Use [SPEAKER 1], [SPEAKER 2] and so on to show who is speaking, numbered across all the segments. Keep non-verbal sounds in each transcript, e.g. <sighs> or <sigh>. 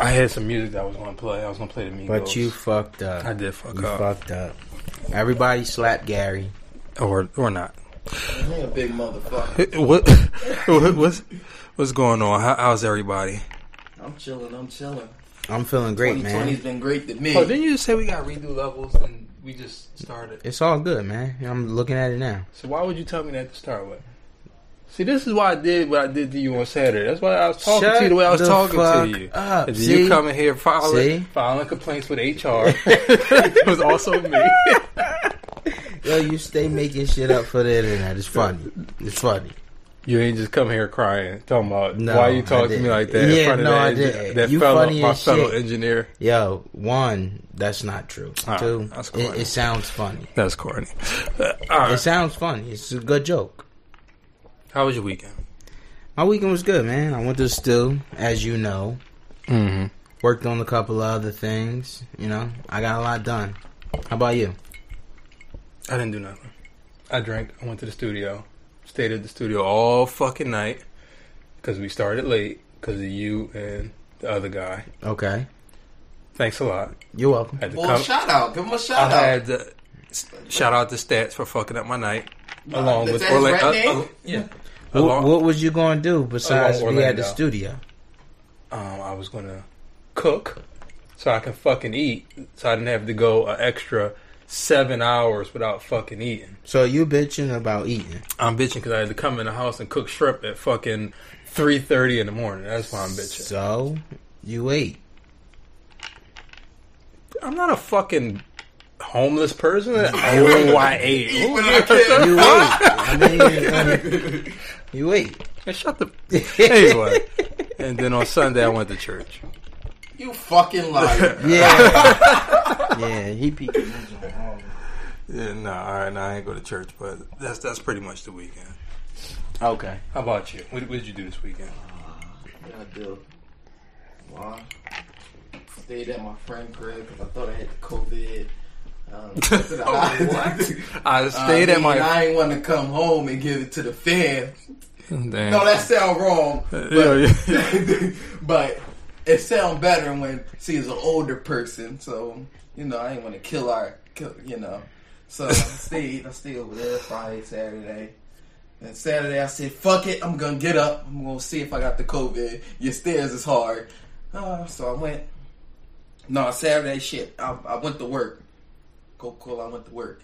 [SPEAKER 1] I had some music that I was gonna play. I was gonna play the Migos.
[SPEAKER 2] But you fucked up.
[SPEAKER 1] I did fuck
[SPEAKER 2] you
[SPEAKER 1] up.
[SPEAKER 2] fucked up. Everybody slap Gary.
[SPEAKER 1] or or not. <laughs>
[SPEAKER 3] He a big motherfucker.
[SPEAKER 1] What what's what's going on? How, how's everybody?
[SPEAKER 3] I'm chilling. I'm chilling.
[SPEAKER 2] I'm feeling great,
[SPEAKER 3] 2020's
[SPEAKER 2] man.
[SPEAKER 3] been great to me.
[SPEAKER 1] Oh, didn't you say we got redo levels and we just started?
[SPEAKER 2] It's all good, man. I'm looking at it now.
[SPEAKER 1] So why would you tell me that to start with? See, this is why I did what I did to you on Saturday. That's why I was talking
[SPEAKER 2] Shut
[SPEAKER 1] to you the way I was
[SPEAKER 2] the
[SPEAKER 1] talking
[SPEAKER 2] fuck
[SPEAKER 1] to you.
[SPEAKER 2] up.
[SPEAKER 1] And then
[SPEAKER 2] See?
[SPEAKER 1] you coming here
[SPEAKER 2] See?
[SPEAKER 1] filing, filing complaints with
[SPEAKER 2] <laughs>
[SPEAKER 1] HR. it was also me. <laughs>
[SPEAKER 2] Yo, you stay making shit up for the internet. It's funny. It's funny.
[SPEAKER 1] You ain't just come here crying, talking about
[SPEAKER 2] No,
[SPEAKER 1] why you
[SPEAKER 2] I
[SPEAKER 1] talking to
[SPEAKER 2] didn't.
[SPEAKER 1] me like that
[SPEAKER 2] Yeah,
[SPEAKER 1] in front of
[SPEAKER 2] no, I
[SPEAKER 1] that, engi-
[SPEAKER 2] didn't.
[SPEAKER 1] that
[SPEAKER 2] You
[SPEAKER 1] fellow,
[SPEAKER 2] funny
[SPEAKER 1] my
[SPEAKER 2] as
[SPEAKER 1] fellow
[SPEAKER 2] shit.
[SPEAKER 1] engineer.
[SPEAKER 2] Yo, one, that's not true.
[SPEAKER 1] All right,
[SPEAKER 2] Two,
[SPEAKER 1] Ah, that's cool.
[SPEAKER 2] it, it sounds funny.
[SPEAKER 1] That's corny. Uh, all
[SPEAKER 2] It
[SPEAKER 1] right.
[SPEAKER 2] sounds funny. It's a good joke.
[SPEAKER 1] How was your weekend?
[SPEAKER 2] My weekend was good, man. I went to the stew, as you know.
[SPEAKER 1] Mm-hmm.
[SPEAKER 2] Worked on a couple of other things. You know, I got a lot done. How about you?
[SPEAKER 1] I didn't do nothing. I drank. I went to the studio. Stayed at the studio all fucking night because we started late because of you and the other guy.
[SPEAKER 2] Okay.
[SPEAKER 1] Thanks a lot.
[SPEAKER 2] You're welcome.
[SPEAKER 1] I had to
[SPEAKER 3] Well,
[SPEAKER 1] come.
[SPEAKER 3] shout out. Give him a
[SPEAKER 1] I
[SPEAKER 3] shout out.
[SPEAKER 1] had to shout out to Stats for fucking up my night. along
[SPEAKER 3] is
[SPEAKER 1] with
[SPEAKER 3] that his
[SPEAKER 1] Orla-
[SPEAKER 3] rap
[SPEAKER 1] uh,
[SPEAKER 3] name?
[SPEAKER 1] uh, yeah.
[SPEAKER 2] Wh- What,
[SPEAKER 1] Along-
[SPEAKER 2] was you going to do besides
[SPEAKER 1] Along
[SPEAKER 2] be at
[SPEAKER 1] Orlando.
[SPEAKER 2] the studio?
[SPEAKER 1] um, I was gonna cook so I can fucking eat, so I didn't have to go an extra seven hours without fucking eating.
[SPEAKER 2] So you bitching about eating.
[SPEAKER 1] I'm bitching because I had to come in the house and cook shrimp at fucking three thirty in the morning. That's why I'm bitching.
[SPEAKER 2] So you ate.
[SPEAKER 1] I'm not a fucking homeless <laughs> person. Oh, I ate. Who
[SPEAKER 3] But I
[SPEAKER 1] gives
[SPEAKER 3] can't-
[SPEAKER 1] a-
[SPEAKER 2] You ate.
[SPEAKER 1] <laughs>
[SPEAKER 2] I mean, you ate.
[SPEAKER 1] Hey, Shut the. <laughs> Anyway. And then on Sunday, I went to church.
[SPEAKER 3] You
[SPEAKER 1] <laughs>
[SPEAKER 3] fucking liar.
[SPEAKER 2] Yeah. yeah, he peeked.
[SPEAKER 1] Yeah, no, all right, no, I ain't go to church, but that's that's pretty much the weekend.
[SPEAKER 2] Okay.
[SPEAKER 1] How about you? What, what did you do this weekend?
[SPEAKER 3] What I do? Why? Stayed at my friend Greg because I thought I had the COVID.
[SPEAKER 1] <laughs>
[SPEAKER 3] Um, <laughs>
[SPEAKER 1] I
[SPEAKER 3] Stayed
[SPEAKER 1] stayed at my.
[SPEAKER 3] Uh, I ain't want to come home and give it to the fam.
[SPEAKER 1] Damn.
[SPEAKER 3] No, that sound wrong. But,
[SPEAKER 1] Uh, yeah,
[SPEAKER 3] <laughs> but it sound better when she is an older person. So you know, I ain't want to kill our, kill, you know. So I stayed. I stayed over there Friday, Saturday. And Saturday, I said, "Fuck it, I'm gonna get up. I'm gonna see if I got the COVID. Your stairs is hard." Uh, so I went. No, Saturday, shit. I, I went to work. Go cool. I went to work.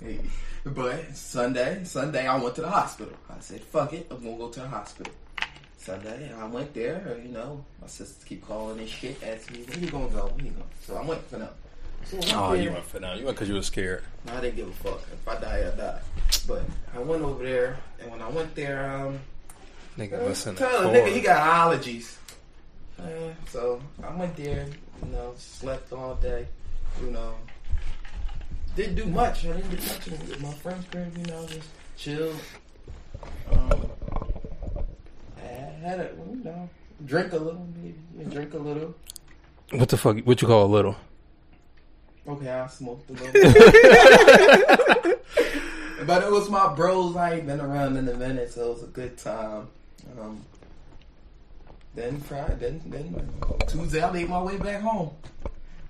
[SPEAKER 3] Maybe. <laughs> But Sunday, Sunday I went to the hospital. I said, "Fuck it, I'm gonna go to the hospital." Sunday I went there. You know, my sisters keep calling and shit, asking me, "Where you gonna go? Where you going?" So I went for them. So
[SPEAKER 1] <laughs>
[SPEAKER 3] I
[SPEAKER 1] Oh, <laughs>
[SPEAKER 3] went
[SPEAKER 1] you
[SPEAKER 3] there.
[SPEAKER 1] went for now. You went because you were scared.
[SPEAKER 3] I didn't give a fuck. If I die, I die. But I went over there, and when I went there, um,
[SPEAKER 1] Nigga, listen.
[SPEAKER 3] Tell the nigga he got allergies. Uh, so I went there, you know, slept all day, you know. Didn't do much. I didn't do much with my friends, crib, you know, just chill. Um, I had a, you know, drink a little, maybe drink a little.
[SPEAKER 1] What the fuck? What you call a
[SPEAKER 3] <laughs>
[SPEAKER 1] little?
[SPEAKER 3] Okay, I smoked a little. bit. but it was my bros. I ain't been around in a minute, so it was a good time. Um, then Friday, then then Tuesday, I made my way back home.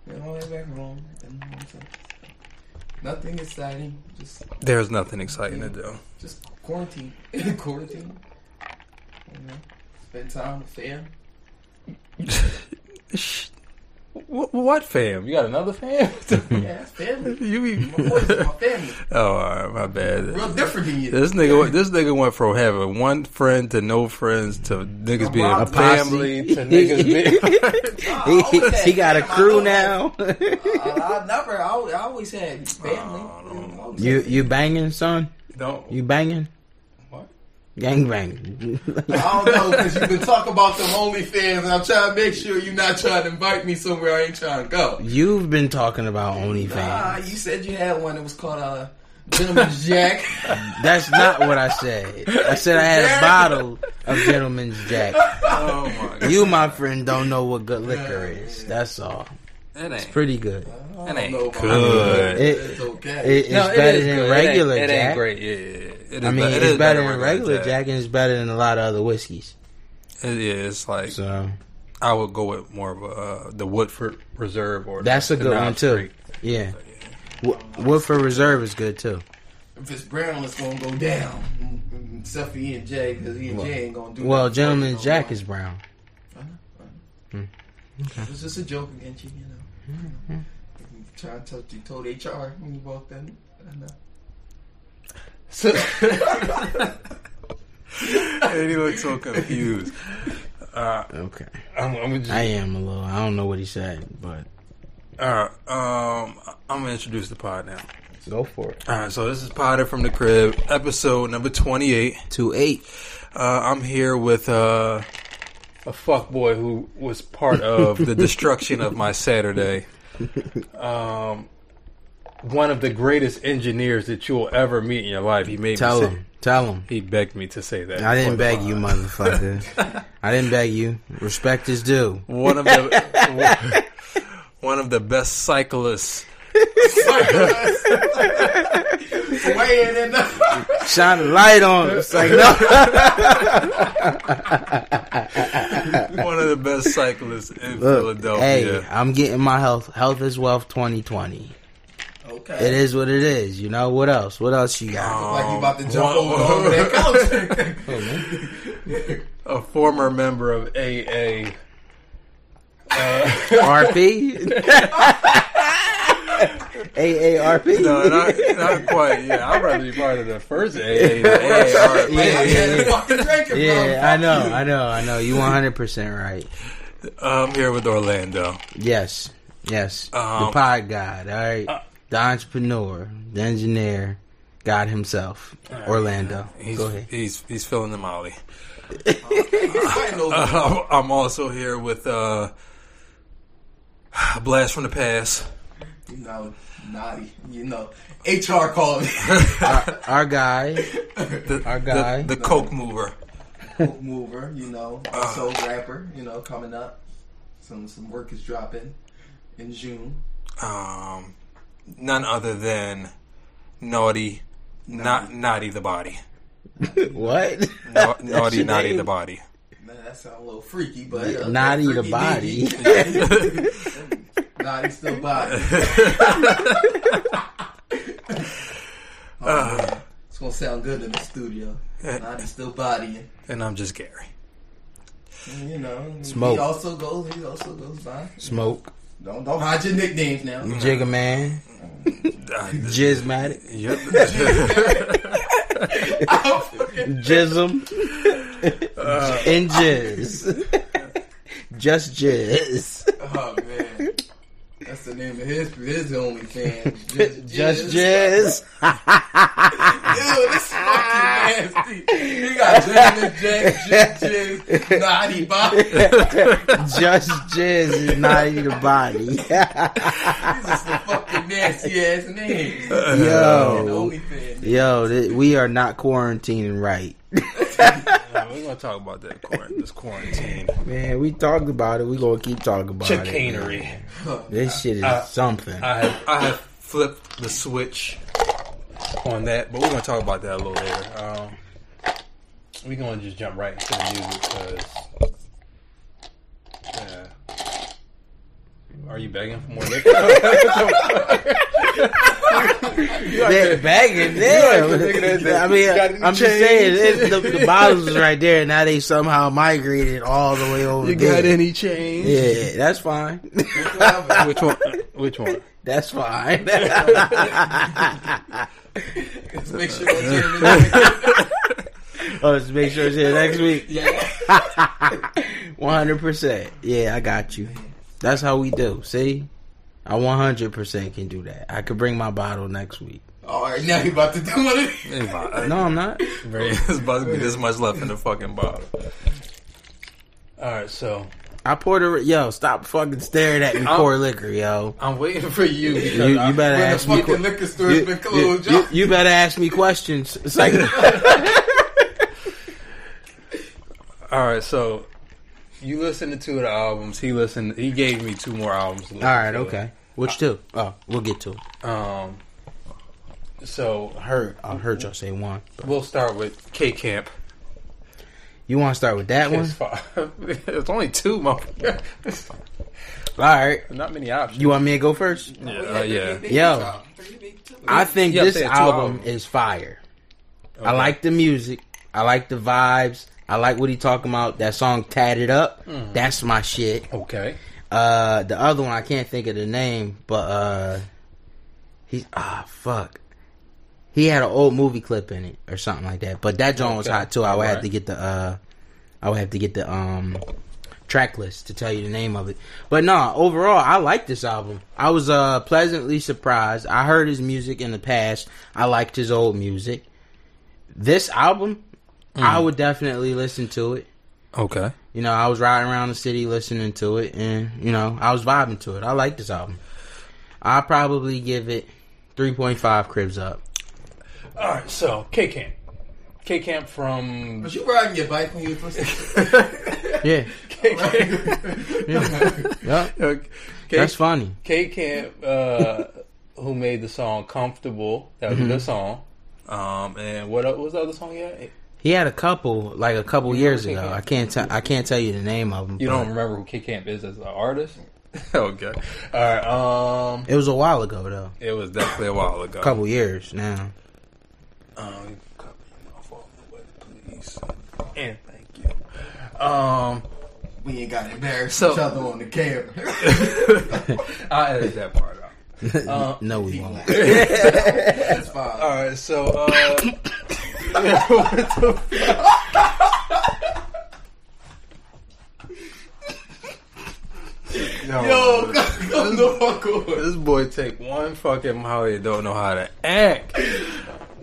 [SPEAKER 3] Made my way back home. Then home to- nothing exciting. Just
[SPEAKER 1] There's nothing exciting to do. <laughs>
[SPEAKER 3] just quarantine, <laughs> quarantine. You know, spend time with fam.
[SPEAKER 1] Shh. What, what fam? You got another fam? <laughs>
[SPEAKER 3] Yeah, that's family.
[SPEAKER 1] you
[SPEAKER 3] My boys is
[SPEAKER 1] be- <laughs>
[SPEAKER 3] my family.
[SPEAKER 1] oh, all right, my bad.
[SPEAKER 3] Real different than you.
[SPEAKER 1] This nigga, went- this nigga went from having one friend to no friends to niggas being
[SPEAKER 3] A
[SPEAKER 2] posse.
[SPEAKER 1] family to
[SPEAKER 2] <laughs>
[SPEAKER 1] niggas being. <laughs>
[SPEAKER 3] Nah, <laughs> I
[SPEAKER 2] He,
[SPEAKER 3] always had
[SPEAKER 2] he got a
[SPEAKER 3] fam. I
[SPEAKER 2] crew
[SPEAKER 3] always-
[SPEAKER 2] now. <laughs>
[SPEAKER 3] I, I never. I, al- I always had family.
[SPEAKER 1] Oh,
[SPEAKER 3] You know, I always
[SPEAKER 2] you
[SPEAKER 3] had-
[SPEAKER 2] you banging, son?
[SPEAKER 1] Don't
[SPEAKER 2] You banging?
[SPEAKER 1] What?
[SPEAKER 2] Gang banging.
[SPEAKER 3] I don't know because you've been talking about them OnlyFans, and I'm trying to make sure you're not trying to invite me somewhere I ain't trying to go.
[SPEAKER 2] <laughs> You've been talking about
[SPEAKER 3] Ah,
[SPEAKER 2] OnlyFans.
[SPEAKER 3] you said you had one that was called uh, <laughs> Gentleman's Jack.
[SPEAKER 2] That's not what I said. I said I had a
[SPEAKER 3] Jack.
[SPEAKER 2] bottle of Gentleman's Jack.
[SPEAKER 1] Oh my god,
[SPEAKER 2] You, my friend, don't know what good liquor is. That's all.
[SPEAKER 1] it ain't
[SPEAKER 2] Pretty good.
[SPEAKER 1] It ain't
[SPEAKER 3] No, but
[SPEAKER 1] good.
[SPEAKER 3] I mean,
[SPEAKER 2] It-
[SPEAKER 3] it's okay.
[SPEAKER 2] It- it's
[SPEAKER 1] No, it
[SPEAKER 2] better
[SPEAKER 1] is
[SPEAKER 2] than
[SPEAKER 1] good. It ain't-
[SPEAKER 2] regular
[SPEAKER 1] It ain't,
[SPEAKER 2] Jack.
[SPEAKER 1] great. Yeah, yeah, yeah. It is
[SPEAKER 2] I mean,
[SPEAKER 1] be- it
[SPEAKER 2] it's
[SPEAKER 1] is
[SPEAKER 2] better than regular Jack. and it's better than a lot of other whiskeys.
[SPEAKER 1] It- yeah, it's like
[SPEAKER 2] So
[SPEAKER 1] I would go with more of a, uh, the Woodford Reserve or
[SPEAKER 2] That's a
[SPEAKER 1] the
[SPEAKER 2] good
[SPEAKER 1] Knob
[SPEAKER 2] one too.
[SPEAKER 1] Creek.
[SPEAKER 2] Yeah. Wo- Woodford Reserve is good too.
[SPEAKER 3] If it's Brown, it's gonna go down. Mm, mm, Except for E and J, because E and J ain't gonna do.
[SPEAKER 2] Well,
[SPEAKER 3] nothing for you
[SPEAKER 2] Gentleman
[SPEAKER 3] no
[SPEAKER 2] Jack
[SPEAKER 3] more.
[SPEAKER 2] is brown.
[SPEAKER 3] I know, I know. It was just a joke against you, you know. Try and tell you told HR when you walked in. uh, I know.
[SPEAKER 1] So- <laughs> and he looked so confused. Uh,
[SPEAKER 2] Okay.
[SPEAKER 1] I'm, I'm just,
[SPEAKER 2] I am a little. I don't know what he said, but
[SPEAKER 1] all right, um, I'm gonna introduce the pod now.
[SPEAKER 2] go for it.
[SPEAKER 1] All right, so this is Potter from the Crib, episode number 28.
[SPEAKER 2] Two eight.
[SPEAKER 1] Uh, I'm here with uh, a fuckboy who was part of
[SPEAKER 2] <laughs>
[SPEAKER 1] the destruction of my Saturday. Um, one of the greatest engineers that you'll ever meet in your life. He made
[SPEAKER 2] Tell
[SPEAKER 1] me say-
[SPEAKER 2] him. Tell him.
[SPEAKER 1] He begged me to say that.
[SPEAKER 2] I didn't
[SPEAKER 1] before the
[SPEAKER 2] beg you,
[SPEAKER 1] pod. <laughs>
[SPEAKER 2] motherfucker. I didn't beg you. Respect is due.
[SPEAKER 1] One of
[SPEAKER 2] <laughs>
[SPEAKER 1] the one of the best cyclists.
[SPEAKER 3] Weighing in the
[SPEAKER 2] Shine a light on. him. It's
[SPEAKER 1] <laughs>
[SPEAKER 2] like no.
[SPEAKER 1] One of the best cyclists in
[SPEAKER 2] Look, hey,
[SPEAKER 1] Philadelphia.
[SPEAKER 2] I'm getting my health. Health is wealth. Twenty twenty.
[SPEAKER 3] <laughs> Okay.
[SPEAKER 2] It is what it is. You know what else? What else you got?
[SPEAKER 1] Um,
[SPEAKER 3] Like you about to jump
[SPEAKER 1] one-
[SPEAKER 3] over, over that <laughs> couch.
[SPEAKER 1] a former member of AA. <laughs>
[SPEAKER 2] RP. AARP.
[SPEAKER 1] No,
[SPEAKER 2] <laughs>
[SPEAKER 1] not, not quite. Yeah, I'd rather be part of the first <laughs> AA than AARP.
[SPEAKER 3] yeah, yeah,
[SPEAKER 1] <laughs>
[SPEAKER 3] yeah. Fucking drinking,
[SPEAKER 2] Yeah,
[SPEAKER 3] bro.
[SPEAKER 2] I know, I know, I know. You 100 percent right.
[SPEAKER 1] I'm here with Orlando.
[SPEAKER 2] Yes, yes. the
[SPEAKER 1] Um,
[SPEAKER 2] pod god, all right.
[SPEAKER 1] Uh.
[SPEAKER 2] the entrepreneur, the engineer, God himself, Orlando.
[SPEAKER 1] He's
[SPEAKER 2] Go ahead.
[SPEAKER 1] he's he's filling the molly.
[SPEAKER 3] He's fighting over
[SPEAKER 1] Uh, I'm also here with uh, blast from the past.
[SPEAKER 3] You know, naughty. You know, HR called me.
[SPEAKER 2] Our, our guy.
[SPEAKER 1] <laughs> The,
[SPEAKER 2] Our guy.
[SPEAKER 1] the, the coke mover.
[SPEAKER 3] Hook mover, you know, soul rapper, you know, coming up. Some some work is dropping in June.
[SPEAKER 1] Um, none other than naughty, not naughty the body.
[SPEAKER 2] What?
[SPEAKER 1] Na-
[SPEAKER 2] That's
[SPEAKER 1] naughty,
[SPEAKER 2] your
[SPEAKER 1] naughty
[SPEAKER 2] name?
[SPEAKER 1] the body.
[SPEAKER 3] Man, that sounds a little freaky, but uh,
[SPEAKER 2] Naughty
[SPEAKER 3] freaky
[SPEAKER 2] the body.
[SPEAKER 3] deaky. naughty still
[SPEAKER 2] <laughs>
[SPEAKER 3] body. Oh, man. it's gonna sound good in the studio. Naughty still bodying.
[SPEAKER 1] And I'm just Gary.
[SPEAKER 3] You know,
[SPEAKER 2] Smoke.
[SPEAKER 3] He also goes. He also goes by.
[SPEAKER 2] Smoke.
[SPEAKER 3] Don't don't hide your nicknames now. <laughs>
[SPEAKER 2] Jigga man. <laughs>
[SPEAKER 1] Uh,
[SPEAKER 2] Jizmatic.
[SPEAKER 1] yep.
[SPEAKER 2] <laughs> Jism.
[SPEAKER 1] Uh,
[SPEAKER 2] and jizz. Just jizz.
[SPEAKER 3] Oh man, that's the name of his his OnlyFans.
[SPEAKER 2] Just jizz.
[SPEAKER 3] Dude, this fucking nasty. You got Jasmine Jack, Jizz, Jizz, Naughty Bob. He's
[SPEAKER 2] Just jizz is naughty the body.
[SPEAKER 3] just a fucking nasty ass name.
[SPEAKER 2] Yo.
[SPEAKER 3] OnlyFans.
[SPEAKER 2] Yo, th- we are not quarantining right.
[SPEAKER 1] Yeah, we're gonna talk about that quar- this quarantine
[SPEAKER 2] Man, we talked about it. We gonna keep talking about it.
[SPEAKER 1] chicanery.
[SPEAKER 2] This shit is something.
[SPEAKER 1] I have I have flipped the switch on that, but we're gonna talk about that a little later. Um, we're gonna just jump right into the music because. Are you begging for more liquor? <laughs>
[SPEAKER 2] They're begging them.
[SPEAKER 1] like the nigga that- that
[SPEAKER 2] I mean,
[SPEAKER 1] got any
[SPEAKER 2] I'm just
[SPEAKER 1] change?
[SPEAKER 2] saying it, the, the bottles was right there, and now they somehow migrated all the way over. there.
[SPEAKER 1] any change?
[SPEAKER 2] Yeah, that's fine.
[SPEAKER 1] Which one? <laughs> Which <laughs> one?
[SPEAKER 2] that's fine. <laughs>
[SPEAKER 3] Just make sure that you're
[SPEAKER 2] oh, let's make sure it's here next week.
[SPEAKER 3] <laughs>
[SPEAKER 2] <laughs>
[SPEAKER 3] yeah.
[SPEAKER 2] One hundred percent. Yeah, I got you. That's how we do. See, I one hundred percent can do that. I could bring my bottle next week.
[SPEAKER 3] All right, now you about to do it.
[SPEAKER 1] It's about,
[SPEAKER 2] No, I'm not.
[SPEAKER 1] it's about to be this much left in the fucking bottle. All right, so
[SPEAKER 2] I poured a yo. Stop fucking staring at me.
[SPEAKER 1] I'm-
[SPEAKER 2] Pour liquor, yo.
[SPEAKER 1] I'm waiting for you. Because
[SPEAKER 2] You, you
[SPEAKER 1] I-
[SPEAKER 2] better
[SPEAKER 3] When the
[SPEAKER 2] ask me. que-
[SPEAKER 3] fucking liquor store's been
[SPEAKER 2] you,
[SPEAKER 3] closed,
[SPEAKER 2] you-
[SPEAKER 3] y'all.
[SPEAKER 2] you better ask me questions. It's like
[SPEAKER 1] All right, so you listened to two of the albums. He listened. He gave me two more albums. to listen
[SPEAKER 2] all right,
[SPEAKER 1] to.
[SPEAKER 2] okay. Which two? Oh, we'll get to. It.
[SPEAKER 1] Um, so
[SPEAKER 2] I heard. I heard y'all say one.
[SPEAKER 1] we'll start with K Camp.
[SPEAKER 2] You want to start with
[SPEAKER 1] <laughs>
[SPEAKER 2] that one?
[SPEAKER 1] It's five. It's only two, motherfucker. It's
[SPEAKER 2] All
[SPEAKER 1] <laughs>
[SPEAKER 2] right.
[SPEAKER 1] Not many options.
[SPEAKER 2] You want me to go first?
[SPEAKER 1] yeah, uh, yeah.
[SPEAKER 2] Yo. I think
[SPEAKER 1] Yeah,
[SPEAKER 2] this
[SPEAKER 1] say it, two
[SPEAKER 2] album
[SPEAKER 1] albums.
[SPEAKER 2] is fire. I
[SPEAKER 1] Okay.
[SPEAKER 2] like the music. I like the vibes. I like what he talking about. That song "Tatted Up." That's my shit.
[SPEAKER 1] Okay.
[SPEAKER 2] Uh, the other one I can't think of the name, but uh, he ah fuck, he had an old movie clip in it or something like that. But that joint was
[SPEAKER 1] Okay.
[SPEAKER 2] hot too. I would have to
[SPEAKER 1] Alright.
[SPEAKER 2] get the uh, I would have to get the um track list to tell you the name of it. But no, overall, I like this album. I was uh pleasantly surprised. I heard his music in the past. I liked his old music. This album, I would definitely listen to it.
[SPEAKER 1] Okay.
[SPEAKER 2] You know, I was riding around the city listening to it, and you know, I was vibing to it. I like this album. I probably give it three point five cribs up.
[SPEAKER 1] All right. So K Camp. K Camp from.
[SPEAKER 2] <laughs>
[SPEAKER 3] Was you riding your bike when you was listening?
[SPEAKER 2] Yeah,
[SPEAKER 1] K Camp. <laughs>
[SPEAKER 2] yeah,
[SPEAKER 1] K
[SPEAKER 2] that's funny.
[SPEAKER 1] K Camp, uh, who made the song "Comfortable." That was a good song. Um, and what, what was the other song? Yeah,
[SPEAKER 2] He had a couple like a couple years
[SPEAKER 1] K
[SPEAKER 2] ago.
[SPEAKER 1] Camp?
[SPEAKER 2] I can't tell. I can't tell you the name of them.
[SPEAKER 1] you don't remember who K Camp is as an artist? <laughs> okay. All right. Um,
[SPEAKER 2] It was a while ago though.
[SPEAKER 1] it was definitely a while ago.
[SPEAKER 2] A couple years now.
[SPEAKER 1] Um, cut me off all the way, please. And thank you. Um, <laughs>
[SPEAKER 3] We ain't got to embarrass
[SPEAKER 1] So-
[SPEAKER 3] each other on the camera.
[SPEAKER 1] I'll edit that part out.
[SPEAKER 2] No, <laughs> we won't.
[SPEAKER 3] That's fine.
[SPEAKER 1] All right, so uh, <coughs> what the fuck? Yo,
[SPEAKER 3] Yo, come the fuck on.
[SPEAKER 1] this boy take one fucking Molly and don't know how to act.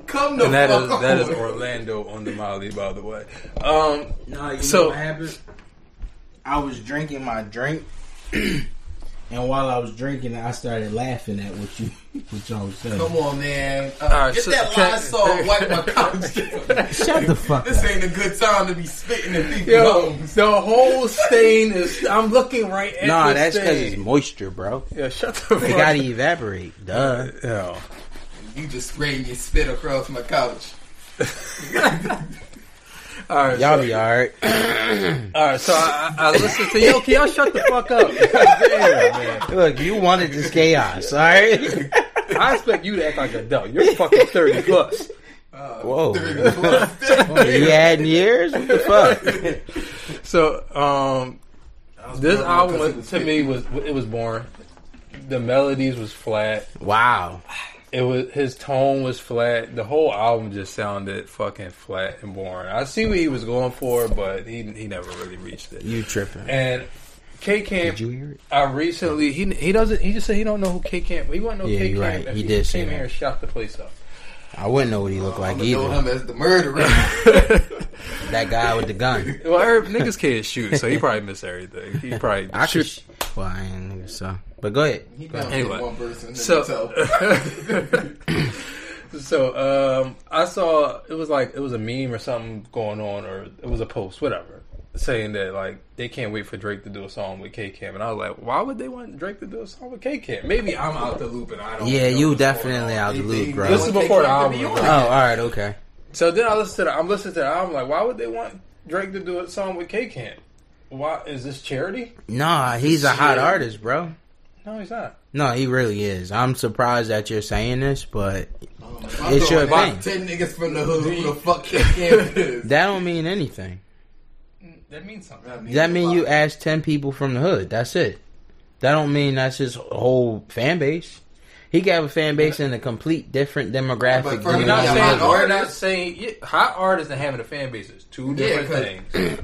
[SPEAKER 3] Come the
[SPEAKER 1] And that
[SPEAKER 3] fuck
[SPEAKER 1] is
[SPEAKER 3] on.
[SPEAKER 1] that is Orlando on the Molly, by the way. Um,
[SPEAKER 2] No, you
[SPEAKER 1] So-
[SPEAKER 2] know what happened? I was drinking my drink, <clears throat> and while I was drinking, it, I started laughing at what you what y'all was saying.
[SPEAKER 3] Come on, man. Uh,
[SPEAKER 1] right,
[SPEAKER 3] get
[SPEAKER 1] so-
[SPEAKER 3] that Lysol and wipe my couch down.
[SPEAKER 2] Shut the fuck
[SPEAKER 3] This ain't a good time to be spitting in people's
[SPEAKER 1] yo,
[SPEAKER 3] homes.
[SPEAKER 1] the whole stain is. I'm looking right at.
[SPEAKER 2] Nah,
[SPEAKER 1] this
[SPEAKER 2] that's because it's
[SPEAKER 1] stain.
[SPEAKER 2] moisture, bro.
[SPEAKER 1] Yeah, shut the
[SPEAKER 2] It
[SPEAKER 1] fuck
[SPEAKER 2] gotta
[SPEAKER 1] up.
[SPEAKER 2] evaporate. Duh.
[SPEAKER 1] Yo.
[SPEAKER 3] You just spraying your spit across my couch.
[SPEAKER 1] All right,
[SPEAKER 2] Y'all be alright.
[SPEAKER 1] All right, so I, I I listened to yo. Can y'all shut the fuck up? Damn, man.
[SPEAKER 2] Look, you wanted this chaos, alright?
[SPEAKER 1] I expect you to act like an adult. You're fucking thirty plus. <laughs>
[SPEAKER 2] Whoa.
[SPEAKER 3] I
[SPEAKER 2] You adding years? What the fuck?
[SPEAKER 1] So um,
[SPEAKER 3] was
[SPEAKER 1] this
[SPEAKER 3] born
[SPEAKER 1] album
[SPEAKER 3] because it
[SPEAKER 1] was, to me was it was boring. The melodies was flat.
[SPEAKER 2] Wow.
[SPEAKER 1] It was his tone was flat. The whole album just sounded fucking flat and boring. I see what he was going for, but he he never really reached it.
[SPEAKER 2] You tripping.
[SPEAKER 1] And K Camp,
[SPEAKER 2] Did you hear it?
[SPEAKER 1] I recently he he doesn't he just said he don't know who K Camp. He wouldn't know
[SPEAKER 2] Yeah,
[SPEAKER 1] K
[SPEAKER 2] you're
[SPEAKER 1] Camp
[SPEAKER 2] right.
[SPEAKER 1] if
[SPEAKER 2] He
[SPEAKER 1] he,
[SPEAKER 2] did say
[SPEAKER 1] came
[SPEAKER 2] that.
[SPEAKER 1] here and shot the place up.
[SPEAKER 2] I wouldn't know what he looked like
[SPEAKER 3] know
[SPEAKER 2] either.
[SPEAKER 3] him as
[SPEAKER 1] <laughs>
[SPEAKER 3] the murderer.
[SPEAKER 2] <laughs> That guy with the gun.
[SPEAKER 1] Well, Arab niggas can't shoot, so he probably missed everything. He probably
[SPEAKER 2] I could.
[SPEAKER 1] shoot.
[SPEAKER 2] Sh- well, I ain't nigga, so. But go ahead.
[SPEAKER 3] He found
[SPEAKER 1] Anyway,
[SPEAKER 3] one person. in
[SPEAKER 1] so- uh,
[SPEAKER 3] himself.
[SPEAKER 1] <laughs> so um, I saw it was like it was a meme or something going on, or it was a post, whatever, saying that like they can't wait for Drake to do a song with K Camp, and I was like, why would they want Drake to do a song with K Camp? Maybe I'm out the loop and I don't.
[SPEAKER 2] Yeah,
[SPEAKER 1] know
[SPEAKER 2] you
[SPEAKER 1] what's
[SPEAKER 2] definitely
[SPEAKER 1] going on.
[SPEAKER 2] out the loop, bro.
[SPEAKER 1] This is
[SPEAKER 2] Oh,
[SPEAKER 3] They
[SPEAKER 1] before the
[SPEAKER 3] can't be
[SPEAKER 1] album.
[SPEAKER 3] on
[SPEAKER 1] was out.
[SPEAKER 2] alright, okay.
[SPEAKER 1] So then I listen to the, I'm listening to the album like, why would they want Drake to do a song with K Camp? Why is this charity?
[SPEAKER 2] Nah, he's a hot
[SPEAKER 1] Shit.
[SPEAKER 2] artist, bro.
[SPEAKER 1] No, he's not.
[SPEAKER 2] No, he really is. I'm surprised that you're saying this, but
[SPEAKER 3] Um,
[SPEAKER 2] It's your
[SPEAKER 3] I'm throwing out
[SPEAKER 2] thing.
[SPEAKER 3] Ten niggas from the hood. Who
[SPEAKER 1] <laughs>
[SPEAKER 3] the fuck K Camp is?
[SPEAKER 2] that don't mean anything.
[SPEAKER 1] That means something.
[SPEAKER 2] That mean you asked ten people from the hood. That's it. That don't mean that's his whole fan base. He got a fan base in a complete different demographic.
[SPEAKER 3] But
[SPEAKER 2] than
[SPEAKER 1] We're
[SPEAKER 3] We're
[SPEAKER 2] the
[SPEAKER 1] not
[SPEAKER 3] not
[SPEAKER 2] one
[SPEAKER 1] saying
[SPEAKER 3] hot
[SPEAKER 2] hood.
[SPEAKER 1] we're
[SPEAKER 3] artists.
[SPEAKER 1] not saying yeah, hot artists and having a fan base is two
[SPEAKER 3] Yeah,
[SPEAKER 1] different things.
[SPEAKER 3] because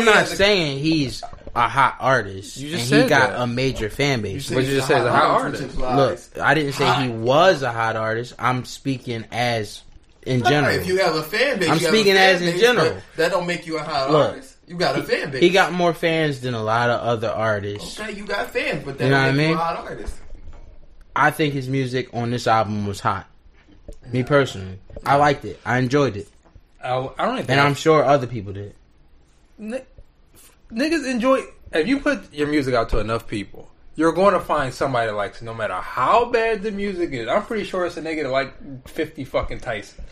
[SPEAKER 2] I'm not saying he's a hot artist.
[SPEAKER 1] You just
[SPEAKER 2] and he
[SPEAKER 1] said
[SPEAKER 2] got
[SPEAKER 1] that.
[SPEAKER 2] a major fan base.
[SPEAKER 1] But you just said he's a hot artist.
[SPEAKER 2] Look, I didn't say he was a hot artist. I'm speaking as in
[SPEAKER 3] If you
[SPEAKER 2] general.
[SPEAKER 3] have a fan base,
[SPEAKER 2] I'm
[SPEAKER 3] you have a
[SPEAKER 2] speaking
[SPEAKER 3] fan
[SPEAKER 2] as in
[SPEAKER 3] base,
[SPEAKER 2] general.
[SPEAKER 3] but That don't make you a hot
[SPEAKER 2] Look,
[SPEAKER 3] artist. You got a fan base.
[SPEAKER 2] He got more fans than a lot of other artists.
[SPEAKER 3] okay, you got fans, but that
[SPEAKER 2] You know what I
[SPEAKER 3] don't make you
[SPEAKER 2] mean?
[SPEAKER 3] a hot artist.
[SPEAKER 2] I think his music on this album was hot. Me personally, I liked it. I enjoyed it,
[SPEAKER 1] I, I don't even.
[SPEAKER 2] and
[SPEAKER 1] think
[SPEAKER 2] I'm sure other people did.
[SPEAKER 1] Ni- niggas enjoy. If you put your music out to enough people, you're going to find somebody that likes it, no matter how bad the music is. I'm pretty sure it's a nigga that like 50 fucking Tyson.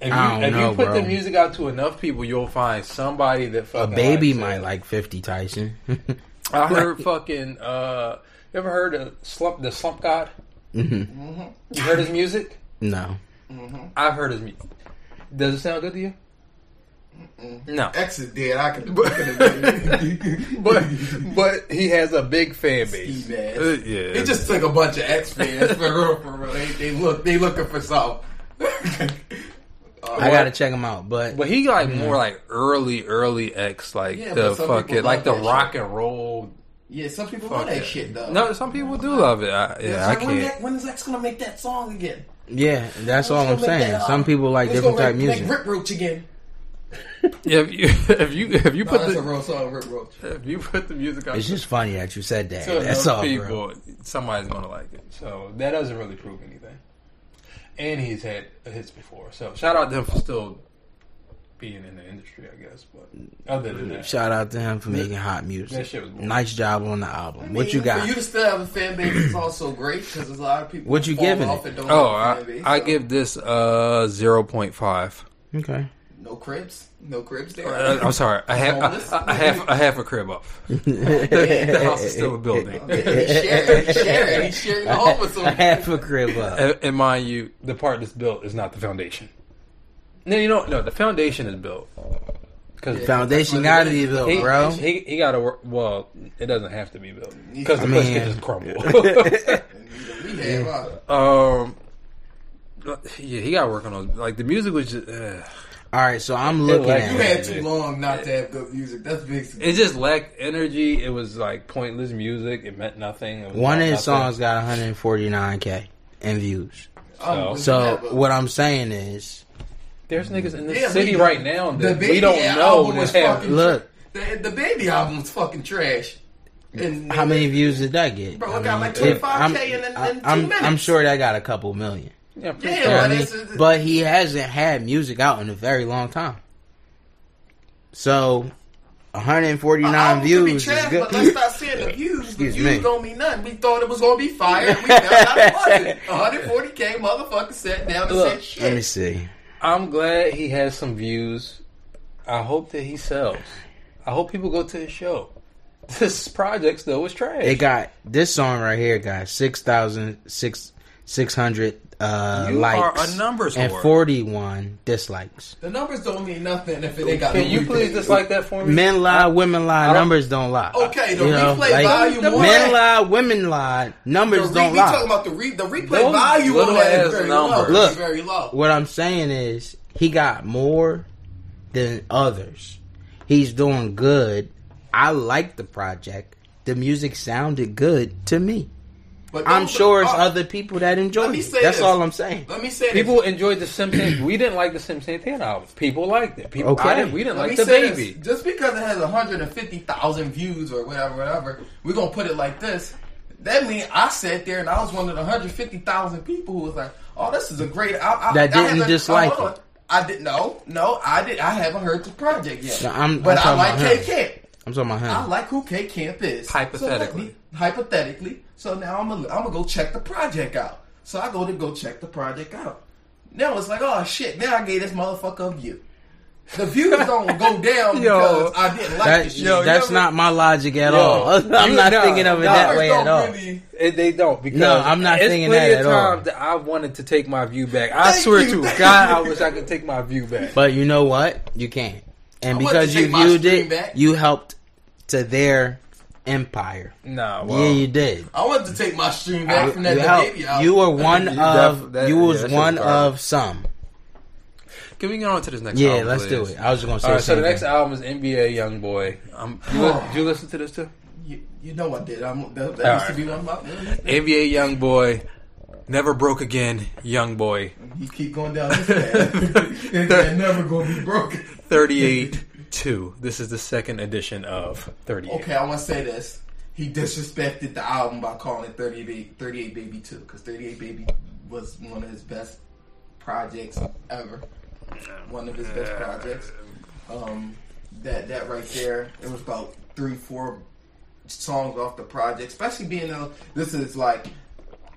[SPEAKER 1] If you,
[SPEAKER 2] I don't
[SPEAKER 1] if
[SPEAKER 2] know,
[SPEAKER 1] you put
[SPEAKER 2] bro.
[SPEAKER 1] the music out to enough people, you'll find somebody that
[SPEAKER 2] A
[SPEAKER 1] fucking
[SPEAKER 2] baby
[SPEAKER 1] likes it.
[SPEAKER 2] might like 50 Tyson. <laughs>
[SPEAKER 1] I heard fucking. Uh, you ever heard of Slump? The Slump God.
[SPEAKER 2] Mhm.
[SPEAKER 1] You heard his music?
[SPEAKER 2] no.
[SPEAKER 1] I've heard his music. Does it sound good to you? No.
[SPEAKER 3] X is dead. I can.
[SPEAKER 1] But-
[SPEAKER 3] I <laughs> can-
[SPEAKER 1] <laughs> But but he has a big fan base.
[SPEAKER 3] Steve ass.
[SPEAKER 1] Uh, yeah.
[SPEAKER 3] It just took a bunch of X fans for real. For real. They, they look. They looking for something. <laughs>
[SPEAKER 2] I gotta check him out, but
[SPEAKER 1] But he like more like early early X like the
[SPEAKER 3] Yeah, but some people
[SPEAKER 1] fucking like
[SPEAKER 3] love
[SPEAKER 1] the
[SPEAKER 3] that
[SPEAKER 1] rock and roll.
[SPEAKER 3] Yeah, some people
[SPEAKER 1] Fuck
[SPEAKER 3] want that
[SPEAKER 1] it.
[SPEAKER 3] shit though.
[SPEAKER 1] No, some people do love it. I, yeah, I
[SPEAKER 3] Like, when,
[SPEAKER 1] can't.
[SPEAKER 3] that, when is X gonna make that song again?
[SPEAKER 2] yeah, that's all I'm
[SPEAKER 3] Let's go make
[SPEAKER 2] saying.
[SPEAKER 3] that, uh,
[SPEAKER 2] Some people like
[SPEAKER 3] let's
[SPEAKER 2] different
[SPEAKER 3] go
[SPEAKER 2] type
[SPEAKER 3] make-
[SPEAKER 2] music.
[SPEAKER 3] Make Rip Roach again.
[SPEAKER 1] Yeah, if you <laughs> if you if you
[SPEAKER 3] No,
[SPEAKER 1] put
[SPEAKER 3] that's
[SPEAKER 1] the
[SPEAKER 3] a real song, Rip Roach.
[SPEAKER 1] if you put the music out
[SPEAKER 2] It's just funny that you said that.
[SPEAKER 1] to
[SPEAKER 2] That's
[SPEAKER 1] enough
[SPEAKER 2] all,
[SPEAKER 1] people,
[SPEAKER 2] bro.
[SPEAKER 1] somebody's gonna like it. So that doesn't really prove anything. And he's had hits before, so shout out to him for still being in the industry, I guess. But other than that,
[SPEAKER 2] Shout out to him for making hot
[SPEAKER 1] that
[SPEAKER 2] music.
[SPEAKER 1] shit was boring.
[SPEAKER 2] Nice job on the album. what
[SPEAKER 3] Yeah,
[SPEAKER 2] you
[SPEAKER 3] For
[SPEAKER 2] got?
[SPEAKER 3] you to still have a fan base is also great because there's a lot of people.
[SPEAKER 2] What you
[SPEAKER 3] who fall
[SPEAKER 2] giving
[SPEAKER 3] off
[SPEAKER 2] it?
[SPEAKER 3] and don't
[SPEAKER 1] Oh,
[SPEAKER 3] have a fan
[SPEAKER 1] I,
[SPEAKER 3] base,
[SPEAKER 1] I
[SPEAKER 3] so.
[SPEAKER 1] give this uh zero point five. <laughs>
[SPEAKER 2] okay. <laughs>
[SPEAKER 3] no cribs, no cribs there.
[SPEAKER 1] Uh, I'm sorry, <laughs> I have
[SPEAKER 3] Homeless?
[SPEAKER 1] I, I have I have a crib up. the house is still a building.
[SPEAKER 3] He's <laughs> sharing, he's sharing, he's sharing the home
[SPEAKER 2] <laughs>
[SPEAKER 3] with
[SPEAKER 2] I
[SPEAKER 3] someone.
[SPEAKER 2] have a crib
[SPEAKER 1] <laughs>
[SPEAKER 2] up.
[SPEAKER 1] and, and mind you, the part that's built is not the foundation. No, you know, no, the foundation is built because
[SPEAKER 2] <laughs> Foundation gotta be built,
[SPEAKER 1] He,
[SPEAKER 2] bro.
[SPEAKER 1] he he got to work. Well, it doesn't have to be built because the
[SPEAKER 2] I
[SPEAKER 1] place
[SPEAKER 2] mean-
[SPEAKER 1] can just crumble.
[SPEAKER 3] We have uh,
[SPEAKER 1] <laughs> um, yeah, he got to work on those. Like the music was just uh,
[SPEAKER 2] All right, so I'm looking
[SPEAKER 1] like-
[SPEAKER 3] You
[SPEAKER 2] at it.
[SPEAKER 3] had too long not to have good music. That's big.
[SPEAKER 1] it just lacked energy. It was like pointless music. It meant nothing. It was
[SPEAKER 2] One
[SPEAKER 1] about
[SPEAKER 2] of his
[SPEAKER 1] nothing.
[SPEAKER 2] songs got 149k and views.
[SPEAKER 3] I'm-
[SPEAKER 2] So
[SPEAKER 3] whatever.
[SPEAKER 2] what I'm saying is,
[SPEAKER 1] There's niggas in this
[SPEAKER 3] Yeah,
[SPEAKER 1] city
[SPEAKER 3] we-
[SPEAKER 1] right now that
[SPEAKER 3] baby
[SPEAKER 1] we don't know
[SPEAKER 3] album
[SPEAKER 1] that
[SPEAKER 3] was
[SPEAKER 1] have.
[SPEAKER 3] fucking-
[SPEAKER 2] look
[SPEAKER 3] the, the baby album was fucking trash. And
[SPEAKER 2] how many views did that get?
[SPEAKER 3] Bro, it got like
[SPEAKER 2] if
[SPEAKER 3] 25K
[SPEAKER 2] I'm-
[SPEAKER 3] in- in
[SPEAKER 2] I-
[SPEAKER 3] two
[SPEAKER 2] I'm, I'm
[SPEAKER 3] minutes. Oh,
[SPEAKER 2] sure that got a couple million.
[SPEAKER 1] Yeah, I'm pretty
[SPEAKER 3] Yeah,
[SPEAKER 1] sure.
[SPEAKER 2] You know
[SPEAKER 3] but
[SPEAKER 2] what I mean?
[SPEAKER 3] it's- it's-
[SPEAKER 2] But he hasn't had music out in a very long time. So, 149
[SPEAKER 3] album could
[SPEAKER 2] views
[SPEAKER 3] trash,
[SPEAKER 2] is good. <clears throat>
[SPEAKER 3] But let's not saying the views. The
[SPEAKER 2] Excuse
[SPEAKER 3] views
[SPEAKER 2] me.
[SPEAKER 3] don't mean nothing. We thought it was gonna be fire. We found out it
[SPEAKER 2] <laughs>
[SPEAKER 3] wasn't. 140k motherfucker sat down and
[SPEAKER 1] Look,
[SPEAKER 3] said
[SPEAKER 2] Let me
[SPEAKER 3] shit.
[SPEAKER 2] see.
[SPEAKER 1] I'm glad he has some views. I hope that he sells. I hope people go to his show. <laughs> This project still was trash.
[SPEAKER 2] It got this song right here got 6,600 uh,
[SPEAKER 1] You
[SPEAKER 2] likes
[SPEAKER 1] are a numbers
[SPEAKER 2] and
[SPEAKER 1] whore.
[SPEAKER 2] 41 dislikes.
[SPEAKER 3] The numbers don't mean nothing if it ain't got.
[SPEAKER 1] Can
[SPEAKER 3] no
[SPEAKER 1] you
[SPEAKER 3] replay.
[SPEAKER 1] please dislike that for me?
[SPEAKER 2] Men lie, women lie,
[SPEAKER 1] don't-
[SPEAKER 2] numbers don't lie.
[SPEAKER 3] Okay, the replay value
[SPEAKER 2] Men
[SPEAKER 3] more-
[SPEAKER 2] lie, women lie,
[SPEAKER 3] The
[SPEAKER 2] numbers
[SPEAKER 3] re-
[SPEAKER 2] don't
[SPEAKER 3] we
[SPEAKER 2] lie.
[SPEAKER 3] talking about the re- the replay
[SPEAKER 1] Those
[SPEAKER 3] value
[SPEAKER 1] little
[SPEAKER 3] on that
[SPEAKER 1] ass
[SPEAKER 3] is very
[SPEAKER 1] numbers.
[SPEAKER 3] low.
[SPEAKER 2] Look.
[SPEAKER 3] It's very low.
[SPEAKER 2] What I'm saying is he got more than others. He's doing good. I like the project. The music sounded good to me.
[SPEAKER 3] But
[SPEAKER 2] I'm
[SPEAKER 3] those
[SPEAKER 2] sure it's
[SPEAKER 3] are-
[SPEAKER 2] other people that enjoy
[SPEAKER 3] Let me
[SPEAKER 2] it.
[SPEAKER 3] say
[SPEAKER 2] That's
[SPEAKER 3] this.
[SPEAKER 2] all I'm saying.
[SPEAKER 3] Let me say this.
[SPEAKER 1] People enjoyed the Simpsons. We didn't like the Simpsons album. People liked it. People,
[SPEAKER 2] Okay.
[SPEAKER 1] I didn't, we didn't
[SPEAKER 3] Let
[SPEAKER 1] like
[SPEAKER 3] me
[SPEAKER 1] the
[SPEAKER 3] say
[SPEAKER 1] baby.
[SPEAKER 3] This. Just because it has 150,000 views or whatever, whatever, we're going to put it like this. That means I sat there and I was one of the 150,000 people who was like, oh, this is a great. I, I,
[SPEAKER 2] That
[SPEAKER 3] I
[SPEAKER 2] didn't
[SPEAKER 3] haven't-
[SPEAKER 2] dislike
[SPEAKER 3] hold on.
[SPEAKER 2] it.
[SPEAKER 3] I didn't. No, no, I did. I haven't heard the project yet.
[SPEAKER 2] No, I'm-
[SPEAKER 3] but
[SPEAKER 2] I'm
[SPEAKER 3] I
[SPEAKER 2] talking
[SPEAKER 3] like
[SPEAKER 2] about him.
[SPEAKER 3] K Camp.
[SPEAKER 2] I'm talking about him.
[SPEAKER 3] I like who K Camp is. So
[SPEAKER 1] Hypothetically.
[SPEAKER 3] let me- hypothetically. So now I'm gonna I'm gonna go check the project out. So I go to go check the project out. Now it's like, oh shit! Now I gave this motherfucker a view. The views don't go
[SPEAKER 2] <laughs>
[SPEAKER 3] down
[SPEAKER 1] Yo.
[SPEAKER 3] because I didn't like
[SPEAKER 2] That-
[SPEAKER 3] this shit.
[SPEAKER 1] yo,
[SPEAKER 2] that's
[SPEAKER 1] never-
[SPEAKER 2] not my logic at
[SPEAKER 1] Yo,
[SPEAKER 2] all. <laughs> I'm
[SPEAKER 1] you-
[SPEAKER 2] not
[SPEAKER 1] no,
[SPEAKER 2] thinking of it
[SPEAKER 1] no,
[SPEAKER 2] that
[SPEAKER 3] Numbers
[SPEAKER 2] way
[SPEAKER 3] don't
[SPEAKER 2] at all.
[SPEAKER 3] really-
[SPEAKER 1] It, they don't because
[SPEAKER 2] No, I'm not
[SPEAKER 1] it's
[SPEAKER 2] thinking
[SPEAKER 1] plenty
[SPEAKER 2] that
[SPEAKER 1] of
[SPEAKER 2] at all.
[SPEAKER 1] times that I wanted to take my view back. I
[SPEAKER 3] Thank
[SPEAKER 1] swear
[SPEAKER 3] you,
[SPEAKER 1] to
[SPEAKER 3] thank
[SPEAKER 1] God, I
[SPEAKER 3] you.
[SPEAKER 1] wish I could take my view back.
[SPEAKER 2] But you know what? You can't. And
[SPEAKER 3] I wanted to
[SPEAKER 2] because you
[SPEAKER 3] take my
[SPEAKER 2] viewed
[SPEAKER 3] stream
[SPEAKER 2] it,
[SPEAKER 3] back.
[SPEAKER 2] you helped to their empire.
[SPEAKER 1] nah, well,
[SPEAKER 2] yeah, you did.
[SPEAKER 3] I wanted to take my stream back from that
[SPEAKER 2] You,
[SPEAKER 3] the
[SPEAKER 2] helped-
[SPEAKER 3] baby album.
[SPEAKER 2] you were one
[SPEAKER 1] You
[SPEAKER 2] of
[SPEAKER 1] def- that-
[SPEAKER 2] you
[SPEAKER 1] yeah,
[SPEAKER 2] was
[SPEAKER 1] that shit
[SPEAKER 2] one
[SPEAKER 1] was garbage.
[SPEAKER 2] of some.
[SPEAKER 1] can we get on to this next?
[SPEAKER 2] Yeah,
[SPEAKER 1] album,
[SPEAKER 2] let's do
[SPEAKER 1] please?
[SPEAKER 2] it. I was just gonna say.
[SPEAKER 1] All right, so
[SPEAKER 2] the
[SPEAKER 1] the
[SPEAKER 2] same
[SPEAKER 1] next
[SPEAKER 2] thing.
[SPEAKER 1] album is NBA YoungBoy. Um, you, li- do you listen to this too?
[SPEAKER 3] you, you know I did. I'm, that that
[SPEAKER 1] All
[SPEAKER 3] used
[SPEAKER 1] right.
[SPEAKER 3] to be one of my.
[SPEAKER 1] NBA YoungBoy, Never Broke Again, YoungBoy,
[SPEAKER 3] You keep going down
[SPEAKER 2] <laughs>
[SPEAKER 3] this path. <laughs> They're never gonna be broken.
[SPEAKER 1] 38 2. This is the second edition of 38.
[SPEAKER 3] Okay, I want to say this. He disrespected the album by calling it 38 Baby, 38 Baby 2 because 38 Baby was one of his best projects ever. One of his best projects. Um, that that right there, it was about three, four songs off the project. Especially being though this is like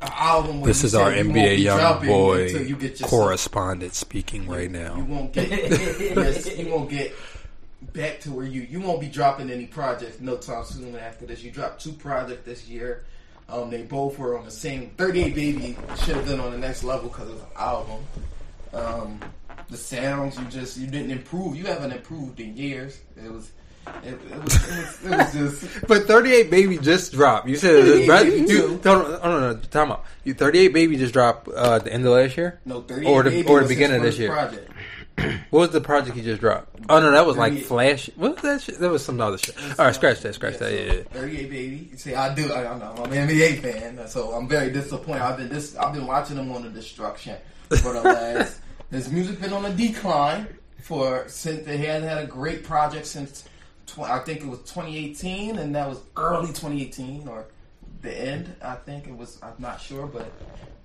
[SPEAKER 3] an album. Where
[SPEAKER 4] This
[SPEAKER 3] you
[SPEAKER 4] is our
[SPEAKER 3] say you
[SPEAKER 4] NBA
[SPEAKER 3] won't
[SPEAKER 4] young
[SPEAKER 3] be dropping until
[SPEAKER 4] boy
[SPEAKER 3] you get your
[SPEAKER 4] correspondent speaking right
[SPEAKER 3] You
[SPEAKER 4] now.
[SPEAKER 3] won't get yes, you won't get back to where you you won't be dropping any projects no time soon after this. You dropped two projects this year. Um, they both were on the same. Thirty Eight Baby should have been on the next level because of the album. Um, the sounds you just you didn't improve. You haven't improved in years. It was it, it, was, it, was, it was
[SPEAKER 4] <laughs>
[SPEAKER 3] just
[SPEAKER 4] But 38 Baby just dropped. You said it was
[SPEAKER 3] 38
[SPEAKER 4] better.
[SPEAKER 3] Baby
[SPEAKER 4] You,
[SPEAKER 3] too.
[SPEAKER 4] no, no, no, no, time out. You 38 Baby just dropped uh, at the end of last year.
[SPEAKER 3] no thirty eight
[SPEAKER 4] Or the-
[SPEAKER 3] baby
[SPEAKER 4] or
[SPEAKER 3] was
[SPEAKER 4] the
[SPEAKER 3] his
[SPEAKER 4] beginning of this
[SPEAKER 3] first
[SPEAKER 4] year.
[SPEAKER 3] Project.
[SPEAKER 4] What was the project he just dropped? Oh no, that was like
[SPEAKER 3] 38.
[SPEAKER 4] Flash. What was that? Shit? That was some other shit. All right, scratch that, scratch that. Yeah, yeah.
[SPEAKER 3] Thirty eight baby. You See, I do. I, I'm I'm an NBA fan, so I'm very disappointed. I've been dis- I've been watching him on the destruction for the last. his music been on a decline for since they hadn't had a great project since tw- I think it was 2018, and that was early 2018 or the end. I think it was. I'm not sure, but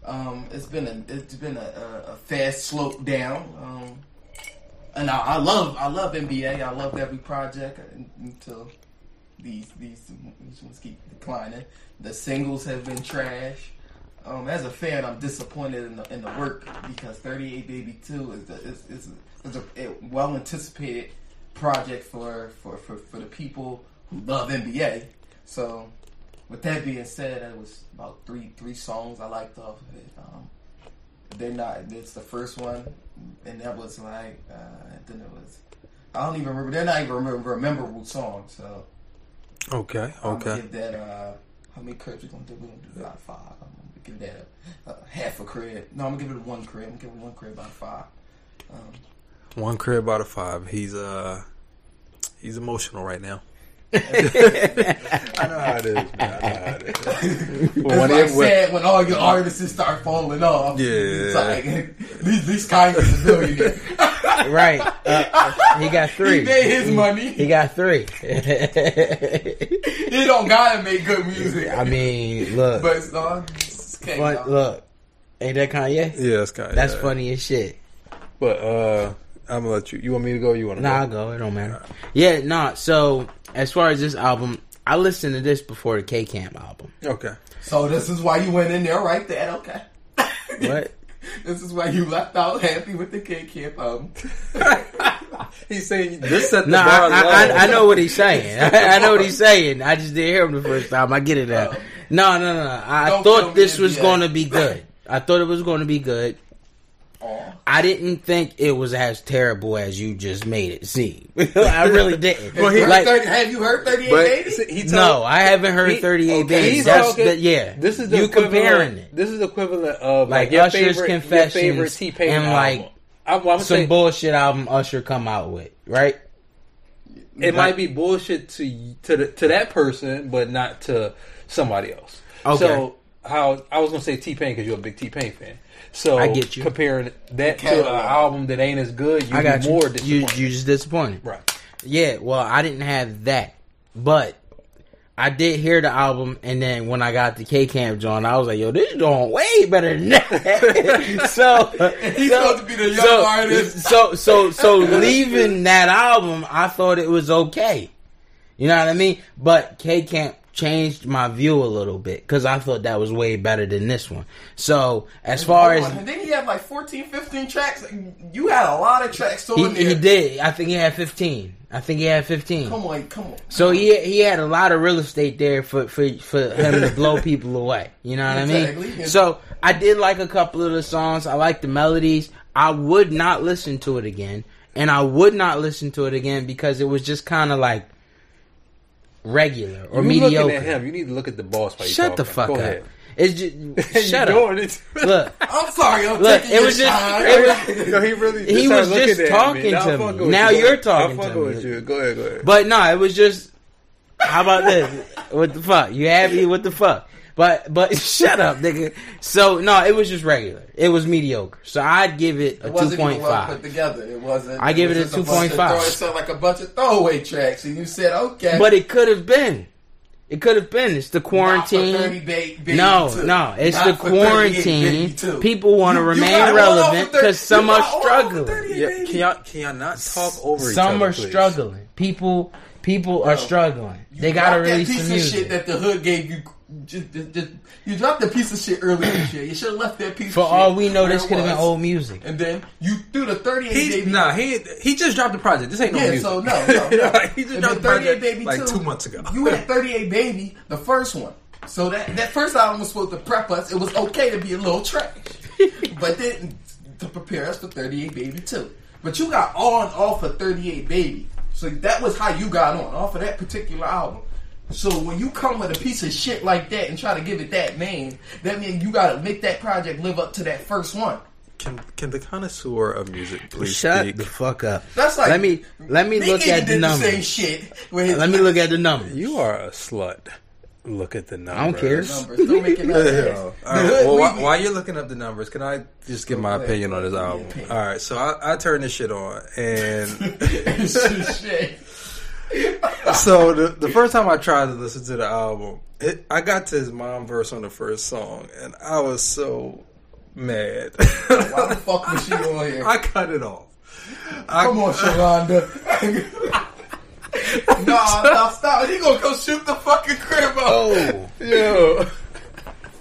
[SPEAKER 3] um, it's been a it's been a, a, a fast slope down. Um, and I, I love I love NBA. I love every project un- until these these these ones keep declining. The singles have been trash. Um, as a fan, I'm disappointed in the, in the work because 38 Baby 2 is the, is, is, is a, a well anticipated project for, for, for, for the people who love NBA. So, with that being said, that was about three three songs I liked off of it. Um, they're not. It's the first one, and that was like uh, then it was. I don't even remember. They're not even remember, memorable songs. So
[SPEAKER 4] Okay,
[SPEAKER 3] I'm gonna
[SPEAKER 4] okay.
[SPEAKER 3] give that uh, how many cribs we gonna do? We're gonna do about five. I'm gonna give that a, a half a crib. No, I'm gonna give it one crib. I'm gonna give it one crib out of five.
[SPEAKER 2] <laughs>
[SPEAKER 3] Um,
[SPEAKER 4] One crib out of five. He's uh, he's emotional right now. I know how it is. Man. I know how <laughs> it is. But
[SPEAKER 3] It's
[SPEAKER 4] when
[SPEAKER 3] like
[SPEAKER 4] it- when-
[SPEAKER 3] sad when all your artists start falling off.
[SPEAKER 4] Yeah.
[SPEAKER 3] It's like, <laughs> these, these guys is a billionaire.
[SPEAKER 2] <laughs> right. Uh, he got
[SPEAKER 3] <laughs> he
[SPEAKER 2] three.
[SPEAKER 3] made his money.
[SPEAKER 2] He
[SPEAKER 3] He,
[SPEAKER 2] got three. <laughs>
[SPEAKER 3] don't gotta make good music.
[SPEAKER 2] I mean, look,
[SPEAKER 3] but it's not. It's okay,
[SPEAKER 2] fun-
[SPEAKER 3] y'all.
[SPEAKER 2] look, ain't that Kanye?
[SPEAKER 4] yeah, it's kind of
[SPEAKER 2] That's funny as shit.
[SPEAKER 4] But uh, I'm gonna let you. You want me to go? Or you want to?
[SPEAKER 2] Nah, I'll
[SPEAKER 4] go?
[SPEAKER 2] go. It don't matter. Yeah, nah. So as far as this album, I listened to this before the K Camp album.
[SPEAKER 4] Okay.
[SPEAKER 3] So this is why you went in there right there. Okay.
[SPEAKER 2] What?
[SPEAKER 3] <laughs> This is why you left out happy with the K Camp um.
[SPEAKER 2] <laughs>
[SPEAKER 3] album.
[SPEAKER 4] He's saying this set the
[SPEAKER 2] No, I,
[SPEAKER 4] bar
[SPEAKER 2] I,
[SPEAKER 4] low.
[SPEAKER 2] I, I know what he's saying. <laughs>
[SPEAKER 4] <laughs>
[SPEAKER 2] I, know what he's saying. I just didn't hear him the first time. I get it now. No, no, no. no. I
[SPEAKER 3] Don't kill
[SPEAKER 2] thought
[SPEAKER 3] me,
[SPEAKER 2] this was
[SPEAKER 3] NBA.
[SPEAKER 2] going to be good. I thought it was going to be good.
[SPEAKER 3] Aw.
[SPEAKER 2] I didn't think it was as terrible as you just made it seem. <laughs> I really didn't.
[SPEAKER 4] Well, he-
[SPEAKER 2] like,
[SPEAKER 3] 30 have you heard 38
[SPEAKER 4] But
[SPEAKER 3] Baby?
[SPEAKER 4] see, he told,
[SPEAKER 2] no, I haven't heard
[SPEAKER 4] he-
[SPEAKER 2] 38
[SPEAKER 4] okay,
[SPEAKER 2] Babies.
[SPEAKER 4] he's
[SPEAKER 2] That's
[SPEAKER 4] talking-
[SPEAKER 2] the, yeah.
[SPEAKER 4] This is the
[SPEAKER 2] you
[SPEAKER 4] equivalent-
[SPEAKER 2] comparing it.
[SPEAKER 4] This is the equivalent of like,
[SPEAKER 2] Like
[SPEAKER 4] your
[SPEAKER 2] Usher's
[SPEAKER 4] favorite,
[SPEAKER 2] Confessions
[SPEAKER 4] your favorite T-Pain
[SPEAKER 2] and,
[SPEAKER 4] album.
[SPEAKER 2] like,
[SPEAKER 4] I'm, I'm
[SPEAKER 2] Some
[SPEAKER 4] saying
[SPEAKER 2] bullshit album Usher come out with, right?
[SPEAKER 4] it might be bullshit to y- to the, to that person, but not to somebody else.
[SPEAKER 2] Okay.
[SPEAKER 4] So how I was gonna say T Pain because you're a big T Pain fan. So
[SPEAKER 2] I get you.
[SPEAKER 4] comparing that to an
[SPEAKER 3] Catalog.
[SPEAKER 4] album that ain't as good, you
[SPEAKER 2] I got
[SPEAKER 4] be
[SPEAKER 2] you.
[SPEAKER 4] more
[SPEAKER 2] you.
[SPEAKER 4] disappointed.
[SPEAKER 2] You just disappointed.
[SPEAKER 4] right.
[SPEAKER 2] Yeah, well, I didn't have that, but I did hear the album, and then when I got the K Camp John, I was like, "Yo, this is doing way better than that." <laughs> so
[SPEAKER 3] <laughs> He's
[SPEAKER 2] so-
[SPEAKER 3] supposed to be the young
[SPEAKER 2] so,
[SPEAKER 3] artist.
[SPEAKER 2] So so so leaving that album, I thought it was okay. You know what I mean? But K Camp changed my view a little bit because I thought that was way better than this one. So as far
[SPEAKER 3] Hold
[SPEAKER 2] as
[SPEAKER 3] on, and then he had like 14, 15 tracks. You had a lot of tracks on
[SPEAKER 2] he,
[SPEAKER 3] there.
[SPEAKER 2] he did, I think he had fifteen. I think he had fifteen.
[SPEAKER 3] Come on, come on.
[SPEAKER 2] So he he had a lot of real estate there for for, for him to
[SPEAKER 4] <laughs>
[SPEAKER 2] blow people away. You know what I mean?
[SPEAKER 3] Exactly.
[SPEAKER 2] So I did like a couple of the songs. I like the melodies. I would not listen to it again, and I would not listen to it again because it was just kind of like regular or
[SPEAKER 4] You
[SPEAKER 2] mediocre.
[SPEAKER 4] looking at him? You need to look at the boss. While you
[SPEAKER 2] Shut the
[SPEAKER 4] talking.
[SPEAKER 2] fuck
[SPEAKER 4] Go
[SPEAKER 2] up!
[SPEAKER 4] Ahead. <laughs>
[SPEAKER 2] It's just shut
[SPEAKER 4] You
[SPEAKER 2] up.
[SPEAKER 4] doing it. <laughs>
[SPEAKER 2] Look,
[SPEAKER 3] I'm sorry. I'm
[SPEAKER 2] Look,
[SPEAKER 3] taking
[SPEAKER 2] it
[SPEAKER 3] your
[SPEAKER 2] was just-
[SPEAKER 3] time.
[SPEAKER 2] it was-
[SPEAKER 4] No, <laughs> he really.
[SPEAKER 2] He
[SPEAKER 4] started
[SPEAKER 2] was
[SPEAKER 4] looking
[SPEAKER 2] just
[SPEAKER 4] at
[SPEAKER 2] talking
[SPEAKER 4] Nah,
[SPEAKER 2] to
[SPEAKER 4] I
[SPEAKER 2] me.
[SPEAKER 4] fuck with
[SPEAKER 2] Now
[SPEAKER 4] you.
[SPEAKER 2] you're
[SPEAKER 4] I
[SPEAKER 2] talking
[SPEAKER 4] fuck
[SPEAKER 2] to
[SPEAKER 4] with
[SPEAKER 2] me.
[SPEAKER 4] you. Go ahead, go ahead.
[SPEAKER 2] But no, it was just how about this? What the fuck? You happy? What the fuck? But but <laughs> shut up, nigga. So no, it was just regular. It was mediocre. So I'd give it a
[SPEAKER 3] <laughs> It
[SPEAKER 2] two
[SPEAKER 3] wasn't even
[SPEAKER 2] point
[SPEAKER 3] well put
[SPEAKER 2] five.
[SPEAKER 3] together. It wasn't.
[SPEAKER 2] I give it a
[SPEAKER 3] was just bunch of
[SPEAKER 2] 2.5.
[SPEAKER 3] throw- It sounded like a bunch of throwaway tracks, and you said, "Okay."
[SPEAKER 2] But it could have been. It could have been. It's the
[SPEAKER 3] Not for 30
[SPEAKER 2] quarantine.
[SPEAKER 3] ba- baby
[SPEAKER 2] No,
[SPEAKER 3] two.
[SPEAKER 2] no, it's
[SPEAKER 3] Not
[SPEAKER 2] the
[SPEAKER 3] for 38
[SPEAKER 2] quarantine.
[SPEAKER 3] baby two.
[SPEAKER 2] People want to
[SPEAKER 3] You- you
[SPEAKER 2] remain
[SPEAKER 3] got all over
[SPEAKER 2] relevant
[SPEAKER 3] 30
[SPEAKER 2] because some
[SPEAKER 3] you
[SPEAKER 2] are
[SPEAKER 3] got all over
[SPEAKER 2] struggling.
[SPEAKER 3] 38
[SPEAKER 4] Yeah,
[SPEAKER 3] baby
[SPEAKER 4] can y'all can y'all not talk over each
[SPEAKER 2] Some
[SPEAKER 4] other,
[SPEAKER 2] are
[SPEAKER 4] please?
[SPEAKER 2] struggling. People People are struggling. They gotta
[SPEAKER 3] Drop that
[SPEAKER 2] release
[SPEAKER 3] piece
[SPEAKER 2] the
[SPEAKER 3] of
[SPEAKER 2] music.
[SPEAKER 3] shit that the hood gave you. Just, just, just- you dropped the piece of shit earlier this year. You should have left that piece.
[SPEAKER 2] For
[SPEAKER 3] of
[SPEAKER 2] all
[SPEAKER 3] shit
[SPEAKER 2] we know,
[SPEAKER 3] where
[SPEAKER 2] this
[SPEAKER 3] it
[SPEAKER 2] could have been
[SPEAKER 3] was.
[SPEAKER 2] old music.
[SPEAKER 3] And then you threw the 38
[SPEAKER 4] He,
[SPEAKER 3] baby.
[SPEAKER 4] nah, he he just dropped the project. This ain't no
[SPEAKER 3] Yeah,
[SPEAKER 4] music.
[SPEAKER 3] so no,
[SPEAKER 4] <laughs>
[SPEAKER 3] no, no.
[SPEAKER 4] Like, he just
[SPEAKER 3] And then 38
[SPEAKER 4] dropped the project
[SPEAKER 3] baby
[SPEAKER 4] like
[SPEAKER 3] too.
[SPEAKER 4] two months ago.
[SPEAKER 3] You had 38 baby, the first one. So that that first album was supposed to prep us. It was okay to be a little
[SPEAKER 4] <laughs>
[SPEAKER 3] trash, but then to prepare us for 38 baby too. But you got on off of 38 baby. So that was how you got on off of that particular album. So when you come with a piece of shit like that and try to give it that name, that means you got to make that project live up to that first one.
[SPEAKER 4] can can the connoisseur of music please
[SPEAKER 2] Shut
[SPEAKER 4] speak?
[SPEAKER 2] the fuck up.
[SPEAKER 3] That's like
[SPEAKER 2] let me let me
[SPEAKER 3] Big
[SPEAKER 2] look
[SPEAKER 3] Nigga
[SPEAKER 2] at the
[SPEAKER 3] did same
[SPEAKER 2] numbers.
[SPEAKER 3] shit. with his-
[SPEAKER 2] Let me look at the numbers.
[SPEAKER 4] You are a slut. Look at the numbers.
[SPEAKER 2] don't care.
[SPEAKER 3] numbers. Don't make it up.
[SPEAKER 4] All right, well, while, while you're looking up the numbers, can I just give my opinion on this album?
[SPEAKER 3] opinion.
[SPEAKER 4] All right, so I, I turned this shit on, <laughs> and
[SPEAKER 3] Shit.
[SPEAKER 4] so the, the first time I tried to listen to the album, it, I got to his mom verse on the first song, and I was so mad. <laughs>
[SPEAKER 3] Why the fuck was she on here?
[SPEAKER 4] I cut it off. I,
[SPEAKER 3] Come on, Sharonda. nah, nah, stop. He gonna go shoot the fucking crib up.
[SPEAKER 2] Oh,
[SPEAKER 4] yo,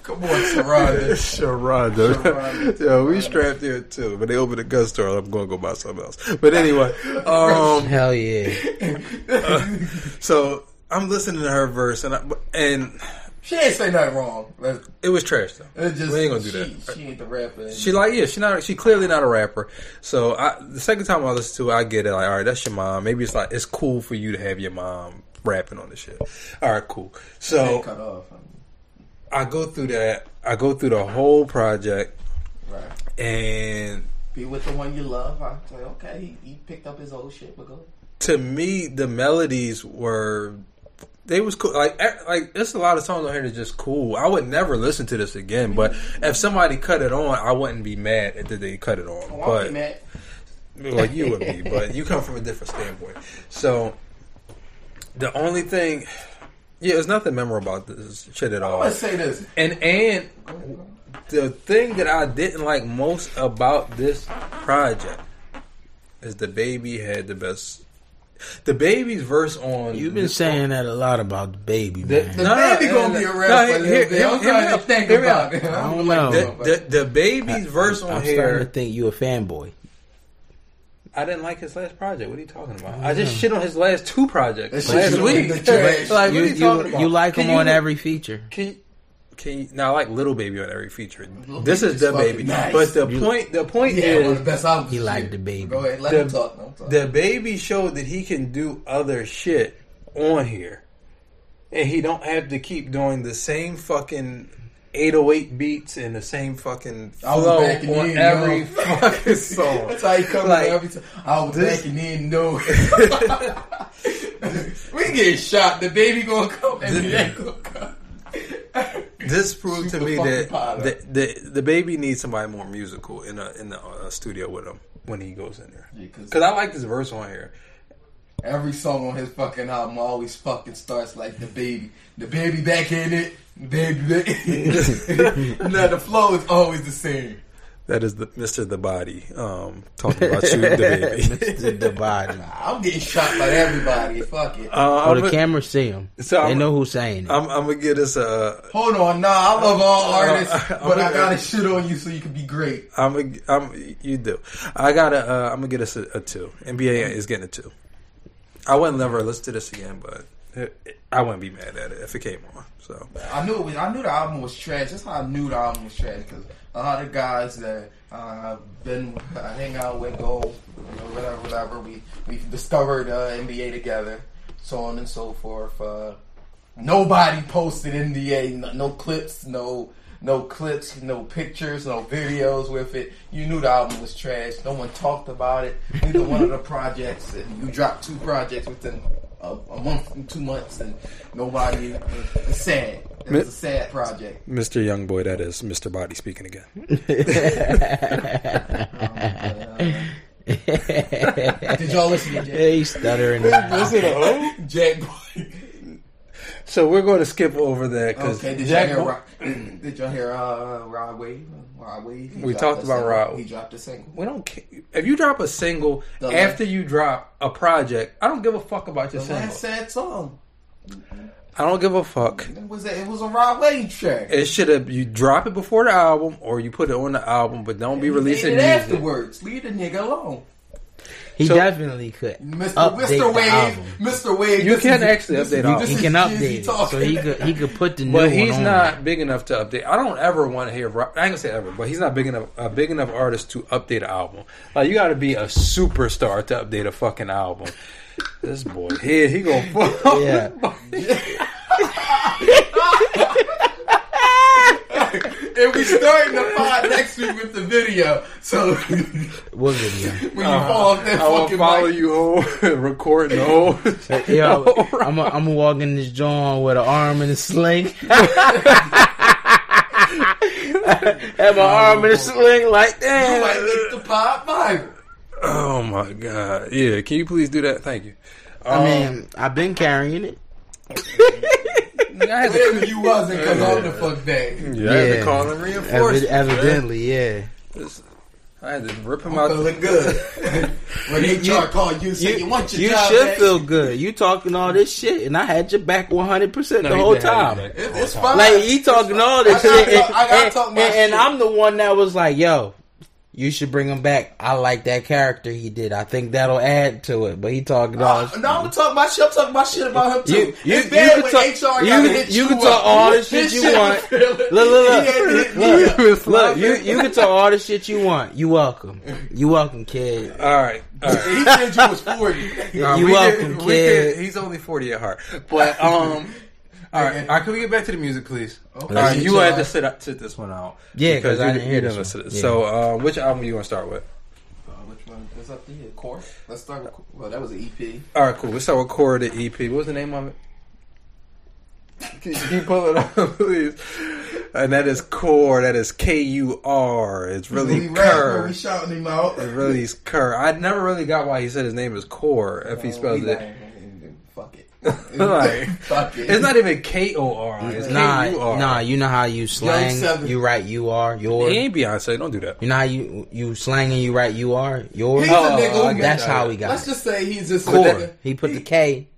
[SPEAKER 3] Come on, Sharonda.
[SPEAKER 4] Sharonda.
[SPEAKER 3] Sharonda.
[SPEAKER 4] Yo, we strapped here too, but they opened a gun store. I'm going to go buy something else. But anyway, um,
[SPEAKER 2] hell yeah!
[SPEAKER 4] So I'm listening to her verse, and I, and
[SPEAKER 3] She ain't say nothing wrong. Let's-
[SPEAKER 4] it was trash though.
[SPEAKER 3] It just,
[SPEAKER 4] we ain't gonna do
[SPEAKER 3] she,
[SPEAKER 4] that.
[SPEAKER 3] She ain't the rapper.
[SPEAKER 4] She like yeah, she not she clearly not a rapper. So I, the second time I listen to it, I get it. Like all right, that's your mom. Maybe it's like it's cool for you to have your mom rapping on this shit. All right, cool.
[SPEAKER 3] They
[SPEAKER 4] So
[SPEAKER 3] cut off. I mean,
[SPEAKER 4] I go through that. I go through the whole project,
[SPEAKER 3] Right.
[SPEAKER 4] and
[SPEAKER 3] Be with the one you love. I say, okay, he, he picked up his old shit, but go.
[SPEAKER 4] to me, the melodies were they was cool. Like e- like there's a lot of songs on here that's just cool. I would never listen to this again, but if somebody cut it on, I wouldn't be mad that they cut it on.
[SPEAKER 3] Well, I'll
[SPEAKER 4] but
[SPEAKER 3] be mad.
[SPEAKER 4] well, you would be, but you come from a different standpoint. So the only thing, yeah, there's nothing memorable about this shit at all.
[SPEAKER 3] I'm gonna say this.
[SPEAKER 4] And and the thing that I didn't like most about this project is the baby had the best. The baby's verse on
[SPEAKER 2] You've been saying that a lot about the baby,
[SPEAKER 4] The-
[SPEAKER 2] man.
[SPEAKER 3] The
[SPEAKER 4] No, no,
[SPEAKER 3] baby gonna
[SPEAKER 4] no,
[SPEAKER 3] be
[SPEAKER 4] no.
[SPEAKER 3] around for a
[SPEAKER 4] No, he-
[SPEAKER 3] little
[SPEAKER 4] he-
[SPEAKER 3] bit. I'm
[SPEAKER 4] hear me
[SPEAKER 3] trying to
[SPEAKER 4] out.
[SPEAKER 3] think
[SPEAKER 4] Hear me
[SPEAKER 3] about
[SPEAKER 4] out.
[SPEAKER 3] it.
[SPEAKER 2] I don't
[SPEAKER 3] Like,
[SPEAKER 2] know.
[SPEAKER 4] the, the the baby's verse on
[SPEAKER 2] I'm starting to
[SPEAKER 4] here.
[SPEAKER 2] think you a fanboy.
[SPEAKER 4] I didn't like his last project. What are you talking about? I just shit on his last two projects
[SPEAKER 3] That
[SPEAKER 4] last
[SPEAKER 3] shit
[SPEAKER 4] <laughs>
[SPEAKER 3] was
[SPEAKER 4] week.
[SPEAKER 3] in the trash.
[SPEAKER 4] like,
[SPEAKER 2] You,
[SPEAKER 4] what are you,
[SPEAKER 2] you,
[SPEAKER 4] talking about?
[SPEAKER 2] you like
[SPEAKER 4] Can
[SPEAKER 2] him on
[SPEAKER 4] you-
[SPEAKER 2] every feature.
[SPEAKER 4] Can can you, now I like Little Baby on every feature. this
[SPEAKER 3] Baby's
[SPEAKER 4] is the
[SPEAKER 3] fucking
[SPEAKER 4] baby,
[SPEAKER 3] nice.
[SPEAKER 4] but the point the point
[SPEAKER 3] Yeah, one of
[SPEAKER 4] is
[SPEAKER 3] the best albums.
[SPEAKER 2] He
[SPEAKER 3] this
[SPEAKER 2] liked
[SPEAKER 3] year.
[SPEAKER 2] the baby.
[SPEAKER 3] Go ahead, let
[SPEAKER 4] The-
[SPEAKER 3] him talk. Don't talk.
[SPEAKER 4] the baby showed that he can do other shit on here, and he don't have to keep doing the same fucking. 808 beats and the same fucking
[SPEAKER 3] I was
[SPEAKER 4] flow
[SPEAKER 3] back in
[SPEAKER 4] on
[SPEAKER 3] in,
[SPEAKER 4] every
[SPEAKER 3] yo.
[SPEAKER 4] fucking song.
[SPEAKER 3] <laughs> That's how he come
[SPEAKER 4] Like,
[SPEAKER 3] like, every time. I was
[SPEAKER 4] this-
[SPEAKER 3] backing in, no.
[SPEAKER 2] <laughs>
[SPEAKER 3] we get shot. The baby gonna come and the dad gonna come.
[SPEAKER 4] This proved
[SPEAKER 3] Shoot
[SPEAKER 4] to
[SPEAKER 3] the
[SPEAKER 4] me
[SPEAKER 3] fucking
[SPEAKER 4] that
[SPEAKER 3] pot
[SPEAKER 4] the, the the baby needs somebody more musical in a in the uh, studio with him when he goes in there.
[SPEAKER 3] Yeah, 'cause-
[SPEAKER 4] Because I like this verse on here.
[SPEAKER 3] <laughs> Every song on his fucking album always fucking starts like the baby. The baby back in it. The baby back
[SPEAKER 2] <laughs>
[SPEAKER 3] <laughs> Now the flow is always the same.
[SPEAKER 4] That is the Mister the Body um, talking about shooting
[SPEAKER 2] <laughs>
[SPEAKER 4] the baby.
[SPEAKER 2] the, the body.
[SPEAKER 3] I'm getting shot by everybody. Fuck it.
[SPEAKER 4] <laughs> Uh,
[SPEAKER 2] Oh,
[SPEAKER 4] I'm,
[SPEAKER 2] the
[SPEAKER 4] gonna-
[SPEAKER 2] cameras see him.
[SPEAKER 4] So
[SPEAKER 2] they
[SPEAKER 4] I'm-
[SPEAKER 2] know who's saying it. <laughs>
[SPEAKER 4] I'm, I'm gonna get us a.
[SPEAKER 3] Hold on, nah, I love all
[SPEAKER 2] <laughs>
[SPEAKER 3] artists,
[SPEAKER 4] uh, uh,
[SPEAKER 3] but I
[SPEAKER 4] I'm-
[SPEAKER 3] gotta shit on you so you can be great.
[SPEAKER 4] I'm a, I'm you do. I gotta. Uh, I'm gonna get us a, a two. NBA is getting a two. I wouldn't never listen to this again, but it, it- I wouldn't be mad at it if it came on. So
[SPEAKER 3] I knew it was, I knew the album was trash. That's how I knew the album was trash because a lot of guys that uh, I've been I hang out with, go you know, whatever, whatever. We we discovered uh, NBA together, so on and so forth. Uh, nobody posted NBA, no, no clips, no no clips, no pictures, no videos with it. You knew the album was trash. No one talked about it. Neither one of the projects. And you dropped two projects within a, a month, and two months, and nobody. It's sad. It's a sad project.
[SPEAKER 4] <laughs> Mister Young Boy, that is Mister Body speaking again.
[SPEAKER 3] Did y'all listen to Jack?
[SPEAKER 2] He's stuttering. now.
[SPEAKER 4] <laughs>
[SPEAKER 3] <laughs>
[SPEAKER 4] Listen, oh.
[SPEAKER 3] Jack Boy.
[SPEAKER 4] So we're going to skip over that because
[SPEAKER 3] Okay, did
[SPEAKER 4] Jack.
[SPEAKER 3] y'all hear? Rod, <clears throat> did y'all hear? Uh, Rod Wave. Rod Wave. He
[SPEAKER 4] We
[SPEAKER 3] dropped
[SPEAKER 4] talked
[SPEAKER 3] a
[SPEAKER 4] about
[SPEAKER 3] single.
[SPEAKER 4] Rod.
[SPEAKER 3] He dropped a single.
[SPEAKER 4] we don't. Care. If you drop a single
[SPEAKER 3] The
[SPEAKER 4] after you drop a project, I don't give a fuck about your
[SPEAKER 3] The
[SPEAKER 4] single.
[SPEAKER 3] last sad song.
[SPEAKER 4] I don't give a fuck.
[SPEAKER 3] It was a, it was a Rod Wave track.
[SPEAKER 4] It should have you drop it before the album or you put it on the album, but don't be
[SPEAKER 3] You
[SPEAKER 4] releasing
[SPEAKER 3] did it
[SPEAKER 4] music.
[SPEAKER 3] afterwards. Leave the nigga alone.
[SPEAKER 2] He
[SPEAKER 4] So-
[SPEAKER 2] definitely could
[SPEAKER 3] Mr.
[SPEAKER 2] update
[SPEAKER 3] Mr.
[SPEAKER 2] the
[SPEAKER 3] Wave,
[SPEAKER 2] album.
[SPEAKER 3] Mr. Wave.
[SPEAKER 4] You
[SPEAKER 3] this
[SPEAKER 4] can
[SPEAKER 3] is-
[SPEAKER 4] actually
[SPEAKER 3] this
[SPEAKER 4] update
[SPEAKER 3] is-
[SPEAKER 4] all.
[SPEAKER 3] this
[SPEAKER 2] He
[SPEAKER 3] is
[SPEAKER 2] can
[SPEAKER 3] Jeezy
[SPEAKER 2] update it, so
[SPEAKER 3] talking.
[SPEAKER 2] he could he could put the new
[SPEAKER 4] But
[SPEAKER 2] one
[SPEAKER 4] he's
[SPEAKER 2] on.
[SPEAKER 4] not big enough to update. I don't ever want to hear. Rob, I ain't gonna say ever, but he's not big enough a big enough artist to update an album. Like you got to be a superstar to update a fucking album. This boy here, he gonna <laughs> fuck.
[SPEAKER 2] Yeah.
[SPEAKER 3] <laughs> and we starting the pod next week with the video. So <laughs> when you
[SPEAKER 2] What
[SPEAKER 4] <laughs>
[SPEAKER 2] video?
[SPEAKER 3] fall off that
[SPEAKER 4] Uh-huh. I will
[SPEAKER 3] fucking
[SPEAKER 4] follow
[SPEAKER 3] mic,
[SPEAKER 4] you home, record the whole.
[SPEAKER 3] <laughs>
[SPEAKER 2] Yo,
[SPEAKER 4] the whole
[SPEAKER 2] I'm going to walk in this joint with an arm in a
[SPEAKER 3] <laughs>
[SPEAKER 2] sling. Have an arm in a sling like
[SPEAKER 3] you
[SPEAKER 2] that.
[SPEAKER 3] might make the pod viral.
[SPEAKER 4] Oh my god! Yeah, can you please do that? Thank you.
[SPEAKER 2] I mean,
[SPEAKER 3] Um,
[SPEAKER 2] I've been carrying
[SPEAKER 3] <laughs>
[SPEAKER 2] it.
[SPEAKER 4] I had to,
[SPEAKER 3] Clearly you wasn't because I'm the fuck that.
[SPEAKER 4] yeah, I had to
[SPEAKER 2] Yeah.
[SPEAKER 4] call him <laughs>
[SPEAKER 2] Evi-
[SPEAKER 4] reinforcements. man.
[SPEAKER 2] evidently, yeah.
[SPEAKER 4] I had to rip him out.
[SPEAKER 3] Feeling good. <laughs> when they
[SPEAKER 2] You-
[SPEAKER 3] try call you, say you, want your
[SPEAKER 2] you
[SPEAKER 3] job
[SPEAKER 2] should
[SPEAKER 3] back.
[SPEAKER 2] feel good. You talking all this shit, and I had your back 100%
[SPEAKER 4] No,
[SPEAKER 2] the
[SPEAKER 4] he
[SPEAKER 2] whole
[SPEAKER 4] did have his
[SPEAKER 2] time.
[SPEAKER 4] back.
[SPEAKER 3] It- it's fine.
[SPEAKER 2] Like, he talking all this
[SPEAKER 3] I gotta
[SPEAKER 2] shit. And,
[SPEAKER 3] talk- I gotta
[SPEAKER 2] and-
[SPEAKER 3] talk my
[SPEAKER 2] and- and
[SPEAKER 3] shit.
[SPEAKER 2] I'm the one that was like, yo, you should bring him back. I like that character he did. I think that'll add to it. But he talking all this
[SPEAKER 3] Uh, no, I'm talking my shit. I'm talking my shit about him too.
[SPEAKER 2] You- you-
[SPEAKER 3] it's bad
[SPEAKER 2] you
[SPEAKER 3] when
[SPEAKER 2] can talk-
[SPEAKER 3] HR
[SPEAKER 2] you
[SPEAKER 3] gotta
[SPEAKER 2] can-
[SPEAKER 3] hit
[SPEAKER 2] you
[SPEAKER 3] you
[SPEAKER 2] can
[SPEAKER 3] up.
[SPEAKER 2] talk all
[SPEAKER 3] <laughs>
[SPEAKER 2] the shit
[SPEAKER 3] His
[SPEAKER 2] you
[SPEAKER 3] shit
[SPEAKER 2] want.
[SPEAKER 3] was feeling-
[SPEAKER 2] Look, look,
[SPEAKER 3] He had to
[SPEAKER 2] look.
[SPEAKER 3] hit me
[SPEAKER 2] Look,
[SPEAKER 3] up.
[SPEAKER 2] look, you, you can talk all the shit you want. You welcome. You welcome, kid.
[SPEAKER 4] All right, all right.
[SPEAKER 3] He said you was 40.
[SPEAKER 4] Nah,
[SPEAKER 2] You
[SPEAKER 4] Uh, we
[SPEAKER 2] welcome,
[SPEAKER 4] we
[SPEAKER 2] kid.
[SPEAKER 4] he's only forty at heart. <laughs> But um, all right, all right, can we get back to the music, please?
[SPEAKER 3] Okay.
[SPEAKER 4] All right, you
[SPEAKER 3] Yeah.
[SPEAKER 4] had to sit up, sit this one out.
[SPEAKER 2] Yeah, 'cause I
[SPEAKER 4] you-
[SPEAKER 2] didn't
[SPEAKER 4] you
[SPEAKER 2] hear this
[SPEAKER 4] listen
[SPEAKER 2] one.
[SPEAKER 4] to- So, uh, which album you want to start with?
[SPEAKER 3] Uh, which one is up to you? Core? Let's start with Core. Well, that was an E EP.
[SPEAKER 4] All right, cool. Let's start with Core of the EP. What was the name of it? <laughs> Can you- can you pull it up, <laughs> please? And that is Core. That is K U R. It's really
[SPEAKER 3] we rap
[SPEAKER 4] Kerr.
[SPEAKER 3] when we shouting him out.
[SPEAKER 4] It really is Kerr. I never really got why he said his name is Core if
[SPEAKER 2] Oh,
[SPEAKER 4] he spells
[SPEAKER 3] We
[SPEAKER 4] it.
[SPEAKER 3] lying. Fuck it.
[SPEAKER 4] Like,
[SPEAKER 3] <laughs> Fuck it.
[SPEAKER 4] It's not even K O R. It's
[SPEAKER 2] Nah,
[SPEAKER 4] K U R.
[SPEAKER 2] nah. You know how you slang.
[SPEAKER 3] seven.
[SPEAKER 2] You right. You are
[SPEAKER 4] He
[SPEAKER 2] your.
[SPEAKER 4] ain't Beyonce. Don't do that.
[SPEAKER 2] You know how you you slang and you right. You are your.
[SPEAKER 3] He's a nigga who-
[SPEAKER 2] that's how we Oh, got
[SPEAKER 3] Let's
[SPEAKER 2] it.
[SPEAKER 3] just say he's just
[SPEAKER 2] Core.
[SPEAKER 3] Nigga.
[SPEAKER 2] he put the K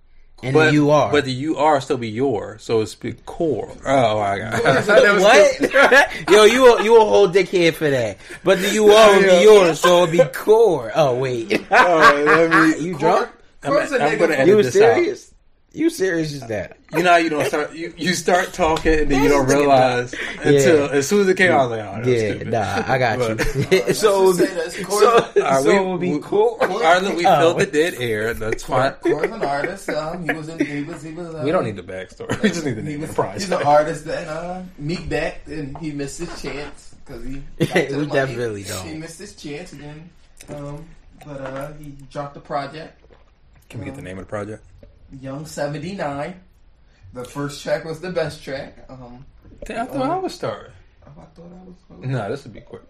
[SPEAKER 2] and
[SPEAKER 4] But
[SPEAKER 2] the U R.
[SPEAKER 4] But the U R still be your. So it's be core. Oh my god. <laughs>
[SPEAKER 3] What is it?
[SPEAKER 4] That was good.
[SPEAKER 2] what? <laughs> Yo, you a, you a whole dickhead for that. But the
[SPEAKER 4] <laughs>
[SPEAKER 2] U R would
[SPEAKER 4] Yeah.
[SPEAKER 2] be yours, so it'd be core. Oh
[SPEAKER 4] <laughs>
[SPEAKER 2] wait.
[SPEAKER 4] All right, let me-
[SPEAKER 2] you drunk?
[SPEAKER 3] Core-
[SPEAKER 4] I'm-
[SPEAKER 3] Core's a
[SPEAKER 4] I'm gonna
[SPEAKER 3] nigga.
[SPEAKER 4] edit-
[SPEAKER 2] You was
[SPEAKER 4] this out.
[SPEAKER 2] serious? You serious as that?
[SPEAKER 4] You know how you don't start. You, you start talking and then you <laughs> don't realize until as soon as it came. out, I was like, oh, <laughs> that was
[SPEAKER 2] Yeah,
[SPEAKER 4] stupid.
[SPEAKER 2] nah, I got
[SPEAKER 4] <laughs> But-
[SPEAKER 2] you. <laughs> so
[SPEAKER 3] Let's
[SPEAKER 2] it would
[SPEAKER 3] just
[SPEAKER 2] be,
[SPEAKER 3] say that's Core's,
[SPEAKER 2] so,
[SPEAKER 4] All right,
[SPEAKER 2] so it would be
[SPEAKER 4] we-
[SPEAKER 2] cool.
[SPEAKER 4] All right, look, we
[SPEAKER 2] Oh.
[SPEAKER 4] filled the dead air. That's <laughs> fine.
[SPEAKER 3] Core's an artist. Um, he was in. He was. He was uh,
[SPEAKER 4] We don't need the backstory. We just need the
[SPEAKER 3] He
[SPEAKER 4] name of
[SPEAKER 3] was,
[SPEAKER 4] the prize.
[SPEAKER 3] he's an artist that uh, Meek backed and he missed his chance because
[SPEAKER 2] <laughs>
[SPEAKER 3] he. got to
[SPEAKER 2] We
[SPEAKER 3] the money.
[SPEAKER 2] definitely don't.
[SPEAKER 3] He missed his chance again, um, but uh, he dropped the project.
[SPEAKER 4] Can we get the name of the project?
[SPEAKER 3] Young seventy nine. The first track was the best track. Um, oh,
[SPEAKER 4] I thought I was starting.
[SPEAKER 3] I thought I was.
[SPEAKER 4] No, this would be quick.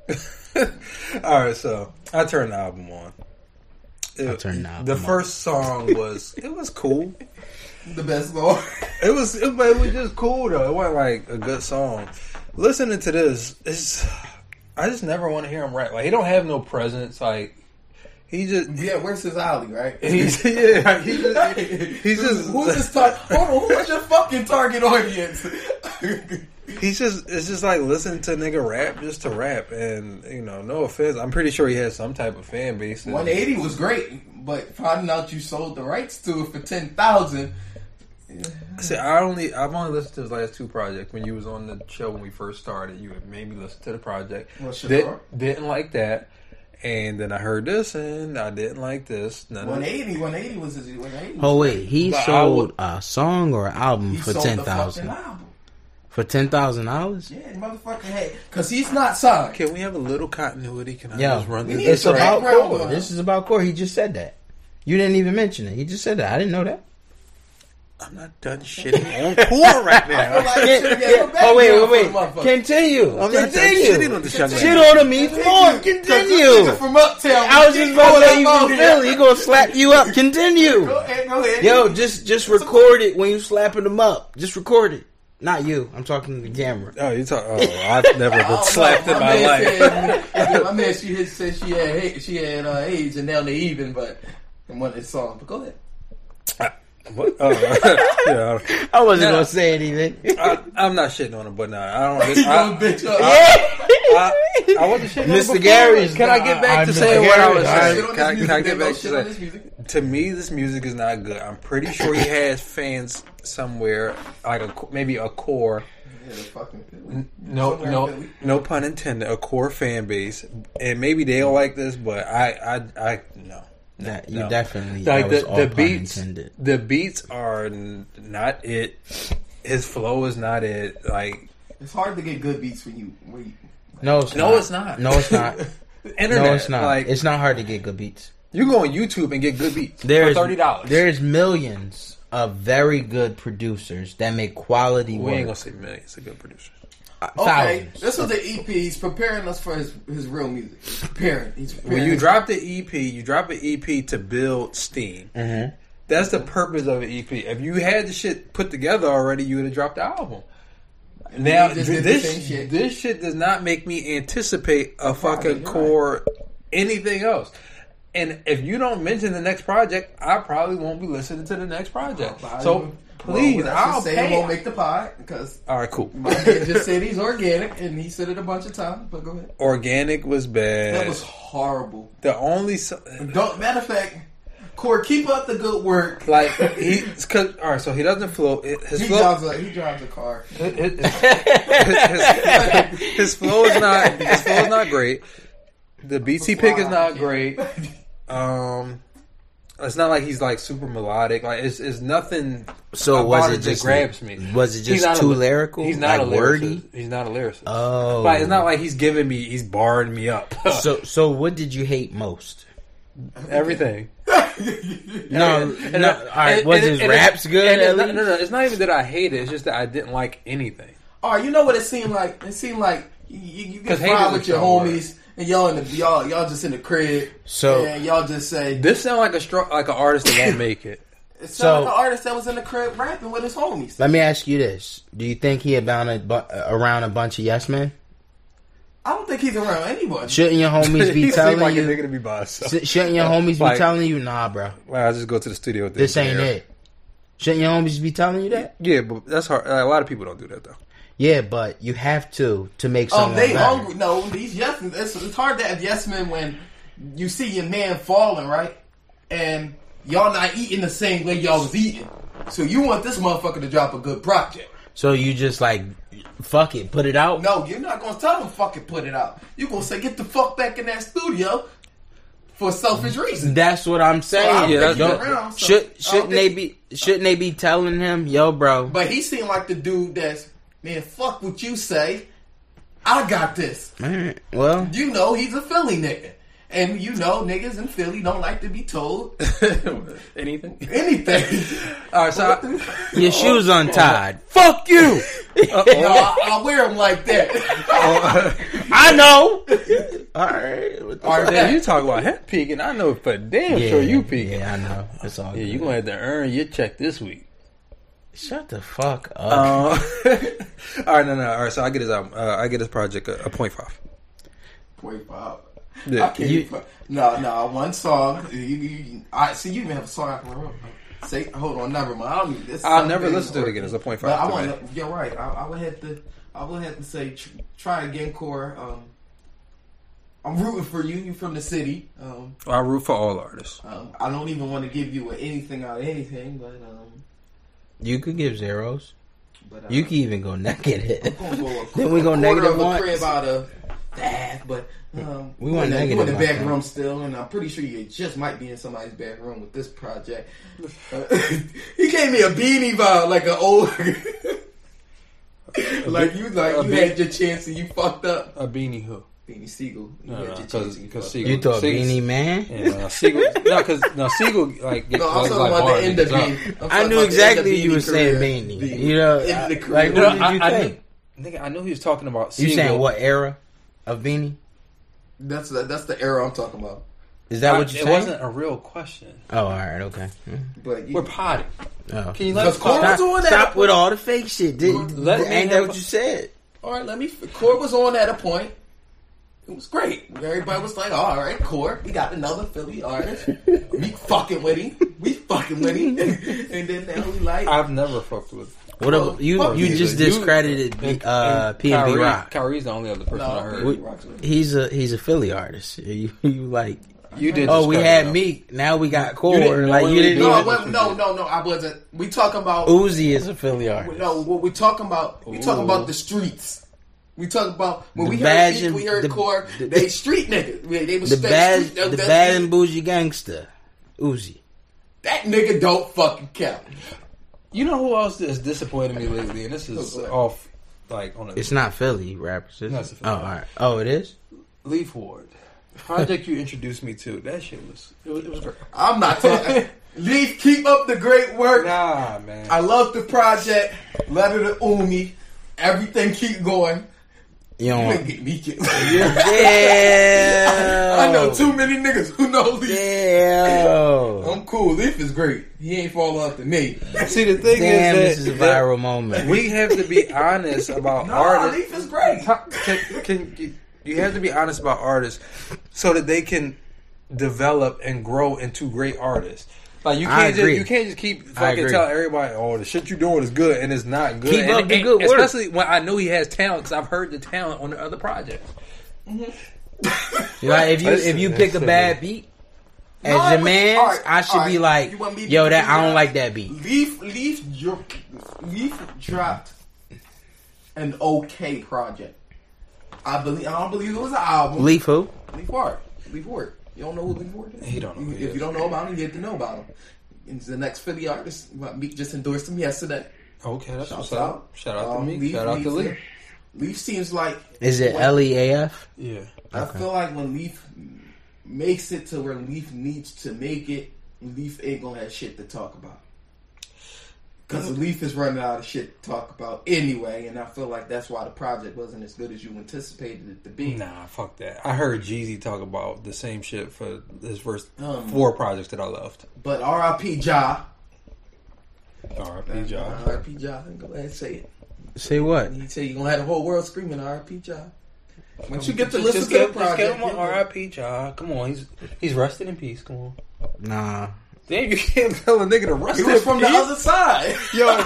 [SPEAKER 4] <laughs> All right, so I turned the album on. It, I
[SPEAKER 2] turned the album
[SPEAKER 4] The
[SPEAKER 2] on.
[SPEAKER 4] first song was it was cool.
[SPEAKER 3] The best song.
[SPEAKER 4] It was it, but it was just cool though. It wasn't like a good song. Listening to this, it's I just never want to hear him rap. Like he don't have no presence. Like he just
[SPEAKER 3] <laughs> yeah, where's his alley, right? <laughs>
[SPEAKER 4] he's <laughs> yeah <laughs> he just, he's just
[SPEAKER 3] Who's his tar- Hold on, who's your fucking target audience? <laughs>
[SPEAKER 4] He's just it's just like listening to nigga rap just to rap and you know no offense I'm pretty sure he has some type of fan base. and-
[SPEAKER 3] One eighty was great, but finding out you sold the rights to it for ten thousand.
[SPEAKER 4] See, I only I've only listened to his last two projects. When you was on the show when we first started, you had made me listen to the project.
[SPEAKER 3] Well, sure.
[SPEAKER 4] Did, didn't like that, and then I heard this and I didn't like this. None of-
[SPEAKER 3] 180, 180 was his 180.
[SPEAKER 2] Oh wait, he
[SPEAKER 4] But I would-
[SPEAKER 2] sold a song or album
[SPEAKER 3] He
[SPEAKER 2] for
[SPEAKER 3] sold
[SPEAKER 2] ten
[SPEAKER 3] the fucking
[SPEAKER 2] thousand
[SPEAKER 3] album.
[SPEAKER 2] for ten thousand dollars.
[SPEAKER 3] Yeah, motherfucker, hey, because he's not signed.
[SPEAKER 4] Can we have a little continuity? Can I
[SPEAKER 2] Yeah,
[SPEAKER 4] just run
[SPEAKER 3] we
[SPEAKER 4] through
[SPEAKER 3] need
[SPEAKER 4] this?
[SPEAKER 2] it's
[SPEAKER 3] some
[SPEAKER 4] right?
[SPEAKER 2] about
[SPEAKER 3] background
[SPEAKER 2] core.
[SPEAKER 3] on it.
[SPEAKER 2] This is about core. He just said that. You didn't even mention it. He just said that. I didn't know that.
[SPEAKER 4] I'm not done <laughs> shitting on Core right now.
[SPEAKER 3] Like, shit, yeah, go back
[SPEAKER 2] oh
[SPEAKER 3] down
[SPEAKER 2] wait,
[SPEAKER 3] for the
[SPEAKER 2] wait,
[SPEAKER 3] motherfucker.
[SPEAKER 2] wait! Continue.
[SPEAKER 4] I'm not done shitting
[SPEAKER 2] Continue.
[SPEAKER 4] on this young
[SPEAKER 2] Shit on
[SPEAKER 4] man.
[SPEAKER 2] him even more.
[SPEAKER 3] Cause this nigga
[SPEAKER 2] Continue.
[SPEAKER 3] from uptown.
[SPEAKER 2] I was just about to say you from Philly. <laughs> He gonna slap you up.
[SPEAKER 3] Go
[SPEAKER 2] Continue.
[SPEAKER 3] ahead, go ahead.
[SPEAKER 2] Yo, just just record it when you slapping them up. Just record it. Not you. I'm talking to the camera.
[SPEAKER 4] <laughs> Oh, you talk. Oh, I've never
[SPEAKER 3] I don't
[SPEAKER 4] been
[SPEAKER 3] know.
[SPEAKER 4] slapped in my
[SPEAKER 3] man
[SPEAKER 4] <laughs> life.
[SPEAKER 3] said- yeah, my man, she had, said she had ha- she had uh, AIDS and now they even, but in one of the songs.
[SPEAKER 2] <laughs>
[SPEAKER 3] But go ahead.
[SPEAKER 4] What? Oh, yeah,
[SPEAKER 2] <laughs> I wasn't
[SPEAKER 4] No. Uh,
[SPEAKER 2] gonna say anything.
[SPEAKER 4] I, I'm not shitting on him, but nah, I don't.
[SPEAKER 3] Keep going,
[SPEAKER 4] I,
[SPEAKER 3] bitch.
[SPEAKER 2] <laughs>
[SPEAKER 3] Up.
[SPEAKER 4] uh, I, <laughs> I wasn't shitting on him
[SPEAKER 2] Mr.
[SPEAKER 4] before.
[SPEAKER 2] Gary's-
[SPEAKER 4] Can I get back
[SPEAKER 2] I'm
[SPEAKER 4] to
[SPEAKER 2] Mr.
[SPEAKER 4] saying what I was
[SPEAKER 2] Gary's.
[SPEAKER 4] saying?
[SPEAKER 3] Shit on
[SPEAKER 4] Can I-
[SPEAKER 3] this music, man. Don't
[SPEAKER 4] can I get back to
[SPEAKER 3] shit on this
[SPEAKER 4] saying?
[SPEAKER 3] music.
[SPEAKER 4] To me, this music is not good. I'm pretty sure he has fans somewhere, like a maybe a core.
[SPEAKER 3] Yeah, fucking-
[SPEAKER 4] No,
[SPEAKER 3] Somewhere in
[SPEAKER 4] no,
[SPEAKER 3] Philly.
[SPEAKER 4] no pun intended. A core fan base, and maybe they don't like this, but I, I, I no.
[SPEAKER 2] That you
[SPEAKER 4] No.
[SPEAKER 2] definitely that
[SPEAKER 4] Like
[SPEAKER 2] was
[SPEAKER 4] the,
[SPEAKER 2] all
[SPEAKER 4] the
[SPEAKER 2] pun
[SPEAKER 4] beats,
[SPEAKER 2] intended.
[SPEAKER 4] the beats are n- not it. His flow is not it. Like
[SPEAKER 3] It's hard to get good beats when you. When you
[SPEAKER 2] No, it's
[SPEAKER 4] No,
[SPEAKER 2] not.
[SPEAKER 4] it's not.
[SPEAKER 2] No, it's
[SPEAKER 4] <laughs>
[SPEAKER 2] not.
[SPEAKER 4] internet,
[SPEAKER 2] no, it's not.
[SPEAKER 4] Like
[SPEAKER 2] it's not hard to get good beats.
[SPEAKER 4] you go on YouTube and get good beats
[SPEAKER 2] There's
[SPEAKER 4] for thirty dollars.
[SPEAKER 2] There's millions of very good producers that make quality
[SPEAKER 4] We ain't
[SPEAKER 2] work.
[SPEAKER 4] gonna say millions of good producers.
[SPEAKER 3] okay,
[SPEAKER 2] Thousands.
[SPEAKER 3] this was the EP. He's preparing us for his his real music. He's preparing. He's preparing.
[SPEAKER 4] When you drop the EP, you drop an EP to build steam. Mm-hmm. That's the purpose of an EP. If you had the shit put together already, you would have dropped the album. Now
[SPEAKER 3] you just did the same
[SPEAKER 4] this
[SPEAKER 3] shit.
[SPEAKER 4] this shit does not make me anticipate a fucking
[SPEAKER 3] you're right.
[SPEAKER 4] core anything else. And if you don't mention the next project, I probably won't be listening to the next project.
[SPEAKER 3] Well,
[SPEAKER 4] So please,
[SPEAKER 3] that's
[SPEAKER 4] I'll
[SPEAKER 3] just saying
[SPEAKER 4] pay.
[SPEAKER 3] won't make the pod because
[SPEAKER 4] All right, cool.
[SPEAKER 3] my man just said he's organic and he said it a bunch of times. But go ahead.
[SPEAKER 4] Organic was bad.
[SPEAKER 3] That was horrible.
[SPEAKER 4] the only so-
[SPEAKER 3] Don't matter of fact, Core, keep up the good work.
[SPEAKER 4] Like he, cause, all right, so he doesn't flow. His
[SPEAKER 3] He
[SPEAKER 4] flow,
[SPEAKER 3] drives a he drives a
[SPEAKER 4] <laughs>
[SPEAKER 3] car. <laughs>
[SPEAKER 4] his, his- his- his flow is not his flow is not great. The BT pick is not great. Um, it's not like he's like super melodic. Like it's, it's nothing.
[SPEAKER 2] <laughs> So
[SPEAKER 4] about
[SPEAKER 2] was it
[SPEAKER 4] that
[SPEAKER 2] just-
[SPEAKER 4] grabs me?
[SPEAKER 2] was it
[SPEAKER 4] He's
[SPEAKER 2] just
[SPEAKER 4] not
[SPEAKER 2] too
[SPEAKER 4] a-
[SPEAKER 2] lyrical?
[SPEAKER 4] He's not
[SPEAKER 2] Like,
[SPEAKER 4] a lyricist.
[SPEAKER 2] wordy?
[SPEAKER 4] He's not a lyricist.
[SPEAKER 2] Oh,
[SPEAKER 4] Like it's not like he's giving me. He's barring me
[SPEAKER 2] <laughs>
[SPEAKER 4] up.
[SPEAKER 2] so so what did you hate most?
[SPEAKER 4] Everything.
[SPEAKER 2] No,
[SPEAKER 4] And
[SPEAKER 2] no.
[SPEAKER 4] I-
[SPEAKER 2] All right,
[SPEAKER 4] and-
[SPEAKER 2] was
[SPEAKER 4] and-
[SPEAKER 2] his
[SPEAKER 4] and-
[SPEAKER 2] raps
[SPEAKER 4] and-
[SPEAKER 2] good?
[SPEAKER 4] and
[SPEAKER 2] At
[SPEAKER 4] it's not-
[SPEAKER 2] least?
[SPEAKER 4] No, no, it's not even that I hate it. It's just that I didn't like anything.
[SPEAKER 3] Oh, you know what it seemed like? It seemed like you, you you get
[SPEAKER 4] 'Cause haters
[SPEAKER 3] fried
[SPEAKER 4] are
[SPEAKER 3] with your
[SPEAKER 4] strong
[SPEAKER 3] homies and y'all in the y'all y'all just in the crib.
[SPEAKER 2] So-
[SPEAKER 3] and y'all just say
[SPEAKER 4] This sounds like a str- like an artist that won't make it.
[SPEAKER 3] it's
[SPEAKER 2] so-
[SPEAKER 3] not like an artist that was in the crib rapping with his homies.
[SPEAKER 2] Let me ask you this: Do you think he about a bu- around a bunch of yes men?
[SPEAKER 3] I don't think he's around anyone.
[SPEAKER 2] Shouldn't your <laughs>
[SPEAKER 4] <laughs>
[SPEAKER 2] homies
[SPEAKER 4] He
[SPEAKER 2] be
[SPEAKER 4] seem
[SPEAKER 2] telling
[SPEAKER 4] like a
[SPEAKER 2] you?
[SPEAKER 4] nigga to be by himself.
[SPEAKER 2] Sh- Shouldn't your homies be
[SPEAKER 4] Like-
[SPEAKER 2] telling you, nah, bro,
[SPEAKER 4] <laughs> Well, I just go to the studio. With
[SPEAKER 2] this ain't
[SPEAKER 4] engineer.
[SPEAKER 2] it? Shouldn't your homies be telling you that?
[SPEAKER 4] Yeah, but that's hard. A lot of people don't do that though.
[SPEAKER 2] Yeah, but you have to to make
[SPEAKER 3] Um,
[SPEAKER 2] someone
[SPEAKER 3] they
[SPEAKER 2] better.
[SPEAKER 3] hungry. No, these yes men. It's, it's hard to have yes men when you see your man falling right, and y'all not eating the same way y'all was eating. So you want this motherfucker to drop a good project.
[SPEAKER 2] So you just like, fuck it, put it out.
[SPEAKER 3] No, you're not gonna tell him fucking put it out. You're gonna say get the fuck back in that studio for selfish reasons.
[SPEAKER 2] That's what I'm saying.
[SPEAKER 3] don't
[SPEAKER 4] Yeah,
[SPEAKER 2] Don't-
[SPEAKER 4] think
[SPEAKER 3] he's around, so I don't
[SPEAKER 2] should shouldn't they
[SPEAKER 3] think-
[SPEAKER 2] be shouldn't they be telling him, yo, bro?
[SPEAKER 3] But he seemed like the dude that's man, fuck what you say. I got this.
[SPEAKER 2] Alright, well,
[SPEAKER 3] You know he's a Philly nigga. And you know niggas in Philly don't like to be told
[SPEAKER 4] Anything? <laughs>
[SPEAKER 3] anything. Uh,
[SPEAKER 4] All right, so I,
[SPEAKER 2] your shoes
[SPEAKER 3] <laughs>
[SPEAKER 2] untied.
[SPEAKER 4] fuck you.
[SPEAKER 3] no, I, I wear them like that.
[SPEAKER 2] <laughs>
[SPEAKER 4] <laughs>
[SPEAKER 2] I know. <laughs> All right. what the
[SPEAKER 3] All
[SPEAKER 2] fuck?
[SPEAKER 3] right.
[SPEAKER 4] Damn, you talk about him peeking. I know for damn sure you peeking.
[SPEAKER 2] Yeah,
[SPEAKER 4] Yeah,
[SPEAKER 2] I know. It's all good.
[SPEAKER 4] you gonna have to earn your check this week.
[SPEAKER 2] Shut the fuck up.
[SPEAKER 4] Uh,
[SPEAKER 2] Uh-huh.
[SPEAKER 4] <laughs> all right, no, no. All right, so I get his album. Uh, I get his project a, a point five.
[SPEAKER 3] Wait, Bob.
[SPEAKER 4] Yeah.
[SPEAKER 3] I can't
[SPEAKER 2] You-
[SPEAKER 3] even put- no, no, one song. You, you, you- I see. You even have a song out in the room. Say, hold on, never mind. I don't, even- this
[SPEAKER 4] I'll never
[SPEAKER 3] something
[SPEAKER 4] listen to it
[SPEAKER 3] or-
[SPEAKER 4] again. It's a point
[SPEAKER 3] But
[SPEAKER 4] five.
[SPEAKER 3] I
[SPEAKER 4] to
[SPEAKER 3] want.
[SPEAKER 4] me.
[SPEAKER 3] to You're right. I, I would have to. I would have to say, tr- try again, Core. Um, I'm rooting for you. You from the city. Um,
[SPEAKER 4] I root for all artists.
[SPEAKER 3] um, I don't even want to give you anything out of anything, but um,
[SPEAKER 2] you could give zeros.
[SPEAKER 3] but uh,
[SPEAKER 2] You can even go <laughs> negative.
[SPEAKER 3] I'm gonna go a-
[SPEAKER 2] Then we
[SPEAKER 3] a
[SPEAKER 2] go
[SPEAKER 3] quarter
[SPEAKER 2] negative
[SPEAKER 3] of a
[SPEAKER 2] one.
[SPEAKER 3] crib out of that, but um,
[SPEAKER 2] We want
[SPEAKER 3] you in the- you
[SPEAKER 2] negative,
[SPEAKER 3] in
[SPEAKER 2] I
[SPEAKER 3] the back
[SPEAKER 2] think.
[SPEAKER 3] room still, and I'm pretty sure you just might be in somebody's back room with this project. Uh, <laughs> he gave me a beanie vibe, like an old, <laughs> like you, like you had your chance and you fucked up.
[SPEAKER 4] A beanie who?
[SPEAKER 3] Beanie Siegel. You
[SPEAKER 4] No,
[SPEAKER 3] had
[SPEAKER 4] no,
[SPEAKER 3] your
[SPEAKER 4] Uh-huh, 'cause-
[SPEAKER 3] chance, you
[SPEAKER 4] 'cause
[SPEAKER 3] fuck.
[SPEAKER 4] Siegel-
[SPEAKER 2] You thought
[SPEAKER 4] Siegel-
[SPEAKER 2] Beanie Man?
[SPEAKER 4] Yeah, no, uh, Siegel, no, because no, Siegel like gets
[SPEAKER 3] No, I'm
[SPEAKER 4] like,
[SPEAKER 3] talking about
[SPEAKER 4] hard
[SPEAKER 3] the end of
[SPEAKER 4] niggas up.
[SPEAKER 3] Beanie. I'm
[SPEAKER 2] I knew
[SPEAKER 3] talking about the end of
[SPEAKER 2] exactly you
[SPEAKER 3] Beanie
[SPEAKER 2] were saying
[SPEAKER 3] career.
[SPEAKER 2] Beanie.
[SPEAKER 3] The
[SPEAKER 2] You know,
[SPEAKER 3] end of the
[SPEAKER 2] like,
[SPEAKER 3] career.
[SPEAKER 2] who
[SPEAKER 4] No,
[SPEAKER 2] did
[SPEAKER 4] I,
[SPEAKER 2] you
[SPEAKER 4] I
[SPEAKER 2] think?
[SPEAKER 4] knew, nigga, I knew he was talking about.
[SPEAKER 2] You
[SPEAKER 4] Siegel.
[SPEAKER 2] saying what era of Beanie?
[SPEAKER 3] That's the, that's the era I'm talking about.
[SPEAKER 2] Is that what you
[SPEAKER 4] it
[SPEAKER 2] saying?
[SPEAKER 4] wasn't a real question.
[SPEAKER 2] Oh, all right, okay. Mhm.
[SPEAKER 3] But you,
[SPEAKER 4] We're potty.
[SPEAKER 2] Oh.
[SPEAKER 4] Can you let us
[SPEAKER 3] Of course.
[SPEAKER 4] potty?
[SPEAKER 2] Stop,
[SPEAKER 3] doing that?
[SPEAKER 2] stop with all the fake shit. Did,
[SPEAKER 4] Let me
[SPEAKER 2] ain't that
[SPEAKER 4] have-
[SPEAKER 2] what you said?
[SPEAKER 3] all right, let me. Core was on at a point. It was great. Everybody was like, "All right, Core, we got another Philly artist. We fucking with him. We fucking with him." <laughs> and then now we like,
[SPEAKER 4] I've never fucked with.
[SPEAKER 2] What
[SPEAKER 3] Well,
[SPEAKER 2] up? You
[SPEAKER 3] fuck
[SPEAKER 2] you
[SPEAKER 3] you,
[SPEAKER 2] just
[SPEAKER 4] you-
[SPEAKER 2] discredited B,
[SPEAKER 4] and-
[SPEAKER 2] uh,
[SPEAKER 4] and
[SPEAKER 2] P and B
[SPEAKER 4] Kyrie-
[SPEAKER 2] Rock.
[SPEAKER 4] Kyrie's the only other person I
[SPEAKER 3] No,
[SPEAKER 4] heard.
[SPEAKER 3] Kyrie Rock's with
[SPEAKER 2] He's a he's a Philly artist. <laughs> You, you like?
[SPEAKER 4] You did.
[SPEAKER 2] Oh, we
[SPEAKER 4] describe
[SPEAKER 2] had
[SPEAKER 4] him.
[SPEAKER 2] Meek. Now we got
[SPEAKER 4] didn't
[SPEAKER 2] Core.
[SPEAKER 4] know
[SPEAKER 2] Like
[SPEAKER 4] what
[SPEAKER 2] you
[SPEAKER 4] we
[SPEAKER 2] didn't
[SPEAKER 4] did.
[SPEAKER 3] no, I
[SPEAKER 2] even.
[SPEAKER 4] what-
[SPEAKER 3] wasn't- no, no, no, I wasn't. We talking about
[SPEAKER 2] Uzi is a Philly artist.
[SPEAKER 3] No, what we talking about? We talking
[SPEAKER 4] Ooh.
[SPEAKER 3] about the streets. We talking about when
[SPEAKER 2] The
[SPEAKER 3] we
[SPEAKER 2] badge
[SPEAKER 3] heard Keith,
[SPEAKER 2] and-
[SPEAKER 3] we heard
[SPEAKER 2] the-
[SPEAKER 3] core.
[SPEAKER 2] the-
[SPEAKER 3] they street niggas. They, they was
[SPEAKER 2] The
[SPEAKER 3] straight
[SPEAKER 2] bad
[SPEAKER 3] street-
[SPEAKER 2] the
[SPEAKER 3] that-
[SPEAKER 2] bad and bougie gangster. Uzi.
[SPEAKER 3] that nigga don't fucking count.
[SPEAKER 4] You know who else has disappointed me lately? And this is
[SPEAKER 3] Who?
[SPEAKER 4] off, like on a
[SPEAKER 2] It's not Philly rappers. Is
[SPEAKER 4] No,
[SPEAKER 2] it?
[SPEAKER 4] it's a
[SPEAKER 2] Oh,
[SPEAKER 4] Philly
[SPEAKER 2] all right. Oh, it is.
[SPEAKER 4] Leaf Ward project you introduced me to. That shit was it was, it was great.
[SPEAKER 3] I'm not
[SPEAKER 2] <laughs>
[SPEAKER 3] talking. Leave, keep up the great work.
[SPEAKER 4] Nah, man.
[SPEAKER 3] I love the project. Letter to Umi. Everything keep going.
[SPEAKER 2] You don't.
[SPEAKER 3] You ain't
[SPEAKER 2] Want,
[SPEAKER 3] <laughs> get me killed. <laughs>
[SPEAKER 2] yeah.
[SPEAKER 3] I know Oh, too many niggas who know Leaf.
[SPEAKER 2] Yeah.
[SPEAKER 3] I'm cool. Leaf is great. He ain't fall off to me.
[SPEAKER 4] See, the thing
[SPEAKER 2] Damn, this
[SPEAKER 4] is that
[SPEAKER 2] is a viral moment.
[SPEAKER 4] we have to be honest
[SPEAKER 3] <laughs>
[SPEAKER 4] about
[SPEAKER 3] Nah,
[SPEAKER 4] artists.
[SPEAKER 3] Leaf is great.
[SPEAKER 4] can, can you, you have to be honest about artists so that they can develop and grow into great artists. Like you
[SPEAKER 2] I
[SPEAKER 4] can't just
[SPEAKER 2] agree.
[SPEAKER 4] you can't just keep
[SPEAKER 2] I
[SPEAKER 4] fucking
[SPEAKER 2] agree.
[SPEAKER 4] tell everybody, oh, the shit you're doing is good and it's not good.
[SPEAKER 2] Keep
[SPEAKER 4] and
[SPEAKER 2] up
[SPEAKER 4] it
[SPEAKER 2] the
[SPEAKER 4] ain't-
[SPEAKER 2] good work.
[SPEAKER 4] especially when I know he has talent because I've heard the talent on the other projects.
[SPEAKER 2] Like if you
[SPEAKER 4] Listen,
[SPEAKER 2] if you
[SPEAKER 4] man,
[SPEAKER 2] pick a
[SPEAKER 4] shit,
[SPEAKER 2] bad
[SPEAKER 4] man.
[SPEAKER 2] beat
[SPEAKER 3] No,
[SPEAKER 2] as your
[SPEAKER 3] but-
[SPEAKER 2] man,
[SPEAKER 3] all right,
[SPEAKER 2] I should
[SPEAKER 3] all right.
[SPEAKER 2] be
[SPEAKER 3] You
[SPEAKER 2] like,
[SPEAKER 3] want me to
[SPEAKER 2] yo,
[SPEAKER 3] be
[SPEAKER 2] that I don't
[SPEAKER 3] honest?
[SPEAKER 2] like that beat.
[SPEAKER 3] Leaf Leaf dro- Leaf dropped an okay project. I believe I don't believe it was an album.
[SPEAKER 2] Leaf who?
[SPEAKER 3] Leaf Ward. Leaf Ward. You don't know who Leaf Ward is?
[SPEAKER 4] He don't know who
[SPEAKER 3] If
[SPEAKER 4] he is.
[SPEAKER 3] you don't know about him, you get to know about him. He's the next Philly artist. Well, Meek just endorsed him yesterday.
[SPEAKER 4] Okay, that's
[SPEAKER 3] Shouts
[SPEAKER 4] what's up. Shout out to
[SPEAKER 3] Um,
[SPEAKER 4] me. Shout out to Lee.
[SPEAKER 3] Leaf seems like
[SPEAKER 2] Is it
[SPEAKER 3] when-
[SPEAKER 2] L E A F?
[SPEAKER 4] Yeah.
[SPEAKER 3] I feel like when Leaf makes it to where Leaf needs to make it, Leaf ain't gonna have shit to talk about. Because Leaf is running out of shit to talk about anyway, and I feel like that's why the project wasn't as good as you anticipated it to be.
[SPEAKER 4] Nah, fuck that. I heard Jeezy talk about the same shit for his first
[SPEAKER 3] Um,
[SPEAKER 4] four projects that I left.
[SPEAKER 3] But RIP Ja.
[SPEAKER 4] R.I.P. Josh.
[SPEAKER 3] RIP Ja. Go ahead and say it.
[SPEAKER 2] Say what?
[SPEAKER 3] You say you're gonna have the whole world screaming RIP Ja. Once you get to
[SPEAKER 4] Just-
[SPEAKER 3] listen
[SPEAKER 4] just
[SPEAKER 3] to
[SPEAKER 4] give-
[SPEAKER 3] the
[SPEAKER 4] just
[SPEAKER 3] project,
[SPEAKER 4] give him
[SPEAKER 3] you'll-
[SPEAKER 4] a RIP, John. Come on, he's he's resting in peace. Come on.
[SPEAKER 2] Nah.
[SPEAKER 4] Damn, you can't tell a nigga to rest
[SPEAKER 3] he
[SPEAKER 4] in
[SPEAKER 3] was from the
[SPEAKER 4] peace.
[SPEAKER 3] other side.
[SPEAKER 4] Yo,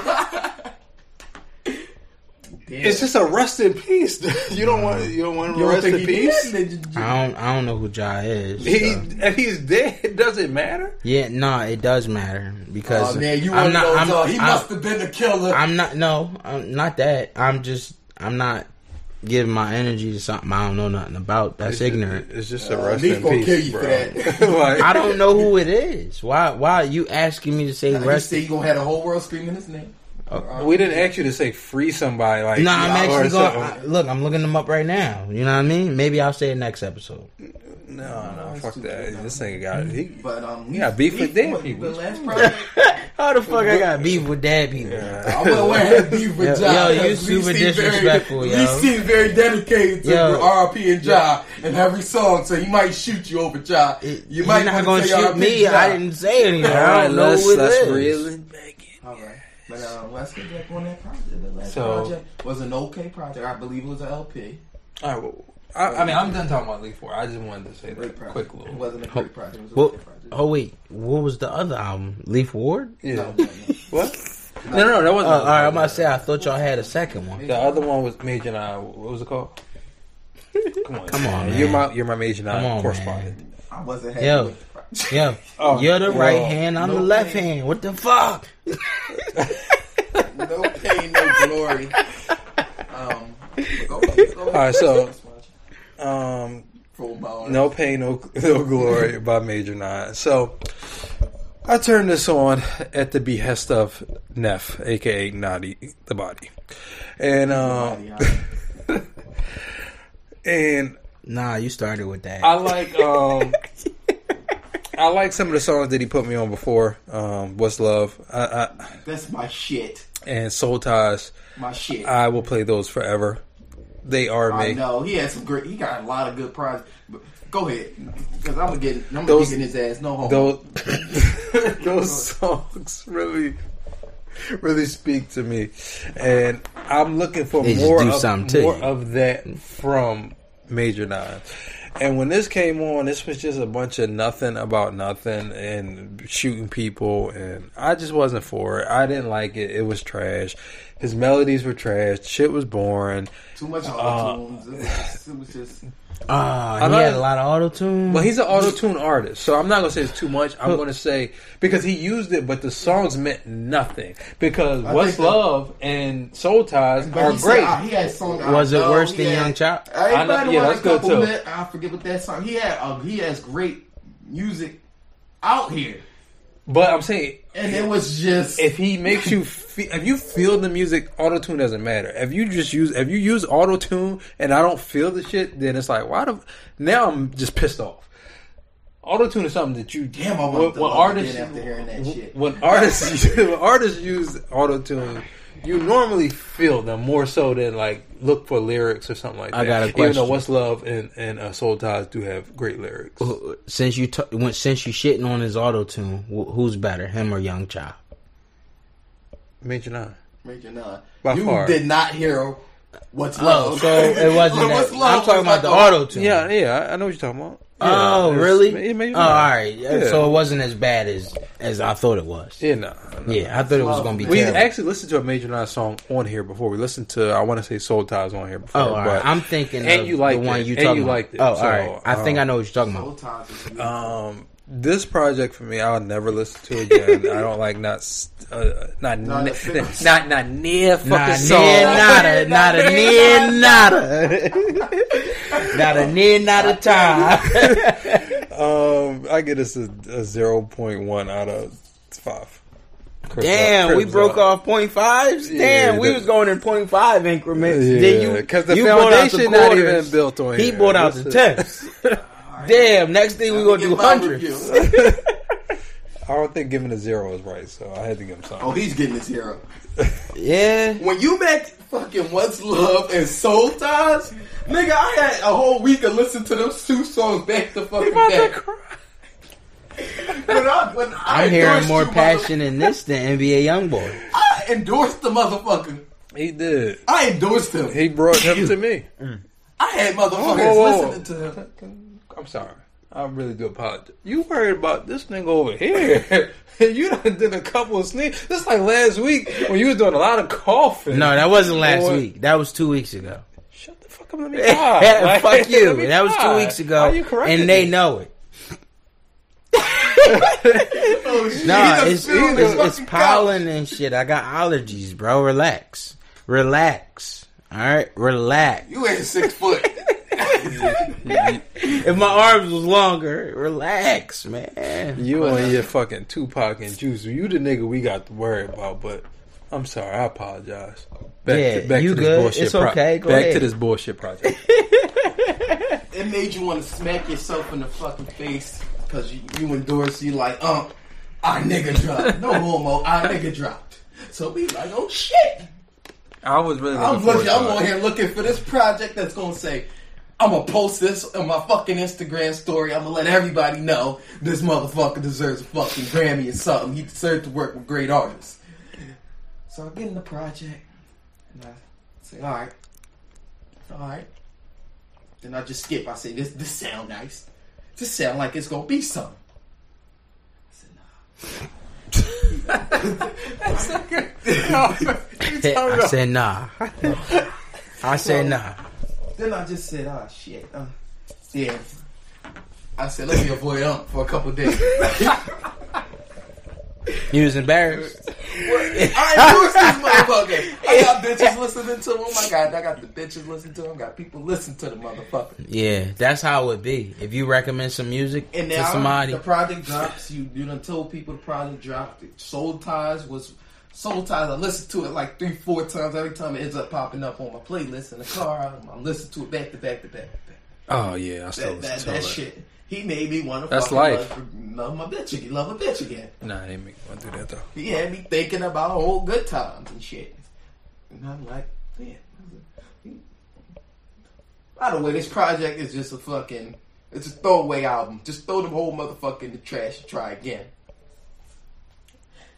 [SPEAKER 3] Damn.
[SPEAKER 4] it's just a rest in peace. <laughs> You don't want you don't want him
[SPEAKER 3] you
[SPEAKER 4] to
[SPEAKER 3] don't
[SPEAKER 4] rest
[SPEAKER 3] think he
[SPEAKER 4] in peace.
[SPEAKER 3] did that, did you?
[SPEAKER 2] I don't I don't know who Ja is.
[SPEAKER 4] He
[SPEAKER 2] so.
[SPEAKER 4] if he's dead, <laughs> it doesn't matter.
[SPEAKER 2] Yeah, nah, it does matter because
[SPEAKER 3] Oh man, you
[SPEAKER 2] I'm
[SPEAKER 3] want to
[SPEAKER 2] not
[SPEAKER 3] know?
[SPEAKER 2] I'm,
[SPEAKER 3] dog. He
[SPEAKER 2] I'm-
[SPEAKER 3] must have been a killer.
[SPEAKER 2] I'm not no, I'm not that. I'm just I'm not giving my energy to something I don't know nothing about. That's ignorant.
[SPEAKER 4] It's just a
[SPEAKER 3] Uh,
[SPEAKER 4] rest
[SPEAKER 3] Leaf
[SPEAKER 4] in
[SPEAKER 3] gonna
[SPEAKER 4] peace,
[SPEAKER 3] kill you for
[SPEAKER 2] <laughs>
[SPEAKER 4] bro.
[SPEAKER 3] that.
[SPEAKER 4] <laughs> like,
[SPEAKER 2] I don't know who it is. Why why are you asking me to say
[SPEAKER 3] Now, you
[SPEAKER 2] rest
[SPEAKER 3] say you gonna have the whole world screaming his name. Alright.
[SPEAKER 4] We didn't ask you to say free somebody. Like,
[SPEAKER 2] No, I'm
[SPEAKER 4] or
[SPEAKER 2] actually going.
[SPEAKER 4] something.
[SPEAKER 2] I, look, I'm looking them up right now. You know what I mean? Maybe I'll say it next eusode
[SPEAKER 4] no, no,
[SPEAKER 3] it's
[SPEAKER 4] fuck
[SPEAKER 3] too
[SPEAKER 4] that.
[SPEAKER 3] good, no.
[SPEAKER 4] This nigga got he.
[SPEAKER 3] But um,
[SPEAKER 4] Yeah, beef with dead
[SPEAKER 3] what,
[SPEAKER 4] people.
[SPEAKER 3] The last project,
[SPEAKER 2] <laughs> How the fuck I got beef with dad people?
[SPEAKER 3] I wouldn't want to
[SPEAKER 2] <laughs>
[SPEAKER 3] have beef with
[SPEAKER 2] Yo,
[SPEAKER 3] Ja.
[SPEAKER 2] yo, you super disrespectful,
[SPEAKER 3] very,
[SPEAKER 2] yo.
[SPEAKER 3] He seems very dedicated to
[SPEAKER 2] Yo.
[SPEAKER 3] RP and Ja in every song, so he might shoot you over Ja. You
[SPEAKER 2] He
[SPEAKER 3] might
[SPEAKER 2] not
[SPEAKER 3] want
[SPEAKER 2] gonna
[SPEAKER 3] to say
[SPEAKER 2] shoot
[SPEAKER 3] RP
[SPEAKER 2] me.
[SPEAKER 3] Ja.
[SPEAKER 2] I didn't say anything.
[SPEAKER 4] All
[SPEAKER 2] I
[SPEAKER 4] right,
[SPEAKER 2] don't know
[SPEAKER 4] let's
[SPEAKER 2] who it
[SPEAKER 4] let's
[SPEAKER 2] is.
[SPEAKER 4] reel it back in.
[SPEAKER 3] All right. But um, let's get back on that project. The last
[SPEAKER 4] So-
[SPEAKER 3] project was an okay project. I believe it was an LP.
[SPEAKER 4] All right, well, uh, I, I mean, I'm done talking about Leaf Four. I just wanted to say
[SPEAKER 3] Great
[SPEAKER 4] that
[SPEAKER 3] project.
[SPEAKER 4] quick
[SPEAKER 3] It
[SPEAKER 4] little.
[SPEAKER 3] wasn't a great project. It was an
[SPEAKER 2] Well,
[SPEAKER 3] okay project.
[SPEAKER 2] oh wait, what was the other album? Leaf Ward.
[SPEAKER 4] Yeah.
[SPEAKER 3] No, no, no.
[SPEAKER 4] <laughs> What? No, no, that
[SPEAKER 2] Uh,
[SPEAKER 4] wasn't.
[SPEAKER 2] all right, I'm about to say I thought y'all had a second one.
[SPEAKER 4] The other one was Major and I. What was it called? Come on,
[SPEAKER 2] Come on,
[SPEAKER 4] You're
[SPEAKER 2] man.
[SPEAKER 4] my you're my Major and
[SPEAKER 2] Come
[SPEAKER 4] I
[SPEAKER 2] on,
[SPEAKER 4] correspondent.
[SPEAKER 3] I wasn't happy
[SPEAKER 2] Yo.
[SPEAKER 3] with the project.
[SPEAKER 2] Yeah,
[SPEAKER 4] Oh,
[SPEAKER 2] you're the
[SPEAKER 4] well,
[SPEAKER 2] right hand. I'm
[SPEAKER 3] no
[SPEAKER 2] the left
[SPEAKER 3] pain.
[SPEAKER 2] hand. What the fuck?
[SPEAKER 3] <laughs> No pain, no glory. Um, go, go, go. All
[SPEAKER 4] right, so- Um, no pain, no, <laughs> no glory by Major Nine. So I turned this on at the behest of Neff, aka Naughty the Body, and um, and
[SPEAKER 2] Nah, you started with that.
[SPEAKER 4] I like um, I like some of the songs that he put me on before. Um, What's Love I, I,
[SPEAKER 3] That's my shit.
[SPEAKER 4] and Soul Ties.
[SPEAKER 3] My shit.
[SPEAKER 4] I will play those forever. <laughs> They are
[SPEAKER 3] I
[SPEAKER 4] me.
[SPEAKER 3] know he had some great. He got a lot of good prizes. But go ahead, because I'm gonna get. I'm gonna
[SPEAKER 4] Those-
[SPEAKER 3] get in his ass. No homo.
[SPEAKER 4] Those those <laughs> songs really really speak to me, and I'm looking for
[SPEAKER 2] They just
[SPEAKER 4] more
[SPEAKER 2] do
[SPEAKER 4] of,
[SPEAKER 2] something to
[SPEAKER 4] more
[SPEAKER 2] you.
[SPEAKER 4] of that from Major Nine. And when this came on, this was just a bunch of nothing about nothing and shooting people, and I just wasn't for it. I didn't like it. It was trash. His melodies were trash. Shit was boring.
[SPEAKER 3] Too much
[SPEAKER 4] uh,
[SPEAKER 3] auto tunes. it was just.
[SPEAKER 2] Ah,
[SPEAKER 4] I
[SPEAKER 2] he
[SPEAKER 4] like-
[SPEAKER 2] had a lot of auto tune.
[SPEAKER 4] Well, he's an auto tune artist, so I'm not gonna say it's too much. I'm gonna say because he used it, but the songs meant nothing because What's
[SPEAKER 3] that-
[SPEAKER 4] Love and Soul Ties
[SPEAKER 3] But
[SPEAKER 4] are
[SPEAKER 3] he,
[SPEAKER 4] great.
[SPEAKER 3] said, ah, he had song. I
[SPEAKER 2] Was it
[SPEAKER 3] know,
[SPEAKER 2] worse
[SPEAKER 3] he
[SPEAKER 2] than
[SPEAKER 3] had-
[SPEAKER 2] Young Chop?
[SPEAKER 4] I know-
[SPEAKER 3] Everybody
[SPEAKER 4] yeah,
[SPEAKER 3] yeah,
[SPEAKER 4] that's
[SPEAKER 3] that's
[SPEAKER 4] good, too.
[SPEAKER 3] I forget what that song. He had. Um, he has great music out here,
[SPEAKER 4] but I'm saying
[SPEAKER 3] and it was just.
[SPEAKER 4] if he
[SPEAKER 3] <laughs>
[SPEAKER 4] makes you, fe- if you feel the music, auto tune doesn't matter. If you just use, if you use auto tune and I don't feel the shit, then it's like why the? Now I'm just pissed off. Auto tune is something that you
[SPEAKER 3] Damn, I wanted
[SPEAKER 4] when,
[SPEAKER 3] to
[SPEAKER 4] when
[SPEAKER 3] love it
[SPEAKER 4] artists
[SPEAKER 3] after hearing that shit.
[SPEAKER 4] when artists <laughs> when artists use auto tune, you normally feel them more so than like look for lyrics or something like that.
[SPEAKER 2] I got a
[SPEAKER 4] Even though
[SPEAKER 2] question.
[SPEAKER 4] "What's Love" and and uh, "Soul Ties" do have great lyrics.
[SPEAKER 2] since you t- when, since you shitting on his auto tune, wh- who's better, him or Young Chop?
[SPEAKER 4] Major Nine.
[SPEAKER 3] Major Nine.
[SPEAKER 4] By
[SPEAKER 3] uh, you
[SPEAKER 4] far.
[SPEAKER 3] did not hear what's love.
[SPEAKER 2] Oh, so
[SPEAKER 3] <laughs>
[SPEAKER 2] it
[SPEAKER 4] <laughs>
[SPEAKER 2] wasn't.
[SPEAKER 3] What's
[SPEAKER 2] that. I'm
[SPEAKER 3] Love
[SPEAKER 2] talking
[SPEAKER 3] was
[SPEAKER 2] about the
[SPEAKER 3] like
[SPEAKER 2] auto tune.
[SPEAKER 4] Yeah, yeah, I- I know what you're talking about.
[SPEAKER 2] Oh,
[SPEAKER 4] Yeah, it's-
[SPEAKER 2] really?
[SPEAKER 4] yeah, Major
[SPEAKER 2] oh, all
[SPEAKER 4] Nine.
[SPEAKER 2] right.
[SPEAKER 4] Yeah.
[SPEAKER 2] So it wasn't as bad as as I thought it was. Yeah,
[SPEAKER 4] yeah, no, no.
[SPEAKER 2] I thought it was going to be
[SPEAKER 4] We
[SPEAKER 2] terrible.
[SPEAKER 4] actually listened to a Major Nine song on here before. We listened to I want to say Soul Ties on here before.
[SPEAKER 2] oh, all right.
[SPEAKER 4] but-
[SPEAKER 2] I'm thinking
[SPEAKER 4] and
[SPEAKER 2] of
[SPEAKER 4] you liked
[SPEAKER 2] the one
[SPEAKER 4] it,
[SPEAKER 2] you
[SPEAKER 4] and
[SPEAKER 2] talking
[SPEAKER 4] you
[SPEAKER 2] about.
[SPEAKER 4] liked it,
[SPEAKER 2] Oh, all
[SPEAKER 4] so,
[SPEAKER 2] right. I think
[SPEAKER 4] um,
[SPEAKER 2] I know what you're talking about.
[SPEAKER 3] Old times was beautiful.
[SPEAKER 4] Um, this project for me, I'll never listen to again. I don't like not st- uh, not
[SPEAKER 3] Not
[SPEAKER 4] ne-
[SPEAKER 3] a-
[SPEAKER 4] not, <laughs> not near fucking
[SPEAKER 2] Not
[SPEAKER 4] song.
[SPEAKER 2] near nada, not a near nada, not a near nada time.
[SPEAKER 4] Um, I get this a, a zero point one out of five. Crips up-
[SPEAKER 2] Damn, we
[SPEAKER 4] Crips
[SPEAKER 2] broke
[SPEAKER 4] up.
[SPEAKER 2] off point fives.
[SPEAKER 4] Yeah,
[SPEAKER 2] Damn, we
[SPEAKER 4] that-
[SPEAKER 2] was going in point five increments.
[SPEAKER 4] Yeah,
[SPEAKER 2] then you
[SPEAKER 4] 'cause the
[SPEAKER 2] you bought out
[SPEAKER 4] foundation not even
[SPEAKER 2] quarters.
[SPEAKER 4] built on
[SPEAKER 2] He
[SPEAKER 4] here.
[SPEAKER 2] bought out the
[SPEAKER 4] This
[SPEAKER 2] tenths. <laughs> Damn, next thing we gonna
[SPEAKER 3] Give
[SPEAKER 2] do
[SPEAKER 3] my
[SPEAKER 2] hundreds.
[SPEAKER 3] review.
[SPEAKER 4] I don't think giving a zero is right, so I had to give him something.
[SPEAKER 3] Oh, he's getting his hero.
[SPEAKER 2] Yeah,
[SPEAKER 3] When you met fucking What's Love and Soul Ties, nigga, I had a whole week of listening to those two songs back to fucking back. When I, when I
[SPEAKER 2] I'm hearing
[SPEAKER 3] endorsed
[SPEAKER 2] more
[SPEAKER 3] you,
[SPEAKER 2] passion in this than NBA YoungBoy.
[SPEAKER 3] mother- I endorsed the motherfucker.
[SPEAKER 4] He did.
[SPEAKER 3] I endorsed him.
[SPEAKER 4] He brought him to me.
[SPEAKER 3] I had motherfuckers
[SPEAKER 4] Whoa, whoa, whoa.
[SPEAKER 3] listening to him.
[SPEAKER 4] I'm sorry. I really do apologize. You worried about this nigga over here. <laughs> you done did a couple of sneaks. This like last week when you was doing a lot of coughing.
[SPEAKER 2] No, that wasn't last
[SPEAKER 4] Boy.
[SPEAKER 2] week. That was two weeks ago.
[SPEAKER 4] Shut the fuck
[SPEAKER 2] <laughs>
[SPEAKER 4] up. Let me die. Like, <laughs>
[SPEAKER 2] Fuck
[SPEAKER 4] let
[SPEAKER 2] you.
[SPEAKER 4] me
[SPEAKER 2] That was two
[SPEAKER 4] die.
[SPEAKER 2] weeks ago,
[SPEAKER 4] Why you correcting
[SPEAKER 2] and they
[SPEAKER 4] me?
[SPEAKER 2] know it.
[SPEAKER 3] <laughs> Oh, shit, he
[SPEAKER 2] Nah,
[SPEAKER 3] done
[SPEAKER 2] it's it's,
[SPEAKER 3] spilled his
[SPEAKER 2] it's,
[SPEAKER 3] fucking
[SPEAKER 2] pollen and shit. I got allergies, bro. Relax, relax. All right, relax.
[SPEAKER 3] You ain't
[SPEAKER 2] <laughs>
[SPEAKER 3] six foot.
[SPEAKER 2] If my arms was longer, relax, man.
[SPEAKER 4] You and your fucking Tupac and Juice. <laughs> You the nigga we got to worry about, but I'm sorry. I apologize. Back
[SPEAKER 2] Yeah,
[SPEAKER 4] to, back
[SPEAKER 2] you
[SPEAKER 4] to this
[SPEAKER 2] good.
[SPEAKER 4] bullshit
[SPEAKER 2] It's
[SPEAKER 4] pro-
[SPEAKER 2] okay. Go
[SPEAKER 4] back to
[SPEAKER 2] ahead.
[SPEAKER 4] this
[SPEAKER 2] <laughs>
[SPEAKER 4] bullshit project.
[SPEAKER 3] it made you want to smack yourself in the fucking face because you, you endorsed you like, um, our nigga dropped. No homo, our nigga dropped. So we like, oh shit.
[SPEAKER 4] I was really looking
[SPEAKER 3] I'm looking. I'm
[SPEAKER 4] forward
[SPEAKER 3] on
[SPEAKER 4] to it.
[SPEAKER 3] here looking for this project that's gonna say, I'm gonna post this on my fucking Instagram story. I'm gonna let everybody know this motherfucker deserves a fucking Grammy or something. He deserves to work with great artists. So I get in the project and I say, all right, all right. Then I just skip. I say, this this sound nice. This sound like it's gonna be something. I said, nah.
[SPEAKER 2] I said nah. I said nah.
[SPEAKER 3] <laughs> Then I just said, ah, shit. Uh, yeah. I said, let me avoid Ump for a couple days. <laughs>
[SPEAKER 2] He was embarrassed.
[SPEAKER 3] I endorsed this motherfucker. I got bitches listening to him. I got, I got the bitches listening to him. I got people listening to the motherfucker.
[SPEAKER 2] Yeah, that's how it would be. If you recommend some music
[SPEAKER 3] And
[SPEAKER 2] to
[SPEAKER 3] now
[SPEAKER 2] somebody,
[SPEAKER 3] the project drops. You, you done told people the project dropped. It. Soul Ties was. Soul Ties, I listened to it like three, four times. Every time it ends up popping up on my playlist in the car, I, I listen to it back to back to back to back.
[SPEAKER 4] Oh yeah, I still
[SPEAKER 3] That, that,
[SPEAKER 4] listen to
[SPEAKER 3] that
[SPEAKER 4] it.
[SPEAKER 3] shit. He made me want to
[SPEAKER 4] That's
[SPEAKER 3] fucking
[SPEAKER 4] life.
[SPEAKER 3] Love, love my bitch again. Love a bitch again.
[SPEAKER 4] Nah, they make me do that though.
[SPEAKER 3] He had me thinking about old good times and shit. And I'm like, man. By the way, this project is just a fucking. It's a throwaway album. Just throw the whole motherfucker in the trash and try again.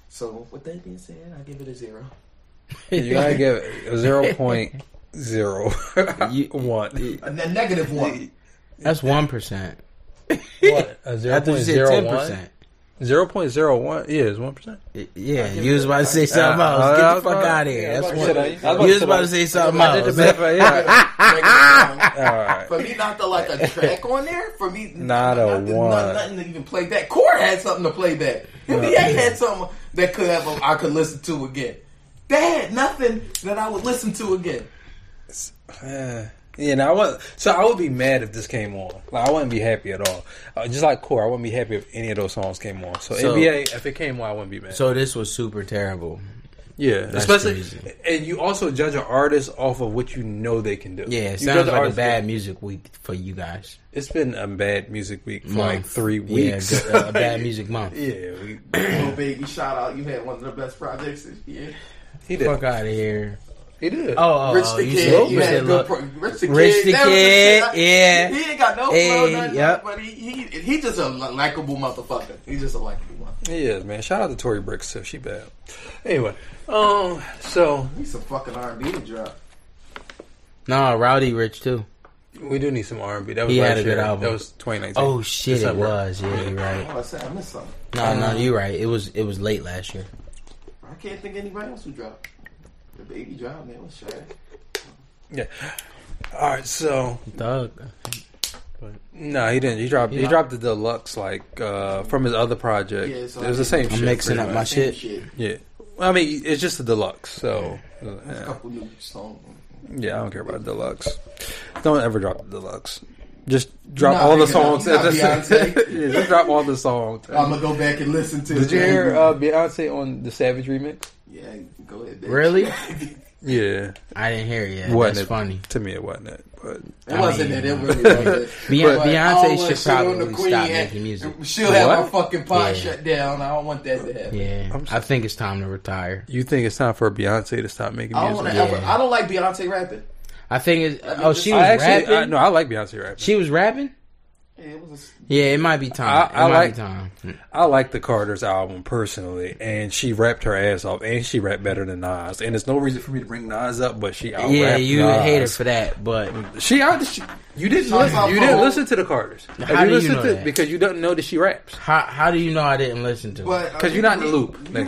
[SPEAKER 3] So, with that being said, I give it a zero.
[SPEAKER 2] <laughs>
[SPEAKER 3] <laughs>
[SPEAKER 4] You gotta give it a zero point zero
[SPEAKER 2] You-
[SPEAKER 4] <laughs> one.
[SPEAKER 3] A ne- negative
[SPEAKER 4] <laughs>
[SPEAKER 3] one.
[SPEAKER 2] That's one percent.
[SPEAKER 4] What a zero
[SPEAKER 2] After
[SPEAKER 4] point
[SPEAKER 2] you said
[SPEAKER 4] zero
[SPEAKER 2] ten
[SPEAKER 4] one?
[SPEAKER 2] percent.
[SPEAKER 4] Zero point zero one. Yeah, it's one <laughs> percent.
[SPEAKER 2] Yeah,
[SPEAKER 3] give
[SPEAKER 2] you
[SPEAKER 3] it
[SPEAKER 2] was
[SPEAKER 3] a-
[SPEAKER 2] about to say
[SPEAKER 3] I-
[SPEAKER 2] something
[SPEAKER 4] I-
[SPEAKER 2] else.
[SPEAKER 4] I
[SPEAKER 2] Get the
[SPEAKER 4] was
[SPEAKER 2] fuck
[SPEAKER 4] about-
[SPEAKER 2] out of
[SPEAKER 4] yeah, I
[SPEAKER 2] here.
[SPEAKER 4] was
[SPEAKER 2] That's
[SPEAKER 4] about to say that. I
[SPEAKER 2] one.
[SPEAKER 4] was about
[SPEAKER 2] You
[SPEAKER 4] to
[SPEAKER 2] was
[SPEAKER 4] say
[SPEAKER 2] about to
[SPEAKER 4] that.
[SPEAKER 2] say something
[SPEAKER 4] I did the
[SPEAKER 2] else.
[SPEAKER 4] math right here.
[SPEAKER 3] Negative one.
[SPEAKER 4] All right.
[SPEAKER 3] For me not to like a track on there, for
[SPEAKER 2] <laughs>
[SPEAKER 3] me
[SPEAKER 4] Not a
[SPEAKER 3] nothing,
[SPEAKER 4] one.
[SPEAKER 3] not- nothing to even play back. Core had something to play back. NBA had something that could have I could listen to again. They had nothing that I would listen to again.
[SPEAKER 4] Uh, you know, I was so I would be mad if this came on. Like I wouldn't be happy at all. Uh, just like Core, I wouldn't be happy if any of those songs came on. So,
[SPEAKER 2] So-
[SPEAKER 4] NBA, if it came on, I wouldn't be mad.
[SPEAKER 2] So this was super terrible.
[SPEAKER 4] yeah,
[SPEAKER 2] That's
[SPEAKER 4] especially
[SPEAKER 2] crazy.
[SPEAKER 4] and you also judge an artist off of what you know they can do.
[SPEAKER 2] Yeah,
[SPEAKER 4] You
[SPEAKER 2] it
[SPEAKER 4] judge
[SPEAKER 2] sounds
[SPEAKER 4] an
[SPEAKER 2] like a
[SPEAKER 4] artist-
[SPEAKER 2] bad music week for you guys.
[SPEAKER 4] It's been a bad music week for like
[SPEAKER 2] Month.
[SPEAKER 4] three
[SPEAKER 2] Yeah,
[SPEAKER 4] weeks.
[SPEAKER 2] good- uh, a bad music month.
[SPEAKER 4] <laughs> Yeah, we,
[SPEAKER 3] Little baby, shout out! You had one of the best projects this year.
[SPEAKER 4] he did.
[SPEAKER 2] Fuck out of here.
[SPEAKER 4] He did.
[SPEAKER 2] Oh, oh,
[SPEAKER 3] Rich
[SPEAKER 2] oh,
[SPEAKER 3] the
[SPEAKER 2] you
[SPEAKER 3] kid,
[SPEAKER 2] said-
[SPEAKER 3] you
[SPEAKER 2] you
[SPEAKER 3] had
[SPEAKER 2] said
[SPEAKER 3] a
[SPEAKER 2] look-
[SPEAKER 3] good pro- Rich the
[SPEAKER 2] Rich the
[SPEAKER 3] kid, that was
[SPEAKER 2] Kid,
[SPEAKER 3] shit.
[SPEAKER 2] yeah.
[SPEAKER 3] He ain't got no flow,
[SPEAKER 2] Hey,
[SPEAKER 3] nothing,
[SPEAKER 2] yep.
[SPEAKER 3] but he, he he just a li- likable motherfucker. He just a likable one.
[SPEAKER 4] He is, man. Shout out to Tori Bricks if she bad. Anyway, um, so
[SPEAKER 3] He's some fucking R and B to drop.
[SPEAKER 2] No, Rowdy Rich too.
[SPEAKER 4] we do need some R and B. That was
[SPEAKER 2] He
[SPEAKER 4] last
[SPEAKER 2] had a good
[SPEAKER 4] year.
[SPEAKER 2] album.
[SPEAKER 4] That was 2019.
[SPEAKER 2] Oh shit,
[SPEAKER 4] December.
[SPEAKER 2] it was. Yeah, you're right.
[SPEAKER 3] Oh, I said I missed something.
[SPEAKER 2] No, no, you're right. It was it was late last year.
[SPEAKER 3] I can't think of anybody else who dropped. The baby dropped, man. What's that?
[SPEAKER 4] Yeah. All right, so
[SPEAKER 2] Thug.
[SPEAKER 4] no, he didn't. He dropped. He
[SPEAKER 2] Yeah.
[SPEAKER 4] dropped the deluxe like uh, from his other project.
[SPEAKER 3] Yeah, so
[SPEAKER 4] it was the
[SPEAKER 3] I-
[SPEAKER 4] same.
[SPEAKER 3] I'm
[SPEAKER 4] shit,
[SPEAKER 2] mixing
[SPEAKER 4] pretty
[SPEAKER 2] up
[SPEAKER 4] much.
[SPEAKER 2] Shit.
[SPEAKER 3] shit.
[SPEAKER 4] Yeah. Well, I mean, it's just the deluxe, so uh, yeah.
[SPEAKER 3] couple new songs.
[SPEAKER 4] Yeah, I don't care about the deluxe. Don't ever drop the deluxe. Just drop
[SPEAKER 3] Nah,
[SPEAKER 4] all the
[SPEAKER 3] nigga,
[SPEAKER 4] songs.
[SPEAKER 3] nah, nah, Beyonce.
[SPEAKER 4] <laughs>
[SPEAKER 3] Uh,
[SPEAKER 4] yeah, just drop all the songs.
[SPEAKER 3] I'm gonna go back and listen to.
[SPEAKER 4] Did you
[SPEAKER 3] it.
[SPEAKER 4] hear uh, Beyonce on the Savage remix?
[SPEAKER 3] Yeah, go ahead. Bitch. <laughs>
[SPEAKER 2] Really?
[SPEAKER 4] Yeah,
[SPEAKER 2] I didn't hear it yet.
[SPEAKER 4] Wasn't
[SPEAKER 2] That's
[SPEAKER 4] it-
[SPEAKER 2] funny.
[SPEAKER 4] To me, it wasn't it, but
[SPEAKER 3] It wasn't
[SPEAKER 2] mean-
[SPEAKER 3] it. It
[SPEAKER 2] <laughs>
[SPEAKER 3] really wasn't.
[SPEAKER 2] Beyonce-
[SPEAKER 3] But I
[SPEAKER 2] Beyonce
[SPEAKER 3] don't want
[SPEAKER 2] should
[SPEAKER 3] shit on
[SPEAKER 2] probably
[SPEAKER 3] the
[SPEAKER 2] stop
[SPEAKER 3] Queen.
[SPEAKER 2] making music.
[SPEAKER 3] She'll have her
[SPEAKER 4] What?
[SPEAKER 3] fucking pod
[SPEAKER 2] Yeah.
[SPEAKER 3] shut down. I don't want that to happen.
[SPEAKER 2] Yeah, I think it's time to retire.
[SPEAKER 4] you think it's time for Beyonce to stop making
[SPEAKER 3] I don't
[SPEAKER 4] music?
[SPEAKER 3] want to
[SPEAKER 2] Yeah.
[SPEAKER 3] ever. I don't like Beyonce rapping.
[SPEAKER 2] I think it's.
[SPEAKER 3] I mean,
[SPEAKER 2] Oh,
[SPEAKER 3] just-
[SPEAKER 2] she was
[SPEAKER 4] I actually, I,
[SPEAKER 2] rapping.
[SPEAKER 4] no, I like Beyonce rapping.
[SPEAKER 2] she was rapping.
[SPEAKER 3] Yeah, it was.
[SPEAKER 2] Yeah, it might be time.
[SPEAKER 4] I- I
[SPEAKER 2] it might
[SPEAKER 4] like-
[SPEAKER 2] be time.
[SPEAKER 4] I like the Carter's album personally, and she rapped her ass off, and she rapped better than Nas. And there's no reason for me to bring Nas up, but she out
[SPEAKER 2] Yeah, you
[SPEAKER 4] Nas.
[SPEAKER 2] hate her for that, but
[SPEAKER 4] She out. She, you didn't
[SPEAKER 3] Shots
[SPEAKER 4] listen.
[SPEAKER 3] off
[SPEAKER 4] You
[SPEAKER 3] her
[SPEAKER 4] didn't
[SPEAKER 3] whole-
[SPEAKER 4] listen to the Carters.
[SPEAKER 2] How do you
[SPEAKER 4] listened
[SPEAKER 2] know
[SPEAKER 4] to
[SPEAKER 2] that?
[SPEAKER 4] Because you don't know that she raps.
[SPEAKER 2] how how do you know I didn't listen to? it?
[SPEAKER 3] But
[SPEAKER 4] 'Cause you're not in the loop,
[SPEAKER 3] You
[SPEAKER 4] nigga.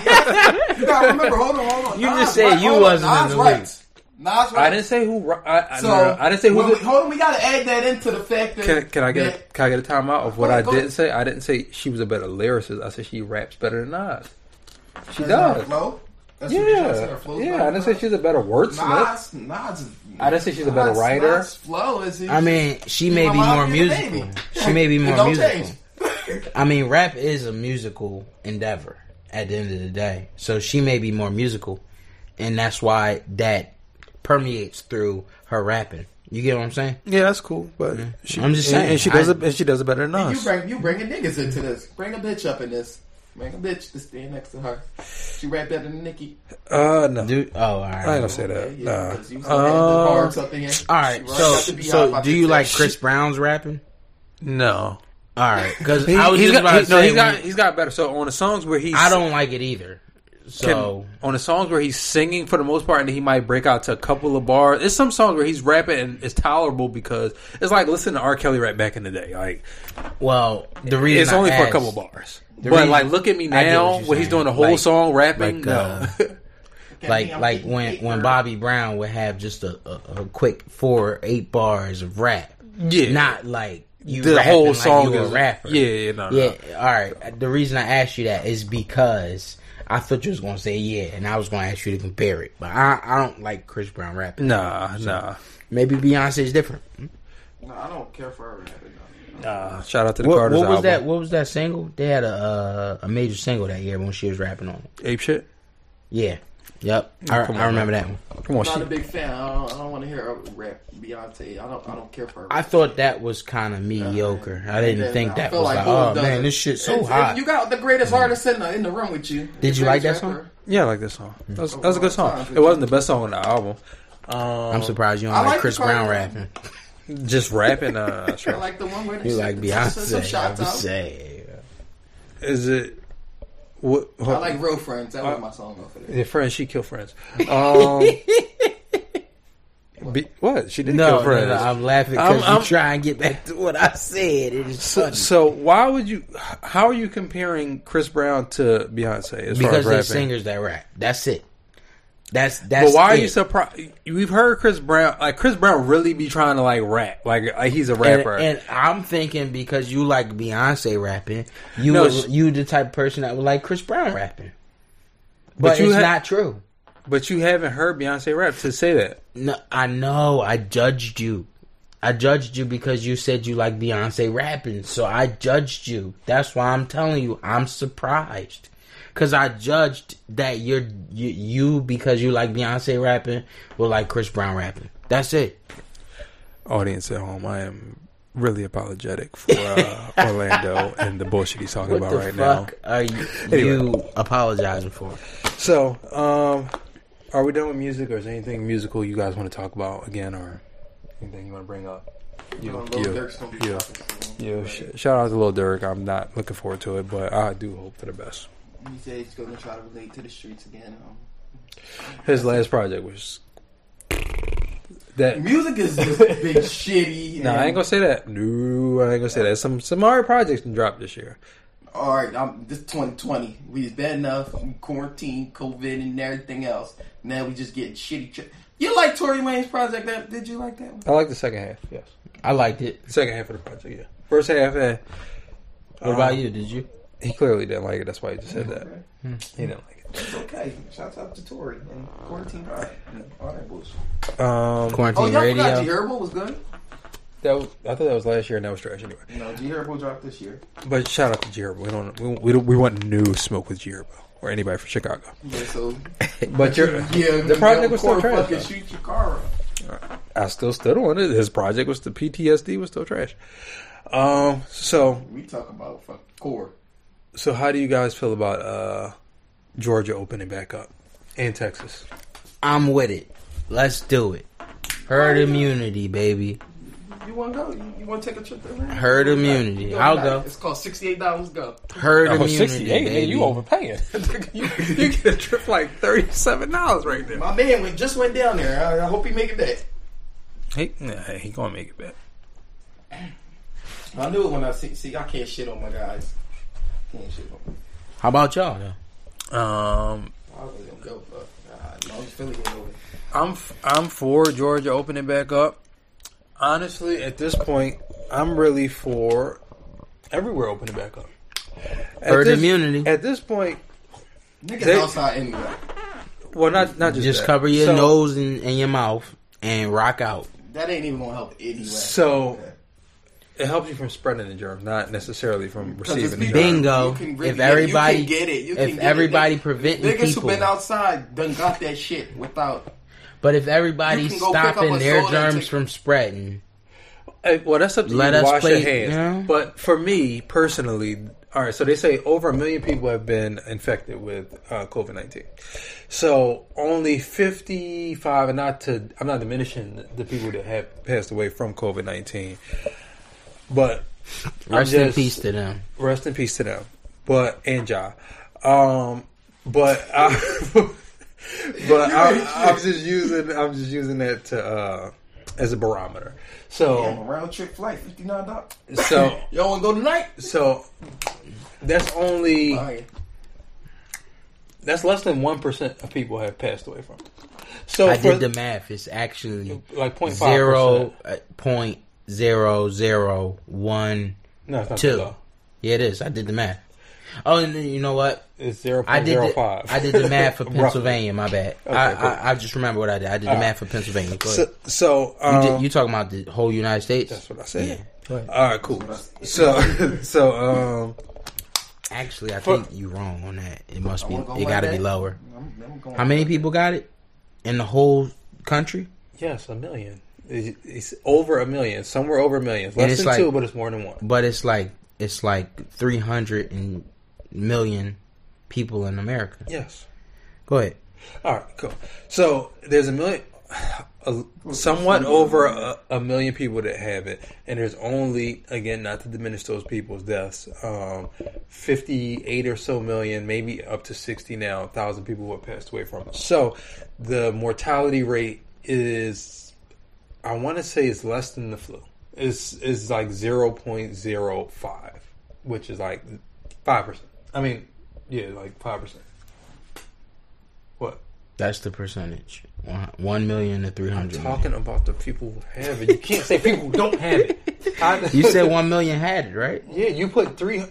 [SPEAKER 2] <laughs>
[SPEAKER 3] remember. you gotta remember. Hold on, hold on.
[SPEAKER 2] You
[SPEAKER 3] Nas,
[SPEAKER 2] just said
[SPEAKER 3] right,
[SPEAKER 2] you
[SPEAKER 3] hold on,
[SPEAKER 2] wasn't in
[SPEAKER 3] Nas
[SPEAKER 2] the loop.
[SPEAKER 3] rights. Nas
[SPEAKER 4] I
[SPEAKER 3] rights.
[SPEAKER 4] didn't say who. ra- I, I,
[SPEAKER 3] So
[SPEAKER 4] no, no, I didn't say who.
[SPEAKER 3] Wait,
[SPEAKER 4] the-
[SPEAKER 3] wait, hold on, we gotta add that into the fact that.
[SPEAKER 4] can, can I get
[SPEAKER 3] that-
[SPEAKER 4] a, can I get a timeout of what
[SPEAKER 3] Go
[SPEAKER 4] I
[SPEAKER 3] ahead, go
[SPEAKER 4] did
[SPEAKER 3] ahead.
[SPEAKER 4] say? I didn't say she was a better lyricist. I said she raps better than Nas. She
[SPEAKER 3] that's her
[SPEAKER 4] does.
[SPEAKER 3] flow? That's what you're trying to say, her
[SPEAKER 4] Yeah,
[SPEAKER 3] flow's
[SPEAKER 4] yeah.
[SPEAKER 3] better
[SPEAKER 4] I didn't say
[SPEAKER 3] than
[SPEAKER 4] she's a better wordsmith.
[SPEAKER 3] Nas, Nas. is-
[SPEAKER 4] I didn't say she's a better
[SPEAKER 3] Nas-
[SPEAKER 4] writer.
[SPEAKER 3] Nas' flow is.
[SPEAKER 2] I mean, she may
[SPEAKER 3] my
[SPEAKER 2] be
[SPEAKER 3] mom
[SPEAKER 2] more
[SPEAKER 3] and your
[SPEAKER 2] musical.
[SPEAKER 3] baby.
[SPEAKER 2] She may be
[SPEAKER 3] It
[SPEAKER 2] more
[SPEAKER 3] don't
[SPEAKER 2] musical.
[SPEAKER 3] change.
[SPEAKER 2] I mean, rap is a musical endeavor at the end of the day. So she may be more musical, and that's why that permeates through her rapping. You get what I'm saying?
[SPEAKER 4] Yeah, that's cool, but she,
[SPEAKER 2] I'm just
[SPEAKER 4] and-
[SPEAKER 2] saying,
[SPEAKER 4] and she does
[SPEAKER 2] I-
[SPEAKER 4] it. And she does it better than
[SPEAKER 3] <laughs> you
[SPEAKER 4] Nas.
[SPEAKER 3] bring you bringing niggas into this. Bring a bitch up in this. Bring a bitch to stand next to her. She rapped better than Nicki.
[SPEAKER 4] Uh, no,
[SPEAKER 2] Dude, oh, all
[SPEAKER 4] I ain't
[SPEAKER 2] right.
[SPEAKER 4] gonna say that.
[SPEAKER 3] Yeah, because you
[SPEAKER 4] Nah.
[SPEAKER 3] still had the
[SPEAKER 4] Uh,
[SPEAKER 3] bars up in here.
[SPEAKER 2] All right.
[SPEAKER 3] She
[SPEAKER 2] So,
[SPEAKER 3] rapped to be out
[SPEAKER 2] so
[SPEAKER 3] by
[SPEAKER 2] do you
[SPEAKER 3] 15.
[SPEAKER 2] like Chris Brown's rapping?
[SPEAKER 4] no.
[SPEAKER 2] All right, because
[SPEAKER 4] He,
[SPEAKER 2] I was
[SPEAKER 4] has
[SPEAKER 2] just
[SPEAKER 4] got,
[SPEAKER 2] about to
[SPEAKER 4] he- no,
[SPEAKER 2] say
[SPEAKER 4] he's got
[SPEAKER 2] when-
[SPEAKER 4] he's got better. So on the songs where he's
[SPEAKER 2] I don't like it either.
[SPEAKER 4] can-
[SPEAKER 2] So
[SPEAKER 4] on the songs where he's singing for the most part, and he might break out to a couple of bars. There's some songs where he's rapping and it's tolerable because it's like listening to R. Kelly rap back in the day. Like
[SPEAKER 2] well, the reason
[SPEAKER 4] it's only
[SPEAKER 2] I
[SPEAKER 4] for a
[SPEAKER 2] asked-
[SPEAKER 4] couple bars. But
[SPEAKER 2] reason-
[SPEAKER 4] like, look at me
[SPEAKER 2] I get what
[SPEAKER 4] now
[SPEAKER 2] you're
[SPEAKER 4] when he's
[SPEAKER 2] saying.
[SPEAKER 4] doing the whole
[SPEAKER 2] Like-
[SPEAKER 4] song rapping.
[SPEAKER 2] like,
[SPEAKER 4] no.
[SPEAKER 2] uh, like like when when Bobby Brown would have just a, a, a quick four or eight bars of rap,
[SPEAKER 4] <laughs> yeah,
[SPEAKER 2] not like you
[SPEAKER 4] the
[SPEAKER 2] rapping
[SPEAKER 4] whole
[SPEAKER 2] like
[SPEAKER 4] song
[SPEAKER 2] you were a
[SPEAKER 4] is
[SPEAKER 2] rapper.
[SPEAKER 4] Yeah, yeah, no, no.
[SPEAKER 2] yeah. All right. The reason I asked you that is because I thought you was gonna say yeah, and I was gonna ask you to compare it, but I I don't like Chris Brown rapping.
[SPEAKER 4] nah, nah,
[SPEAKER 2] Maybe Beyonce is different. Hmm?
[SPEAKER 3] No, I don't care for her rapping. No.
[SPEAKER 4] nah. Shout out to the
[SPEAKER 2] What,
[SPEAKER 4] Carters
[SPEAKER 2] what was
[SPEAKER 4] album.
[SPEAKER 2] that? What was that single? They had a uh, a major single that year when she was rapping on it.
[SPEAKER 4] Ape shit.
[SPEAKER 2] Yeah, Yep, I,
[SPEAKER 4] Come
[SPEAKER 2] I
[SPEAKER 4] on,
[SPEAKER 2] remember that one.
[SPEAKER 4] Come on,
[SPEAKER 2] <laughs>
[SPEAKER 3] I'm not a
[SPEAKER 4] she,
[SPEAKER 3] big fan. I don't, I don't want to hear her rap Beyonce. I don't. I don't care for her.
[SPEAKER 2] I thought that was kind of mediocre. I didn't
[SPEAKER 3] Yeah,
[SPEAKER 2] think
[SPEAKER 3] I
[SPEAKER 2] that
[SPEAKER 3] feel
[SPEAKER 2] was like,
[SPEAKER 3] like who
[SPEAKER 2] oh
[SPEAKER 3] does
[SPEAKER 2] man,
[SPEAKER 3] it?
[SPEAKER 2] this shit's so
[SPEAKER 3] It's- it-
[SPEAKER 2] hot. Mm-hmm.
[SPEAKER 3] You got the greatest artist in the in the room with you.
[SPEAKER 2] Did
[SPEAKER 3] The
[SPEAKER 2] you like
[SPEAKER 3] greatest
[SPEAKER 2] that song?
[SPEAKER 3] rapper.
[SPEAKER 4] yeah, I like that song. That was, that was a good song. It wasn't the best song on the album. Um,
[SPEAKER 2] I'm surprised you don't
[SPEAKER 3] I
[SPEAKER 2] like,
[SPEAKER 3] like the
[SPEAKER 2] Chris Brown
[SPEAKER 3] Carter-
[SPEAKER 2] rapping.
[SPEAKER 4] just
[SPEAKER 2] <laughs>
[SPEAKER 4] rapping. Uh,
[SPEAKER 3] I like the one where they
[SPEAKER 2] You
[SPEAKER 3] shot
[SPEAKER 2] like
[SPEAKER 3] the- Some
[SPEAKER 2] Beyonce? I'm
[SPEAKER 3] shots out.
[SPEAKER 2] saying.
[SPEAKER 4] is it what?
[SPEAKER 3] I like Real Friends. That was my song off of it.
[SPEAKER 4] Yeah, friends. She killed friends. <laughs> Um, be, what? She didn't
[SPEAKER 2] No,
[SPEAKER 4] kill
[SPEAKER 2] no,
[SPEAKER 4] friends.
[SPEAKER 2] no, I'm laughing
[SPEAKER 4] I'm-
[SPEAKER 2] because
[SPEAKER 4] I'm-
[SPEAKER 2] you try and get back to what I said. It is
[SPEAKER 4] so,
[SPEAKER 2] funny.
[SPEAKER 4] so why would you? How are you comparing Chris Brown to Beyonce as far as
[SPEAKER 2] because
[SPEAKER 4] rapping?
[SPEAKER 2] they're singers that rap. That's it. That's that's.
[SPEAKER 4] But why are you
[SPEAKER 2] it.
[SPEAKER 4] surprised? We've heard Chris Brown. Like Chris Brown really be trying to like rap. Like uh, he's a
[SPEAKER 2] And,
[SPEAKER 4] rapper.
[SPEAKER 2] and I'm thinking because you like Beyonce rapping, you
[SPEAKER 4] No,
[SPEAKER 2] would-
[SPEAKER 4] sh-
[SPEAKER 2] you the type of person that would like Chris Brown rapping. But,
[SPEAKER 4] you
[SPEAKER 2] it's
[SPEAKER 4] ha-
[SPEAKER 2] not true.
[SPEAKER 4] but you haven't heard Beyonce rap to say that.
[SPEAKER 2] No, I know. I judged you. I judged you because you said you like Beyonce rapping, so I judged you. That's why I'm telling you, I'm surprised. Cause I judged that you're you, you because you like Beyonce rapping will like Chris Brown rapping. That's it.
[SPEAKER 4] Audience at home, I am really apologetic for uh, Orlando and the bullshit he's talking
[SPEAKER 2] What
[SPEAKER 4] about
[SPEAKER 2] the
[SPEAKER 4] right now.
[SPEAKER 2] fuck are you, you apologizing for?
[SPEAKER 4] So, um, are we done with music, or is there anything musical you guys want to talk about again, or anything you want to bring up? You,
[SPEAKER 3] Um, Lil Durk's gonna be
[SPEAKER 4] you,
[SPEAKER 3] talking soon.
[SPEAKER 4] you. Sh- shout out to Lil Durk. I'm not looking forward to it, but I do hope for the best.
[SPEAKER 3] He said he's gonna try to relate to the streets again. Um,
[SPEAKER 4] His last project was that.
[SPEAKER 3] music
[SPEAKER 2] <laughs>
[SPEAKER 3] is just big shitty.
[SPEAKER 4] No, I ain't
[SPEAKER 3] and-
[SPEAKER 4] gonna say that. No, I ain't gonna say that. Some some hard projects dropped this year.
[SPEAKER 3] All right, I'm, this 2020. We was bad enough, we quarantine, COVID, and everything else. Now we just getting shitty. Tri- you like Tory Lane's project? That did you like that one?
[SPEAKER 4] I like the second half. Yes,
[SPEAKER 2] I liked it.
[SPEAKER 4] the second half of the project. Yeah, first half. Eh,
[SPEAKER 2] What about you? Did you?
[SPEAKER 4] he clearly didn't like it. That's why he just said that. He didn't like it.
[SPEAKER 3] It's okay. Shouts out to Tory and quarantine. All right, all that bullshit.
[SPEAKER 4] Um,
[SPEAKER 3] Oh,
[SPEAKER 2] Quarantine
[SPEAKER 3] y'all forgot G
[SPEAKER 2] radio.
[SPEAKER 3] Herbo was good.
[SPEAKER 4] That was, I thought that was last year, and that was trash anyway.
[SPEAKER 3] No, G Herbo dropped this year.
[SPEAKER 4] But shout out to Jerbo. We don't we, we don't we want new smoke with Jerbo or anybody from Chicago.
[SPEAKER 3] Yeah, so
[SPEAKER 4] <laughs> But your
[SPEAKER 3] <laughs> yeah,
[SPEAKER 4] the project was still
[SPEAKER 3] Corey
[SPEAKER 4] trash.
[SPEAKER 3] Fucking
[SPEAKER 4] though.
[SPEAKER 3] shoot your car up.
[SPEAKER 4] I still stood on it. His project was the PTSD was still trash. Um. So
[SPEAKER 3] We talk about fucking core.
[SPEAKER 4] so how do you guys feel about uh Georgia opening back up and Texas?
[SPEAKER 2] I'm with it. Let's do it. Herd immunity, baby.
[SPEAKER 3] You want to go? You, you want to take a trip to Atlanta?
[SPEAKER 2] Herd immunity.
[SPEAKER 3] You
[SPEAKER 2] I'll
[SPEAKER 3] got
[SPEAKER 2] go.
[SPEAKER 3] it. It's called sixty-eight dollars. Go. <laughs>
[SPEAKER 2] Herd immunity, baby.
[SPEAKER 4] overpaying. you, <laughs> you get a trip for like thirty seven dollars right there.
[SPEAKER 3] My man went, just went down there. I, I hope he make it back.
[SPEAKER 4] He, nah, he gonna make it back.
[SPEAKER 3] I knew it when I see. See, I can't shit on my guys. Can't shit on. Them.
[SPEAKER 2] How about y'all? Though?
[SPEAKER 4] Um.
[SPEAKER 3] I was gonna go, but uh, no, I'm feeling it. over.
[SPEAKER 4] I'm f- I'm for Georgia opening back up. Honestly, at this point, I'm really for everywhere opening back up. At
[SPEAKER 2] Herd
[SPEAKER 4] this-
[SPEAKER 2] immunity.
[SPEAKER 4] At this point,
[SPEAKER 3] Niggas
[SPEAKER 4] They-
[SPEAKER 3] outside anyway.
[SPEAKER 4] well, not not just
[SPEAKER 2] Just
[SPEAKER 4] that.
[SPEAKER 2] cover your
[SPEAKER 4] So-
[SPEAKER 2] nose and, and your mouth and rock out.
[SPEAKER 3] That ain't even gonna help anyway.
[SPEAKER 4] So it helps you from spreading the germ, not necessarily from
[SPEAKER 3] it's
[SPEAKER 4] receiving the
[SPEAKER 3] people-
[SPEAKER 4] germ.
[SPEAKER 2] Bingo.
[SPEAKER 3] You can really
[SPEAKER 2] If
[SPEAKER 3] get it. You
[SPEAKER 2] everybody
[SPEAKER 3] can get it. You can
[SPEAKER 2] if
[SPEAKER 3] get it.
[SPEAKER 2] everybody
[SPEAKER 3] Niggas-
[SPEAKER 2] preventing
[SPEAKER 3] niggas
[SPEAKER 2] people,
[SPEAKER 3] who been outside done got that shit without.
[SPEAKER 2] but if
[SPEAKER 3] You
[SPEAKER 2] everybody's
[SPEAKER 3] can go pick up
[SPEAKER 2] stopping
[SPEAKER 3] a
[SPEAKER 2] their
[SPEAKER 3] soda and
[SPEAKER 2] germs
[SPEAKER 3] take-
[SPEAKER 2] from spreading,
[SPEAKER 4] Uh, Well, that's up to
[SPEAKER 2] Let
[SPEAKER 4] you to
[SPEAKER 2] us
[SPEAKER 4] wash
[SPEAKER 2] play-
[SPEAKER 4] your hands.
[SPEAKER 2] you know?
[SPEAKER 4] But for me personally, all right. So they say over a million people have been infected with uh, COVID nineteen. So only fifty five, and not to I'm not diminishing the people that have passed away from COVID nineteen, but I'm
[SPEAKER 2] rest in
[SPEAKER 4] just-
[SPEAKER 2] peace to them.
[SPEAKER 4] Rest in peace to them. But and Ja, um, but I, <laughs> but I, I'm just using I'm just using that to uh, as a barometer. So.
[SPEAKER 3] Damn, a round trip flight, fifty nine dollars.
[SPEAKER 4] So-
[SPEAKER 3] y'all wanna go tonight?
[SPEAKER 4] So that's only
[SPEAKER 3] All right.
[SPEAKER 4] that's less than one percent of people have passed away from. it. So
[SPEAKER 2] I
[SPEAKER 4] for,
[SPEAKER 2] did the math. It's actually
[SPEAKER 4] like 0.5%.
[SPEAKER 2] zero uh, point zero zero one
[SPEAKER 4] no, it's not
[SPEAKER 2] two.
[SPEAKER 4] too low.
[SPEAKER 2] Yeah, it is. I did the math. Oh, and then you know what?
[SPEAKER 4] It's zero
[SPEAKER 2] I
[SPEAKER 4] point
[SPEAKER 2] did.
[SPEAKER 4] zero
[SPEAKER 2] The,
[SPEAKER 4] five.
[SPEAKER 2] I did the math for
[SPEAKER 4] <laughs> Roughly.
[SPEAKER 2] Pennsylvania. My bad. I,
[SPEAKER 4] cool.
[SPEAKER 2] I, I just remember what I did. I did the math for Pennsylvania. Go ahead.
[SPEAKER 4] So, so
[SPEAKER 2] You,
[SPEAKER 4] um,
[SPEAKER 2] did- you talking about the whole United States?
[SPEAKER 4] that's what I said.
[SPEAKER 2] Yeah.
[SPEAKER 4] <laughs> All right, cool. So so um,
[SPEAKER 2] Actually, I
[SPEAKER 4] Fuck.
[SPEAKER 2] think you're wrong on that. It must
[SPEAKER 3] I
[SPEAKER 2] be.
[SPEAKER 3] won't go
[SPEAKER 2] It
[SPEAKER 3] like
[SPEAKER 2] got to be
[SPEAKER 3] that.
[SPEAKER 2] lower.
[SPEAKER 3] I'm, I'm going
[SPEAKER 2] How many
[SPEAKER 3] like
[SPEAKER 2] people got it in the whole country?
[SPEAKER 4] Yes, a million. It's, it's over a million. Somewhere over a million. It's
[SPEAKER 2] And
[SPEAKER 4] less
[SPEAKER 2] it's
[SPEAKER 4] than
[SPEAKER 2] like-
[SPEAKER 4] two, but it's more than one.
[SPEAKER 2] But it's like it's like three hundred and million people in America.
[SPEAKER 4] Yes.
[SPEAKER 2] Go ahead.
[SPEAKER 4] All right, cool. So there's a million, <sighs> a, somewhat over a, a million people that have it, and there's only, again, not to diminish those people's deaths, um, 58 or so million, maybe up to 60 now, thousand people who have passed away from it. So the mortality rate is, I want to say, it's less than the flu. It's is like 0.05, which is like five percent. I mean, yeah, like five percent. What?
[SPEAKER 2] That's the percentage. One, one million to three hundred. million.
[SPEAKER 4] talking about the people who have it. You can't say people who don't have it. I-
[SPEAKER 2] <laughs> You said one million had it, right?
[SPEAKER 4] yeah, you put three.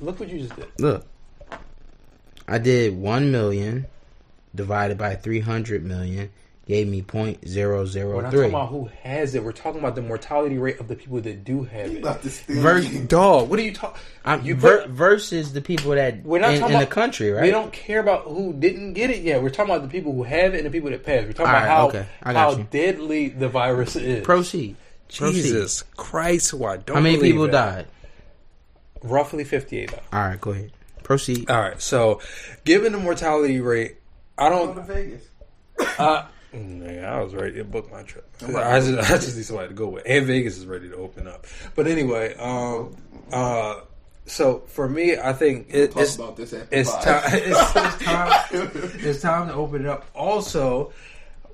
[SPEAKER 4] Look what you just did.
[SPEAKER 2] Look, I did one million divided by three hundred million gave me point zero
[SPEAKER 4] We're
[SPEAKER 2] zero
[SPEAKER 4] not
[SPEAKER 2] three.
[SPEAKER 4] talking about who has it. We're talking about the mortality rate of the people that do have
[SPEAKER 3] that.
[SPEAKER 4] it.
[SPEAKER 3] About to steal
[SPEAKER 2] Ver-
[SPEAKER 4] Dog, what are you talking?
[SPEAKER 2] I'm,
[SPEAKER 4] You
[SPEAKER 2] ver-
[SPEAKER 4] put-
[SPEAKER 2] versus the people that
[SPEAKER 4] We're not
[SPEAKER 2] in,
[SPEAKER 4] talking
[SPEAKER 2] in the
[SPEAKER 4] about-
[SPEAKER 2] country, right?
[SPEAKER 4] We don't care about who didn't get it yet. We're talking about the people who have it and the people that passed. We're talking
[SPEAKER 2] All right,
[SPEAKER 4] about how
[SPEAKER 2] okay. I got
[SPEAKER 4] how
[SPEAKER 2] you.
[SPEAKER 4] deadly the virus is.
[SPEAKER 2] proceed. Proceed.
[SPEAKER 4] Christ, why don't
[SPEAKER 2] How many
[SPEAKER 4] believe
[SPEAKER 2] people
[SPEAKER 4] it.
[SPEAKER 2] died?
[SPEAKER 4] Roughly fifty-eight.
[SPEAKER 2] All right, go ahead. Proceed.
[SPEAKER 4] All right, so given the mortality rate, I
[SPEAKER 3] Go
[SPEAKER 4] don't
[SPEAKER 3] to Vegas.
[SPEAKER 4] Uh, nigga, I was ready to book my trip. I just, I just need somebody to go with. And Vegas is ready to open up. But anyway, um, uh, so for me, I think it,
[SPEAKER 3] Talk
[SPEAKER 4] it's
[SPEAKER 3] about this after
[SPEAKER 4] it's
[SPEAKER 2] <laughs>
[SPEAKER 3] five.
[SPEAKER 4] time. It's, it's time. It's time to open it up. Also,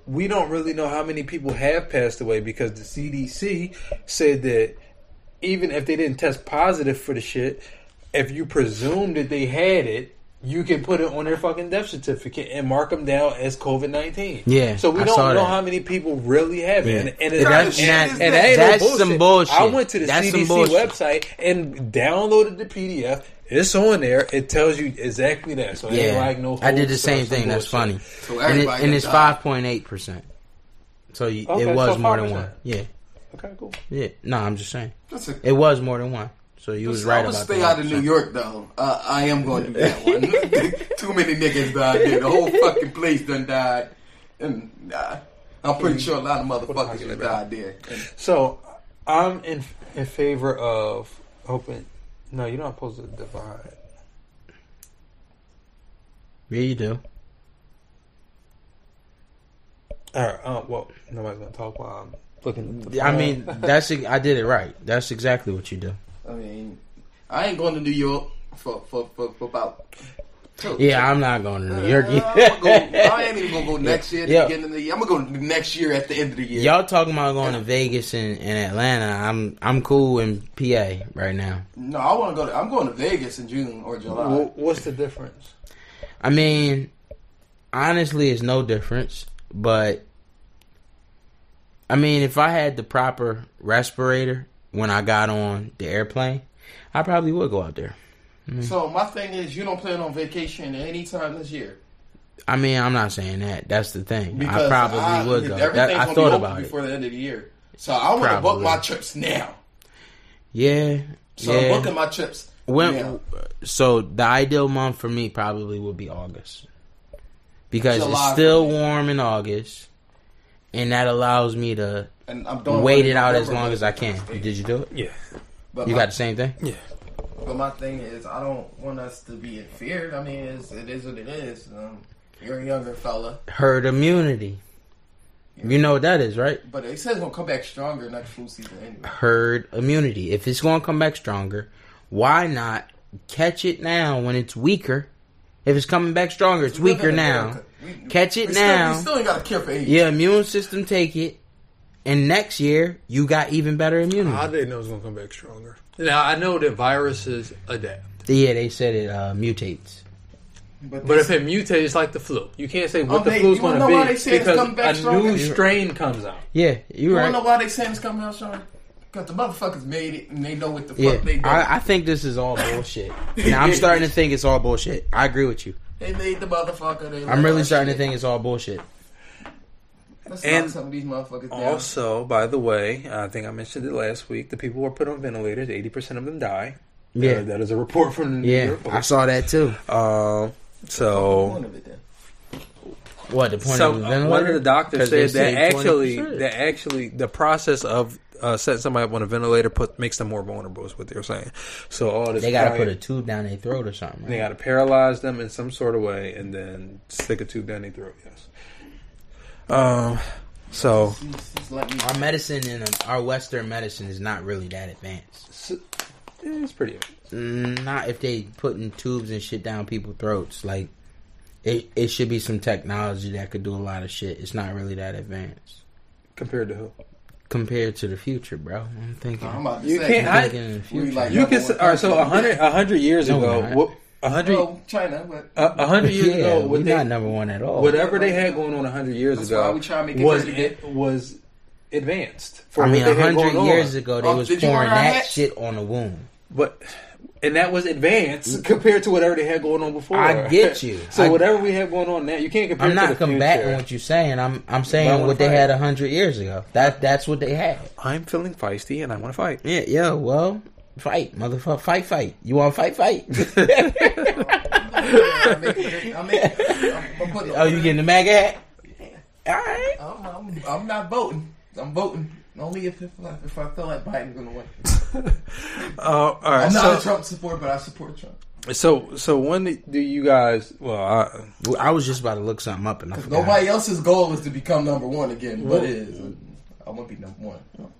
[SPEAKER 4] we don't really know how many people have passed away because the CDC said that even if they didn't test positive for the shit, if you presume that they had it, you can put it on their fucking death certificate and mark them down as COVID nineteen.
[SPEAKER 2] Yeah,
[SPEAKER 4] So we
[SPEAKER 2] I
[SPEAKER 4] don't
[SPEAKER 2] saw
[SPEAKER 4] know
[SPEAKER 2] that.
[SPEAKER 4] how many people really have it, and, and,
[SPEAKER 2] Yeah,
[SPEAKER 4] it-
[SPEAKER 2] that's-
[SPEAKER 4] and-
[SPEAKER 2] that-
[SPEAKER 4] and that ain't
[SPEAKER 2] that's
[SPEAKER 4] no bullshit.
[SPEAKER 2] some bullshit.
[SPEAKER 4] I went to the
[SPEAKER 2] That's some
[SPEAKER 4] CDC
[SPEAKER 2] bullshit.
[SPEAKER 4] website and downloaded the PDF. It's on there. It tells you exactly that. So it ain't
[SPEAKER 2] yeah,
[SPEAKER 4] like no
[SPEAKER 2] I did
[SPEAKER 4] hoax
[SPEAKER 2] the
[SPEAKER 4] or
[SPEAKER 2] same
[SPEAKER 4] some
[SPEAKER 2] thing. That's
[SPEAKER 4] bullshit.
[SPEAKER 2] funny. and
[SPEAKER 3] So
[SPEAKER 2] it,
[SPEAKER 3] everybody
[SPEAKER 2] and
[SPEAKER 3] that
[SPEAKER 2] it's
[SPEAKER 3] died.
[SPEAKER 2] five point eight percent. So you,
[SPEAKER 4] Okay,
[SPEAKER 2] it was
[SPEAKER 4] so
[SPEAKER 2] more than
[SPEAKER 4] 5%.
[SPEAKER 2] one. Yeah,
[SPEAKER 4] Okay, cool.
[SPEAKER 2] yeah. No, I'm just saying
[SPEAKER 3] <laughs> That's a
[SPEAKER 2] it was more than one. So you was right
[SPEAKER 3] I would
[SPEAKER 2] about
[SPEAKER 3] stay
[SPEAKER 2] the
[SPEAKER 3] out of
[SPEAKER 2] 1%.
[SPEAKER 3] New York though. Uh, I am going to do that one. <laughs> Too many niggas died there. The whole fucking place done died, and nah, I'm
[SPEAKER 2] Mm.
[SPEAKER 3] pretty sure a lot of motherfuckers done died there. And
[SPEAKER 4] So I'm in in favor of open. No, you're not supposed to divide.
[SPEAKER 2] Yeah, you do.
[SPEAKER 4] All right. Uh, well, nobody's gonna talk while I'm looking. At the
[SPEAKER 2] I
[SPEAKER 4] phone.
[SPEAKER 2] mean, that's ex- I did it right. That's exactly what you do.
[SPEAKER 3] I mean, I ain't going to New York for for for, for about. two-
[SPEAKER 2] Yeah, I'm not going to New York.
[SPEAKER 3] Uh,
[SPEAKER 2] <laughs>
[SPEAKER 3] I'm gonna go, I ain't even gonna go next year. At the
[SPEAKER 2] Yeah.
[SPEAKER 3] beginning of the year. I'm gonna go next year at the end of the year.
[SPEAKER 2] Y'all talking about going to Vegas and, and Atlanta? I'm I'm cool in PA right now.
[SPEAKER 3] No, I want to go. To, I'm going to Vegas in June or July.
[SPEAKER 4] Wh- what's the difference?
[SPEAKER 2] I mean, honestly, it's no difference. But I mean, if I had the proper respirator when I got on the airplane, I probably would go out there. Mm.
[SPEAKER 3] So my thing is, you don't plan on vacation anytime this year.
[SPEAKER 2] I mean, I'm not saying that. That's the thing.
[SPEAKER 3] Because
[SPEAKER 2] I probably would go.
[SPEAKER 3] Everything's
[SPEAKER 2] That,
[SPEAKER 3] gonna
[SPEAKER 2] I
[SPEAKER 3] be
[SPEAKER 2] thought
[SPEAKER 3] open
[SPEAKER 2] about it.
[SPEAKER 3] before the end of the year. So I want to book
[SPEAKER 2] Probably.
[SPEAKER 3] my trips now.
[SPEAKER 2] Yeah.
[SPEAKER 3] So
[SPEAKER 2] yeah.
[SPEAKER 3] I'm booking my trips
[SPEAKER 2] When
[SPEAKER 3] now.
[SPEAKER 2] so the ideal month for me probably would be August because
[SPEAKER 3] July
[SPEAKER 2] it's
[SPEAKER 3] for
[SPEAKER 2] still
[SPEAKER 3] me.
[SPEAKER 2] warm in August, and that allows me to
[SPEAKER 3] and I'm doing
[SPEAKER 2] wait it out as long as I can. Did you do it?
[SPEAKER 4] Yeah.
[SPEAKER 3] But
[SPEAKER 2] You
[SPEAKER 3] my,
[SPEAKER 2] got the same thing.
[SPEAKER 4] Yeah.
[SPEAKER 3] But my thing is, I don't want us to be in fear. I mean, it's, it is what it is. Um, you're a younger fella,
[SPEAKER 2] Herd immunity. You know what that is, right?
[SPEAKER 3] but they said it's gonna come back stronger next flu season anyway.
[SPEAKER 2] Herd immunity. If it's going to come back stronger, why not catch it now when it's weaker? If it's coming back stronger, it's
[SPEAKER 3] We live
[SPEAKER 2] weaker
[SPEAKER 3] in
[SPEAKER 2] now.
[SPEAKER 3] America. We-
[SPEAKER 2] Catch it
[SPEAKER 3] we
[SPEAKER 2] now.
[SPEAKER 3] Still, we still ain't got a cure for AIDS.
[SPEAKER 2] Your immune system take it, and next year you got even better immunity.
[SPEAKER 4] I didn't know it was gonna come back stronger. Now I know that viruses adapt,
[SPEAKER 2] Yeah, they said it uh, mutates.
[SPEAKER 4] but
[SPEAKER 3] they-
[SPEAKER 4] if it mutates, it's like the flu. You can't say what
[SPEAKER 3] Oh,
[SPEAKER 4] the
[SPEAKER 3] mate,
[SPEAKER 4] flu's
[SPEAKER 3] you wanna
[SPEAKER 4] gonna
[SPEAKER 3] know why
[SPEAKER 4] be
[SPEAKER 3] they say it's
[SPEAKER 4] because
[SPEAKER 3] coming back
[SPEAKER 4] a
[SPEAKER 3] stronger?
[SPEAKER 4] new strain comes out.
[SPEAKER 2] Yeah, you're
[SPEAKER 3] you wanna know
[SPEAKER 2] right.
[SPEAKER 3] why they saying it's coming out stronger? Because the motherfuckers made it and they know what the fuck
[SPEAKER 2] Yeah,
[SPEAKER 3] they doing.
[SPEAKER 2] I, I think this is all
[SPEAKER 4] <laughs>
[SPEAKER 2] bullshit. Now I'm starting to think it's all bullshit. I agree with you.
[SPEAKER 3] They made the motherfucker. They
[SPEAKER 2] I'm really
[SPEAKER 3] like,
[SPEAKER 2] starting to
[SPEAKER 3] shit,
[SPEAKER 2] think it's all bullshit.
[SPEAKER 3] Let's
[SPEAKER 4] And
[SPEAKER 3] knock some of these motherfuckers down.
[SPEAKER 4] Also, by the way, I think I mentioned it last week. The people who are put on ventilators, eighty percent of them die.
[SPEAKER 2] Yeah.
[SPEAKER 4] Uh, that is a report from the New
[SPEAKER 2] Yeah,
[SPEAKER 4] York
[SPEAKER 2] I
[SPEAKER 4] Post.
[SPEAKER 2] saw that too.
[SPEAKER 4] Um,
[SPEAKER 3] One
[SPEAKER 4] so,
[SPEAKER 3] of it then.
[SPEAKER 2] What the point
[SPEAKER 4] so
[SPEAKER 2] of the
[SPEAKER 4] uh, one of
[SPEAKER 2] ventilator?
[SPEAKER 4] the doctors
[SPEAKER 2] 'Cause they
[SPEAKER 4] said that
[SPEAKER 2] saved
[SPEAKER 4] actually,
[SPEAKER 2] 20%.
[SPEAKER 4] that actually, the process of uh, setting somebody up on a ventilator put makes them more vulnerable. Is what they're saying. So all this
[SPEAKER 2] they gotta
[SPEAKER 4] crying-
[SPEAKER 2] put a tube down their throat or something. right?
[SPEAKER 4] They got to paralyze them in some sort of way and then stick a tube down their throat. Yes. Um. So
[SPEAKER 3] Just, just let me.
[SPEAKER 2] Our medicine and uh, our Western medicine is not really that advanced.
[SPEAKER 4] s- it's pretty.
[SPEAKER 2] Mm, Not if they putting tubes and shit down people's throats. Like it, it should be some technology that could do a lot of shit. It's not really that advanced
[SPEAKER 4] Compared to who?
[SPEAKER 2] compared to the future, bro. I'm thinking.
[SPEAKER 3] I'm about to
[SPEAKER 4] You
[SPEAKER 3] say.
[SPEAKER 4] can't-
[SPEAKER 2] I'm
[SPEAKER 4] I-
[SPEAKER 2] thinking in the
[SPEAKER 3] we
[SPEAKER 2] future.
[SPEAKER 3] like-
[SPEAKER 4] You can. s- All right. So a hundred a hundred years
[SPEAKER 2] No,
[SPEAKER 4] ago,
[SPEAKER 2] we're not.
[SPEAKER 4] what a hundred
[SPEAKER 3] Well, China, but
[SPEAKER 4] a a hundred years
[SPEAKER 2] yeah,
[SPEAKER 4] ago,
[SPEAKER 2] we're
[SPEAKER 4] what they,
[SPEAKER 2] not number one at all.
[SPEAKER 4] whatever they had going on a hundred years
[SPEAKER 3] That's why
[SPEAKER 4] ago
[SPEAKER 3] we try to make it
[SPEAKER 4] was
[SPEAKER 3] pretty.
[SPEAKER 4] it was advanced. For
[SPEAKER 2] I
[SPEAKER 4] what
[SPEAKER 2] mean,
[SPEAKER 4] they
[SPEAKER 2] a
[SPEAKER 4] had
[SPEAKER 2] hundred
[SPEAKER 4] going on.
[SPEAKER 2] years ago, they
[SPEAKER 3] Oh,
[SPEAKER 2] was
[SPEAKER 3] did you wear
[SPEAKER 2] pouring
[SPEAKER 3] our
[SPEAKER 2] that
[SPEAKER 3] hats?
[SPEAKER 2] shit on the wound.
[SPEAKER 4] but and that was advanced compared to whatever they had going on before.
[SPEAKER 2] Mm. I
[SPEAKER 4] <laughs>
[SPEAKER 2] get you.
[SPEAKER 4] so
[SPEAKER 2] I-
[SPEAKER 4] whatever we have going on now, you can't compare.
[SPEAKER 2] I'm
[SPEAKER 4] it to
[SPEAKER 2] not
[SPEAKER 4] the
[SPEAKER 2] combating
[SPEAKER 4] future.
[SPEAKER 2] what you're saying. I'm I'm
[SPEAKER 4] But I
[SPEAKER 2] saying
[SPEAKER 4] wanna
[SPEAKER 2] what they
[SPEAKER 4] fight.
[SPEAKER 2] had a hundred years ago. That that's what they had.
[SPEAKER 4] I'm feeling feisty and I want to fight.
[SPEAKER 2] Yeah, yeah. Well, fight, motherfucker, fight, fight. You want to fight, fight? <laughs>
[SPEAKER 3] I'm making. I'm, making, I'm, I'm putting.
[SPEAKER 2] oh, you getting the MAGA hat? All right.
[SPEAKER 3] I'm, I'm, I'm not voting. I'm voting only if if, I- if I feel like Biden's gonna win.
[SPEAKER 4] Uh, all right.
[SPEAKER 3] I'm not a
[SPEAKER 4] so,
[SPEAKER 3] Trump supporter, but I support Trump.
[SPEAKER 4] so, so when do you guys? Well, I,
[SPEAKER 2] Well, I was just about to look something up and I forgot.
[SPEAKER 3] Nobody else's goal is to become number one again, but it is. I want to be number one.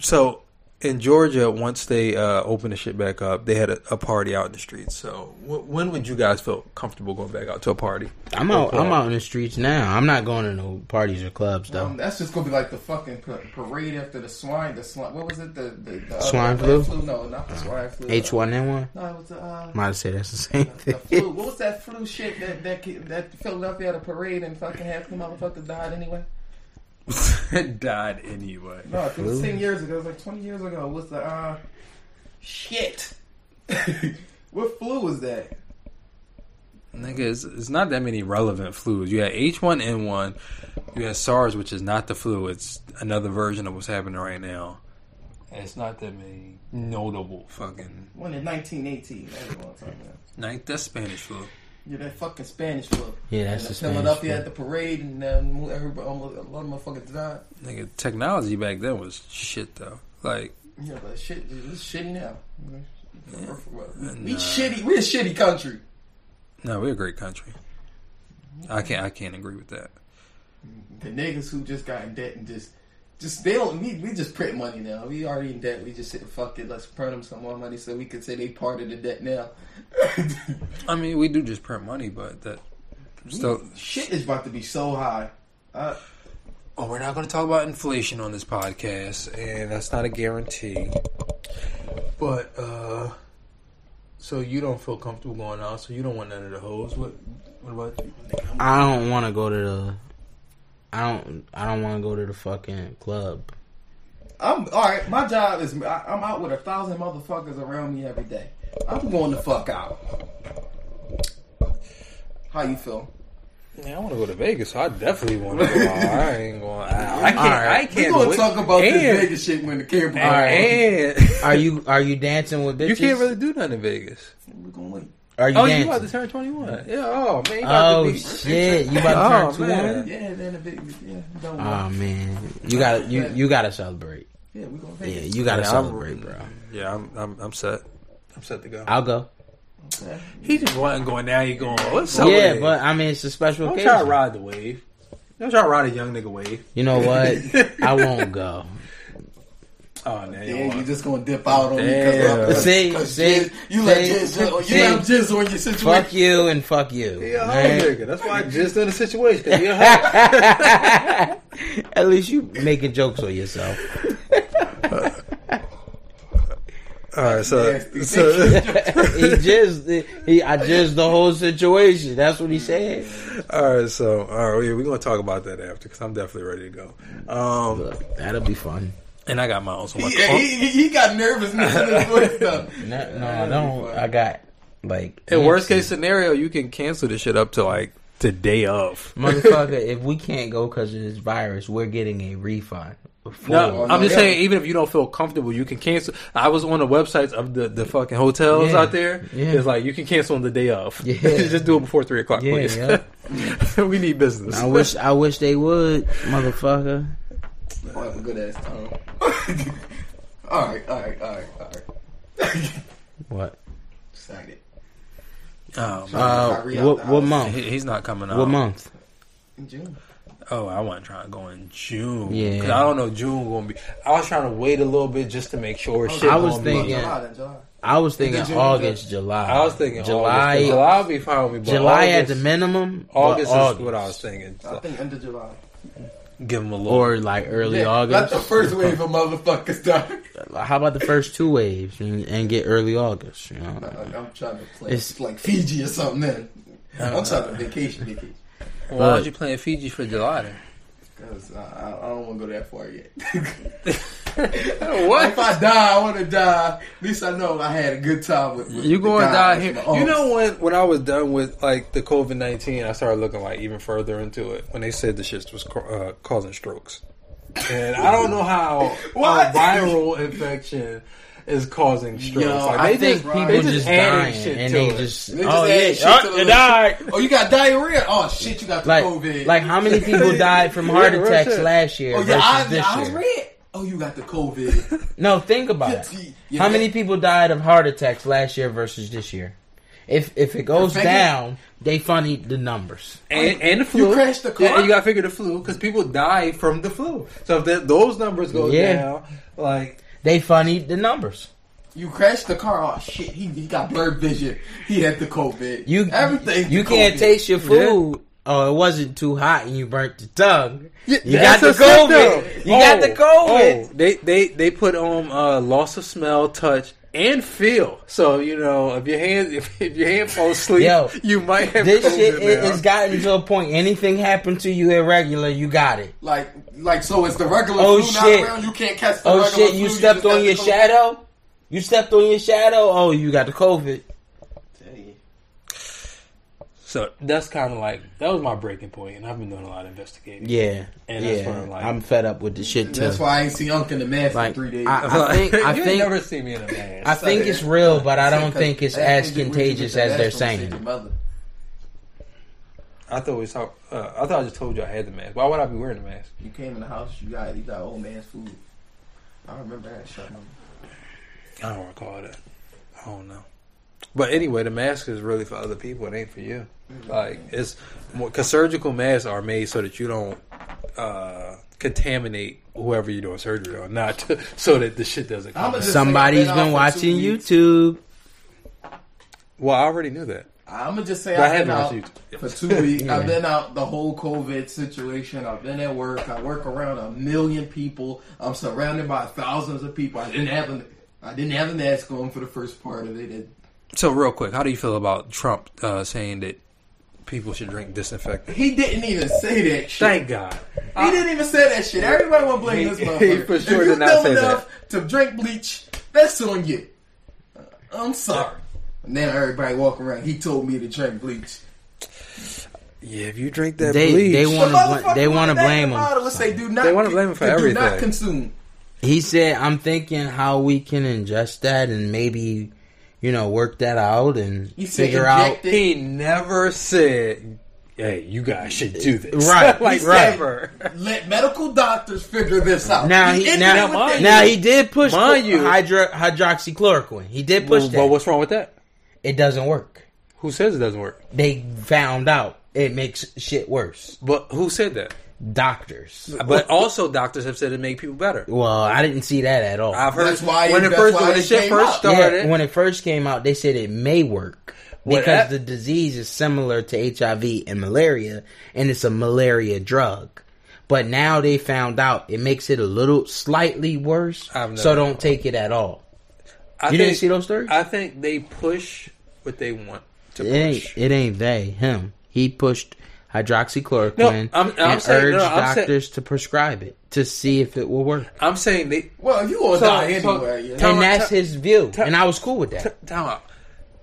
[SPEAKER 4] so in Georgia, once they uh, opened the shit back up, they had a, a party out in the streets. So, w- when would you guys feel comfortable going back out to a <laughs> party?
[SPEAKER 2] I'm out. I'm out in the streets now. I'm not going to no parties or clubs though.
[SPEAKER 3] Um, that's just gonna be like the fucking pa- parade after the swine. The swine. What was it? The the, the other-
[SPEAKER 2] Swine
[SPEAKER 3] the
[SPEAKER 2] flu?
[SPEAKER 3] No, not the swine flu.
[SPEAKER 2] H1N1.
[SPEAKER 3] No, it was the. Uh,
[SPEAKER 2] Might say that's the
[SPEAKER 4] <laughs>
[SPEAKER 2] same
[SPEAKER 3] the <laughs>
[SPEAKER 2] thing.
[SPEAKER 3] flu. What was that flu shit that that ki- that Philadelphia had a parade and fucking half the motherfuckers died anyway?
[SPEAKER 4] Died anyway.
[SPEAKER 3] No, it was ten years ago. It was like twenty years ago. What's the uh? Shit. <laughs> what flu was that?
[SPEAKER 4] Nigga, it's, it's not that many relevant flus. You had H1N1, you had SARS, which is not the flu. It's another version of what's happening right now. And it's not that many notable fucking.
[SPEAKER 3] One in 1918. That's what I'm talking about.
[SPEAKER 4] Like that's Spanish flu.
[SPEAKER 3] Yeah, that fucking Spanish flu.
[SPEAKER 2] Yeah, that's
[SPEAKER 3] and
[SPEAKER 2] the
[SPEAKER 3] Philadelphia
[SPEAKER 2] Spanish
[SPEAKER 3] at the parade, and then everybody, almost, a lot of motherfuckers died.
[SPEAKER 4] Nigga, technology back then was shit though. Like
[SPEAKER 3] Yeah, but shit, it's shitty now.
[SPEAKER 2] Mm-hmm.
[SPEAKER 3] We shitty. We a shitty country.
[SPEAKER 4] No, we're a great country. I can't. I can't agree with that.
[SPEAKER 3] The niggas who just got in debt and just, just they don't. We, we just print money now. We already in debt. We just said fuck it. Let's print them some more money so we can say they part of the debt now. <laughs>
[SPEAKER 4] I mean, we do just print money, but that still.
[SPEAKER 3] shit is about to be so high. Uh,
[SPEAKER 4] Oh, we're not going to talk about inflation on this podcast, and that's not a guarantee. But uh so you don't feel comfortable going out, so you don't want none of the hoes. What? What about you?
[SPEAKER 2] I don't want to go to the. I don't. I don't want to go to the fucking club.
[SPEAKER 3] I'm all right. My job is I, I'm out with a thousand motherfuckers around me every day. I'm going the fuck out. How you feel?
[SPEAKER 4] Yeah, I want to go to Vegas. So I definitely want to. go out. I ain't going. I, I
[SPEAKER 3] We're
[SPEAKER 4] can't. I can't.
[SPEAKER 3] gonna
[SPEAKER 4] wait.
[SPEAKER 3] talk about
[SPEAKER 4] And-
[SPEAKER 3] this Vegas shit when the camera.
[SPEAKER 4] and- and-
[SPEAKER 2] Are you Are you dancing with bitches?
[SPEAKER 4] you can't really do nothing in Vegas.
[SPEAKER 3] We're gonna wait.
[SPEAKER 2] Are you
[SPEAKER 4] Oh, you
[SPEAKER 2] dancing?
[SPEAKER 4] about to turn 21. Yeah, oh, man. You about
[SPEAKER 2] oh
[SPEAKER 4] to be,
[SPEAKER 2] shit! You about to
[SPEAKER 4] Oh,
[SPEAKER 2] turn
[SPEAKER 4] man.
[SPEAKER 2] two one?
[SPEAKER 3] Yeah, then the big yeah. Don't
[SPEAKER 2] Oh
[SPEAKER 4] Uh,
[SPEAKER 3] worry.
[SPEAKER 2] man, you got you you got to celebrate.
[SPEAKER 3] yeah, we're gonna
[SPEAKER 2] Yeah,
[SPEAKER 3] Vegas.
[SPEAKER 2] you got to
[SPEAKER 4] Yeah, I'm-
[SPEAKER 2] celebrate, bro.
[SPEAKER 4] yeah, I'm, I'm, I'm set. I'm set to go.
[SPEAKER 2] I'll go.
[SPEAKER 3] Okay.
[SPEAKER 4] he just wasn't going. Now he going, what's up?
[SPEAKER 2] yeah,
[SPEAKER 4] with it?
[SPEAKER 2] but I mean it's a special
[SPEAKER 4] Don't
[SPEAKER 2] occasion.
[SPEAKER 4] try to ride the wave. Don't try to ride a young nigga wave.
[SPEAKER 2] You know
[SPEAKER 4] <laughs>
[SPEAKER 2] what? I won't go.
[SPEAKER 4] Oh, now you
[SPEAKER 3] Yeah,
[SPEAKER 4] want-
[SPEAKER 3] you just gonna dip out on me
[SPEAKER 4] Damn.
[SPEAKER 3] because
[SPEAKER 2] See, see,
[SPEAKER 3] you let
[SPEAKER 2] see,
[SPEAKER 3] jizz on- you
[SPEAKER 2] see.
[SPEAKER 3] let jizz on your situation.
[SPEAKER 2] Fuck you and fuck you.
[SPEAKER 4] He a hoe
[SPEAKER 2] man.
[SPEAKER 4] nigga. That's why I just in the situation. 'cause he a hoe.
[SPEAKER 2] At least you making jokes on yourself.
[SPEAKER 4] <laughs> All right, so,
[SPEAKER 3] Nasty.
[SPEAKER 4] so <laughs>
[SPEAKER 2] he just he I just the whole situation. That's what he said.
[SPEAKER 4] all right, so all right, yeah, we're gonna talk about that after because I'm definitely ready to go. Um,
[SPEAKER 2] Look, that'll be fun.
[SPEAKER 4] and I got miles on my
[SPEAKER 3] Yeah, he, he, he got nervous. in his voice, <laughs> though.
[SPEAKER 2] No, no, I don't. I got like
[SPEAKER 4] In worst case scenario, you can cancel this shit up to like the day of.
[SPEAKER 2] motherfucker. if we can't go because of this virus, we're getting a refund. before.
[SPEAKER 4] No,
[SPEAKER 3] Or
[SPEAKER 4] I'm
[SPEAKER 3] no,
[SPEAKER 4] just
[SPEAKER 3] yeah.
[SPEAKER 4] saying, even if you don't feel comfortable, you can cancel. I was on the websites of the, the fucking hotels
[SPEAKER 2] Yeah,
[SPEAKER 4] out there.
[SPEAKER 2] yeah.
[SPEAKER 4] It's like you can cancel on the day of. <laughs>
[SPEAKER 2] Yeah.
[SPEAKER 4] just do it before three o'clock,
[SPEAKER 2] Yeah,
[SPEAKER 4] please. <laughs> we need business.
[SPEAKER 2] I wish I wish they would, motherfucker.
[SPEAKER 3] I have a good ass tongue. <laughs> all right, all right, all right, all right. <laughs>
[SPEAKER 2] What?
[SPEAKER 3] Excited.
[SPEAKER 4] Oh, man.
[SPEAKER 2] Uh,
[SPEAKER 3] Kyrie out the
[SPEAKER 2] what, what
[SPEAKER 3] house.
[SPEAKER 2] month?
[SPEAKER 4] He- he's not coming out.
[SPEAKER 2] What month?
[SPEAKER 3] In June.
[SPEAKER 4] Oh, I wasn't trying to go in June.
[SPEAKER 2] Yeah.
[SPEAKER 4] because I don't know June gonna be. I was trying to wait a little bit just to make sure. shit
[SPEAKER 2] I was
[SPEAKER 4] gonna
[SPEAKER 2] thinking-
[SPEAKER 4] Be.
[SPEAKER 3] July, then July.
[SPEAKER 2] I was thinking
[SPEAKER 3] Did you-
[SPEAKER 2] August, July.
[SPEAKER 4] I was thinking
[SPEAKER 2] July.
[SPEAKER 4] August. July will be fine with me. but
[SPEAKER 2] July at
[SPEAKER 4] August,
[SPEAKER 2] the minimum. but
[SPEAKER 4] August is what I was thinking.
[SPEAKER 3] I
[SPEAKER 4] So
[SPEAKER 3] think end of July.
[SPEAKER 4] give him a little.
[SPEAKER 2] Or like early
[SPEAKER 3] Let
[SPEAKER 2] August.
[SPEAKER 3] the first wave of motherfuckers <laughs> die.
[SPEAKER 2] How about the first two waves and, and get early August? You know?
[SPEAKER 3] I- I'm trying to play
[SPEAKER 2] It's- Uh,
[SPEAKER 3] like Fiji or something. Then I'm trying to vacation, vacation.
[SPEAKER 4] Why
[SPEAKER 2] But-
[SPEAKER 4] was you playing Fiji for July? Then?
[SPEAKER 3] Cause uh, I, I don't want to go that
[SPEAKER 2] <laughs>
[SPEAKER 3] far yet. <laughs>
[SPEAKER 4] What?
[SPEAKER 3] If I die, I want to die. At least I know I had a good time with. with
[SPEAKER 4] You
[SPEAKER 3] the
[SPEAKER 4] going to
[SPEAKER 3] guys,
[SPEAKER 4] die here.
[SPEAKER 3] my
[SPEAKER 4] You know
[SPEAKER 3] uncles.
[SPEAKER 4] when when I was done with like the COVID nineteen, I started looking like even further into it when they said the shit was ca- uh, causing strokes, and I don't know <laughs> how a
[SPEAKER 3] What?
[SPEAKER 4] viral infection is causing strokes.
[SPEAKER 3] Yo,
[SPEAKER 4] like,
[SPEAKER 3] I
[SPEAKER 4] they
[SPEAKER 3] think
[SPEAKER 4] just
[SPEAKER 3] people
[SPEAKER 4] they
[SPEAKER 2] People just
[SPEAKER 4] adding
[SPEAKER 2] dying
[SPEAKER 4] shit
[SPEAKER 2] and
[SPEAKER 4] to
[SPEAKER 2] they
[SPEAKER 4] it.
[SPEAKER 2] just
[SPEAKER 3] They just
[SPEAKER 2] oh
[SPEAKER 3] add
[SPEAKER 2] yeah,
[SPEAKER 3] shit to
[SPEAKER 2] oh,
[SPEAKER 3] the
[SPEAKER 2] they
[SPEAKER 3] list.
[SPEAKER 2] died.
[SPEAKER 3] Oh, you got diarrhea. Oh shit, you got the
[SPEAKER 2] Like
[SPEAKER 3] COVID.
[SPEAKER 2] like how many people died from
[SPEAKER 4] <laughs> Yeah,
[SPEAKER 2] heart
[SPEAKER 4] real
[SPEAKER 2] attacks
[SPEAKER 4] shit.
[SPEAKER 2] last year
[SPEAKER 3] oh, your
[SPEAKER 2] versus
[SPEAKER 3] eyes, your
[SPEAKER 2] this
[SPEAKER 3] eyes
[SPEAKER 2] year?
[SPEAKER 3] red. Oh, you got
[SPEAKER 2] <laughs>
[SPEAKER 3] the COVID.
[SPEAKER 2] No, think about
[SPEAKER 3] Your
[SPEAKER 2] it.
[SPEAKER 3] teeth, your
[SPEAKER 2] How many
[SPEAKER 3] neck.
[SPEAKER 2] people died of heart attacks last year versus this year? If if it goes
[SPEAKER 3] Figure-
[SPEAKER 2] down, they funny the numbers.
[SPEAKER 4] and, and the flu.
[SPEAKER 3] crashed the
[SPEAKER 4] Yeah,
[SPEAKER 3] car?
[SPEAKER 4] you got to figure the flu because people die from the flu. So if that those numbers go
[SPEAKER 2] Yeah.
[SPEAKER 4] down, like
[SPEAKER 2] They funny the numbers.
[SPEAKER 3] You crashed the car. Oh shit, he, he got blurred vision. He had the COVID.
[SPEAKER 2] You
[SPEAKER 3] everything.
[SPEAKER 2] You
[SPEAKER 3] the
[SPEAKER 2] can't
[SPEAKER 3] COVID.
[SPEAKER 2] taste your food. Oh, it wasn't too hot and you burnt the tongue.
[SPEAKER 4] Yeah,
[SPEAKER 2] You got
[SPEAKER 4] that's
[SPEAKER 2] the
[SPEAKER 4] a
[SPEAKER 2] COVID.
[SPEAKER 4] symptom.
[SPEAKER 2] You got the
[SPEAKER 4] Oh,
[SPEAKER 2] COVID.
[SPEAKER 4] oh, they they they put on uh, loss of smell, touch, and feel. So you know if your hand <laughs> if, if your hand falls asleep,
[SPEAKER 2] Yo,
[SPEAKER 4] you might have
[SPEAKER 2] This
[SPEAKER 4] COVID
[SPEAKER 2] shit it,
[SPEAKER 4] now.
[SPEAKER 2] it's gotten to a point. Anything happened to you irregular, you got it.
[SPEAKER 3] Like, like so. It's the regular
[SPEAKER 2] Oh,
[SPEAKER 3] flu
[SPEAKER 2] shit.
[SPEAKER 3] not around. You can't catch the
[SPEAKER 2] Oh
[SPEAKER 3] regular
[SPEAKER 2] shit,
[SPEAKER 3] flu.
[SPEAKER 2] you
[SPEAKER 3] just
[SPEAKER 2] stepped
[SPEAKER 3] got
[SPEAKER 2] on
[SPEAKER 3] the
[SPEAKER 2] your
[SPEAKER 3] COVID.
[SPEAKER 2] shadow. You stepped on your shadow. Oh, you got the COVID.
[SPEAKER 3] Dang.
[SPEAKER 4] so that's kind of like that was my breaking point, and I've been doing a lot of investigating.
[SPEAKER 2] Yeah,
[SPEAKER 4] And that's
[SPEAKER 2] yeah.
[SPEAKER 4] where I'm like-
[SPEAKER 2] I'm fed up with the shit too.
[SPEAKER 3] That's why I ain't see Unc in the mask
[SPEAKER 2] Like,
[SPEAKER 3] for three days. <laughs>
[SPEAKER 2] I- I- think- I
[SPEAKER 4] you ain't
[SPEAKER 2] think-
[SPEAKER 4] never see me in a mask.
[SPEAKER 2] I think it's real, but I don't think it's as contagious as they're saying.
[SPEAKER 4] I thought we saw, uh, I thought I just told you I had the mask. Why would I be wearing a mask?
[SPEAKER 3] You came in the house. You got you got old man's food. I remember that shit.
[SPEAKER 4] I don't recall that. I don't know. But anyway, the mask is really for other people. It ain't for you. Like it's because surgical masks are made so that you don't uh, contaminate whoever you're doing surgery on, not <laughs> so that the shit doesn't come.
[SPEAKER 3] I'ma
[SPEAKER 4] out.
[SPEAKER 3] just-
[SPEAKER 2] Somebody's
[SPEAKER 3] I've been
[SPEAKER 2] been
[SPEAKER 3] out for two
[SPEAKER 2] watching
[SPEAKER 3] weeks.
[SPEAKER 2] YouTube.
[SPEAKER 4] Well, I already knew that.
[SPEAKER 3] I'm gonna just say
[SPEAKER 4] But I
[SPEAKER 3] I've been out
[SPEAKER 4] haven't
[SPEAKER 3] for
[SPEAKER 4] received-
[SPEAKER 3] two weeks.
[SPEAKER 2] <laughs> Yeah.
[SPEAKER 3] I've been out the whole COVID situation. I've been at work. I work around a million people. I'm surrounded by thousands of people. I didn't have a, I didn't have a mask on for the first part of it. It-
[SPEAKER 4] So, real quick, how do you feel about Trump uh, saying that people should drink disinfectant?
[SPEAKER 3] He didn't even say that shit.
[SPEAKER 4] Thank God.
[SPEAKER 3] He didn't even say that shit. Everybody want to blame
[SPEAKER 4] Uh, He-
[SPEAKER 3] this
[SPEAKER 4] <laughs> he
[SPEAKER 3] motherfucker.
[SPEAKER 4] for sure
[SPEAKER 3] if you
[SPEAKER 4] did not
[SPEAKER 3] dumb
[SPEAKER 4] say
[SPEAKER 3] enough to drink bleach, that's on you. Uh, I'm sorry. Now everybody walking around. He told me to drink bleach.
[SPEAKER 4] Yeah, if you drink that
[SPEAKER 2] They-
[SPEAKER 4] bleach,
[SPEAKER 2] they
[SPEAKER 4] they
[SPEAKER 2] want-
[SPEAKER 4] want.
[SPEAKER 2] Wanna bl- they wanna blame him.
[SPEAKER 3] Let's say do not.
[SPEAKER 4] They wanna blame him for
[SPEAKER 3] Do
[SPEAKER 4] everything.
[SPEAKER 3] not consume.
[SPEAKER 2] He said, "I'm thinking how we can ingest that and maybe, you know, work that out and
[SPEAKER 3] You said
[SPEAKER 2] figure out."
[SPEAKER 3] inject
[SPEAKER 4] He never said, "Hey, you guys should do this." <laughs>
[SPEAKER 2] Right,
[SPEAKER 4] like
[SPEAKER 2] he said-
[SPEAKER 4] never.
[SPEAKER 3] Let medical doctors figure this out.
[SPEAKER 2] Now he
[SPEAKER 3] ended
[SPEAKER 2] now,
[SPEAKER 3] it with that.
[SPEAKER 2] now he did push
[SPEAKER 4] Mind
[SPEAKER 2] cl-
[SPEAKER 4] you-
[SPEAKER 2] hydro, hydroxychloroquine. He did push
[SPEAKER 4] Well,
[SPEAKER 2] that.
[SPEAKER 4] well, what's wrong with that?
[SPEAKER 2] it doesn't work.
[SPEAKER 4] Who says it doesn't work?
[SPEAKER 2] They found out it makes shit worse.
[SPEAKER 4] But who said that?
[SPEAKER 2] Doctors.
[SPEAKER 4] But also, doctors have said it made people better.
[SPEAKER 2] Well, I didn't see that at all.
[SPEAKER 4] I've heard
[SPEAKER 3] That's why-
[SPEAKER 4] when it
[SPEAKER 3] that's
[SPEAKER 4] first
[SPEAKER 3] why
[SPEAKER 4] when the
[SPEAKER 3] it
[SPEAKER 4] shit
[SPEAKER 3] came
[SPEAKER 4] first
[SPEAKER 3] out.
[SPEAKER 4] started.
[SPEAKER 2] Yeah, when it first came out, they said it may work
[SPEAKER 4] Well,
[SPEAKER 2] because
[SPEAKER 4] that-
[SPEAKER 2] the disease is similar to HIV and malaria, and it's a malaria drug. But now they found out it makes it a little slightly worse,
[SPEAKER 4] I've never
[SPEAKER 2] so don't take it at all.
[SPEAKER 4] I
[SPEAKER 2] You didn't see those stories?
[SPEAKER 4] I think they push what they want to
[SPEAKER 2] It ain't,
[SPEAKER 4] push.
[SPEAKER 2] it ain't they, him. He pushed hydroxychloroquine
[SPEAKER 4] No, I'm- I'm
[SPEAKER 2] and
[SPEAKER 4] saying-
[SPEAKER 2] urged
[SPEAKER 4] no, I'm saying-
[SPEAKER 2] doctors to prescribe it to see if it will work.
[SPEAKER 4] I'm saying they.
[SPEAKER 3] well, you all
[SPEAKER 4] So-
[SPEAKER 3] die
[SPEAKER 4] so-
[SPEAKER 3] anyway. yeah.
[SPEAKER 4] tell-
[SPEAKER 2] and that's
[SPEAKER 4] tell-
[SPEAKER 2] his view, and I was cool with that.
[SPEAKER 4] Time out.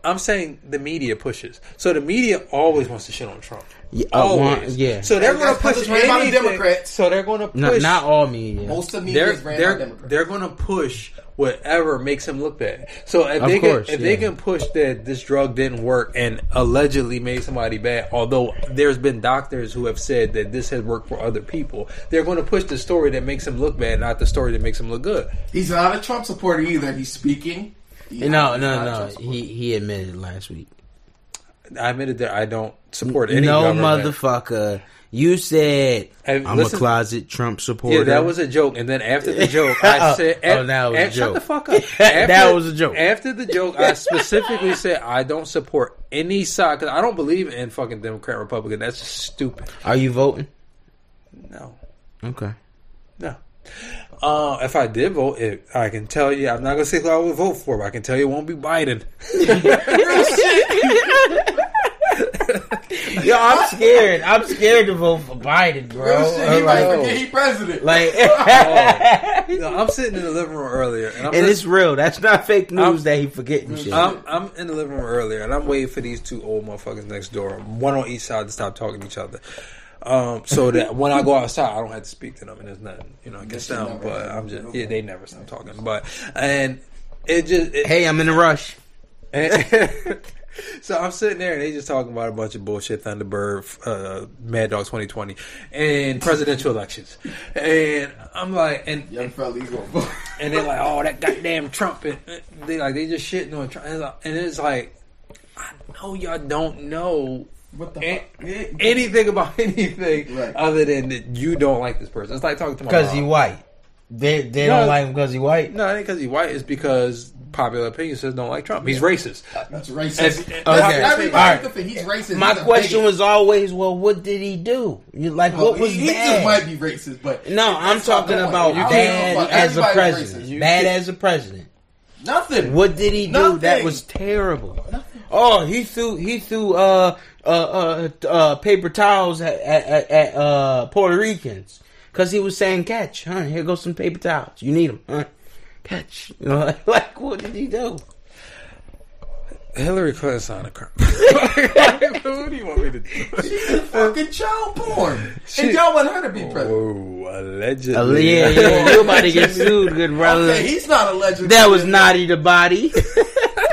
[SPEAKER 4] I'm saying the media pushes. So the media always wants to shit on Trump.
[SPEAKER 2] Yeah, uh,
[SPEAKER 4] Always.
[SPEAKER 2] one- yeah.
[SPEAKER 4] So they're going
[SPEAKER 3] That's
[SPEAKER 4] to
[SPEAKER 3] 'cause
[SPEAKER 4] push
[SPEAKER 3] it's ran by the
[SPEAKER 4] anything.
[SPEAKER 3] Democrats.
[SPEAKER 4] So they're going to push.
[SPEAKER 2] No, not all media.
[SPEAKER 3] Most of media
[SPEAKER 4] they're
[SPEAKER 3] is ran by
[SPEAKER 4] they're,
[SPEAKER 3] Democrats.
[SPEAKER 4] they're going to push whatever makes them look bad. So if
[SPEAKER 2] Of
[SPEAKER 4] they
[SPEAKER 2] course,
[SPEAKER 4] can, if
[SPEAKER 2] yeah.
[SPEAKER 4] they can push that this drug didn't work and allegedly made somebody bad, although there's been doctors who have said that this has worked for other people, they're going to push the story that makes them look bad, not the story that makes them look good.
[SPEAKER 3] He's not a Trump supporter either. He's speaking. He's
[SPEAKER 2] no,
[SPEAKER 3] not
[SPEAKER 2] no,
[SPEAKER 3] a
[SPEAKER 2] no.
[SPEAKER 3] Trump supporter.
[SPEAKER 2] He he admitted last week.
[SPEAKER 4] I admitted that I don't support any
[SPEAKER 2] no
[SPEAKER 4] government.
[SPEAKER 2] motherfucker. You said
[SPEAKER 4] Hey,
[SPEAKER 2] I'm
[SPEAKER 4] listen-
[SPEAKER 2] a closet Trump supporter.
[SPEAKER 4] Yeah, that was a joke. And then
[SPEAKER 2] <laughs>
[SPEAKER 4] after the joke, I
[SPEAKER 2] Oh,
[SPEAKER 4] said,
[SPEAKER 2] oh, that was a
[SPEAKER 4] and- Shut
[SPEAKER 2] joke.
[SPEAKER 4] the fuck up.
[SPEAKER 2] <laughs> That was a joke.
[SPEAKER 4] After the joke, I specifically said I don't support any side because I don't believe in fucking Democrat Republican. That's stupid.
[SPEAKER 2] Are you voting?
[SPEAKER 4] No,
[SPEAKER 2] <laughs> Okay.
[SPEAKER 4] no. Uh, if I did vote, it, I can tell you, I'm not gonna say who I would vote for, but I can tell you it won't be
[SPEAKER 2] <laughs>
[SPEAKER 4] Biden.
[SPEAKER 2] Yo, I'm scared. I'm scared to vote for Biden, bro. Oh.
[SPEAKER 3] Real shit, he
[SPEAKER 2] All
[SPEAKER 3] might
[SPEAKER 2] right.
[SPEAKER 3] forget he
[SPEAKER 2] <laughs>
[SPEAKER 3] president.
[SPEAKER 2] Like,
[SPEAKER 4] No, I'm sitting in the living room earlier, and I'm
[SPEAKER 2] and
[SPEAKER 4] listening-
[SPEAKER 2] it's real. That's not fake news
[SPEAKER 4] I'm-
[SPEAKER 2] that he forgetting shit.
[SPEAKER 4] I'm, I'm in the living room earlier, and I'm waiting for these two old motherfuckers next door, one on each side, to stop talking to each other, um, so that when I go outside, I don't have to speak to them, and there's nothing, you know, against them. But I'm just, yeah, they never stop talking. But and it just, it,
[SPEAKER 2] hey, I'm in a rush.
[SPEAKER 4] and- <laughs> so I'm sitting there, and they just talking about a bunch of bullshit, Thunderbird, uh, Mad Dog 2020, and presidential elections, and I'm like, and
[SPEAKER 3] Young fella, he's gonna vote.
[SPEAKER 4] and they're like, "Oh, that goddamn trumpet." They like they just shitting on Trump, and, it's- and it's like, I know y'all don't know
[SPEAKER 3] What the
[SPEAKER 4] a-
[SPEAKER 3] fuck? Yeah.
[SPEAKER 4] <laughs> anything about anything
[SPEAKER 3] Right.
[SPEAKER 4] other than that you don't like this person. It's like talking to my
[SPEAKER 2] Because
[SPEAKER 4] mom.
[SPEAKER 2] he white. They they
[SPEAKER 4] No.
[SPEAKER 2] don't like him because he white.
[SPEAKER 4] no, it ain't because he's white. It's because popular opinion says don't like Trump. He's racist.
[SPEAKER 3] <laughs> That's racist.
[SPEAKER 4] Okay.
[SPEAKER 3] That's
[SPEAKER 2] All right.
[SPEAKER 3] everybody. Right. He's racist.
[SPEAKER 2] My
[SPEAKER 3] He's a
[SPEAKER 2] question
[SPEAKER 3] bigot.
[SPEAKER 2] was always, well, what did he do? You like
[SPEAKER 3] Well,
[SPEAKER 2] what was
[SPEAKER 3] he, he
[SPEAKER 2] bad?
[SPEAKER 3] just might be racist, but
[SPEAKER 2] no, I'm
[SPEAKER 3] That's not
[SPEAKER 2] talking
[SPEAKER 3] the one.
[SPEAKER 2] about
[SPEAKER 3] You can't-
[SPEAKER 2] bad
[SPEAKER 3] Everybody
[SPEAKER 2] as a
[SPEAKER 3] racist.
[SPEAKER 2] president.
[SPEAKER 3] You
[SPEAKER 2] Bad
[SPEAKER 4] can't-
[SPEAKER 2] as a president.
[SPEAKER 3] nothing.
[SPEAKER 2] What did he do that
[SPEAKER 3] Nothing.
[SPEAKER 2] was terrible? Oh, he threw he threw uh uh uh, uh paper towels at, at, at, at uh Puerto Ricans because he was saying, "Catch, huh? Here goes some paper towels. You need them, huh? Catch." <laughs> You know, like, like what did he do?
[SPEAKER 4] Hillary Clinton signed a crime. what do you want me to do?
[SPEAKER 2] <laughs>
[SPEAKER 3] She's a fucking child porn, and y'all want her to be president.
[SPEAKER 4] Whoa, Oh, allegedly.
[SPEAKER 2] Uh, yeah, yeah, you about to get sued, good brother.
[SPEAKER 3] Okay, he's not a legend.
[SPEAKER 2] Uh, that was Naughty the Body.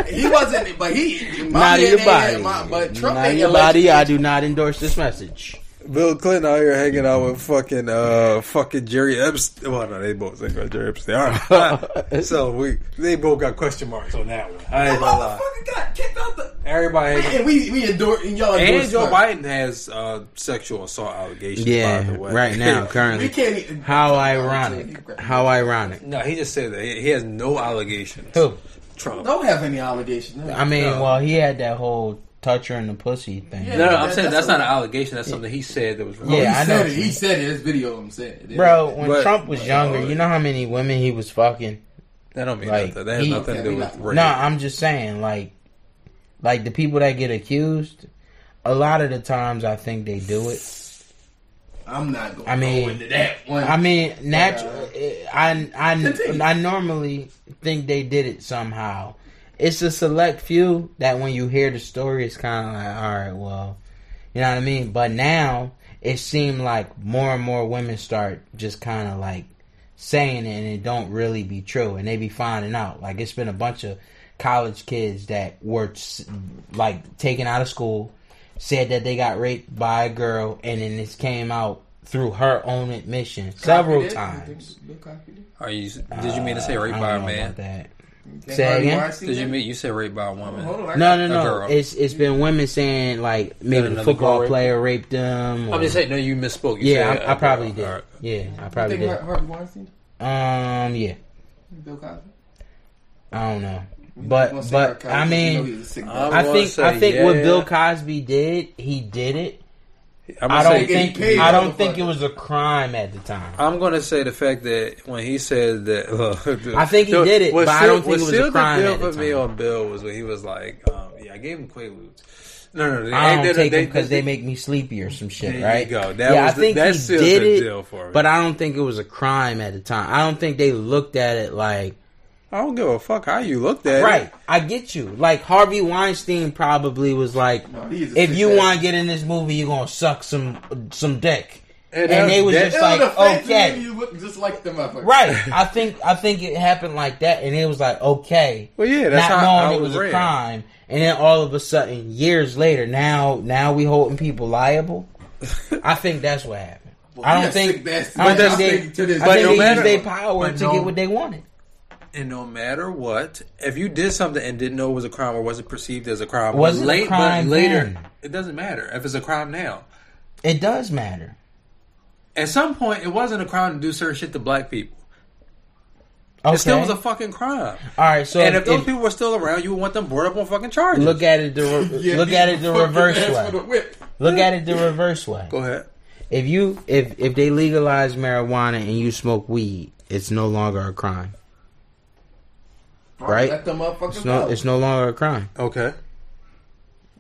[SPEAKER 3] He wasn't, but he.
[SPEAKER 2] Naughty
[SPEAKER 3] <laughs> My man
[SPEAKER 2] the
[SPEAKER 3] ain't
[SPEAKER 2] Body.
[SPEAKER 3] had My, but Trump
[SPEAKER 2] Naughty
[SPEAKER 3] ain't
[SPEAKER 2] the
[SPEAKER 3] a
[SPEAKER 2] Body, I
[SPEAKER 3] legend.
[SPEAKER 2] do not endorse this message.
[SPEAKER 4] Bill Clinton out here hanging out with fucking uh fucking Jerry Epstein. Well, no, they both say Jerry Epstein. All <laughs> right. <laughs> so we they both got question marks on that one. I ain't gonna lie.
[SPEAKER 3] Motherfucker got kicked out the.
[SPEAKER 4] Everybody.
[SPEAKER 3] And we we adore <laughs> and y'all endorse
[SPEAKER 4] and Joe
[SPEAKER 3] her.
[SPEAKER 4] Biden has uh, sexual assault allegations. by
[SPEAKER 2] Yeah,
[SPEAKER 4] the way.
[SPEAKER 2] right
[SPEAKER 4] <laughs>
[SPEAKER 2] now,
[SPEAKER 3] We
[SPEAKER 2] currently.
[SPEAKER 3] can't. e-, Even,
[SPEAKER 2] How ironic! How ironic!
[SPEAKER 4] no, he just said that he he has no allegations.
[SPEAKER 2] Who?
[SPEAKER 4] Trump.
[SPEAKER 3] Don't have any obligation.
[SPEAKER 2] I mean,
[SPEAKER 4] No.
[SPEAKER 2] well, he had that whole touch her in the pussy thing.
[SPEAKER 4] No, no, I'm
[SPEAKER 3] That-
[SPEAKER 4] saying
[SPEAKER 3] that's
[SPEAKER 4] that's, not
[SPEAKER 3] a-
[SPEAKER 4] an allegation. That's something he said that was wrong.
[SPEAKER 3] He
[SPEAKER 2] Yeah, I know
[SPEAKER 3] said
[SPEAKER 2] what
[SPEAKER 3] it.
[SPEAKER 2] you
[SPEAKER 3] He
[SPEAKER 2] mean.
[SPEAKER 3] said it. His video of him saying it.
[SPEAKER 2] Bro, when
[SPEAKER 4] But- uh,
[SPEAKER 2] Trump was younger, you know how many women he was fucking?
[SPEAKER 4] That don't mean
[SPEAKER 2] Like,
[SPEAKER 4] nothing. That has
[SPEAKER 2] he-
[SPEAKER 4] nothing to do with rape.
[SPEAKER 2] No, I'm just saying, like, like the people that get accused, a lot of the times I think they do it.
[SPEAKER 3] I'm not going.
[SPEAKER 2] I mean-
[SPEAKER 3] go into that one.
[SPEAKER 2] I mean,
[SPEAKER 3] uh,
[SPEAKER 2] naturally, I, I,
[SPEAKER 3] Continue.
[SPEAKER 2] I normally think they did it somehow. It's a select few that when you hear the story, it's kind of like, all right, well, you know what I mean. But now it seemed like more and more women start just kind of like saying it, and it don't really be true, and they be finding out. Like it's been a bunch of college kids that were s- like taken out of school, said that they got raped by a girl, and then this came out through her own admission several
[SPEAKER 3] Copied it.
[SPEAKER 2] times.
[SPEAKER 3] They copied it.
[SPEAKER 4] Are you? Did you mean to say rape
[SPEAKER 2] I
[SPEAKER 4] by a
[SPEAKER 2] don't know
[SPEAKER 4] man?
[SPEAKER 2] about that.
[SPEAKER 3] They
[SPEAKER 2] Say
[SPEAKER 3] already
[SPEAKER 2] again?
[SPEAKER 3] watched it.
[SPEAKER 4] Did you mean you said rape by a woman?
[SPEAKER 3] Hold on, I
[SPEAKER 2] No,
[SPEAKER 3] got-
[SPEAKER 2] no,
[SPEAKER 4] A
[SPEAKER 2] no.
[SPEAKER 4] girl.
[SPEAKER 2] It's it's been women saying like maybe the
[SPEAKER 4] another girl
[SPEAKER 2] football
[SPEAKER 4] raped
[SPEAKER 2] player raped them.
[SPEAKER 4] I'm
[SPEAKER 2] or-
[SPEAKER 4] just saying. No, you misspoke. You
[SPEAKER 2] Yeah,
[SPEAKER 4] said,
[SPEAKER 2] I, I
[SPEAKER 4] uh,
[SPEAKER 2] probably did.
[SPEAKER 4] all right.
[SPEAKER 2] Yeah, I
[SPEAKER 3] You
[SPEAKER 2] probably
[SPEAKER 3] think
[SPEAKER 2] did.
[SPEAKER 3] Har- Harvey Weinstein?
[SPEAKER 2] Um, yeah,
[SPEAKER 3] Bill Cosby?
[SPEAKER 2] I don't know,
[SPEAKER 3] You gonna
[SPEAKER 2] but
[SPEAKER 3] say
[SPEAKER 2] but
[SPEAKER 3] Harvey
[SPEAKER 2] I
[SPEAKER 3] Weinstein? You know
[SPEAKER 2] mean,
[SPEAKER 3] he's a sick
[SPEAKER 4] I'm
[SPEAKER 2] I
[SPEAKER 4] gonna
[SPEAKER 2] think I
[SPEAKER 4] say
[SPEAKER 2] think what
[SPEAKER 4] yeah.
[SPEAKER 2] Bill Cosby did, he did it.
[SPEAKER 4] I'm
[SPEAKER 2] I
[SPEAKER 4] gonna
[SPEAKER 2] don't
[SPEAKER 4] say-
[SPEAKER 2] think
[SPEAKER 3] paid,
[SPEAKER 2] I don't think it
[SPEAKER 3] motherfucker.
[SPEAKER 2] was a crime at the time.
[SPEAKER 4] I'm going to say the fact that when he said that, <laughs>
[SPEAKER 2] I think he did it, but I don't think it was a crime
[SPEAKER 4] Bill
[SPEAKER 2] at the
[SPEAKER 4] put me
[SPEAKER 2] time.
[SPEAKER 4] on Bill was when he was like, um, "Yeah, I gave him Quaaludes." No, no, no. They,
[SPEAKER 2] I don't take them because
[SPEAKER 4] because
[SPEAKER 2] they make me sleepy or some shit,
[SPEAKER 4] There you
[SPEAKER 2] right?
[SPEAKER 4] go. That was the- that seals the deal for me.
[SPEAKER 2] but I don't think it was a crime at the time. I don't think they looked at it like,
[SPEAKER 4] I don't give a fuck how you looked at
[SPEAKER 2] Right,
[SPEAKER 4] it.
[SPEAKER 2] I get you. Like Harvey Weinstein probably was like,
[SPEAKER 3] No, he's a
[SPEAKER 2] if you
[SPEAKER 3] success.
[SPEAKER 2] want to get in this movie, you're gonna suck some some dick.
[SPEAKER 4] And
[SPEAKER 2] And,
[SPEAKER 4] that's-
[SPEAKER 2] they was
[SPEAKER 4] that-
[SPEAKER 2] just
[SPEAKER 3] It's
[SPEAKER 2] like,
[SPEAKER 3] like,
[SPEAKER 2] okay,
[SPEAKER 3] You look just like the motherfucker.
[SPEAKER 2] right. I think I think it happened like that, and it was like, okay,
[SPEAKER 4] Well, yeah, that's
[SPEAKER 2] not
[SPEAKER 4] how
[SPEAKER 2] knowing
[SPEAKER 4] I
[SPEAKER 2] it
[SPEAKER 4] was
[SPEAKER 2] was a
[SPEAKER 4] read.
[SPEAKER 2] crime, and then all of a sudden, years later, now now we holding people liable. I think that's what happened.
[SPEAKER 3] Well,
[SPEAKER 2] I don't
[SPEAKER 3] yeah,
[SPEAKER 2] think,
[SPEAKER 3] sick bastard.
[SPEAKER 2] I
[SPEAKER 3] But
[SPEAKER 2] don't
[SPEAKER 3] that's-
[SPEAKER 2] think
[SPEAKER 3] to
[SPEAKER 2] they,
[SPEAKER 3] this
[SPEAKER 2] I
[SPEAKER 4] day.
[SPEAKER 2] think
[SPEAKER 4] But no
[SPEAKER 2] they
[SPEAKER 4] matter-
[SPEAKER 2] used their power
[SPEAKER 4] but
[SPEAKER 2] to
[SPEAKER 4] no-
[SPEAKER 2] get what they wanted.
[SPEAKER 4] And no matter what, if you did something and didn't know it was a crime or wasn't perceived as a crime,
[SPEAKER 2] Was it a
[SPEAKER 4] late,
[SPEAKER 2] crime
[SPEAKER 4] but later,
[SPEAKER 2] then?
[SPEAKER 4] it doesn't matter if it's a crime now.
[SPEAKER 2] It does matter.
[SPEAKER 4] At some point, it wasn't a crime to do certain shit to black people.
[SPEAKER 2] Okay.
[SPEAKER 4] It still was a fucking crime.
[SPEAKER 2] All right, so
[SPEAKER 4] and if
[SPEAKER 2] if-
[SPEAKER 4] those
[SPEAKER 2] if-
[SPEAKER 4] people were still around, you would want them brought up on fucking charges.
[SPEAKER 2] look at it the re-
[SPEAKER 3] <laughs> Yeah,
[SPEAKER 2] look
[SPEAKER 3] you
[SPEAKER 2] at it the
[SPEAKER 3] fucking
[SPEAKER 2] reverse
[SPEAKER 3] ass
[SPEAKER 2] way.
[SPEAKER 3] with a whip.
[SPEAKER 2] Look at it the reverse way.
[SPEAKER 4] Go ahead.
[SPEAKER 2] If you if if they legalize marijuana and you smoke weed, it's no longer a crime. Right.
[SPEAKER 3] Let the motherfuckers
[SPEAKER 2] It's no
[SPEAKER 3] go.
[SPEAKER 2] it's no longer a crime
[SPEAKER 4] Okay.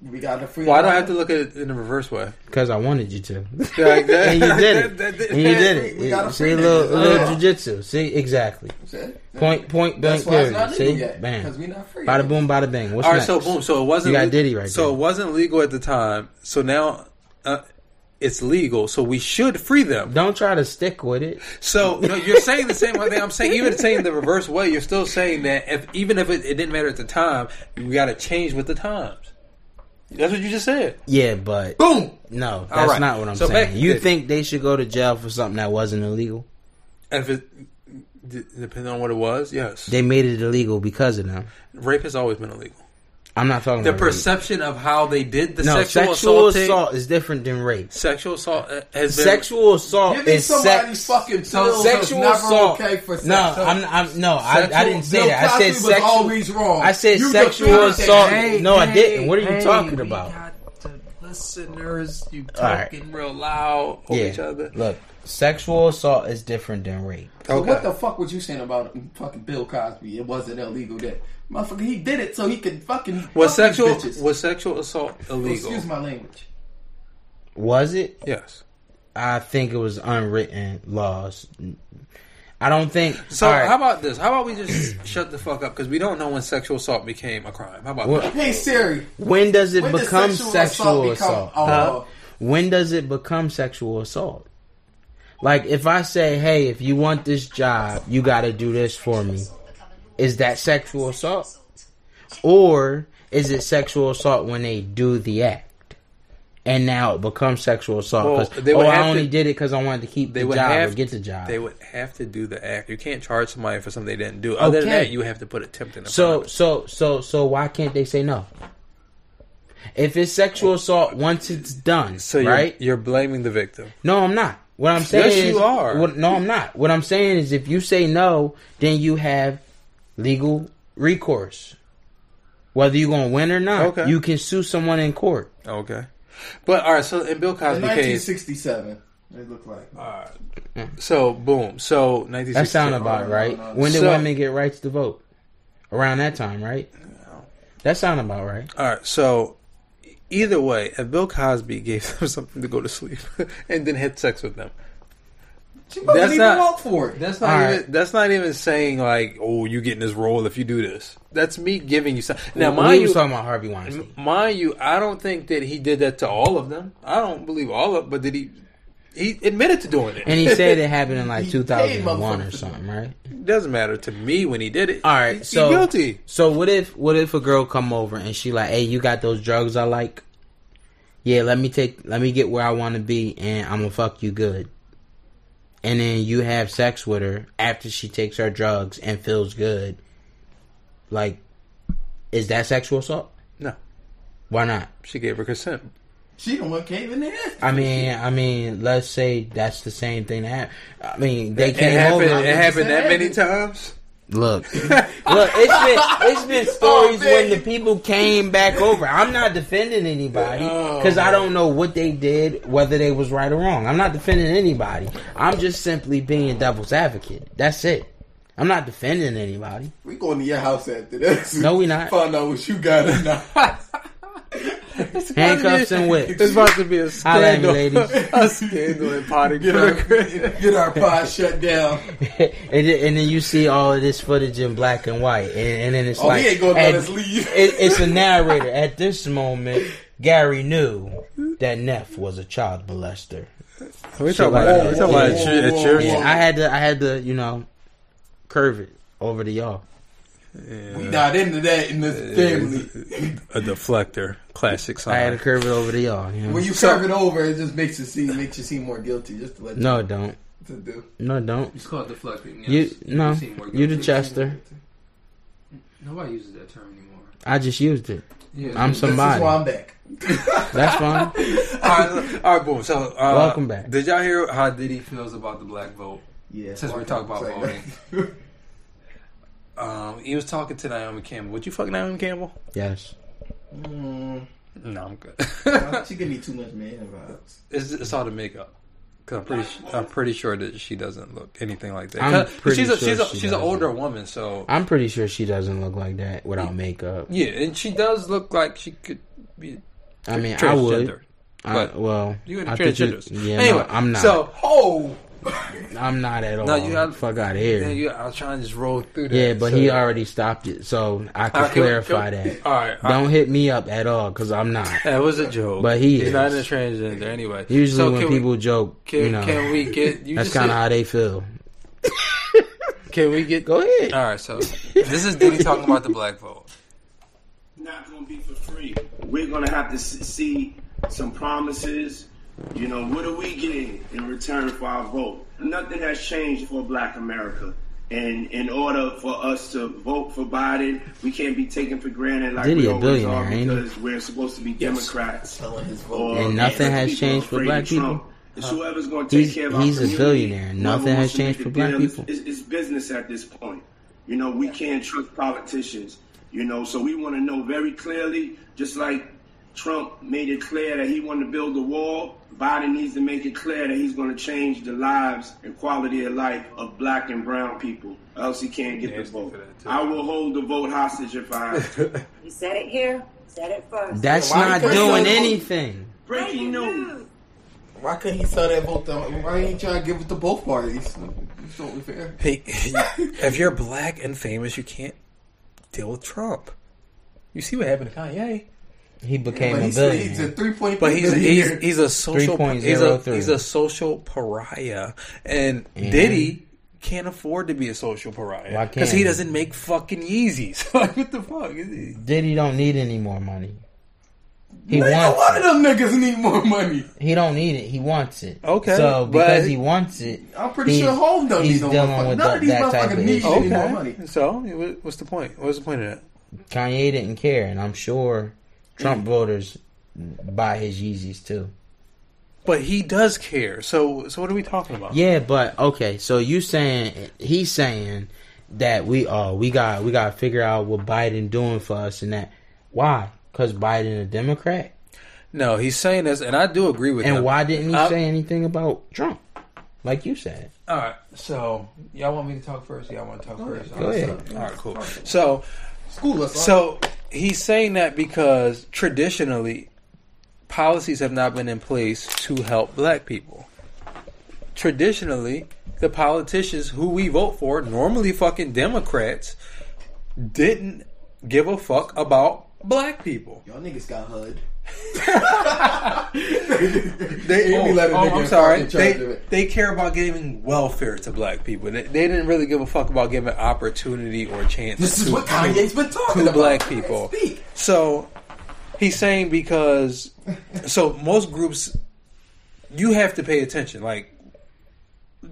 [SPEAKER 3] we got the free.
[SPEAKER 4] Well, I don't have to look at it in the reverse way.
[SPEAKER 2] because I wanted
[SPEAKER 3] <laughs>
[SPEAKER 2] you to.
[SPEAKER 4] Like that.
[SPEAKER 2] and you did it.
[SPEAKER 4] That- that-
[SPEAKER 2] and you did it.
[SPEAKER 3] We gotta
[SPEAKER 2] See a
[SPEAKER 3] free
[SPEAKER 2] little,
[SPEAKER 3] niggas.
[SPEAKER 2] little
[SPEAKER 3] Yeah.
[SPEAKER 2] jujitsu. See exactly.
[SPEAKER 3] look.
[SPEAKER 2] Point point blank
[SPEAKER 3] Uh-huh. That's why it's
[SPEAKER 2] period.
[SPEAKER 3] not
[SPEAKER 2] See,
[SPEAKER 3] legal yet. Because we
[SPEAKER 2] bam.
[SPEAKER 3] not free.
[SPEAKER 2] Bada boom, bada bang. What's
[SPEAKER 4] All
[SPEAKER 2] next?
[SPEAKER 4] right, so boom. So it wasn't.
[SPEAKER 2] You got Diddy right
[SPEAKER 4] So
[SPEAKER 2] there.
[SPEAKER 4] it wasn't legal at the time. So now uh, it's legal. So we should free them.
[SPEAKER 2] Don't try to stick with it.
[SPEAKER 4] So no, you're saying the same thing I'm saying. Even saying the reverse way, you're still saying that if even if it, it didn't matter at the time, you got to change with the times. That's what you just said.
[SPEAKER 2] Yeah, but
[SPEAKER 4] Boom.
[SPEAKER 2] no,
[SPEAKER 4] All
[SPEAKER 2] that's
[SPEAKER 4] right.
[SPEAKER 2] not what I'm
[SPEAKER 4] So back
[SPEAKER 2] saying.
[SPEAKER 4] to
[SPEAKER 2] You
[SPEAKER 4] Diddy.
[SPEAKER 2] think they should go to jail for something that wasn't illegal?
[SPEAKER 4] And if it d- depending on what it was, yes,
[SPEAKER 2] They made it illegal because of them.
[SPEAKER 4] rape has always been illegal.
[SPEAKER 2] I'm not talking
[SPEAKER 4] The
[SPEAKER 2] about rape.
[SPEAKER 4] perception of how they did the
[SPEAKER 2] No, sexual,
[SPEAKER 4] sexual, assault.
[SPEAKER 2] assault,
[SPEAKER 4] thing-
[SPEAKER 2] is different than rape.
[SPEAKER 4] Sexual assault uh, has been
[SPEAKER 2] Sexual assault
[SPEAKER 3] Give me
[SPEAKER 2] is
[SPEAKER 3] somebody's
[SPEAKER 2] sex.
[SPEAKER 3] fucking pills.
[SPEAKER 2] sexual
[SPEAKER 3] it's never
[SPEAKER 2] assault.
[SPEAKER 3] okay for sex.
[SPEAKER 2] no, I'm, I'm no, I, I didn't say
[SPEAKER 3] Bill
[SPEAKER 2] that. I
[SPEAKER 3] Cosby
[SPEAKER 2] said
[SPEAKER 3] was
[SPEAKER 2] sexual.
[SPEAKER 3] always wrong.
[SPEAKER 2] I said
[SPEAKER 3] You
[SPEAKER 2] sexual
[SPEAKER 3] defended that.
[SPEAKER 2] assault.
[SPEAKER 3] Hey,
[SPEAKER 2] no, I didn't. What are you talking about?
[SPEAKER 4] listeners, you
[SPEAKER 2] right.
[SPEAKER 4] talking real loud over
[SPEAKER 2] yeah,
[SPEAKER 4] each other.
[SPEAKER 2] look, sexual assault is different than rape.
[SPEAKER 3] So what the fuck was you saying about fucking Bill Cosby? It wasn't illegal that motherfucker. He did it so he could fucking fuck these
[SPEAKER 4] was sexual
[SPEAKER 3] bitches. Oh,
[SPEAKER 4] was sexual assault illegal?
[SPEAKER 3] Excuse my language.
[SPEAKER 2] Was it?
[SPEAKER 4] Yes.
[SPEAKER 2] I think it was unwritten laws. I don't think.
[SPEAKER 4] So
[SPEAKER 2] all right.
[SPEAKER 4] how about this? How about we just <clears throat> shut the fuck up because we don't know when sexual assault became a crime. How about
[SPEAKER 2] Well,
[SPEAKER 4] that?
[SPEAKER 3] Hey Siri,
[SPEAKER 2] when does it
[SPEAKER 3] when does
[SPEAKER 2] become
[SPEAKER 3] sexual,
[SPEAKER 2] sexual assault?
[SPEAKER 3] assault? Become,
[SPEAKER 4] Huh?
[SPEAKER 3] uh,
[SPEAKER 2] when does it become sexual assault? Like if I say, "Hey, if you want this job, you got to do this for me." Is that sexual assault? Or is it sexual assault when they do the act? And now it becomes sexual assault
[SPEAKER 4] Well,
[SPEAKER 2] because
[SPEAKER 4] they would
[SPEAKER 2] oh,
[SPEAKER 4] have
[SPEAKER 2] I only
[SPEAKER 4] to-
[SPEAKER 2] did it because I wanted to keep
[SPEAKER 4] They
[SPEAKER 2] the
[SPEAKER 4] would
[SPEAKER 2] job
[SPEAKER 4] have
[SPEAKER 2] or get the job.
[SPEAKER 4] They would have to do the act. You can't charge somebody for something they didn't do. Other than
[SPEAKER 2] Okay.
[SPEAKER 4] that, you have to put attempt in. the
[SPEAKER 2] So
[SPEAKER 4] front.
[SPEAKER 2] so so so why can't they say no? If it's sexual assault, once it's done,
[SPEAKER 4] so you're,
[SPEAKER 2] right?
[SPEAKER 4] you're blaming the victim.
[SPEAKER 2] No, I'm not. What I'm saying
[SPEAKER 4] Yes,
[SPEAKER 2] is,
[SPEAKER 4] you are.
[SPEAKER 2] What, no, I'm not. What I'm saying is, if you say no, then you have legal recourse. Whether you're gonna win or not,
[SPEAKER 4] Okay.
[SPEAKER 2] you can sue someone in court.
[SPEAKER 4] Okay. But all right. So in Bill
[SPEAKER 3] in
[SPEAKER 4] Cosby case,
[SPEAKER 3] 1967, it looked like.
[SPEAKER 4] so boom. So 1960.
[SPEAKER 2] That sound about
[SPEAKER 3] no,
[SPEAKER 2] right.
[SPEAKER 3] no.
[SPEAKER 2] When did
[SPEAKER 4] So-
[SPEAKER 2] women get rights to vote? Around that time, right? That sound about right.
[SPEAKER 4] All right, so either way, if Bill Cosby gave <laughs> them something to go to sleep and then had sex with them,
[SPEAKER 3] She wasn't
[SPEAKER 4] That's
[SPEAKER 3] even
[SPEAKER 4] not-
[SPEAKER 3] up for it.
[SPEAKER 4] that's not
[SPEAKER 2] All
[SPEAKER 4] even
[SPEAKER 2] right.
[SPEAKER 4] that's not even saying like, oh, you get in this role if you do this. That's me giving you something. Now,
[SPEAKER 2] we
[SPEAKER 4] mind
[SPEAKER 2] was
[SPEAKER 4] you,
[SPEAKER 2] talking about Harvey Weinstein.
[SPEAKER 4] mind you, I don't think that he did that to all of them. I don't believe all of, but did he? He admitted to doing it.
[SPEAKER 2] And he
[SPEAKER 4] <laughs>
[SPEAKER 2] said it happened in like
[SPEAKER 3] He paid
[SPEAKER 2] 2001 or
[SPEAKER 3] motherfuckers.
[SPEAKER 2] something, right?
[SPEAKER 4] it doesn't matter to me when he did it.
[SPEAKER 2] All right,
[SPEAKER 4] He- he's
[SPEAKER 2] so
[SPEAKER 4] guilty.
[SPEAKER 2] So what if what if a girl come over and she like, hey, you got those drugs I like? Yeah, let me take, let me get where I want to be, and I'm gonna fuck you good. And then you have sex with her after she takes her drugs and feels good. Like, is that sexual assault?
[SPEAKER 4] No,
[SPEAKER 2] Why not?
[SPEAKER 4] she gave her consent.
[SPEAKER 3] She the one came in there.
[SPEAKER 2] I mean, I mean, let's say that's the same thing that. hap- I mean, they
[SPEAKER 4] It
[SPEAKER 2] came
[SPEAKER 4] happened.
[SPEAKER 2] over.
[SPEAKER 4] It happened that many
[SPEAKER 3] Hey.
[SPEAKER 4] times.
[SPEAKER 2] Look, look, it's been it's been stories
[SPEAKER 3] <laughs> Oh,
[SPEAKER 2] when
[SPEAKER 3] man.
[SPEAKER 2] the people came back over. I'm not defending anybody
[SPEAKER 4] Oh,
[SPEAKER 2] because I don't know what they did, whether they was right or wrong. I'm not defending anybody. I'm just simply being devil's advocate. That's it. I'm not defending
[SPEAKER 3] <laughs>
[SPEAKER 2] anybody.
[SPEAKER 3] We going to your house after this.
[SPEAKER 2] No, we not.
[SPEAKER 4] <laughs>
[SPEAKER 3] Find out what you got or not.
[SPEAKER 2] handcuffs and whips.
[SPEAKER 4] It's about to be a
[SPEAKER 2] Holla at me,
[SPEAKER 4] scandal.
[SPEAKER 2] ladies. <laughs>
[SPEAKER 4] a scandal in Potty
[SPEAKER 3] Get our,
[SPEAKER 4] Crooked.
[SPEAKER 3] get our pod shut down.
[SPEAKER 2] and, then- and then you see all of this footage in black and white, and, and then it's
[SPEAKER 3] Oh,
[SPEAKER 2] like
[SPEAKER 3] he ain't gonna
[SPEAKER 2] at-
[SPEAKER 3] let us leave.
[SPEAKER 2] it, it's a
[SPEAKER 3] <laughs>
[SPEAKER 2] narrator. At this moment, Gary knew that Neff was a child molester.
[SPEAKER 4] We talking about, we talking about a church. A church.
[SPEAKER 2] Yeah, I had to, I had to, you know, curve it over to y'all.
[SPEAKER 4] Yeah.
[SPEAKER 3] We not into that in this family.
[SPEAKER 4] A deflector, classic
[SPEAKER 2] I had to
[SPEAKER 4] sign.
[SPEAKER 2] curve it over to y'all. You know?
[SPEAKER 3] When you
[SPEAKER 4] So-
[SPEAKER 3] curve it over, it just makes you seem makes you seem more guilty. Just to let
[SPEAKER 2] no, it don't.
[SPEAKER 3] you to do.
[SPEAKER 2] No, it don't.
[SPEAKER 5] It's called deflecting. Yes.
[SPEAKER 2] You no.
[SPEAKER 5] seem more
[SPEAKER 2] You the
[SPEAKER 5] guilty.
[SPEAKER 2] Chester.
[SPEAKER 5] Nobody uses that term anymore.
[SPEAKER 2] I just used it.
[SPEAKER 5] Yeah,
[SPEAKER 2] I'm
[SPEAKER 3] This is why
[SPEAKER 2] somebody.
[SPEAKER 3] I'm back.
[SPEAKER 2] That's fine.
[SPEAKER 4] <laughs> all, right, all right, boom. So, uh,
[SPEAKER 2] Welcome back.
[SPEAKER 4] Did y'all hear how Diddy feels about the black vote?
[SPEAKER 3] Yeah.
[SPEAKER 4] Since we talk about Um, he was talking to Naomi Campbell. Would you fuck Naomi Campbell?
[SPEAKER 2] Yes.
[SPEAKER 3] mm,
[SPEAKER 4] No, I'm good. <laughs>
[SPEAKER 3] she give me too much man uh, vibes.
[SPEAKER 4] it's, it's all the makeup. Cause I'm pretty, su- I'm pretty sure that she doesn't look anything like that.
[SPEAKER 2] I'm
[SPEAKER 4] 'Cause
[SPEAKER 2] pretty
[SPEAKER 4] she's a,
[SPEAKER 2] sure
[SPEAKER 4] she's a,
[SPEAKER 2] she
[SPEAKER 4] she's an
[SPEAKER 2] doesn't.
[SPEAKER 4] older woman, so
[SPEAKER 2] I'm pretty sure she doesn't look like that without makeup.
[SPEAKER 4] yeah, and she does look like she could be
[SPEAKER 2] I mean, I
[SPEAKER 4] transgender.
[SPEAKER 2] would.
[SPEAKER 4] But
[SPEAKER 2] I, well,
[SPEAKER 4] you
[SPEAKER 2] I
[SPEAKER 4] into
[SPEAKER 2] think you-
[SPEAKER 4] transgenders?
[SPEAKER 2] Yeah,
[SPEAKER 4] anyway,
[SPEAKER 2] no, I'm not.
[SPEAKER 4] So
[SPEAKER 3] Oh,
[SPEAKER 2] I'm not at all.
[SPEAKER 4] No, you got-
[SPEAKER 2] fuck out of here.
[SPEAKER 4] yeah, you, I'll try and just roll through that.
[SPEAKER 2] yeah, but
[SPEAKER 4] so-
[SPEAKER 2] he already stopped it, so I can
[SPEAKER 4] Okay,
[SPEAKER 2] clarify
[SPEAKER 4] okay.
[SPEAKER 2] that.
[SPEAKER 4] All right, all right.
[SPEAKER 2] Don't hit me up at all because I'm not.
[SPEAKER 4] That was a joke.
[SPEAKER 2] But he
[SPEAKER 4] He's
[SPEAKER 2] is.
[SPEAKER 4] not in a transgender anyway.
[SPEAKER 2] Usually
[SPEAKER 4] So
[SPEAKER 2] when
[SPEAKER 4] can we-
[SPEAKER 2] people joke,
[SPEAKER 4] can,
[SPEAKER 2] you know,
[SPEAKER 4] can we get you
[SPEAKER 2] that's
[SPEAKER 4] just
[SPEAKER 2] kind of
[SPEAKER 4] said-
[SPEAKER 2] how they feel.
[SPEAKER 4] Can we get
[SPEAKER 2] Go ahead.
[SPEAKER 3] Uh,
[SPEAKER 4] All right, so this is Diddy talking about the black vote.
[SPEAKER 6] not going to be for free. We're going to have to s- see some promises. You know, what are we getting in return for our vote? Nothing has changed for black America. And in order for us to vote for Biden, we can't be taken for granted like
[SPEAKER 2] Diddy
[SPEAKER 6] we
[SPEAKER 2] a
[SPEAKER 6] always are
[SPEAKER 2] billionaire, ain't he?
[SPEAKER 6] because we're supposed to be Democrats.
[SPEAKER 3] telling his vote.
[SPEAKER 6] Or
[SPEAKER 2] And nothing has
[SPEAKER 6] people are
[SPEAKER 2] changed for
[SPEAKER 6] afraid
[SPEAKER 2] black
[SPEAKER 6] of Trump.
[SPEAKER 2] people?
[SPEAKER 6] It's whoever's going to take
[SPEAKER 2] He's-
[SPEAKER 6] care of our
[SPEAKER 2] he's a
[SPEAKER 6] community,
[SPEAKER 2] billionaire.
[SPEAKER 6] whoever
[SPEAKER 2] Nothing has
[SPEAKER 6] wants to
[SPEAKER 2] changed
[SPEAKER 6] make
[SPEAKER 2] for
[SPEAKER 6] a
[SPEAKER 2] black
[SPEAKER 6] deal, it's-
[SPEAKER 2] people.
[SPEAKER 6] It's, it's business at this point. You know, we can't trust politicians. You know, so we want to know very clearly, just like Trump made it clear that he wanted to build a wall, Biden needs to make it clear that he's going to change the lives and quality of life of black and brown people, else he can't get the
[SPEAKER 4] Nasty for
[SPEAKER 6] vote.
[SPEAKER 4] that, too.
[SPEAKER 6] I will hold the vote hostage if I have <laughs> to.
[SPEAKER 7] You said it here. Said it first.
[SPEAKER 2] That's
[SPEAKER 3] Why
[SPEAKER 2] not
[SPEAKER 3] you put
[SPEAKER 2] doing
[SPEAKER 3] so-
[SPEAKER 2] anything.
[SPEAKER 6] Breaking news.
[SPEAKER 3] Why couldn't he sell that vote? To, why ain't trying to give it to both parties? It's totally fair.
[SPEAKER 4] Hey, <laughs> if you're black and famous, you can't deal with Trump. You see what happened to Kanye?
[SPEAKER 2] He became
[SPEAKER 3] But
[SPEAKER 2] a
[SPEAKER 3] he's, he's a
[SPEAKER 2] billionaire.
[SPEAKER 3] three point.
[SPEAKER 4] But he's he's he's a social he's a
[SPEAKER 2] 3.03.
[SPEAKER 4] he's a social pariah, and Diddy can't afford to be a social
[SPEAKER 2] Why
[SPEAKER 4] pariah
[SPEAKER 2] can't
[SPEAKER 4] because he
[SPEAKER 2] he?
[SPEAKER 4] doesn't make fucking Yeezys. <laughs> like what the fuck? Is he?
[SPEAKER 2] Diddy don't need any more money. He
[SPEAKER 3] Neither
[SPEAKER 2] wants.
[SPEAKER 3] one
[SPEAKER 2] it.
[SPEAKER 3] of them niggas need more money.
[SPEAKER 2] He don't need it. He wants it.
[SPEAKER 4] Okay,
[SPEAKER 2] So
[SPEAKER 4] but-
[SPEAKER 2] because he wants it,
[SPEAKER 3] I'm pretty
[SPEAKER 2] he's-
[SPEAKER 3] sure Home don't
[SPEAKER 2] he's
[SPEAKER 3] need no
[SPEAKER 2] dealing
[SPEAKER 3] motherfucker.
[SPEAKER 2] with
[SPEAKER 3] None of these
[SPEAKER 2] that type
[SPEAKER 3] motherfuckers
[SPEAKER 2] of
[SPEAKER 3] need
[SPEAKER 2] issue.
[SPEAKER 3] any more money.
[SPEAKER 4] So wha- what's the point? What's the point of that?
[SPEAKER 2] Kanye didn't care, and I'm sure Trump
[SPEAKER 3] Mm.
[SPEAKER 2] voters buy his Yeezys too.
[SPEAKER 4] But he does care. So so what are we talking about?
[SPEAKER 2] Yeah, but okay. So you saying he's saying that we uh we got we got to figure out what Biden doing for us and that why? Because Biden a Democrat,
[SPEAKER 4] No, he's saying this, and I do agree with
[SPEAKER 2] and
[SPEAKER 4] him.
[SPEAKER 2] why didn't he
[SPEAKER 4] Uh,
[SPEAKER 2] say anything about Trump? Like you said,
[SPEAKER 4] All right, so y'all want me to talk first? Y'all want to talk first?
[SPEAKER 2] go ahead.
[SPEAKER 4] All right, cool. So
[SPEAKER 3] School us. So
[SPEAKER 4] So he's saying that because traditionally policies have not been in place to help black people. Traditionally, the politicians who we vote for, normally fucking Democrats, didn't give a fuck about black people.
[SPEAKER 3] y'all niggas got <laughs> HUD. they ain't
[SPEAKER 4] Oh,
[SPEAKER 3] oh, let a
[SPEAKER 4] oh,
[SPEAKER 3] nigga
[SPEAKER 4] I'm sorry.
[SPEAKER 3] in charge of
[SPEAKER 4] They,
[SPEAKER 3] it.
[SPEAKER 4] they care about giving welfare to black people. They, they didn't really give a fuck about giving opportunity or chance.
[SPEAKER 3] This is
[SPEAKER 4] to-
[SPEAKER 3] what Kanye's been talking
[SPEAKER 4] to
[SPEAKER 3] about.
[SPEAKER 4] black people.
[SPEAKER 3] Speak.
[SPEAKER 4] So he's saying because so most groups you have to pay attention. Like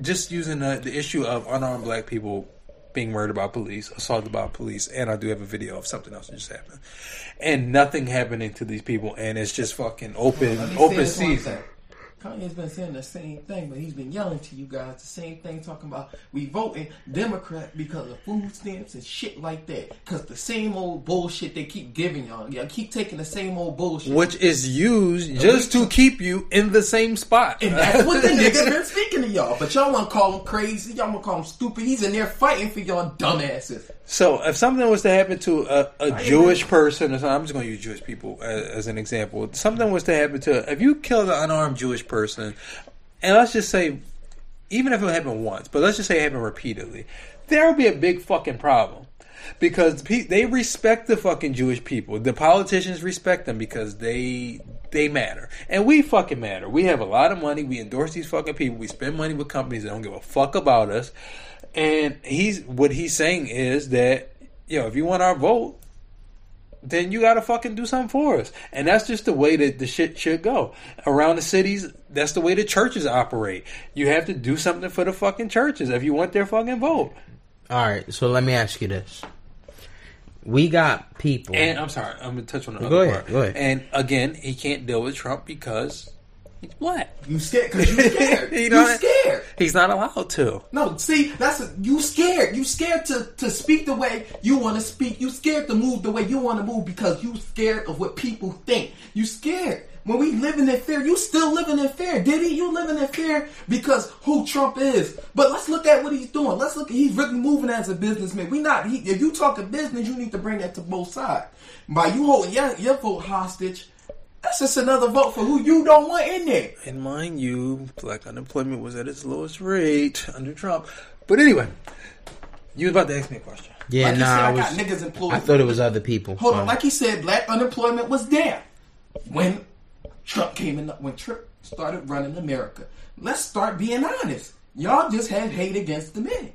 [SPEAKER 4] just using the, the issue of unarmed black people being murdered by police, assaulted by police, and I do have a video of something else that just happened, and nothing happening to these people, and it's just fucking open
[SPEAKER 3] Let me say
[SPEAKER 4] open
[SPEAKER 3] this one
[SPEAKER 4] season.
[SPEAKER 3] thing. Kanye's been saying the same thing, but he's been yelling to you guys the same thing, talking about we voting Democrat because of food stamps and shit like that. Because the same old bullshit they keep giving y'all. Y'all keep taking the same old bullshit.
[SPEAKER 4] Which is used just to keep you in the same spot.
[SPEAKER 3] And that's what the
[SPEAKER 4] <laughs>
[SPEAKER 3] nigga been speaking to y'all. But y'all want to call him crazy. Y'all want to call him stupid. He's in there fighting for y'all dumbasses.
[SPEAKER 4] So if something was to happen to a, a Jewish person, or something, I'm just going to use Jewish people as, as an example. If something was to happen to if you killed an unarmed Jewish person, and let's just say, even if it happened once, but let's just say it happened repeatedly, there would be a big fucking problem because pe- they respect the fucking Jewish people. The politicians respect them because they they matter, and we fucking matter. We have a lot of money. We endorse these fucking people. We spend money with companies that don't give a fuck about us. And he's what he's saying is that you know if you want our vote, then you gotta fucking do something for us. And that's just the way that the shit should go. Around the cities, that's the way the churches operate. You have to do something for the fucking churches if you want their fucking vote.
[SPEAKER 2] All right, so let me ask you this: We got people.
[SPEAKER 3] uh,
[SPEAKER 4] And I'm sorry, I'm gonna touch on the
[SPEAKER 2] Go
[SPEAKER 4] other
[SPEAKER 2] ahead,
[SPEAKER 4] part.
[SPEAKER 2] go ahead.
[SPEAKER 4] And again, he can't deal with Trump because he's <laughs> black.
[SPEAKER 3] You scared? Cause you scared.
[SPEAKER 4] You
[SPEAKER 3] you
[SPEAKER 4] know what?
[SPEAKER 3] scared.
[SPEAKER 4] He's not allowed to.
[SPEAKER 3] No, see, that's a, you scared. You scared to, to speak the way you want to speak. You scared to move the way you want to move because you scared of what people think. You scared. When we living in fear, you still living in fear. Diddy, you living in fear because who Trump is. But let's look at what he's doing. Let's look. He's really moving as a businessman. We not. He, if you talking business, you need to bring that to both sides. By you holding your, your vote hostage, that's just another vote for who you don't want in there.
[SPEAKER 4] And mind you, black unemployment was at its lowest rate under Trump. But anyway, you was about to ask me a question.
[SPEAKER 2] yeah,
[SPEAKER 3] like you
[SPEAKER 2] nah,
[SPEAKER 3] said,
[SPEAKER 2] I,
[SPEAKER 3] I,
[SPEAKER 2] was.
[SPEAKER 3] got niggas employed.
[SPEAKER 2] I thought it was other people.
[SPEAKER 3] Hold
[SPEAKER 2] so-
[SPEAKER 3] on, like he said, black unemployment was down when Trump came in. When Trump started running America, let's start being honest. Y'all just have hate against the man.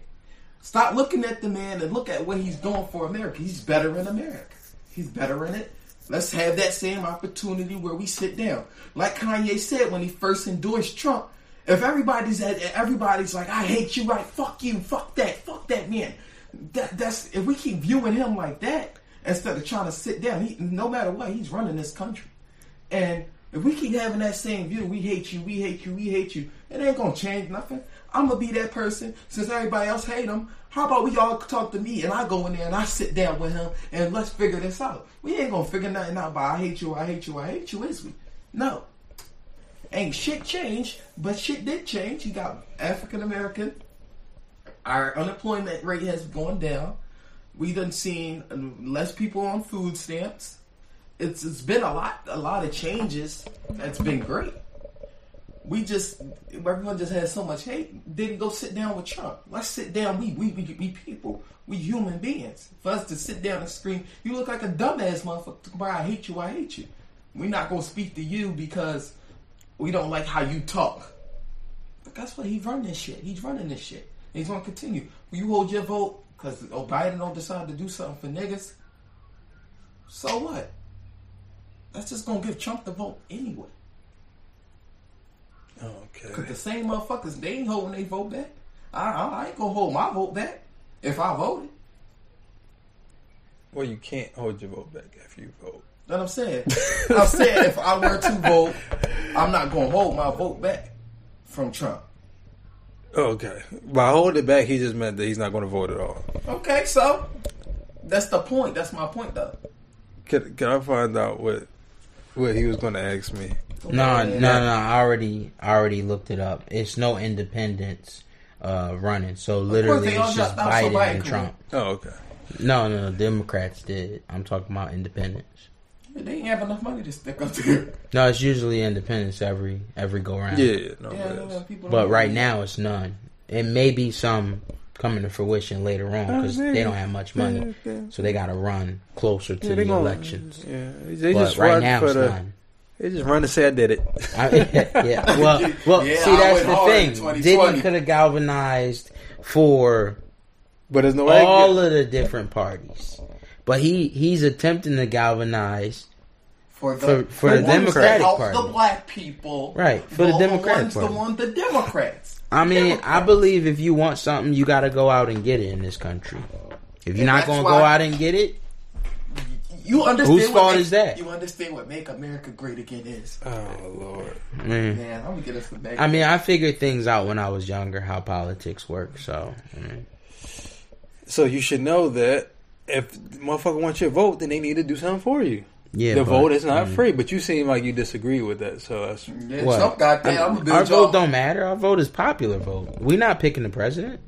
[SPEAKER 3] Stop looking at the man and look at what he's doing for America. He's better in America. He's better in it. Let's have that same opportunity where we sit down. Like Kanye said when he first endorsed Trump, if everybody's at, everybody's like, I hate you, right? Fuck you, fuck that, fuck that man. That, that's if we keep viewing him like that instead of trying to sit down. He, no matter what, he's running this country. And if we keep having that same view, we hate you, we hate you, we hate you, it ain't gonna change nothing. I'm gonna be that person since everybody else hate him. How about we all talk to me and I go in there and I sit down with him and let's figure this out. We ain't gonna figure nothing out by I hate you, I hate you, I hate you, is we? No. Ain't shit changed, but shit did change. You got African American. Our unemployment rate has gone down. We done seen uh, less people on food stamps it's it's been a lot a lot of changes that's been great. We just everyone just had so much hate. Didn't go sit down with Trump. Let's sit down. We we we, we people. We human beings. For us to sit down and scream, you look like a dumbass motherfucker. Why I hate you. I hate you. We're not gonna speak to you because we don't like how you talk. But that's what he's running this shit. He's running this shit. And he's gonna continue. Will you hold your vote? Because Biden don't decide to do something for niggas. So what? That's just gonna give Trump the vote anyway. Cause
[SPEAKER 4] Okay.
[SPEAKER 3] the same motherfuckers they ain't holding their vote back. I, I, I ain't gonna hold my vote back if I voted.
[SPEAKER 4] Well, you can't hold your vote back if you vote.
[SPEAKER 3] You know what
[SPEAKER 2] <laughs>
[SPEAKER 3] I'm saying? I'm saying if I were to vote, I'm not gonna hold my vote back from Trump.
[SPEAKER 4] Okay. By hold it back, he just meant that he's not going to vote at all.
[SPEAKER 3] Okay, so that's the point. That's my point, though.
[SPEAKER 4] Can, can I find out what what he was going to ask me?
[SPEAKER 2] No,
[SPEAKER 3] Yeah.
[SPEAKER 2] no, no. I already, I already looked it up. It's no independents uh, running. So literally,
[SPEAKER 3] they all
[SPEAKER 2] it's just
[SPEAKER 3] dropped out, so
[SPEAKER 2] Biden
[SPEAKER 3] Biden
[SPEAKER 2] and
[SPEAKER 3] cool.
[SPEAKER 2] Trump.
[SPEAKER 4] Oh, okay.
[SPEAKER 2] No, no, no. Democrats did. I'm talking about independents.
[SPEAKER 3] They ain't have enough money to stick up
[SPEAKER 2] <laughs>
[SPEAKER 3] there.
[SPEAKER 2] No, it's usually independents every every go round.
[SPEAKER 4] Yeah, yeah, no,
[SPEAKER 3] Yeah, I know
[SPEAKER 4] it is.
[SPEAKER 3] that people
[SPEAKER 2] But
[SPEAKER 3] don't-
[SPEAKER 2] right now, it's none. It may be some coming to fruition later on because
[SPEAKER 4] Oh, yeah.
[SPEAKER 2] they don't have much money,
[SPEAKER 4] Yeah, yeah.
[SPEAKER 2] so they got to run closer to
[SPEAKER 4] Yeah,
[SPEAKER 2] the
[SPEAKER 4] they gonna-
[SPEAKER 2] elections.
[SPEAKER 4] Yeah, they
[SPEAKER 2] But
[SPEAKER 4] just
[SPEAKER 2] right
[SPEAKER 4] run
[SPEAKER 2] now,
[SPEAKER 4] for
[SPEAKER 2] it's
[SPEAKER 4] the.
[SPEAKER 2] none.
[SPEAKER 4] They just run and say I did it.
[SPEAKER 2] I, <laughs> yeah. Well, well.
[SPEAKER 3] Yeah,
[SPEAKER 2] see,
[SPEAKER 3] I
[SPEAKER 2] that's
[SPEAKER 3] went
[SPEAKER 2] the
[SPEAKER 3] hard in
[SPEAKER 2] thing.
[SPEAKER 3] 2020.
[SPEAKER 2] Diddy could have galvanized for
[SPEAKER 4] <laughs> But there's no way. I
[SPEAKER 2] all
[SPEAKER 4] could-
[SPEAKER 2] of the different parties, but he he's attempting to galvanize.
[SPEAKER 3] for
[SPEAKER 2] for- for the
[SPEAKER 3] ones that
[SPEAKER 2] Democratic
[SPEAKER 3] help
[SPEAKER 2] Party.
[SPEAKER 3] the black people,
[SPEAKER 2] Right, for the
[SPEAKER 3] vote
[SPEAKER 2] Democratic
[SPEAKER 3] ones,
[SPEAKER 2] Party.
[SPEAKER 3] the one the Democrats.
[SPEAKER 2] I mean, I
[SPEAKER 3] Democrats.
[SPEAKER 2] believe if you want something, you got to go out and get it in this country. If you're
[SPEAKER 3] And
[SPEAKER 2] not
[SPEAKER 3] that's
[SPEAKER 2] going to go
[SPEAKER 3] why-
[SPEAKER 2] out and get it,
[SPEAKER 3] you understand
[SPEAKER 2] Whose
[SPEAKER 3] what
[SPEAKER 2] fault
[SPEAKER 3] make-
[SPEAKER 2] is that?
[SPEAKER 3] You understand what Make America Great Again is.
[SPEAKER 4] Oh Lord.
[SPEAKER 2] Mm.
[SPEAKER 3] Man, I'm gonna get us some Make
[SPEAKER 2] I mean, I figured things out when I was younger how politics work. So, mm.
[SPEAKER 4] So you should know that if the motherfucker wants your vote, then they need to do something for you.
[SPEAKER 2] yeah,
[SPEAKER 4] the
[SPEAKER 2] but-
[SPEAKER 4] vote is not
[SPEAKER 2] mm.
[SPEAKER 4] free, but you seem like you disagree with that. So that's
[SPEAKER 3] Yeah,
[SPEAKER 2] What?
[SPEAKER 3] Trump goddamn, I'm,
[SPEAKER 2] I-
[SPEAKER 3] I'm gonna
[SPEAKER 2] our
[SPEAKER 3] build y'all.
[SPEAKER 2] vote don't matter. Our vote is popular vote. We're not picking the president.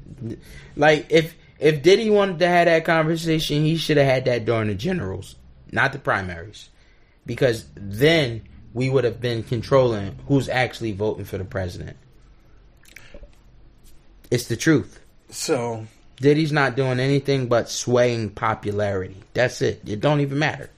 [SPEAKER 2] Like if if Diddy wanted to have that conversation, he should have had that during the generals, not the primaries, because then we would have been controlling who's actually voting for the president. It's the truth.
[SPEAKER 4] so.
[SPEAKER 2] Diddy's not doing anything but swaying popularity. That's it. It don't even matter.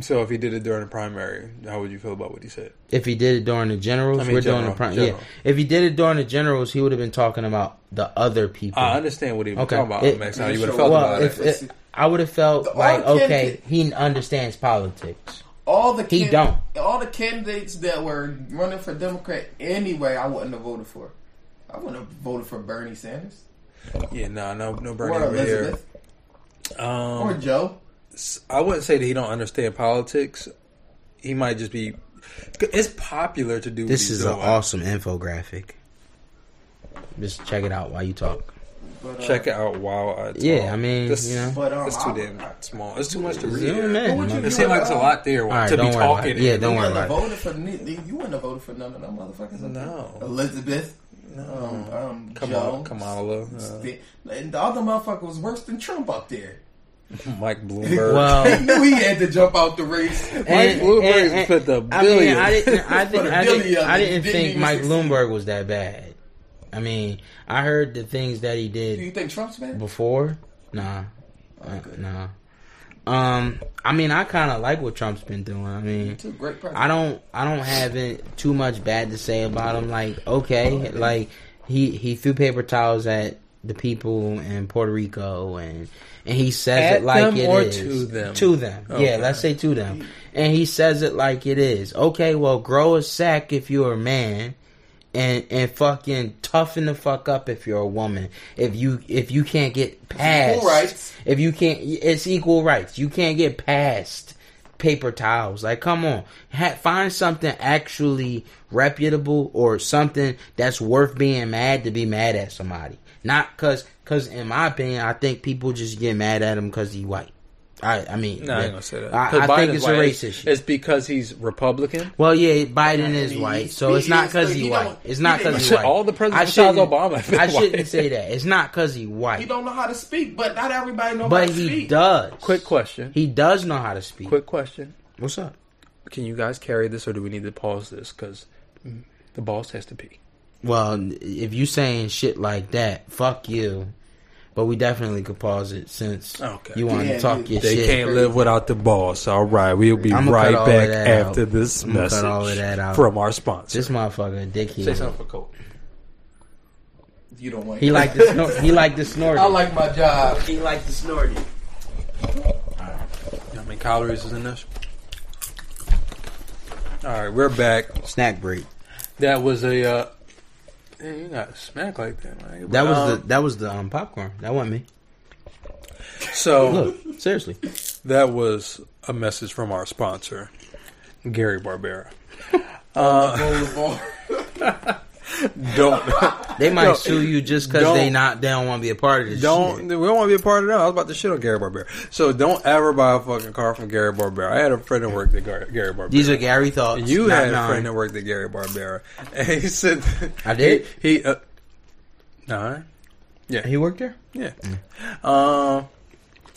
[SPEAKER 4] So if he did it during the primary, how would you feel about what he said?
[SPEAKER 2] If he did it during the generals,
[SPEAKER 4] I mean,
[SPEAKER 2] we're doing
[SPEAKER 4] general,
[SPEAKER 2] the prime. Yeah.
[SPEAKER 4] general.
[SPEAKER 2] If he did it during the generals, he would have been talking about the other people.
[SPEAKER 4] I understand what he was
[SPEAKER 2] Okay.
[SPEAKER 4] talking about,
[SPEAKER 2] It-
[SPEAKER 4] Max. How you
[SPEAKER 3] it
[SPEAKER 4] would have
[SPEAKER 3] shows-
[SPEAKER 4] felt
[SPEAKER 2] well,
[SPEAKER 4] about
[SPEAKER 2] if
[SPEAKER 4] it?
[SPEAKER 2] it, I would have felt
[SPEAKER 3] The
[SPEAKER 2] like,
[SPEAKER 3] all
[SPEAKER 2] okay,
[SPEAKER 3] candidate-
[SPEAKER 2] he understands politics.
[SPEAKER 3] all the
[SPEAKER 2] He don't.
[SPEAKER 3] all the candidates that were running for Democrat anyway. I wouldn't have voted for. I wouldn't have voted for Bernie Sanders
[SPEAKER 4] Yeah, no, no, no,
[SPEAKER 3] or
[SPEAKER 4] Bernie over here.
[SPEAKER 3] Elizabeth
[SPEAKER 4] Um,
[SPEAKER 3] or Joe.
[SPEAKER 4] I wouldn't say that he don't understand politics. He might just be. It's popular to do.
[SPEAKER 2] This is an
[SPEAKER 4] an
[SPEAKER 2] awesome infographic. Just check it out while you talk.
[SPEAKER 3] But, uh,
[SPEAKER 4] Check it out while I talk.
[SPEAKER 2] Yeah, I mean, you know.
[SPEAKER 3] But, um,
[SPEAKER 4] it's too
[SPEAKER 3] I-
[SPEAKER 4] damn small. It's too much to read.
[SPEAKER 2] Zoom in.
[SPEAKER 3] Who would you
[SPEAKER 4] It
[SPEAKER 3] do
[SPEAKER 4] seems like it's a lot there
[SPEAKER 2] All right,
[SPEAKER 4] to be
[SPEAKER 2] don't worry about it.
[SPEAKER 4] talking.
[SPEAKER 2] Yeah, don't
[SPEAKER 3] You
[SPEAKER 2] worry
[SPEAKER 3] wouldn't have
[SPEAKER 2] about it.
[SPEAKER 3] voted for ne- you wouldn't have voted for none of them motherfuckers. up there.
[SPEAKER 4] No.
[SPEAKER 3] Elizabeth.
[SPEAKER 4] No.
[SPEAKER 3] Um, um,
[SPEAKER 4] Come
[SPEAKER 3] Joe,
[SPEAKER 4] on, Kamala, uh,
[SPEAKER 3] Sti- and the other motherfucker was worse than Trump up there.
[SPEAKER 2] <laughs>
[SPEAKER 4] Mike Bloomberg.
[SPEAKER 3] <laughs>
[SPEAKER 2] Well,
[SPEAKER 3] He knew he had to jump out the race.
[SPEAKER 4] Mike Bloomberg spent a
[SPEAKER 2] I mean,
[SPEAKER 4] billion.
[SPEAKER 2] I didn't,
[SPEAKER 4] <laughs>
[SPEAKER 2] I
[SPEAKER 3] For
[SPEAKER 2] didn't,
[SPEAKER 3] the
[SPEAKER 2] I didn't,
[SPEAKER 3] billion,
[SPEAKER 2] I didn't
[SPEAKER 3] didn't
[SPEAKER 2] think
[SPEAKER 3] even
[SPEAKER 2] Mike
[SPEAKER 3] succeed.
[SPEAKER 2] Bloomberg was that bad. I mean, I heard the things that he
[SPEAKER 3] Do you
[SPEAKER 2] did
[SPEAKER 3] think Trump's bad?
[SPEAKER 2] before. Nah, Uh, nah. Um, I mean, I kind of like what Trump's been doing. I mean,
[SPEAKER 3] Two great presidents.
[SPEAKER 2] I don't I don't have it too much bad to say about him. Like okay, like he he threw paper towels at the people in Puerto Rico and and he says
[SPEAKER 4] At
[SPEAKER 2] it like
[SPEAKER 4] them
[SPEAKER 2] it is
[SPEAKER 4] or to them?
[SPEAKER 2] To them. Yeah,
[SPEAKER 4] Okay.
[SPEAKER 2] let's say to them. And he says it like it is. Okay, well, grow a sack if you're a man. And, and fucking toughen the fuck up if you're a woman. If you if you can't get past
[SPEAKER 3] rights.
[SPEAKER 2] if you can't, it's equal rights. You can't get past paper towels. Like, come on, ha- find something actually reputable or something that's worth being mad to be mad at somebody. Not cause, cause in my opinion, I think people just get mad at him because he white. I, I mean,
[SPEAKER 4] no, I
[SPEAKER 2] yeah.
[SPEAKER 4] ain't gonna say that.
[SPEAKER 2] I,
[SPEAKER 4] 'Cause
[SPEAKER 2] I
[SPEAKER 4] Biden's
[SPEAKER 2] think it's a
[SPEAKER 4] white.
[SPEAKER 2] race issue.
[SPEAKER 4] It's because he's Republican.
[SPEAKER 2] well, yeah, Biden is
[SPEAKER 3] He-
[SPEAKER 2] white,
[SPEAKER 3] he-
[SPEAKER 2] so it's
[SPEAKER 3] he
[SPEAKER 2] not
[SPEAKER 3] is,
[SPEAKER 2] because
[SPEAKER 3] but
[SPEAKER 2] he
[SPEAKER 3] he
[SPEAKER 2] white.
[SPEAKER 3] don't-
[SPEAKER 2] It's not
[SPEAKER 3] he
[SPEAKER 2] because
[SPEAKER 3] didn't-
[SPEAKER 2] he
[SPEAKER 3] <laughs>
[SPEAKER 2] white.
[SPEAKER 4] All the presidents
[SPEAKER 2] I
[SPEAKER 4] besides
[SPEAKER 2] shouldn't-
[SPEAKER 4] Obama have been
[SPEAKER 2] I shouldn't
[SPEAKER 4] white.
[SPEAKER 2] say that. It's not because he white,
[SPEAKER 3] He don't know how to speak, but not everybody know
[SPEAKER 2] but
[SPEAKER 3] how to
[SPEAKER 2] he
[SPEAKER 3] speak.
[SPEAKER 2] does.
[SPEAKER 4] Quick question.
[SPEAKER 2] He does know how to speak.
[SPEAKER 4] Quick question.
[SPEAKER 2] What's up?
[SPEAKER 4] Can you guys carry this, or do we need to pause this because the boss has to pee?
[SPEAKER 2] Well, if you saying shit like that, fuck you. But we definitely could pause it since
[SPEAKER 4] Okay.
[SPEAKER 2] you want
[SPEAKER 3] Yeah,
[SPEAKER 2] to talk
[SPEAKER 3] dude.
[SPEAKER 2] your
[SPEAKER 4] They
[SPEAKER 2] shit.
[SPEAKER 4] can't live without the boss. All right, we'll be
[SPEAKER 2] I'ma cut
[SPEAKER 4] right
[SPEAKER 2] all of
[SPEAKER 4] back
[SPEAKER 2] that
[SPEAKER 4] after
[SPEAKER 2] out.
[SPEAKER 4] this
[SPEAKER 2] I'ma
[SPEAKER 4] message
[SPEAKER 2] cut all of that out.
[SPEAKER 4] from our sponsor.
[SPEAKER 2] This motherfucker a dickhead.
[SPEAKER 4] Say something for Colt.
[SPEAKER 3] You don't want.
[SPEAKER 2] He like
[SPEAKER 3] <laughs>
[SPEAKER 2] to snort. He like to snort.
[SPEAKER 3] I like my job.
[SPEAKER 2] He like to snort it.
[SPEAKER 4] How many calories is in this? All right, we're back.
[SPEAKER 2] Snack break.
[SPEAKER 4] That was a. Uh, man, you got smack like that, man.
[SPEAKER 2] That was
[SPEAKER 4] Um,
[SPEAKER 2] the that was the um, popcorn. That wasn't me.
[SPEAKER 4] so.
[SPEAKER 2] Look, seriously.
[SPEAKER 4] That was a message from our sponsor, Gary Barbera. Uh, don't
[SPEAKER 2] They might
[SPEAKER 4] No,
[SPEAKER 2] sue you just because
[SPEAKER 4] don't-
[SPEAKER 2] they not they don't want to be a part of this.
[SPEAKER 4] don't
[SPEAKER 2] shit.
[SPEAKER 4] we don't want to be a part of that. I was about to shit on Gary Barbera, so don't ever buy a fucking car from Gary Barbera. I had a friend that worked at Gar- Gary Barbera.
[SPEAKER 2] These are Gary thoughts.
[SPEAKER 4] And you
[SPEAKER 2] not
[SPEAKER 4] had a
[SPEAKER 2] mine.
[SPEAKER 4] friend that worked at Gary Barbera, and he said,
[SPEAKER 2] I did?
[SPEAKER 4] He, he uh, nine, yeah,
[SPEAKER 2] He worked there.
[SPEAKER 4] Yeah. Um,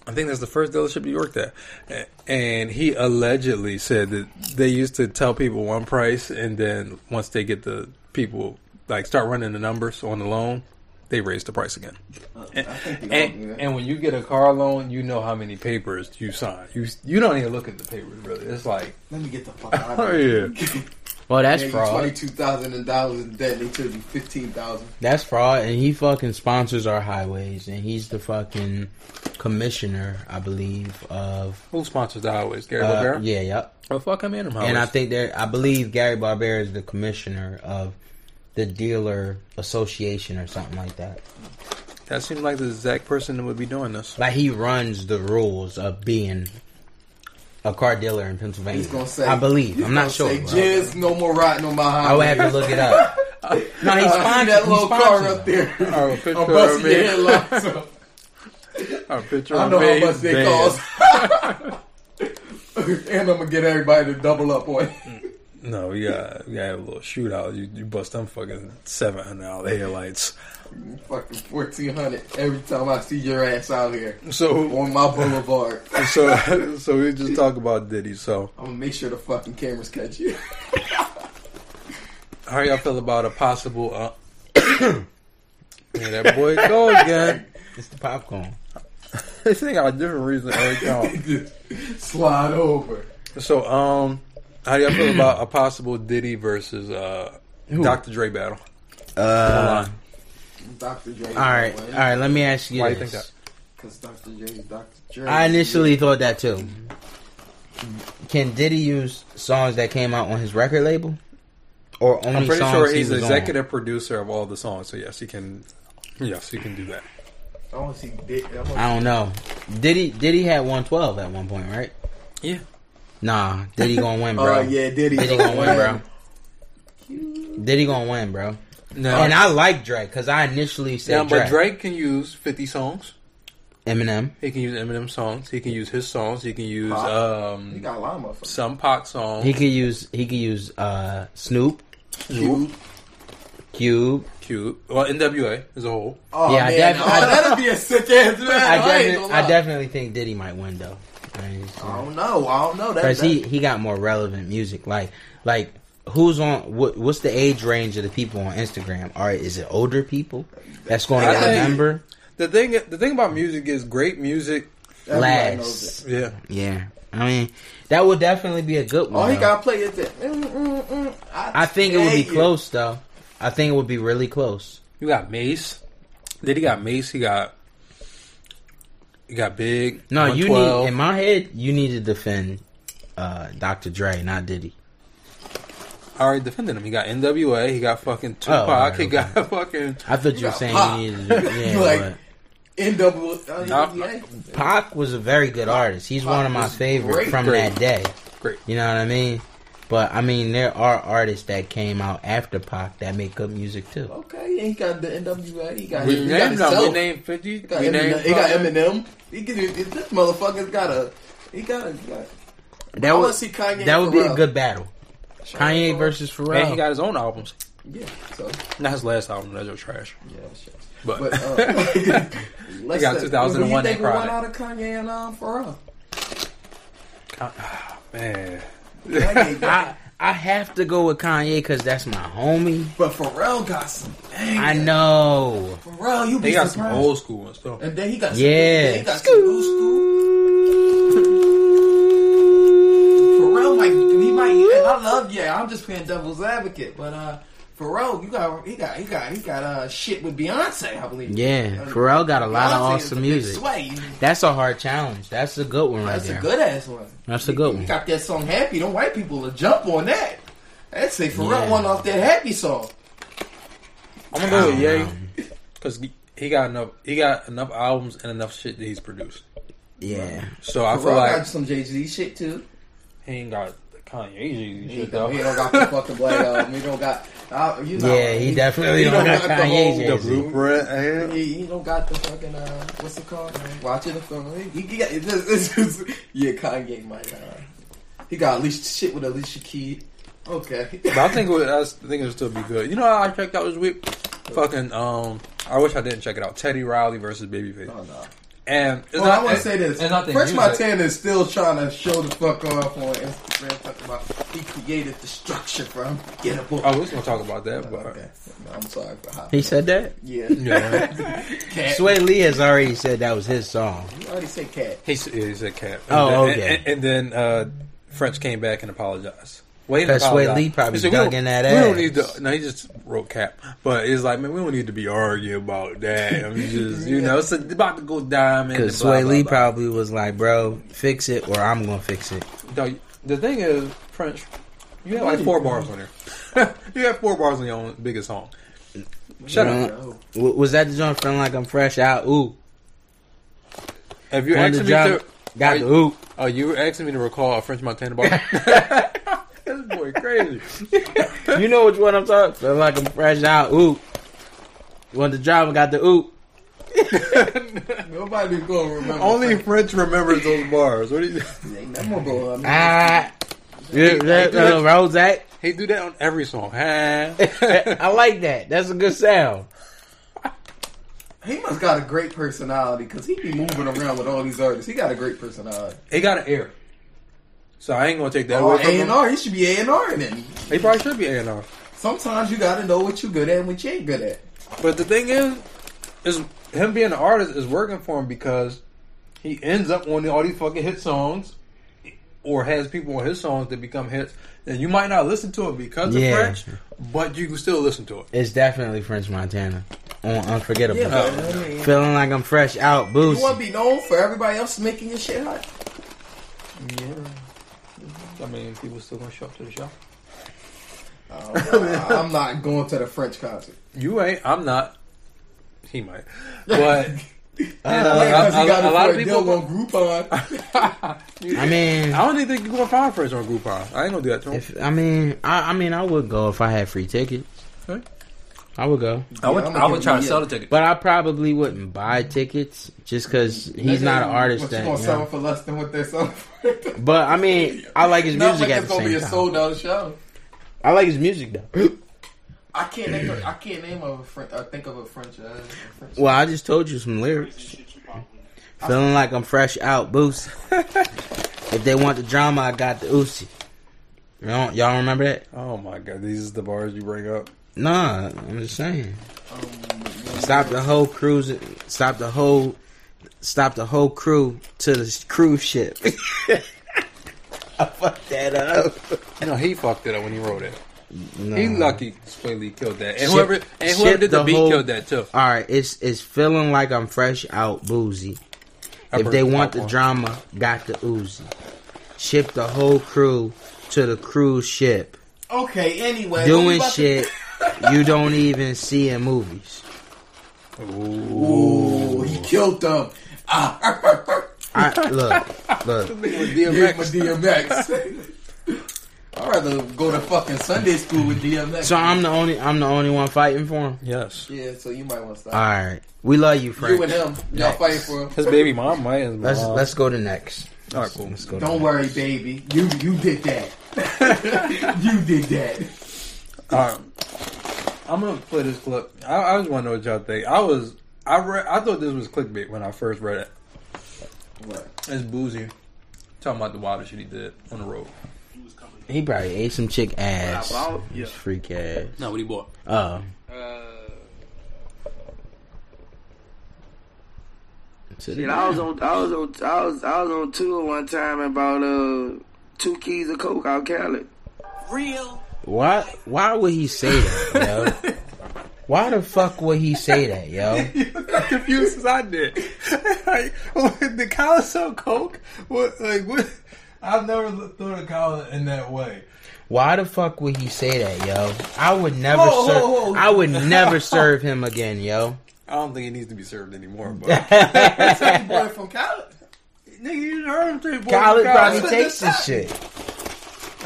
[SPEAKER 4] I think that's the first dealership you worked at. A- And he allegedly said that they used to tell people one price, and then once they get the people, like, start running the numbers on the loan, they raise the price again.
[SPEAKER 2] Uh,
[SPEAKER 4] And, and, and when you get a car loan, you know how many papers you sign. You you don't even look at the papers, really. It's like,
[SPEAKER 3] Let me get the fuck out
[SPEAKER 4] oh,
[SPEAKER 3] of here.
[SPEAKER 4] yeah.
[SPEAKER 2] Well, that's fraud.
[SPEAKER 3] Twenty-two thousand dollars in debt. They took you fifteen thousand.
[SPEAKER 2] That's fraud, and he fucking sponsors our highways, and he's the fucking commissioner, I believe, of.
[SPEAKER 4] Who sponsors the highways? Gary
[SPEAKER 2] uh,
[SPEAKER 4] Rivera?
[SPEAKER 2] yeah, yep.
[SPEAKER 4] Oh, fuck, I'm in them highways.
[SPEAKER 2] And I think that I believe Gary Barbera is the commissioner of the dealer association or something like that.
[SPEAKER 4] that seems like the exact person that would be doing this.
[SPEAKER 2] Like he runs the rules of being a car dealer in Pennsylvania.
[SPEAKER 3] He's gonna say.
[SPEAKER 2] I believe.
[SPEAKER 3] he's
[SPEAKER 2] I'm not
[SPEAKER 3] gonna
[SPEAKER 2] sure.
[SPEAKER 3] Say,
[SPEAKER 2] bro.
[SPEAKER 3] Jizz, no more riding on my highway.
[SPEAKER 2] I would
[SPEAKER 3] <laughs>
[SPEAKER 2] have to look it up. No,
[SPEAKER 3] Uh,
[SPEAKER 2] he's sponsored.
[SPEAKER 3] that little
[SPEAKER 2] he's
[SPEAKER 3] car
[SPEAKER 2] sponsored.
[SPEAKER 3] up there. <laughs>
[SPEAKER 4] Oh,
[SPEAKER 3] I'm
[SPEAKER 4] picture of
[SPEAKER 3] busting
[SPEAKER 4] me.
[SPEAKER 3] your
[SPEAKER 2] <laughs>
[SPEAKER 3] headlights. up.
[SPEAKER 4] I picture
[SPEAKER 3] I
[SPEAKER 4] a
[SPEAKER 3] know how
[SPEAKER 4] man's
[SPEAKER 3] much they
[SPEAKER 4] van.
[SPEAKER 3] cost. <laughs> and I'm gonna get everybody to double up on. it.
[SPEAKER 4] No, yeah, you gotta have a little shootout. You, you bust them fucking seven hundred dollar headlights.
[SPEAKER 3] Fucking fourteen hundred every time I see your ass out here
[SPEAKER 4] So,
[SPEAKER 3] on my boulevard.
[SPEAKER 4] so, <laughs> so we just talk about Diddy. So,
[SPEAKER 3] I'm gonna make sure the fucking cameras catch you. <laughs>
[SPEAKER 4] how y'all feel about a possible? Uh, <coughs> yeah, that boy go <laughs> again.
[SPEAKER 2] It's the popcorn.
[SPEAKER 4] They think got a different reason every time.
[SPEAKER 3] Just slide over.
[SPEAKER 4] So, um, how y'all feel about a possible Diddy versus uh, Dr. Dre battle?
[SPEAKER 2] Uh,
[SPEAKER 3] Dr. Dre.
[SPEAKER 2] all right, all right. Let me ask you
[SPEAKER 4] Why you
[SPEAKER 2] this.
[SPEAKER 4] think that?
[SPEAKER 3] Because Dr. Dre is Dr. Dre.
[SPEAKER 2] I initially thought that too. Can Diddy use songs that came out on his record label, or only
[SPEAKER 4] I'm pretty
[SPEAKER 2] songs
[SPEAKER 4] sure
[SPEAKER 2] he
[SPEAKER 4] he's
[SPEAKER 2] was
[SPEAKER 4] executive producer of all the songs. So yes, he can. Yes, he can do that.
[SPEAKER 3] I want to see Dick. I wanna
[SPEAKER 2] On? I don't know. Diddy Diddy had 112 at one point, right?
[SPEAKER 4] Yeah.
[SPEAKER 2] Nah, Diddy gonna win,
[SPEAKER 4] <laughs>
[SPEAKER 2] bro.
[SPEAKER 3] Oh yeah, Diddy.
[SPEAKER 2] Diddy
[SPEAKER 3] gonna
[SPEAKER 2] gonna win, bro. Diddy gonna win, bro.
[SPEAKER 4] No.
[SPEAKER 2] And I like Drake because I initially said
[SPEAKER 4] Yeah, but
[SPEAKER 2] Drake.
[SPEAKER 4] Drake can use 50 songs.
[SPEAKER 2] Eminem.
[SPEAKER 4] He can use Eminem songs. He can use his songs. He can use
[SPEAKER 3] Pac. He
[SPEAKER 4] um,
[SPEAKER 3] got a lot of motherfuckers.
[SPEAKER 4] some Pac songs.
[SPEAKER 2] He could use he could use uh Snoop,
[SPEAKER 4] Cube.
[SPEAKER 2] Cube.
[SPEAKER 4] Cube. Well, NWA as a whole.
[SPEAKER 3] Oh,
[SPEAKER 2] Yeah, I
[SPEAKER 3] man.
[SPEAKER 2] definitely-
[SPEAKER 3] oh,
[SPEAKER 2] I-
[SPEAKER 3] that'd be a sick ass
[SPEAKER 2] I,
[SPEAKER 3] man. <laughs> I, ain't
[SPEAKER 2] definitely, I
[SPEAKER 3] gonna lie.
[SPEAKER 2] definitely think Diddy might win though. I mean,
[SPEAKER 3] I don't know. I don't know. That,
[SPEAKER 2] Cause
[SPEAKER 3] that,
[SPEAKER 2] he, he got more relevant music. Like like who's on what what's the age range of the people on Instagram? Or is it older people that's going
[SPEAKER 4] I
[SPEAKER 2] to
[SPEAKER 4] think-
[SPEAKER 2] remember
[SPEAKER 4] The thing, the thing about music is great music.
[SPEAKER 3] everybody knows
[SPEAKER 2] last?
[SPEAKER 3] that.
[SPEAKER 4] Yeah,
[SPEAKER 2] Yeah, I mean that would definitely be a good one.
[SPEAKER 3] All Oh, he
[SPEAKER 2] though.
[SPEAKER 3] got to play is that. Mm, mm, mm.
[SPEAKER 2] I think it would be
[SPEAKER 3] hate you.
[SPEAKER 2] close though. I think it would be really close.
[SPEAKER 4] you got Mace. Then he got Mace. He got. He got Big.
[SPEAKER 2] No, you need
[SPEAKER 4] 112.
[SPEAKER 2] in my head you need to defend uh, Dr. Dre, not Diddy.
[SPEAKER 4] I already defended him. He got NWA. He got fucking Tupac.
[SPEAKER 2] alright,
[SPEAKER 4] he
[SPEAKER 2] Oh, okay.
[SPEAKER 4] got fucking.
[SPEAKER 2] I thought you, were
[SPEAKER 3] got
[SPEAKER 2] saying
[SPEAKER 3] Pac. <laughs>
[SPEAKER 2] you needed to do, yeah,
[SPEAKER 3] Like-
[SPEAKER 2] but-
[SPEAKER 3] NWA. Oh,
[SPEAKER 4] Nah,
[SPEAKER 3] yeah.
[SPEAKER 2] Pac was a very good artist. He's
[SPEAKER 3] Pac
[SPEAKER 2] one of my
[SPEAKER 3] was
[SPEAKER 2] favorites
[SPEAKER 3] great,
[SPEAKER 2] from
[SPEAKER 4] great.
[SPEAKER 2] that day.
[SPEAKER 4] Great.
[SPEAKER 2] You know what I mean? But I mean, there are artists that came out after Pac that make good music too.
[SPEAKER 3] Okay, and he got the NWA. He got,
[SPEAKER 4] We
[SPEAKER 3] he got
[SPEAKER 4] named
[SPEAKER 3] himself.
[SPEAKER 4] him. We named fifty.
[SPEAKER 3] He got,
[SPEAKER 4] we named.
[SPEAKER 3] Eminem, he got
[SPEAKER 4] fucking-
[SPEAKER 3] Eminem. He can, he, this motherfucker's got a. He got a. he got-
[SPEAKER 2] That
[SPEAKER 3] wanna
[SPEAKER 2] would
[SPEAKER 3] see Kanye
[SPEAKER 2] that would be a
[SPEAKER 3] Pharrell.
[SPEAKER 2] good battle. Kanye versus Pharrell.
[SPEAKER 4] And he got his own albums.
[SPEAKER 3] Yeah, so.
[SPEAKER 4] Not his last album. That's your trash.
[SPEAKER 3] Yeah, sure.
[SPEAKER 4] But,
[SPEAKER 3] But
[SPEAKER 4] <laughs>
[SPEAKER 3] uh, <laughs> let's
[SPEAKER 4] got
[SPEAKER 3] say- Who do
[SPEAKER 4] 2001
[SPEAKER 3] you think
[SPEAKER 4] and
[SPEAKER 3] would
[SPEAKER 4] Chronic.
[SPEAKER 3] win out of Kanye and um, Pharrell?
[SPEAKER 4] ah, man, <laughs>
[SPEAKER 3] Kanye got,
[SPEAKER 2] I I have to go with Kanye because that's my homie.
[SPEAKER 3] but Pharrell got some. Dang,
[SPEAKER 2] I know.
[SPEAKER 3] Pharrell, you
[SPEAKER 4] they
[SPEAKER 3] be
[SPEAKER 4] got
[SPEAKER 3] surprised.
[SPEAKER 4] some old school ones though.
[SPEAKER 3] and then he got
[SPEAKER 2] Yeah.
[SPEAKER 3] Some, then he got some new school. Pharrell might he might. And I love yeah. I'm just playing devil's advocate, but uh, Pharrell, you got he got he got he got uh shit with Beyonce, I believe.
[SPEAKER 2] Yeah,
[SPEAKER 3] And
[SPEAKER 2] Pharrell got a lot of
[SPEAKER 3] Beyonce is
[SPEAKER 2] awesome
[SPEAKER 3] a big
[SPEAKER 2] music.
[SPEAKER 3] Sway.
[SPEAKER 2] That's a hard challenge. That's a good one right
[SPEAKER 3] That's
[SPEAKER 2] there.
[SPEAKER 3] a good ass one.
[SPEAKER 2] That's a good
[SPEAKER 3] You
[SPEAKER 2] one.
[SPEAKER 3] got that song Happy, them white people will jump on that. That's say Pharrell
[SPEAKER 2] Yeah.
[SPEAKER 3] one off that Happy song.
[SPEAKER 4] I'm gonna go with
[SPEAKER 2] I
[SPEAKER 4] Ye
[SPEAKER 2] don't
[SPEAKER 4] because he got enough. He got enough albums and enough shit that he's produced.
[SPEAKER 2] Yeah.
[SPEAKER 4] So I
[SPEAKER 3] Pharrell
[SPEAKER 4] feel like
[SPEAKER 3] got some Jay Z shit too.
[SPEAKER 4] he ain't got the Kanye
[SPEAKER 3] He
[SPEAKER 4] shit though.
[SPEAKER 3] don't, he don't got the fucking black album. He don't got. Uh, you know,
[SPEAKER 2] Yeah, he definitely
[SPEAKER 3] he
[SPEAKER 2] don't got Kanye
[SPEAKER 3] whole-
[SPEAKER 2] Jay-Z.
[SPEAKER 4] The blueprint. And
[SPEAKER 3] He, he don't got the fucking uh, what's it called? Man? Watching the film. He, he got it's, it's, it's, yeah, Kanye might. Uh, he got Alicia shit with Alicia Keys. Okay,
[SPEAKER 4] but I think it would, I think it would still be good. You know how I checked out this week? Fucking um, I wish I didn't check it out. Teddy Riley versus Babyface.
[SPEAKER 3] Oh, no.
[SPEAKER 4] And it's
[SPEAKER 3] Well, I
[SPEAKER 4] not-
[SPEAKER 3] want
[SPEAKER 4] and-
[SPEAKER 3] to say this.
[SPEAKER 4] and not the
[SPEAKER 3] French
[SPEAKER 4] music.
[SPEAKER 3] Montana is still trying to show the fuck off on Instagram, talking about he created the structure from get a book.
[SPEAKER 4] Oh, we was gonna talk about that, but
[SPEAKER 3] okay. No, I'm sorry for how.
[SPEAKER 2] He said that.
[SPEAKER 3] Yeah,
[SPEAKER 4] yeah,
[SPEAKER 3] cat.
[SPEAKER 2] Sway Lee has already said that was his song.
[SPEAKER 3] You already said cat.
[SPEAKER 4] he s- yeah, he said cat. And
[SPEAKER 2] Oh,
[SPEAKER 4] then,
[SPEAKER 2] okay.
[SPEAKER 4] And, and then uh, French came back and apologized. Wait,
[SPEAKER 2] That's Sway Lee probably dug in that
[SPEAKER 4] we
[SPEAKER 2] ass.
[SPEAKER 4] don't need to. No, he just wrote cap, but it's like, man, we don't need to be arguing about that. I'm just, you know, it's about to go diamond.
[SPEAKER 2] Because
[SPEAKER 4] and blah,
[SPEAKER 2] Sway
[SPEAKER 4] blah,
[SPEAKER 2] Lee
[SPEAKER 4] blah.
[SPEAKER 2] probably was like, bro, fix it or I'm going to fix it.
[SPEAKER 4] No, the thing is, French, you have like four bars on there. <laughs> you have four bars on your own biggest song. Shut up.
[SPEAKER 2] Uh, w- was that the joint feeling like I'm fresh out? Ooh.
[SPEAKER 4] If you
[SPEAKER 2] When
[SPEAKER 4] asked
[SPEAKER 2] the
[SPEAKER 4] me
[SPEAKER 2] job,
[SPEAKER 4] to,
[SPEAKER 2] Got the hoop.
[SPEAKER 4] <laughs> Oh, you were asking me to recall a French
[SPEAKER 3] <laughs>
[SPEAKER 4] Montana bar. <laughs> this boy crazy.
[SPEAKER 2] You know which one I'm talking. Feeling like I'm fresh out. Oop. Went to job and got the oop.
[SPEAKER 3] Nobody's gonna remember.
[SPEAKER 4] Only French remembers those bars. What do <laughs> you?
[SPEAKER 3] They memorable. I mean,
[SPEAKER 2] Ah. Yeah, that, uh,
[SPEAKER 4] <laughs>
[SPEAKER 2] Rozak.
[SPEAKER 4] He do that on every song. <laughs>
[SPEAKER 2] I like that. That's a good sound.
[SPEAKER 3] he must got a great personality because he be moving around with all these artists. He got a great personality.
[SPEAKER 4] He got an ear, so I ain't gonna take that
[SPEAKER 3] Oh,
[SPEAKER 4] away from
[SPEAKER 3] A
[SPEAKER 4] him.
[SPEAKER 3] and R, he should be A and R. Then
[SPEAKER 4] He probably should be A and R.
[SPEAKER 3] sometimes you gotta know what you good at and what you ain't good at.
[SPEAKER 4] But the thing is, is him being an artist is working for him because he ends up on all these fucking hit songs, or has people on his songs that become hits. And you might not listen to it because
[SPEAKER 2] Yeah.
[SPEAKER 4] of French, but you can still listen to it.
[SPEAKER 2] It's definitely French Montana. On Unforgettable.
[SPEAKER 3] Yeah, but, I mean,
[SPEAKER 2] Feeling like I'm fresh out.
[SPEAKER 3] you want
[SPEAKER 2] Boosie.
[SPEAKER 3] to be known for everybody else making your shit hot.
[SPEAKER 4] I mean, people still gonna show up to the show.
[SPEAKER 3] Oh, <laughs> I'm not going to the French concert.
[SPEAKER 4] You ain't. I'm not. He might, but
[SPEAKER 3] Yeah, 'cause
[SPEAKER 4] a-
[SPEAKER 3] he got
[SPEAKER 4] a- a
[SPEAKER 3] it
[SPEAKER 4] lot
[SPEAKER 3] for Uh,
[SPEAKER 4] of
[SPEAKER 3] a
[SPEAKER 4] people-
[SPEAKER 3] deal on Groupon. <laughs>
[SPEAKER 2] I mean,
[SPEAKER 4] I don't even think you're gonna find French on Groupon. I ain't gonna do that to him.
[SPEAKER 2] if, I mean, I, I mean, I would go if I had free tickets.
[SPEAKER 4] Okay.
[SPEAKER 2] I would go,
[SPEAKER 4] I would,
[SPEAKER 3] Yeah, I'm
[SPEAKER 4] I would
[SPEAKER 3] gonna
[SPEAKER 4] try to
[SPEAKER 3] give
[SPEAKER 4] sell
[SPEAKER 3] you-
[SPEAKER 4] the ticket.
[SPEAKER 2] but I probably wouldn't buy tickets just because
[SPEAKER 3] <laughs>
[SPEAKER 2] he's not an artist.
[SPEAKER 3] But you
[SPEAKER 2] That,
[SPEAKER 3] gonna
[SPEAKER 2] you
[SPEAKER 3] sell
[SPEAKER 2] know.
[SPEAKER 3] it for less than what they're selling <laughs> for.
[SPEAKER 2] But I mean, I like his
[SPEAKER 3] Not
[SPEAKER 2] music
[SPEAKER 3] like
[SPEAKER 2] at
[SPEAKER 3] it's
[SPEAKER 2] the
[SPEAKER 3] gonna be
[SPEAKER 2] same
[SPEAKER 3] a
[SPEAKER 2] time.
[SPEAKER 3] sold out show.
[SPEAKER 2] I like his music though.
[SPEAKER 3] I can't name. A, I can't name of a French. I think of a French. Uh, a French.
[SPEAKER 2] Well, I just told you some lyrics. Feeling like I'm fresh out,
[SPEAKER 3] <laughs>
[SPEAKER 2] boost. if they want the drama, I got the Uzi. You don't, y'all remember that?
[SPEAKER 4] Oh my god, these is the bars you bring up.
[SPEAKER 2] Nah, I'm just saying.
[SPEAKER 3] Um,
[SPEAKER 2] Stop the whole cruise. Stop the whole. Stop the whole crew to the cruise
[SPEAKER 4] <laughs>
[SPEAKER 2] ship. I fucked that up.
[SPEAKER 4] No, he fucked it up when he wrote it.
[SPEAKER 2] No.
[SPEAKER 4] He lucky Swaley killed that, and
[SPEAKER 2] Ship-
[SPEAKER 4] whoever and whoever
[SPEAKER 2] ship
[SPEAKER 4] did Um, the,
[SPEAKER 2] the
[SPEAKER 4] beat
[SPEAKER 2] whole-
[SPEAKER 4] killed that too.
[SPEAKER 2] All right, it's it's feeling like I'm fresh out boozy.
[SPEAKER 4] I
[SPEAKER 2] if they
[SPEAKER 4] heard
[SPEAKER 2] want
[SPEAKER 4] that
[SPEAKER 2] the
[SPEAKER 4] one.
[SPEAKER 2] drama, got the Uzi. Ship the whole crew to the cruise ship.
[SPEAKER 3] okay. Anyway, what we
[SPEAKER 2] Doing
[SPEAKER 3] about to-
[SPEAKER 2] shit you don't even see in movies.
[SPEAKER 3] Ooh, he killed them. Ah, <laughs>
[SPEAKER 2] I, look, look.
[SPEAKER 3] give him a DMX. <laughs> I'd rather go to fucking Sunday school with DMX.
[SPEAKER 2] So I'm the only I'm the only one fighting for him.
[SPEAKER 4] Yes,
[SPEAKER 3] yeah, so you might want to stop.
[SPEAKER 2] All right, we love you, Frank.
[SPEAKER 3] you and him, y'all
[SPEAKER 2] Next.
[SPEAKER 3] fighting for him.
[SPEAKER 4] his baby mom might. His mom.
[SPEAKER 2] Let's let's go to next.
[SPEAKER 4] All right, cool.
[SPEAKER 2] Let's go.
[SPEAKER 3] Don't
[SPEAKER 2] to
[SPEAKER 3] worry, baby. You you did
[SPEAKER 4] <laughs>
[SPEAKER 3] that. you did that.
[SPEAKER 4] All right. I'm gonna play this clip. I, I just want to know what y'all think. I was I read I thought this was clickbait when I first read it.
[SPEAKER 3] What?
[SPEAKER 4] It's boozy talking about the wildest shit he did on the road.
[SPEAKER 2] next. He probably ate some chick ass.
[SPEAKER 6] Wow, wow, yeah.
[SPEAKER 2] His freak ass.
[SPEAKER 4] No, what he bought.
[SPEAKER 2] Oh,
[SPEAKER 3] Uh,
[SPEAKER 2] to the-
[SPEAKER 6] Shit, I was on, I was on, I was, I was on tour one time about uh two keys of coke out Cali.
[SPEAKER 2] why why would he say that,
[SPEAKER 3] <laughs>
[SPEAKER 2] yo? Why the fuck would he say that, yo?
[SPEAKER 4] confused as I did. like, the Kala sell coke? What, like, what? I've never thought of Kala in that way.
[SPEAKER 2] Why the fuck would he say that, yo? I would never
[SPEAKER 3] Whoa,
[SPEAKER 2] serve.
[SPEAKER 3] whoa, Oh whoa.
[SPEAKER 2] I would never serve him again, yo.
[SPEAKER 4] I don't think it needs to be served
[SPEAKER 3] <laughs>
[SPEAKER 4] anymore, but.
[SPEAKER 3] That's your boy from college.
[SPEAKER 4] Nigga, you heard him too, boy.
[SPEAKER 2] Khaled probably
[SPEAKER 3] Khaled.
[SPEAKER 2] takes this shit.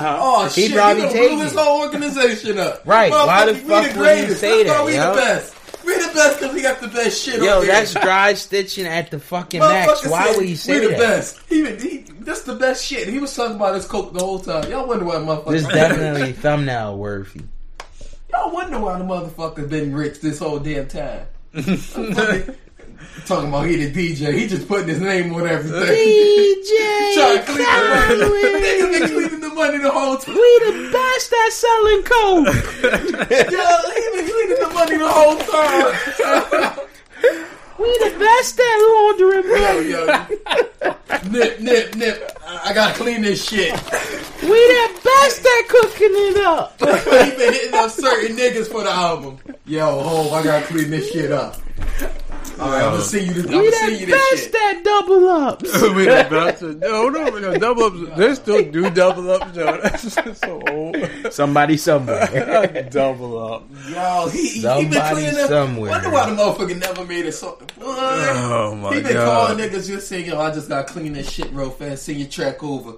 [SPEAKER 3] Oh
[SPEAKER 2] He
[SPEAKER 3] shit! He
[SPEAKER 2] probably
[SPEAKER 3] probably
[SPEAKER 2] take
[SPEAKER 3] blew
[SPEAKER 2] it.
[SPEAKER 3] his whole organization up.
[SPEAKER 2] <laughs> Right, why the
[SPEAKER 3] Motherfucker,
[SPEAKER 2] fuck
[SPEAKER 3] we
[SPEAKER 2] would
[SPEAKER 3] the
[SPEAKER 2] he
[SPEAKER 3] greatest.
[SPEAKER 2] say
[SPEAKER 3] That's why
[SPEAKER 2] that,
[SPEAKER 3] we
[SPEAKER 2] yo?
[SPEAKER 3] the best. We the best because we got the best shit.
[SPEAKER 2] Yo,
[SPEAKER 3] on here.
[SPEAKER 2] that's dry stitching at the fucking max.
[SPEAKER 3] <laughs> Motherfucker
[SPEAKER 2] Why
[SPEAKER 3] said,
[SPEAKER 2] would he
[SPEAKER 3] we
[SPEAKER 2] say
[SPEAKER 3] the
[SPEAKER 2] that?
[SPEAKER 3] best. He, he, that's the best shit. He was talking about his coke the whole time. Y'all wonder why motherfucker.
[SPEAKER 2] This definitely thumbnail worthy.
[SPEAKER 3] Y'all wonder why the motherfucker been rich this whole
[SPEAKER 2] <laughs>
[SPEAKER 3] damn time. Motherfucker talking about he the DJ. He just putting his name on everything. <laughs> Trying
[SPEAKER 2] DJ
[SPEAKER 3] to clean the money. <laughs> Niggas been cleaning the money the whole time.
[SPEAKER 2] we the best at selling coke.
[SPEAKER 3] Yo, he been cleaning the money the whole time.
[SPEAKER 2] We the best at laundering
[SPEAKER 3] yo, yo. Nip, nip, nip. I, I gotta clean this shit.
[SPEAKER 2] We the best at cooking it up.
[SPEAKER 3] he been hitting up certain niggas for the album. Yo, home, I gotta clean this shit up. Alright, I'm gonna see you. This, I'm
[SPEAKER 2] We
[SPEAKER 3] gonna
[SPEAKER 2] done
[SPEAKER 3] see you this
[SPEAKER 2] best
[SPEAKER 3] shit.
[SPEAKER 2] that double up.
[SPEAKER 4] <laughs> Wait a minute, no, no, no, double ups. They still do double ups, though. <laughs> That's just so old.
[SPEAKER 2] Somebody somewhere.
[SPEAKER 4] double up.
[SPEAKER 3] Yo, he, he, he been
[SPEAKER 2] Somebody
[SPEAKER 3] cleaning up.
[SPEAKER 2] somewhere.
[SPEAKER 3] Wonder why the motherfucker never made a song.
[SPEAKER 4] Oh, my
[SPEAKER 3] He been
[SPEAKER 4] God.
[SPEAKER 3] calling niggas just saying, "Yo, I just gotta clean this shit real fast. Send your track over.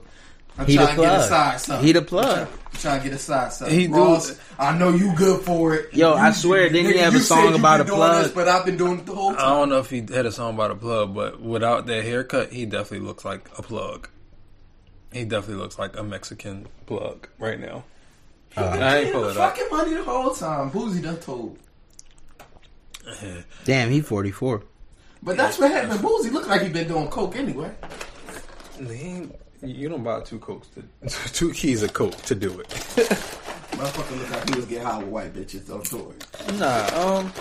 [SPEAKER 3] I'm
[SPEAKER 2] He the
[SPEAKER 3] trying to get a
[SPEAKER 2] plug.
[SPEAKER 3] side something.
[SPEAKER 2] He the plug.
[SPEAKER 3] I'm trying to get a side something.
[SPEAKER 4] He
[SPEAKER 3] He
[SPEAKER 4] do-
[SPEAKER 3] Ross, I know you good for it.
[SPEAKER 2] Yo,
[SPEAKER 3] You-
[SPEAKER 2] I swear, didn't he
[SPEAKER 3] nigga,
[SPEAKER 2] have a
[SPEAKER 3] you said
[SPEAKER 2] song
[SPEAKER 3] you
[SPEAKER 2] about
[SPEAKER 3] been
[SPEAKER 2] a
[SPEAKER 3] doing
[SPEAKER 2] plug? Uh,
[SPEAKER 3] This, but I've been doing it the whole
[SPEAKER 4] I
[SPEAKER 3] time.
[SPEAKER 4] don't know if he had a song about a plug, but without that haircut, he definitely looks like a plug. He definitely looks like a Mexican plug right now. I ain't
[SPEAKER 3] He
[SPEAKER 4] pull
[SPEAKER 3] the
[SPEAKER 4] it up.
[SPEAKER 3] fucking money the whole time. Boozy done told.
[SPEAKER 2] Damn, he 44.
[SPEAKER 3] But that's what happened. Boozy looked like he been doing coke anyway.
[SPEAKER 4] He ain't- You don't buy two cokes to <laughs> two keys of coke to do it.
[SPEAKER 3] Motherfucker looked like he was getting high with white bitches on tour.
[SPEAKER 4] Nah, um,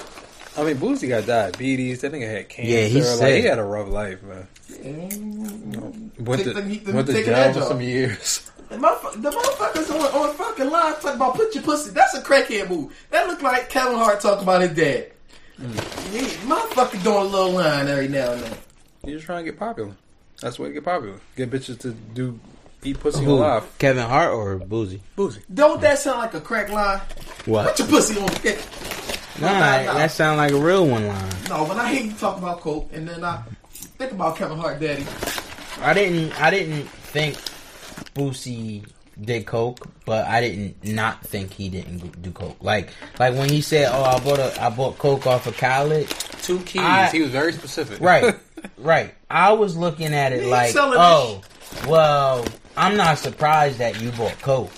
[SPEAKER 4] I mean Boozy got diabetes. That nigga had cancer.
[SPEAKER 2] Yeah, he's
[SPEAKER 4] like,
[SPEAKER 2] sick.
[SPEAKER 4] he had a rough life, man.
[SPEAKER 2] Mm.
[SPEAKER 4] Went
[SPEAKER 3] Take
[SPEAKER 4] to,
[SPEAKER 3] the- he-
[SPEAKER 4] went to
[SPEAKER 3] take an
[SPEAKER 4] jail
[SPEAKER 3] edge
[SPEAKER 4] for
[SPEAKER 3] off.
[SPEAKER 4] some years. <laughs>
[SPEAKER 3] The motherf- the motherfuckers on, on fucking live talking about put your pussy. That's a crackhead move. That looked like Kevin Hart talking about his dad.
[SPEAKER 2] Mm.
[SPEAKER 3] Yeah, motherfucker doing a little line every now and then.
[SPEAKER 4] He just trying to get popular. That's why you get popular. Get bitches to do eat pussy
[SPEAKER 2] Who?
[SPEAKER 4] alive.
[SPEAKER 2] Kevin Hart or Boozy?
[SPEAKER 4] Boozy.
[SPEAKER 3] Don't that sound like a crack line? Put
[SPEAKER 2] What?
[SPEAKER 3] your pussy on. Yeah.
[SPEAKER 2] Nah, that sound like a real one line.
[SPEAKER 3] No, when I hear you talk about coke, and then I think about Kevin Hart, daddy.
[SPEAKER 2] I didn't. I didn't think Boosie did coke, but I didn't not think he didn't g- do coke. Like, like when he said, "Oh, I bought a, I bought coke off of college."
[SPEAKER 4] Two keys.
[SPEAKER 2] I-
[SPEAKER 4] he was very
[SPEAKER 3] <laughs>
[SPEAKER 4] specific.
[SPEAKER 2] Right, right. I was looking at it
[SPEAKER 3] You
[SPEAKER 2] like,
[SPEAKER 3] selling
[SPEAKER 2] "Oh, well, I'm not surprised that you bought coke.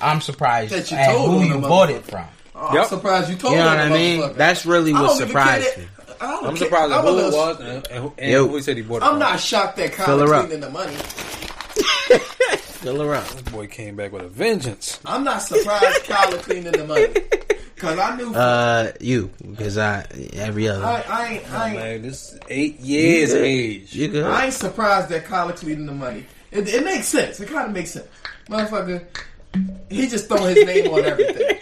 [SPEAKER 2] I'm surprised
[SPEAKER 3] That you
[SPEAKER 2] at
[SPEAKER 3] told
[SPEAKER 2] who
[SPEAKER 3] on
[SPEAKER 2] you
[SPEAKER 3] the
[SPEAKER 2] bought it from."
[SPEAKER 3] Oh,
[SPEAKER 4] Yep.
[SPEAKER 3] I'm surprised you told
[SPEAKER 2] You know
[SPEAKER 3] that
[SPEAKER 2] what I mean?
[SPEAKER 3] motherfucker.
[SPEAKER 2] That's really
[SPEAKER 3] I
[SPEAKER 2] what
[SPEAKER 3] don't even care
[SPEAKER 2] surprised
[SPEAKER 3] that-
[SPEAKER 2] me.
[SPEAKER 3] I don't
[SPEAKER 4] <laughs> I'm
[SPEAKER 3] care-
[SPEAKER 4] surprised at
[SPEAKER 3] I'm
[SPEAKER 4] who
[SPEAKER 3] a
[SPEAKER 4] it
[SPEAKER 3] little-
[SPEAKER 4] was and, and, and
[SPEAKER 2] Yo.
[SPEAKER 4] who he said he bought it
[SPEAKER 3] I'm
[SPEAKER 4] from.
[SPEAKER 3] not shocked that
[SPEAKER 2] Fill her up.
[SPEAKER 3] Kyle's cleaning the money.
[SPEAKER 2] Fill her up.
[SPEAKER 4] This boy came back with a vengeance.
[SPEAKER 3] I'm not surprised Kyle cleaning the
[SPEAKER 2] <laughs>
[SPEAKER 3] money. Cause I knew
[SPEAKER 2] Uh, you because I every other.
[SPEAKER 3] I, I ain't I ain't,
[SPEAKER 4] Man, this is eight years age.
[SPEAKER 2] you good?
[SPEAKER 3] I ain't surprised that Kyle cleaning the money. It, it makes sense. It kind of makes sense, motherfucker. He just throwing his name on everything.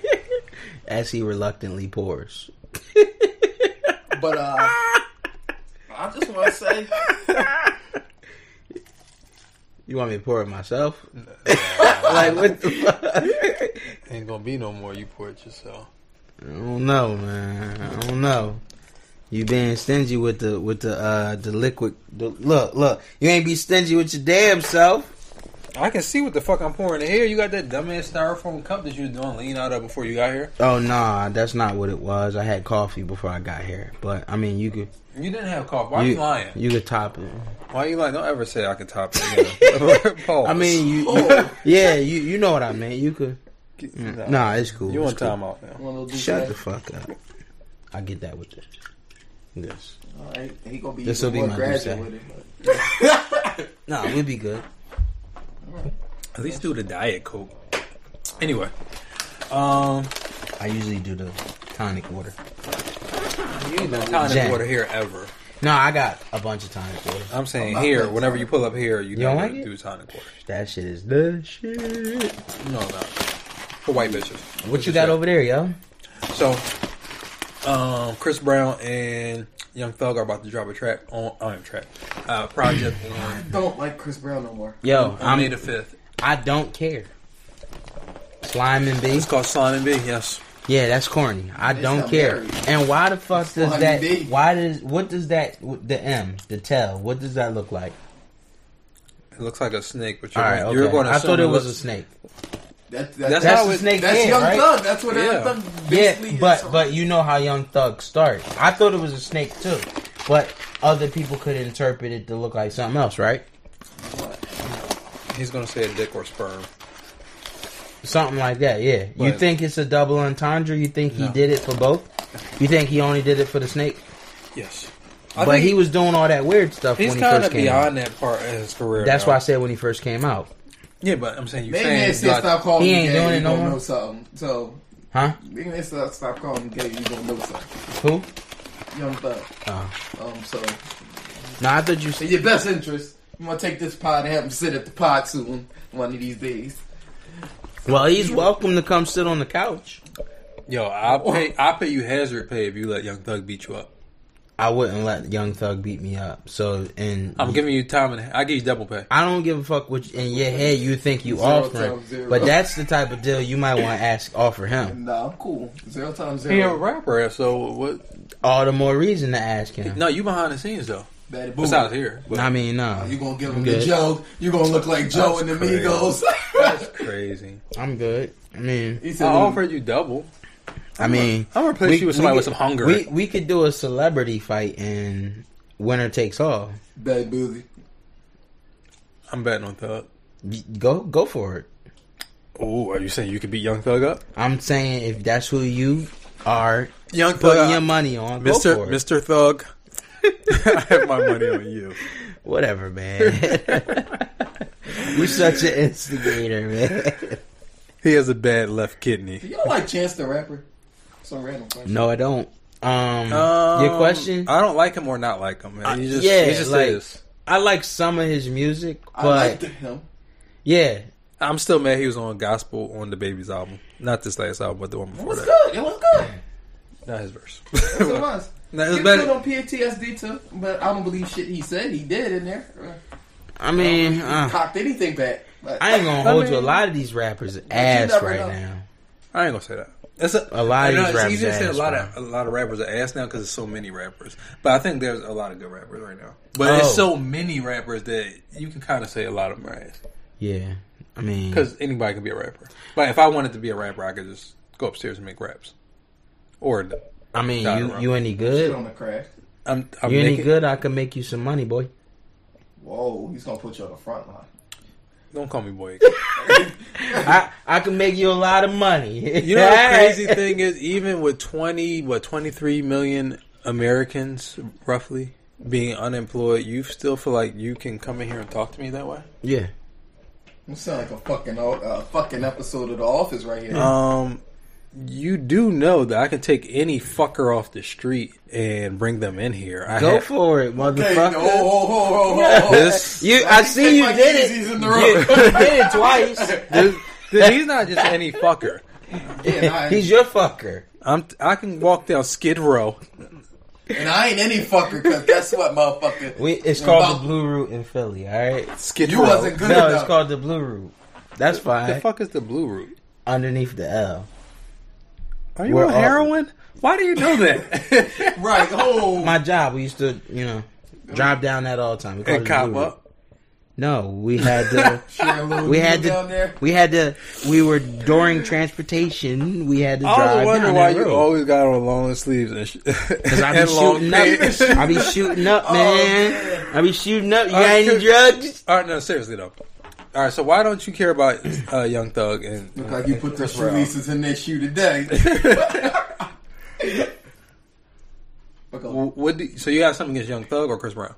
[SPEAKER 2] As he reluctantly pours.
[SPEAKER 3] But uh, I just want to say,
[SPEAKER 2] You want me to pour it
[SPEAKER 3] <laughs>
[SPEAKER 2] myself? like what? The fuck?
[SPEAKER 4] Ain't gonna be no more. You pour it yourself.
[SPEAKER 2] I don't know, man. I don't know. You being stingy with the with the uh the liquid. The, look, look. You ain't be stingy with your damn self.
[SPEAKER 4] I can see what the fuck I'm pouring in here. You got that dumbass styrofoam cup that you was doing lean out of before you got here.
[SPEAKER 2] Oh nah, that's not what it was. I had coffee before I got here, but I mean, you could
[SPEAKER 4] You didn't have coffee. Why you,
[SPEAKER 2] you,
[SPEAKER 4] lying?
[SPEAKER 2] you could top it.
[SPEAKER 4] Why you lying? Don't ever say I could top
[SPEAKER 2] <laughs>
[SPEAKER 4] it. Again. Pause.
[SPEAKER 2] I mean, you,
[SPEAKER 4] <laughs>
[SPEAKER 3] oh,
[SPEAKER 2] yeah, you you know what I mean. You could.
[SPEAKER 4] no.
[SPEAKER 2] Nah, it's cool.
[SPEAKER 4] you
[SPEAKER 2] it's
[SPEAKER 4] on
[SPEAKER 2] cool.
[SPEAKER 4] timeout now?
[SPEAKER 3] Wanna do
[SPEAKER 2] Shut the
[SPEAKER 3] that?
[SPEAKER 2] fuck up. I get that with this. Yes.
[SPEAKER 3] All right, he gonna be
[SPEAKER 2] This'll
[SPEAKER 3] even
[SPEAKER 2] be
[SPEAKER 3] more
[SPEAKER 2] my
[SPEAKER 3] graduate
[SPEAKER 2] new
[SPEAKER 3] with it.
[SPEAKER 2] Nah, we'll be good.
[SPEAKER 4] At least do the diet coke. Anyway, um,
[SPEAKER 2] I usually do the tonic water.
[SPEAKER 4] you ain't done tonic
[SPEAKER 2] Jen.
[SPEAKER 4] water here ever.
[SPEAKER 2] No, I got a bunch of tonic water.
[SPEAKER 4] I'm saying here, whenever you pull up here, you,
[SPEAKER 2] don't
[SPEAKER 4] don't
[SPEAKER 2] like it?
[SPEAKER 4] do tonic water.
[SPEAKER 2] That shit is the shit.
[SPEAKER 4] No, no, for white bitches.
[SPEAKER 2] What you got over there, yo?
[SPEAKER 4] So, um, Chris Brown and Young Thug are about to drop a track on I mean, track
[SPEAKER 2] <clears throat>
[SPEAKER 4] uh, project on,
[SPEAKER 3] Don't like Chris Brown no more.
[SPEAKER 2] Yo,
[SPEAKER 4] on May
[SPEAKER 2] I'm,
[SPEAKER 4] the fifth.
[SPEAKER 2] I don't care. Slime and B.
[SPEAKER 4] It's called Slime and B. Yes,
[SPEAKER 2] Yeah, that's corny. I don't
[SPEAKER 3] sound
[SPEAKER 2] care.
[SPEAKER 3] married.
[SPEAKER 2] And why the fuck does
[SPEAKER 3] Slime
[SPEAKER 2] that?
[SPEAKER 3] and B.
[SPEAKER 2] Why does what does that? The M, the tail. What does that look like?
[SPEAKER 4] it looks like a snake, but
[SPEAKER 2] All
[SPEAKER 4] you're,
[SPEAKER 2] right,
[SPEAKER 4] you're
[SPEAKER 2] okay.
[SPEAKER 4] going to.
[SPEAKER 2] I thought it was a
[SPEAKER 4] looks,
[SPEAKER 2] snake.
[SPEAKER 3] That, that, that's
[SPEAKER 4] That's
[SPEAKER 2] That's
[SPEAKER 4] how
[SPEAKER 2] the
[SPEAKER 4] it-
[SPEAKER 2] snake.
[SPEAKER 3] that's
[SPEAKER 2] head,
[SPEAKER 3] Young
[SPEAKER 2] right?
[SPEAKER 3] Thug. That's what
[SPEAKER 4] Yeah.
[SPEAKER 3] Young Thug basically
[SPEAKER 2] Yeah,
[SPEAKER 3] is.
[SPEAKER 2] but but you know how Young Thug start. I thought it was a snake too, but other people could interpret it to look like something else, right?
[SPEAKER 4] He's going to say a dick or sperm.
[SPEAKER 2] Something like that. Yeah. you
[SPEAKER 4] But-
[SPEAKER 2] think it's a double entendre? You think he
[SPEAKER 4] No.
[SPEAKER 2] did it for both? You think he only did it for the snake?
[SPEAKER 4] Yes,
[SPEAKER 2] but he was doing all that weird stuff
[SPEAKER 4] He's
[SPEAKER 2] when he
[SPEAKER 4] kind
[SPEAKER 2] first
[SPEAKER 4] of
[SPEAKER 2] came out.
[SPEAKER 4] beyond that part of his career.
[SPEAKER 2] That's
[SPEAKER 4] now.
[SPEAKER 2] why I said when he first came out,
[SPEAKER 4] Yeah, but I'm saying you're
[SPEAKER 3] Maybe
[SPEAKER 4] saying
[SPEAKER 3] they
[SPEAKER 4] like-
[SPEAKER 3] said stop calling
[SPEAKER 2] He
[SPEAKER 3] him
[SPEAKER 2] ain't
[SPEAKER 3] gay,
[SPEAKER 2] doing it
[SPEAKER 3] you
[SPEAKER 2] no
[SPEAKER 3] gonna
[SPEAKER 2] more.
[SPEAKER 3] know something. So
[SPEAKER 2] huh?
[SPEAKER 3] maybe they said stop calling him gay, you gonna know something.
[SPEAKER 2] Who?
[SPEAKER 3] Young Thug.
[SPEAKER 2] Oh.
[SPEAKER 3] Um, so
[SPEAKER 2] No, I thought you
[SPEAKER 3] in
[SPEAKER 2] said.
[SPEAKER 3] your best interest, you want to take this pod and have him sit at the pod soon, one of these days.
[SPEAKER 2] Well, he's welcome to come sit on the couch.
[SPEAKER 4] yo, I pay I pay you hazard pay if you let Young Thug beat you up.
[SPEAKER 2] I wouldn't let Young Thug beat me up. So and
[SPEAKER 4] I'm giving you time and I give you double pay.
[SPEAKER 2] I don't give a fuck what in your head you think you
[SPEAKER 3] Zero
[SPEAKER 2] offering,
[SPEAKER 3] times zero.
[SPEAKER 2] but that's the type of deal you might want to ask offer him.
[SPEAKER 3] Nah, I'm cool. Zero times
[SPEAKER 4] He a
[SPEAKER 3] zero.
[SPEAKER 4] rapper, so what?
[SPEAKER 2] All the more reason to ask him.
[SPEAKER 4] No, you behind the scenes though.
[SPEAKER 3] Bad boom.
[SPEAKER 4] Besides here, but-
[SPEAKER 2] I mean, no,
[SPEAKER 3] You gonna give
[SPEAKER 2] I'm
[SPEAKER 3] him the
[SPEAKER 2] good.
[SPEAKER 3] joke? You gonna look like Joe and the
[SPEAKER 4] crazy.
[SPEAKER 3] Migos? <laughs>
[SPEAKER 4] that's <laughs> crazy.
[SPEAKER 2] I'm good. I mean,
[SPEAKER 3] he
[SPEAKER 4] I
[SPEAKER 3] said,
[SPEAKER 4] offered you double.
[SPEAKER 2] I mean,
[SPEAKER 4] I'm gonna replace you with somebody with some hunger.
[SPEAKER 2] We we could do a celebrity fight and winner takes all.
[SPEAKER 3] "Bad boozy."
[SPEAKER 4] I'm betting on Thug.
[SPEAKER 2] Y- Go go for it.
[SPEAKER 4] Oh, are you saying you could beat Young Thug up?
[SPEAKER 2] I'm saying if that's who you are
[SPEAKER 4] Young
[SPEAKER 2] putting
[SPEAKER 4] Thug,
[SPEAKER 2] your money on,
[SPEAKER 4] Mister
[SPEAKER 2] go for it.
[SPEAKER 4] Mister Thug. I have my money on you.
[SPEAKER 2] Whatever, <laughs> man. you such an instigator, <laughs> man.
[SPEAKER 4] He has a bad left kidney.
[SPEAKER 3] Do y'all like Chance the Rapper? Some random question.
[SPEAKER 2] No, I don't. Um,
[SPEAKER 4] Um,
[SPEAKER 2] your question. I,
[SPEAKER 4] I don't like him or not like him. Man. He just,
[SPEAKER 2] yeah,
[SPEAKER 4] he just
[SPEAKER 2] like-
[SPEAKER 4] is.
[SPEAKER 2] like some of his music,
[SPEAKER 3] I
[SPEAKER 2] but
[SPEAKER 3] liked him.
[SPEAKER 2] yeah,
[SPEAKER 4] I'm still mad he was on gospel on the baby's album. Not this last album, but the one
[SPEAKER 3] It
[SPEAKER 4] before
[SPEAKER 3] was
[SPEAKER 4] that.
[SPEAKER 3] good. It was good.
[SPEAKER 4] Not his <laughs> verse.
[SPEAKER 3] Yes, it was.
[SPEAKER 4] No, it was
[SPEAKER 3] he
[SPEAKER 4] better-
[SPEAKER 3] was good on PTSD too, but I don't believe shit he said he did in there.
[SPEAKER 2] I mean, uh,
[SPEAKER 3] Cocked anything back. But-
[SPEAKER 2] I ain't gonna hold you. A
[SPEAKER 4] mean-
[SPEAKER 2] lot of these rappers ass
[SPEAKER 3] never
[SPEAKER 2] right
[SPEAKER 3] know.
[SPEAKER 2] now.
[SPEAKER 4] I ain't gonna say that. It's a,
[SPEAKER 2] A lot of
[SPEAKER 4] you know,
[SPEAKER 2] these rappers
[SPEAKER 4] It's easy to say a
[SPEAKER 2] ass,
[SPEAKER 4] lot of a lot of rappers are ass now because there's so many rappers. But I think there's a lot of good rappers right now. But
[SPEAKER 2] Oh.
[SPEAKER 4] there's so many rappers that you can kind of say a lot of them are ass
[SPEAKER 2] Yeah, I mean,
[SPEAKER 4] because anybody can be a rapper. But if I wanted to be a rapper, I could just go upstairs and make raps. Or
[SPEAKER 2] I mean,
[SPEAKER 4] Nah,
[SPEAKER 2] you
[SPEAKER 4] bro.
[SPEAKER 2] you any
[SPEAKER 3] Shit
[SPEAKER 2] good?
[SPEAKER 3] on the crash.
[SPEAKER 4] I'm, I'm
[SPEAKER 2] You any
[SPEAKER 4] naked.
[SPEAKER 2] good? I can make you some money, boy.
[SPEAKER 3] Whoa, he's gonna put you on the front line.
[SPEAKER 4] Don't call me boy.
[SPEAKER 2] I I can make you a lot of money.
[SPEAKER 4] You know
[SPEAKER 2] <laughs>
[SPEAKER 4] the crazy thing is, even with twenty, what twenty three million Americans roughly being unemployed, you still feel like you can come in here and talk to me that way.
[SPEAKER 2] Yeah.
[SPEAKER 3] You sound like a fucking uh, fucking episode of The Office right here.
[SPEAKER 2] Uh,
[SPEAKER 4] Um, you do know that I can take any fucker off the street and bring them in here. I
[SPEAKER 2] Go
[SPEAKER 4] have- <laughs>
[SPEAKER 2] for it,
[SPEAKER 3] Hey,
[SPEAKER 2] motherfucker.
[SPEAKER 3] oh, oh, oh, oh, oh.
[SPEAKER 4] this.
[SPEAKER 2] You, I see you
[SPEAKER 3] Like
[SPEAKER 2] did
[SPEAKER 3] Yeezys
[SPEAKER 2] it.
[SPEAKER 3] in the
[SPEAKER 2] You,
[SPEAKER 3] room.
[SPEAKER 2] you did it twice.
[SPEAKER 4] this- this- he's not just any fucker.
[SPEAKER 3] Yeah, and, I,
[SPEAKER 2] <laughs> He's your fucker.
[SPEAKER 4] I'm. I can walk down Skid Row.
[SPEAKER 3] and I ain't any fucker because guess what, motherfucker?
[SPEAKER 2] We, it's
[SPEAKER 3] You
[SPEAKER 2] called
[SPEAKER 3] about-
[SPEAKER 2] the Blue Route in Philly. All right.
[SPEAKER 4] Skid
[SPEAKER 3] You
[SPEAKER 4] Row.
[SPEAKER 3] wasn't good
[SPEAKER 2] No, it's
[SPEAKER 3] enough.
[SPEAKER 2] called the Blue Route. That's
[SPEAKER 4] The
[SPEAKER 2] fine.
[SPEAKER 4] fuck is the blue route?
[SPEAKER 2] Underneath the L.
[SPEAKER 4] Are you
[SPEAKER 2] We're
[SPEAKER 4] on
[SPEAKER 2] all-
[SPEAKER 4] heroin? Why do you know that?
[SPEAKER 3] <laughs> right. Oh,
[SPEAKER 2] My job. We used to, you know, drive down that all the time. We called
[SPEAKER 4] and
[SPEAKER 2] it the
[SPEAKER 4] cop
[SPEAKER 2] Blue Route.
[SPEAKER 4] up.
[SPEAKER 2] No, we had to.
[SPEAKER 3] Share a little
[SPEAKER 2] we had
[SPEAKER 3] deal down
[SPEAKER 2] to.
[SPEAKER 3] there.
[SPEAKER 2] We had to. We were during transportation. We had to drive
[SPEAKER 4] I was wondering
[SPEAKER 2] down
[SPEAKER 4] why
[SPEAKER 2] that
[SPEAKER 4] you
[SPEAKER 2] road.
[SPEAKER 4] always got on long sleeves and, sh- <laughs>
[SPEAKER 2] Cause I be
[SPEAKER 4] and
[SPEAKER 2] shooting <laughs>
[SPEAKER 4] pants.
[SPEAKER 2] up. I be shooting up, Oh, man. I be shooting up. You got
[SPEAKER 4] I
[SPEAKER 2] any
[SPEAKER 4] could-
[SPEAKER 2] drugs?
[SPEAKER 4] All right, no, seriously though. All right, so why don't you care about uh, Young Thug and
[SPEAKER 3] Look like you put the
[SPEAKER 4] Chris Brown?
[SPEAKER 3] shoelaces in that
[SPEAKER 2] <laughs>
[SPEAKER 3] shoe today. Fuck off.
[SPEAKER 4] W- What do you- so you got something against Young Thug or Chris Brown?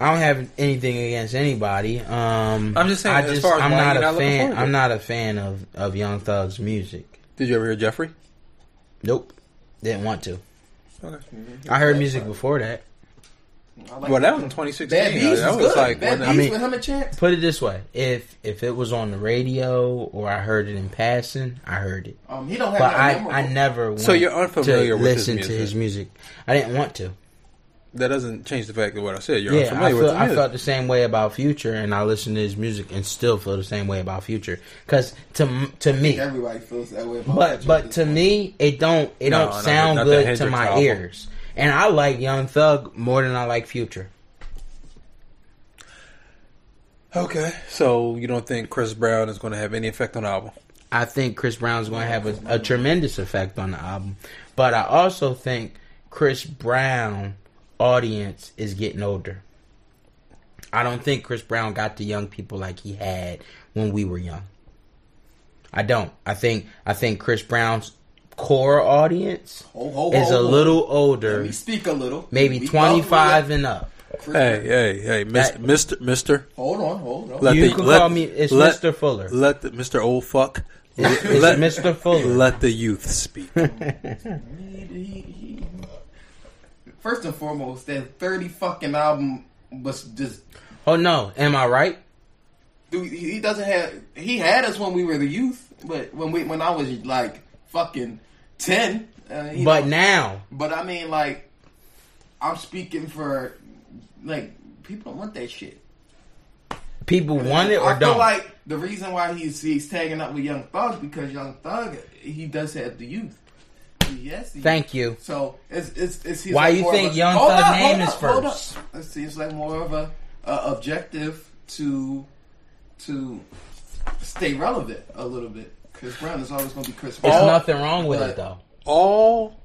[SPEAKER 2] I don't have anything against anybody. Um,
[SPEAKER 4] I'm just saying,
[SPEAKER 2] I
[SPEAKER 4] as far as
[SPEAKER 2] I'm
[SPEAKER 4] why
[SPEAKER 2] not
[SPEAKER 4] you're
[SPEAKER 2] a
[SPEAKER 4] not looking
[SPEAKER 2] fan.
[SPEAKER 4] forward to
[SPEAKER 2] I'm
[SPEAKER 4] it.
[SPEAKER 2] not a fan of of Young Thug's music.
[SPEAKER 4] Did you ever hear Jeffrey?
[SPEAKER 2] Nope, didn't want to.
[SPEAKER 4] Okay.
[SPEAKER 2] I heard music before that.
[SPEAKER 3] I like
[SPEAKER 4] Well, that was in
[SPEAKER 3] Bad
[SPEAKER 4] 2016.
[SPEAKER 3] Beats was
[SPEAKER 4] that was
[SPEAKER 3] good.
[SPEAKER 4] like
[SPEAKER 3] Bad
[SPEAKER 4] one
[SPEAKER 3] Beats
[SPEAKER 4] of-
[SPEAKER 2] mean-
[SPEAKER 3] with him and Chance.
[SPEAKER 2] Put it this way: if if it was on the radio or I heard it in passing, I heard it.
[SPEAKER 3] Um, he don't have
[SPEAKER 2] But
[SPEAKER 3] that
[SPEAKER 2] I,
[SPEAKER 3] memorable.
[SPEAKER 2] I never went
[SPEAKER 4] So you're
[SPEAKER 2] to
[SPEAKER 4] unfamiliar with his
[SPEAKER 2] listen to
[SPEAKER 4] music.
[SPEAKER 2] his music. I didn't want to.
[SPEAKER 4] that doesn't change the fact of what I said. You're
[SPEAKER 2] Yeah, I,
[SPEAKER 4] familiar with
[SPEAKER 2] feel,
[SPEAKER 4] the
[SPEAKER 2] I
[SPEAKER 4] music.
[SPEAKER 2] felt the same way about Future, and I listened to his music and still feel the same way about Future. Because to m- to me,
[SPEAKER 3] Everybody feels that way. About
[SPEAKER 2] but
[SPEAKER 3] that
[SPEAKER 2] but
[SPEAKER 3] shit.
[SPEAKER 2] to me, it don't it
[SPEAKER 4] No,
[SPEAKER 2] don't
[SPEAKER 4] no,
[SPEAKER 2] sound
[SPEAKER 4] not the
[SPEAKER 2] good to
[SPEAKER 4] Hendrix
[SPEAKER 2] my
[SPEAKER 4] album.
[SPEAKER 2] ears. And I like Young Thug more than I like Future.
[SPEAKER 4] okay, so you don't think Chris Brown is going to have any effect on the album?
[SPEAKER 2] I think Chris Brown's going to have a, a tremendous effect on the album, but I also think Chris Brown audience is getting older. I don't think Chris Brown got the young people like he had when we were young. I don't. I think I think Chris Brown's core audience
[SPEAKER 3] Ho, ho,
[SPEAKER 2] is
[SPEAKER 3] ho,
[SPEAKER 2] a
[SPEAKER 3] ho.
[SPEAKER 2] little
[SPEAKER 3] Oh, Let
[SPEAKER 2] older,
[SPEAKER 3] me speak a little.
[SPEAKER 2] maybe
[SPEAKER 3] We
[SPEAKER 2] twenty
[SPEAKER 3] up,
[SPEAKER 2] five and up.
[SPEAKER 3] we up. Chris-
[SPEAKER 4] Hey, hey, hey, Mister,
[SPEAKER 2] That-
[SPEAKER 4] Mister, Mister.
[SPEAKER 3] Hold on, hold on.
[SPEAKER 4] Let
[SPEAKER 2] You
[SPEAKER 4] the,
[SPEAKER 2] can
[SPEAKER 4] let,
[SPEAKER 2] call me it's
[SPEAKER 4] let,
[SPEAKER 2] Mr. Fuller.
[SPEAKER 4] Let the Mister Old Fuck.
[SPEAKER 2] It's
[SPEAKER 4] let,
[SPEAKER 2] Mr. Fuller.
[SPEAKER 4] Let the youth speak.
[SPEAKER 3] He- he- he- First and foremost, that thirty fucking album was just.
[SPEAKER 2] Oh no, am I right?
[SPEAKER 3] Dude, he he doesn't have. He had us when we were the youth, but when we when I was like fucking ten. Uh, you
[SPEAKER 2] But
[SPEAKER 3] know,
[SPEAKER 2] now
[SPEAKER 3] but I mean like. I'm speaking for like people want that shit.
[SPEAKER 2] People want it or
[SPEAKER 3] I
[SPEAKER 2] don't.
[SPEAKER 3] feel like the reason why he's he's tagging up with Young Thug because Young Thug he does have the youth. Yes. He
[SPEAKER 2] Thank you.
[SPEAKER 3] So it's it's it's he's
[SPEAKER 2] Why
[SPEAKER 3] like
[SPEAKER 2] you
[SPEAKER 3] more of
[SPEAKER 2] think
[SPEAKER 3] a-
[SPEAKER 2] Young
[SPEAKER 3] Hold
[SPEAKER 2] Thug
[SPEAKER 3] up, hold
[SPEAKER 2] name is
[SPEAKER 3] up, hold up.
[SPEAKER 2] first?
[SPEAKER 3] It seems like more of a, a objective to to stay relevant a little bit. Chris Brown is always going to be Chris Brown.
[SPEAKER 2] There's nothing wrong with
[SPEAKER 3] but-
[SPEAKER 2] it though.
[SPEAKER 4] All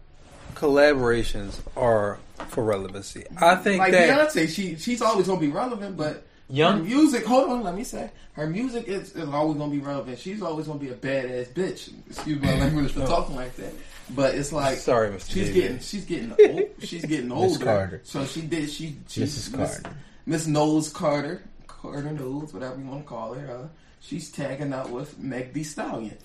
[SPEAKER 4] collaborations are for relevancy. I think
[SPEAKER 3] Like
[SPEAKER 4] that
[SPEAKER 3] Beyonce, she she's always gonna be relevant, but
[SPEAKER 2] Young-
[SPEAKER 3] her music. Hold on, let me say her music is, is always gonna be relevant. She's always gonna be a badass bitch.
[SPEAKER 2] <laughs>
[SPEAKER 3] Excuse my language
[SPEAKER 2] Oh.
[SPEAKER 3] for talking like that, but it's like
[SPEAKER 4] Sorry, Mr.
[SPEAKER 3] She's
[SPEAKER 4] Davis.
[SPEAKER 3] getting
[SPEAKER 2] <laughs>
[SPEAKER 3] she's getting old, she's getting older.
[SPEAKER 2] Carter.
[SPEAKER 3] So she did she, she
[SPEAKER 2] Mrs.
[SPEAKER 3] Miss-
[SPEAKER 2] Carter.
[SPEAKER 3] Miss Knowles Carter Carter Knowles whatever you want to call her. Uh, she's tagging out with Meg Thee Stallion.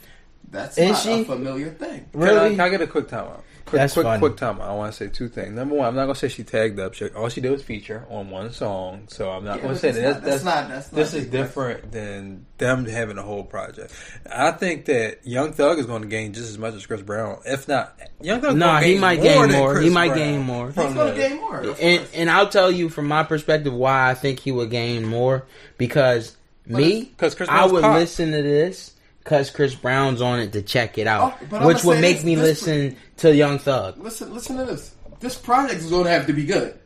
[SPEAKER 3] That's
[SPEAKER 2] Is
[SPEAKER 3] not
[SPEAKER 2] she?
[SPEAKER 3] a familiar thing.
[SPEAKER 4] Can I-
[SPEAKER 2] Really?
[SPEAKER 4] Can I, get a quick timeout? Quick,
[SPEAKER 2] That's
[SPEAKER 4] quick,
[SPEAKER 2] funny.
[SPEAKER 4] quick timeout. I want to say two things. Number one, I'm not gonna say she tagged up. She, all she did was feature on one song, so I'm not
[SPEAKER 3] Yeah,
[SPEAKER 4] gonna
[SPEAKER 3] but
[SPEAKER 4] say
[SPEAKER 3] that's not-
[SPEAKER 4] that. that's,
[SPEAKER 3] that's
[SPEAKER 4] that's-
[SPEAKER 3] not- that's not
[SPEAKER 4] this
[SPEAKER 3] big.
[SPEAKER 4] is different than them having a whole project. I think that Young Thug is going to gain just as much as Chris Brown, if not Young Thug.
[SPEAKER 2] Nah,
[SPEAKER 4] gonna
[SPEAKER 2] he
[SPEAKER 4] gain
[SPEAKER 2] might
[SPEAKER 4] more
[SPEAKER 2] gain
[SPEAKER 4] than
[SPEAKER 2] more. He
[SPEAKER 4] Chris
[SPEAKER 2] might
[SPEAKER 4] Brown
[SPEAKER 2] gain more. He's
[SPEAKER 4] from
[SPEAKER 3] He's gonna
[SPEAKER 4] the-
[SPEAKER 3] gain more. of
[SPEAKER 2] and
[SPEAKER 3] course.
[SPEAKER 2] and I'll tell you from my perspective why I think he would gain more because me
[SPEAKER 4] 'cause Chris
[SPEAKER 2] I
[SPEAKER 4] Brown's
[SPEAKER 2] would
[SPEAKER 4] pop.
[SPEAKER 2] listen to this because Chris Brown's on it to check it out,
[SPEAKER 3] Oh, but I'ma
[SPEAKER 2] which would
[SPEAKER 3] say
[SPEAKER 2] make
[SPEAKER 3] this-
[SPEAKER 2] me
[SPEAKER 3] this-
[SPEAKER 2] listen to Young Thug.
[SPEAKER 3] listen, listen to this. This project is going to have to be good.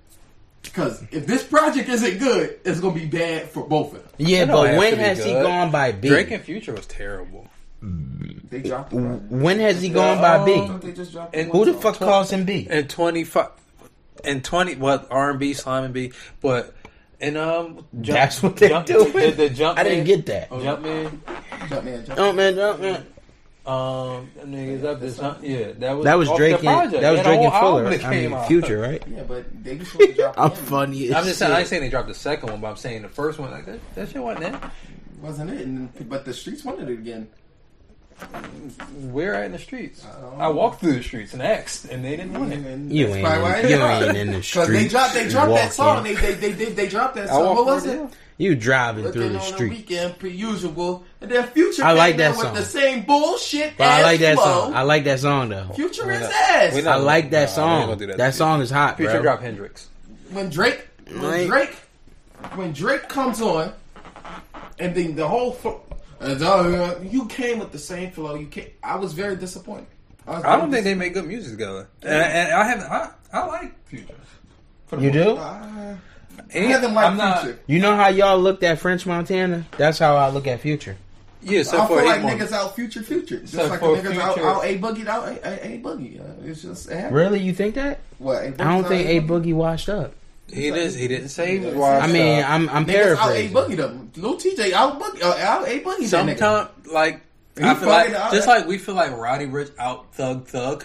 [SPEAKER 3] Because if this project isn't good, it's going to be bad for both of them.
[SPEAKER 2] Yeah,
[SPEAKER 4] It don't
[SPEAKER 2] but
[SPEAKER 4] have to
[SPEAKER 2] when
[SPEAKER 4] be
[SPEAKER 2] has he
[SPEAKER 4] good.
[SPEAKER 2] gone by B?
[SPEAKER 4] Drake and Future was terrible.
[SPEAKER 3] They dropped the project.
[SPEAKER 2] When has he gone by
[SPEAKER 3] Don't
[SPEAKER 2] B?
[SPEAKER 3] they just dropped
[SPEAKER 4] And
[SPEAKER 2] Who
[SPEAKER 3] one
[SPEAKER 2] the
[SPEAKER 3] song?
[SPEAKER 2] fuck calls him B?
[SPEAKER 4] and twenty five and twenty what R and B slime and B, but and um jump,
[SPEAKER 2] That's what they
[SPEAKER 4] jump,
[SPEAKER 2] do.
[SPEAKER 4] The, the jump Oh,
[SPEAKER 2] I didn't get that.
[SPEAKER 4] jump man.
[SPEAKER 3] Jumpman, Jumpman.
[SPEAKER 2] Oh man, oh man.
[SPEAKER 4] Um, them niggas up this yeah that was
[SPEAKER 2] That was
[SPEAKER 4] off
[SPEAKER 2] Drake
[SPEAKER 4] their
[SPEAKER 2] and
[SPEAKER 4] project.
[SPEAKER 2] that was
[SPEAKER 4] They had a
[SPEAKER 2] Drake and
[SPEAKER 4] whole album
[SPEAKER 2] Fuller.
[SPEAKER 4] that
[SPEAKER 2] I
[SPEAKER 4] came
[SPEAKER 2] mean,
[SPEAKER 4] out.
[SPEAKER 2] Future, right?
[SPEAKER 3] Yeah, but they just want to drop
[SPEAKER 2] I'm
[SPEAKER 3] one.
[SPEAKER 2] funny. As
[SPEAKER 4] I'm just saying. I
[SPEAKER 2] shit.
[SPEAKER 4] ain't saying they dropped the second one, but I'm saying the first one like that. That shit wasn't it.
[SPEAKER 3] Wasn't it? And, but the streets wanted it again.
[SPEAKER 4] We're out in the streets.
[SPEAKER 3] Oh.
[SPEAKER 4] I walked through the streets and asked, and they didn't want it.
[SPEAKER 3] And
[SPEAKER 2] You
[SPEAKER 3] that's
[SPEAKER 2] ain't in-
[SPEAKER 3] probably why
[SPEAKER 2] you
[SPEAKER 3] they dropped
[SPEAKER 2] ain't
[SPEAKER 3] it.
[SPEAKER 2] in the
[SPEAKER 3] <laughs> 'Cause they
[SPEAKER 2] streets
[SPEAKER 3] dropped, they dropped
[SPEAKER 2] walking.
[SPEAKER 3] that song. They, they, they, they, they dropped that
[SPEAKER 4] I
[SPEAKER 3] song.
[SPEAKER 4] walked
[SPEAKER 3] What was
[SPEAKER 4] through
[SPEAKER 3] it?
[SPEAKER 4] there.
[SPEAKER 2] you driving through
[SPEAKER 3] Looking
[SPEAKER 2] the
[SPEAKER 3] on the
[SPEAKER 2] street.
[SPEAKER 3] weekend, per usual. And then Future
[SPEAKER 2] I
[SPEAKER 3] came
[SPEAKER 2] like
[SPEAKER 3] out
[SPEAKER 2] that
[SPEAKER 3] with
[SPEAKER 2] song.
[SPEAKER 3] the same bullshit.
[SPEAKER 2] But I
[SPEAKER 3] as
[SPEAKER 2] like that
[SPEAKER 3] Flo.
[SPEAKER 2] song. I like that song though.
[SPEAKER 3] Future
[SPEAKER 4] We're
[SPEAKER 3] is
[SPEAKER 4] not-
[SPEAKER 3] ass.
[SPEAKER 4] we're not
[SPEAKER 2] I like that
[SPEAKER 4] Nah, we ain't
[SPEAKER 2] song.
[SPEAKER 4] gonna do
[SPEAKER 2] that.
[SPEAKER 4] that.
[SPEAKER 2] song is hot,
[SPEAKER 4] Future
[SPEAKER 2] bro.
[SPEAKER 4] dropped Hendrix.
[SPEAKER 3] when Drake when
[SPEAKER 2] Right.
[SPEAKER 3] Drake when Drake comes on, and then the whole fl- uh, the- you came with the same flow. You came, I was very disappointed. was
[SPEAKER 4] I don't
[SPEAKER 3] very
[SPEAKER 4] think they make good music together, and, and I have I, I like Future. For the
[SPEAKER 2] You
[SPEAKER 4] most-
[SPEAKER 2] do?
[SPEAKER 3] dis-
[SPEAKER 4] And
[SPEAKER 3] I haven't liked
[SPEAKER 4] I'm not-
[SPEAKER 3] Future.
[SPEAKER 2] You know how y'all looked at French Montana? That's how I look at Future.
[SPEAKER 4] Yeah, so
[SPEAKER 3] I
[SPEAKER 4] for
[SPEAKER 3] feel
[SPEAKER 4] eight
[SPEAKER 3] like
[SPEAKER 4] months.
[SPEAKER 3] niggas out future future. Just
[SPEAKER 4] So
[SPEAKER 3] like the
[SPEAKER 4] for
[SPEAKER 3] niggas out,
[SPEAKER 4] Future-
[SPEAKER 3] out a boogie out a, a, a boogie. Uh, it's just it happened.
[SPEAKER 2] Really, you think that?
[SPEAKER 3] what A Boogie's
[SPEAKER 2] I don't
[SPEAKER 3] out
[SPEAKER 2] think A Boogie washed up.
[SPEAKER 4] He didn't. He didn't say he was
[SPEAKER 3] Yeah.
[SPEAKER 4] washed
[SPEAKER 2] I mean,
[SPEAKER 4] up.
[SPEAKER 2] I'm I'm
[SPEAKER 3] Niggas out a
[SPEAKER 2] paraphrasing.
[SPEAKER 3] boogie them. Lil TJ out boogie uh, out a boogie that nigga.
[SPEAKER 4] sometimes like
[SPEAKER 3] He
[SPEAKER 4] I feel like
[SPEAKER 3] fucking-
[SPEAKER 4] just like we feel like Roddy Rich out thug thug.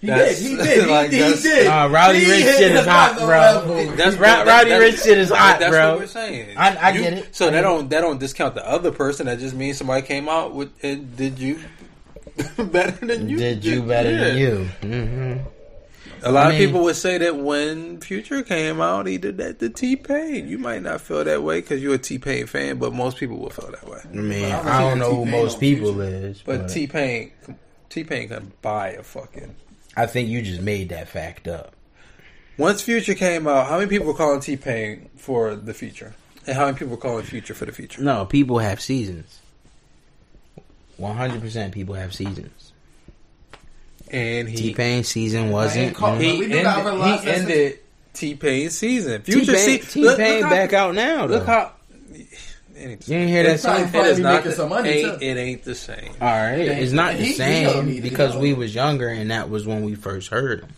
[SPEAKER 3] He did. He did. He,
[SPEAKER 4] <laughs> Like,
[SPEAKER 3] did,
[SPEAKER 4] that's-
[SPEAKER 3] he did.
[SPEAKER 2] Nah, Rowdy
[SPEAKER 3] He
[SPEAKER 2] Rich
[SPEAKER 3] hit
[SPEAKER 2] shit is hot,
[SPEAKER 3] another
[SPEAKER 2] bro.
[SPEAKER 3] level.
[SPEAKER 2] That's Ra- Roddy Rich shit is hot,
[SPEAKER 4] that's
[SPEAKER 2] bro.
[SPEAKER 4] what we're saying.
[SPEAKER 2] I- I
[SPEAKER 4] You-
[SPEAKER 2] get it.
[SPEAKER 4] So
[SPEAKER 2] I
[SPEAKER 4] that
[SPEAKER 2] get it.
[SPEAKER 4] don't that don't discount the other person. That just means somebody came out with and did you <laughs> better than you.
[SPEAKER 2] Did you better than
[SPEAKER 4] Yeah.
[SPEAKER 2] you? hmm
[SPEAKER 4] A
[SPEAKER 2] I
[SPEAKER 4] lot of
[SPEAKER 2] mean-
[SPEAKER 4] people would say that when Future came out, he did that to T Pain. You might not feel that way because you're a T Pain fan, but most people will feel that way.
[SPEAKER 2] I mean,
[SPEAKER 3] I've
[SPEAKER 2] I don't
[SPEAKER 3] seen
[SPEAKER 2] know who
[SPEAKER 3] T-Pain
[SPEAKER 2] most
[SPEAKER 3] on
[SPEAKER 2] people
[SPEAKER 3] Future.
[SPEAKER 2] is, but,
[SPEAKER 4] But T Pain, T Pain can buy a fucking
[SPEAKER 2] I think you just made that fact up.
[SPEAKER 4] Once Future came out, how many people were calling T Pain for the feature? And how many people were calling Future for the feature?
[SPEAKER 2] No, people have seasons. One hundred percent, people have seasons.
[SPEAKER 4] And
[SPEAKER 2] T
[SPEAKER 4] he
[SPEAKER 2] Pain season
[SPEAKER 3] ain't
[SPEAKER 2] wasn't.
[SPEAKER 3] call-
[SPEAKER 2] mm.
[SPEAKER 4] he
[SPEAKER 3] We do
[SPEAKER 4] ended,
[SPEAKER 3] not realize
[SPEAKER 4] he
[SPEAKER 3] that's-
[SPEAKER 4] ended T Pain's season.
[SPEAKER 2] T
[SPEAKER 4] Future
[SPEAKER 2] Pain,
[SPEAKER 4] se- look- look how-
[SPEAKER 2] back out now. Though.
[SPEAKER 4] Look how. It
[SPEAKER 2] you didn't hear that
[SPEAKER 3] It's not
[SPEAKER 2] song.
[SPEAKER 3] Probably
[SPEAKER 4] is not
[SPEAKER 3] making
[SPEAKER 4] the-
[SPEAKER 3] some money,
[SPEAKER 4] ain't-
[SPEAKER 3] too.
[SPEAKER 4] it ain't the same.
[SPEAKER 2] All right, it's not the
[SPEAKER 3] He- he don't need
[SPEAKER 2] same
[SPEAKER 3] to
[SPEAKER 2] because
[SPEAKER 3] know.
[SPEAKER 2] we was younger and that was when we first heard him.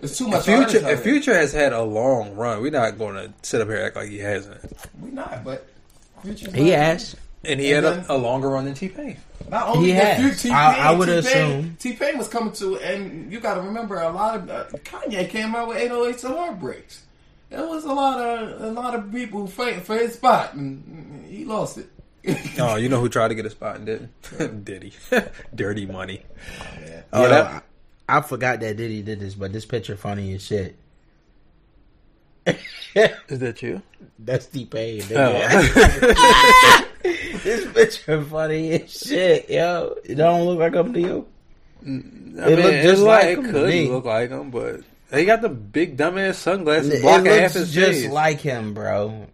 [SPEAKER 3] It's too much. artists
[SPEAKER 4] Future,
[SPEAKER 3] out
[SPEAKER 4] if
[SPEAKER 3] here.
[SPEAKER 4] Future has had a long run, we're not going to sit up here and act like he hasn't.
[SPEAKER 3] We not, but Future's
[SPEAKER 2] He
[SPEAKER 3] not-
[SPEAKER 2] asked.
[SPEAKER 4] And he
[SPEAKER 3] And
[SPEAKER 4] had
[SPEAKER 3] then-
[SPEAKER 4] a, a longer run than
[SPEAKER 3] <laughs>
[SPEAKER 4] T Pain.
[SPEAKER 3] Not only
[SPEAKER 2] He
[SPEAKER 3] that,
[SPEAKER 2] has.
[SPEAKER 3] Future,
[SPEAKER 2] I- I would
[SPEAKER 3] T-Pain-
[SPEAKER 2] assume.
[SPEAKER 3] T-Pain was coming to, and you got to remember a lot of uh, Kanye came out with 808s and heartbreaks. There was a lot of a lot of people fighting for his spot, and he lost it.
[SPEAKER 4] Oh, you know who tried to get a spot and didn't? <laughs> Diddy, dirty money. Oh,
[SPEAKER 2] Yo,
[SPEAKER 4] that-
[SPEAKER 2] I, I forgot that Diddy did this, but this picture funny as shit. <laughs>
[SPEAKER 4] Is that you?
[SPEAKER 2] That's T Pain.
[SPEAKER 4] <laughs> Oh.
[SPEAKER 2] <laughs> this picture funny as shit, yo. It don't look like I'm to you.
[SPEAKER 4] I
[SPEAKER 2] It
[SPEAKER 4] mean,
[SPEAKER 2] looked
[SPEAKER 4] it's
[SPEAKER 2] just like him
[SPEAKER 4] it
[SPEAKER 2] to
[SPEAKER 4] could
[SPEAKER 2] me.
[SPEAKER 4] look like him, but They got the big dumbass sunglasses.
[SPEAKER 2] It
[SPEAKER 4] Block
[SPEAKER 2] looks
[SPEAKER 4] half his
[SPEAKER 2] just
[SPEAKER 4] face.
[SPEAKER 2] like him, bro.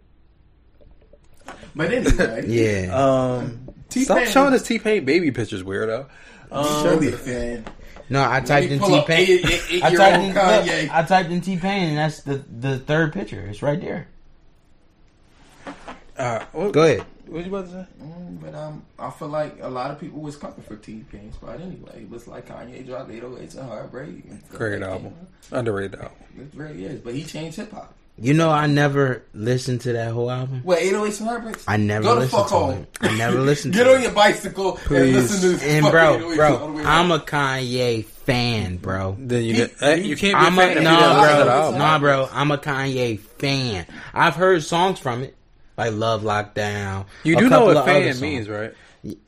[SPEAKER 3] But anyway,
[SPEAKER 2] <laughs> Yeah.
[SPEAKER 3] Uh,
[SPEAKER 4] Um,
[SPEAKER 3] T-Pain-
[SPEAKER 4] Stop showing us T Pain baby pictures, weirdo.
[SPEAKER 3] surely a fan.
[SPEAKER 2] no, I typed in
[SPEAKER 3] pull
[SPEAKER 2] T
[SPEAKER 3] up
[SPEAKER 2] Pain.
[SPEAKER 3] eight- eight-
[SPEAKER 2] I
[SPEAKER 3] eight-year-old
[SPEAKER 2] typed in
[SPEAKER 3] Kanye.
[SPEAKER 2] look, I typed in T Pain, and that's the the third picture. It's right there.
[SPEAKER 4] Uh, what,
[SPEAKER 2] Go ahead.
[SPEAKER 4] What you about to say?
[SPEAKER 3] Mm, But um, I feel like a lot of people was coming for T Pain spot anyway. It was like Kanye dropped 808s and Heartbreak. And stuff
[SPEAKER 4] Great
[SPEAKER 3] like
[SPEAKER 4] album, underrated album.
[SPEAKER 3] that. It really is. But he changed hip hop.
[SPEAKER 2] You know, I never listened to that whole album.
[SPEAKER 3] What, 808s and Heartbreaks?
[SPEAKER 2] I never
[SPEAKER 3] Go the
[SPEAKER 2] listened
[SPEAKER 3] fuck
[SPEAKER 2] to
[SPEAKER 3] home.
[SPEAKER 2] it. I
[SPEAKER 3] <laughs>
[SPEAKER 2] never listened
[SPEAKER 3] Get
[SPEAKER 2] to
[SPEAKER 3] on
[SPEAKER 2] it.
[SPEAKER 3] your bicycle
[SPEAKER 4] Please.
[SPEAKER 3] and listen to this.
[SPEAKER 2] And
[SPEAKER 3] fucking
[SPEAKER 2] bro,
[SPEAKER 3] 808s all the
[SPEAKER 2] bro,
[SPEAKER 3] way
[SPEAKER 2] I'm
[SPEAKER 3] around.
[SPEAKER 2] a Kanye fan, bro.
[SPEAKER 4] Then you
[SPEAKER 3] He-
[SPEAKER 4] get, eh, you can't be
[SPEAKER 2] I'm
[SPEAKER 4] a fan
[SPEAKER 2] a
[SPEAKER 4] if you
[SPEAKER 3] don't like
[SPEAKER 2] nah,
[SPEAKER 4] that
[SPEAKER 3] it
[SPEAKER 2] bro.
[SPEAKER 4] album.
[SPEAKER 2] Nah, bro. I'm a Kanye fan. I've heard songs from it, like "Love Lockdown."
[SPEAKER 4] You
[SPEAKER 2] a
[SPEAKER 4] do know
[SPEAKER 2] couple
[SPEAKER 4] what
[SPEAKER 2] of other
[SPEAKER 4] fan
[SPEAKER 2] songs.
[SPEAKER 4] means, right?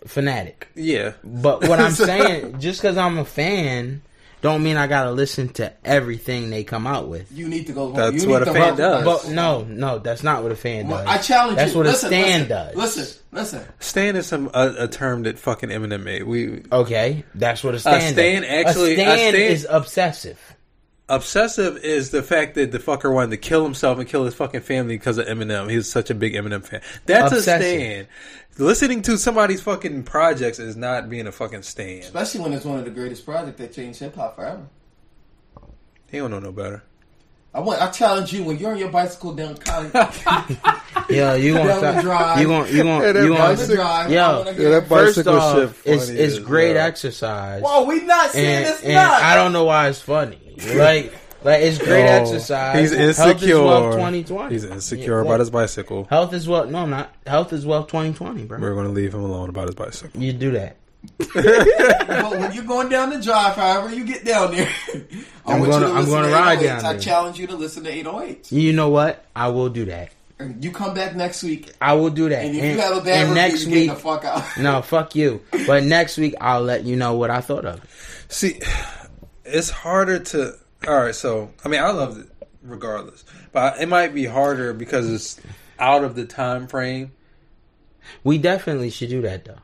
[SPEAKER 2] Fanatic.
[SPEAKER 4] Yeah.
[SPEAKER 2] But what I'm saying, just because I'm a fan, don't mean I gotta listen to everything they come out with.
[SPEAKER 3] You need to go home.
[SPEAKER 4] That's
[SPEAKER 3] You need
[SPEAKER 4] what a
[SPEAKER 3] to
[SPEAKER 4] fan
[SPEAKER 3] rock the
[SPEAKER 4] does.
[SPEAKER 3] bus.
[SPEAKER 2] But no, no, that's not what a fan does.
[SPEAKER 3] Well, I challenge
[SPEAKER 2] That's
[SPEAKER 3] you.
[SPEAKER 2] what
[SPEAKER 3] listen,
[SPEAKER 2] a stand
[SPEAKER 3] listen,
[SPEAKER 2] does.
[SPEAKER 3] Listen, listen.
[SPEAKER 4] Stan is some a, a term that fucking Eminem made. We
[SPEAKER 2] Okay, that's what a stand.
[SPEAKER 4] stand
[SPEAKER 2] does.
[SPEAKER 4] actually-
[SPEAKER 2] a
[SPEAKER 4] a
[SPEAKER 2] stand,
[SPEAKER 4] stand-
[SPEAKER 2] is obsessive.
[SPEAKER 4] obsessive is the fact that the fucker wanted to kill himself and kill his fucking family because of Eminem. He was such a big Eminem fan. That's
[SPEAKER 2] Obsessive.
[SPEAKER 4] a stand. Listening to somebody's fucking projects is not being a fucking stand.
[SPEAKER 3] Especially when it's one of the greatest projects that changed hip hop forever.
[SPEAKER 4] He don't know no better.
[SPEAKER 3] I want. I challenge you when you're on your bicycle
[SPEAKER 2] <laughs>
[SPEAKER 3] down Kanye
[SPEAKER 2] Yeah, you gonna
[SPEAKER 3] Down the
[SPEAKER 2] stop?
[SPEAKER 3] drive.
[SPEAKER 2] You gonna you
[SPEAKER 4] Yeah,
[SPEAKER 2] gonna
[SPEAKER 4] that
[SPEAKER 2] you
[SPEAKER 3] on the
[SPEAKER 4] bicycle-
[SPEAKER 2] gonna?
[SPEAKER 3] drive.
[SPEAKER 2] Yo.
[SPEAKER 3] I wanna hear-
[SPEAKER 4] Yeah, that bi-
[SPEAKER 2] First
[SPEAKER 4] bicycle shit
[SPEAKER 2] off,
[SPEAKER 4] funny
[SPEAKER 2] it's it's
[SPEAKER 4] is,
[SPEAKER 2] great
[SPEAKER 4] yeah.
[SPEAKER 2] exercise.
[SPEAKER 3] Whoa, we not saying
[SPEAKER 2] and,
[SPEAKER 3] it's
[SPEAKER 2] and
[SPEAKER 3] not.
[SPEAKER 2] I don't know why it's funny. Like, like it's great
[SPEAKER 4] Oh,
[SPEAKER 2] exercise.
[SPEAKER 4] He's
[SPEAKER 2] Health is wealth
[SPEAKER 4] insecure.
[SPEAKER 2] 2020.
[SPEAKER 4] He's insecure
[SPEAKER 2] Yeah,
[SPEAKER 4] about his bicycle.
[SPEAKER 2] health is wealth. No, I'm not health is wealth 2020, bro.
[SPEAKER 4] We're going to leave him alone about his bicycle.
[SPEAKER 2] You do that.
[SPEAKER 3] But when you're going down the drive, however you get down there, <laughs> I
[SPEAKER 2] I'm
[SPEAKER 3] want you
[SPEAKER 2] gonna- I'm
[SPEAKER 3] listen
[SPEAKER 2] gonna ride
[SPEAKER 3] 808s.
[SPEAKER 2] down
[SPEAKER 3] I
[SPEAKER 2] there.
[SPEAKER 3] challenge you to listen to 808.
[SPEAKER 2] You know what? I will do that.
[SPEAKER 3] You come back next week,
[SPEAKER 2] I will do that.
[SPEAKER 3] and if you have a bad
[SPEAKER 2] and
[SPEAKER 3] review,
[SPEAKER 2] next
[SPEAKER 3] you're
[SPEAKER 2] week,
[SPEAKER 3] getting the fuck out.
[SPEAKER 2] no, fuck you. But next week, I'll let you know what I thought of. it.
[SPEAKER 4] See, it's harder to. All right, so I mean, I loved it regardless, but it might be harder because it's out of the time frame.
[SPEAKER 2] We definitely should do that though.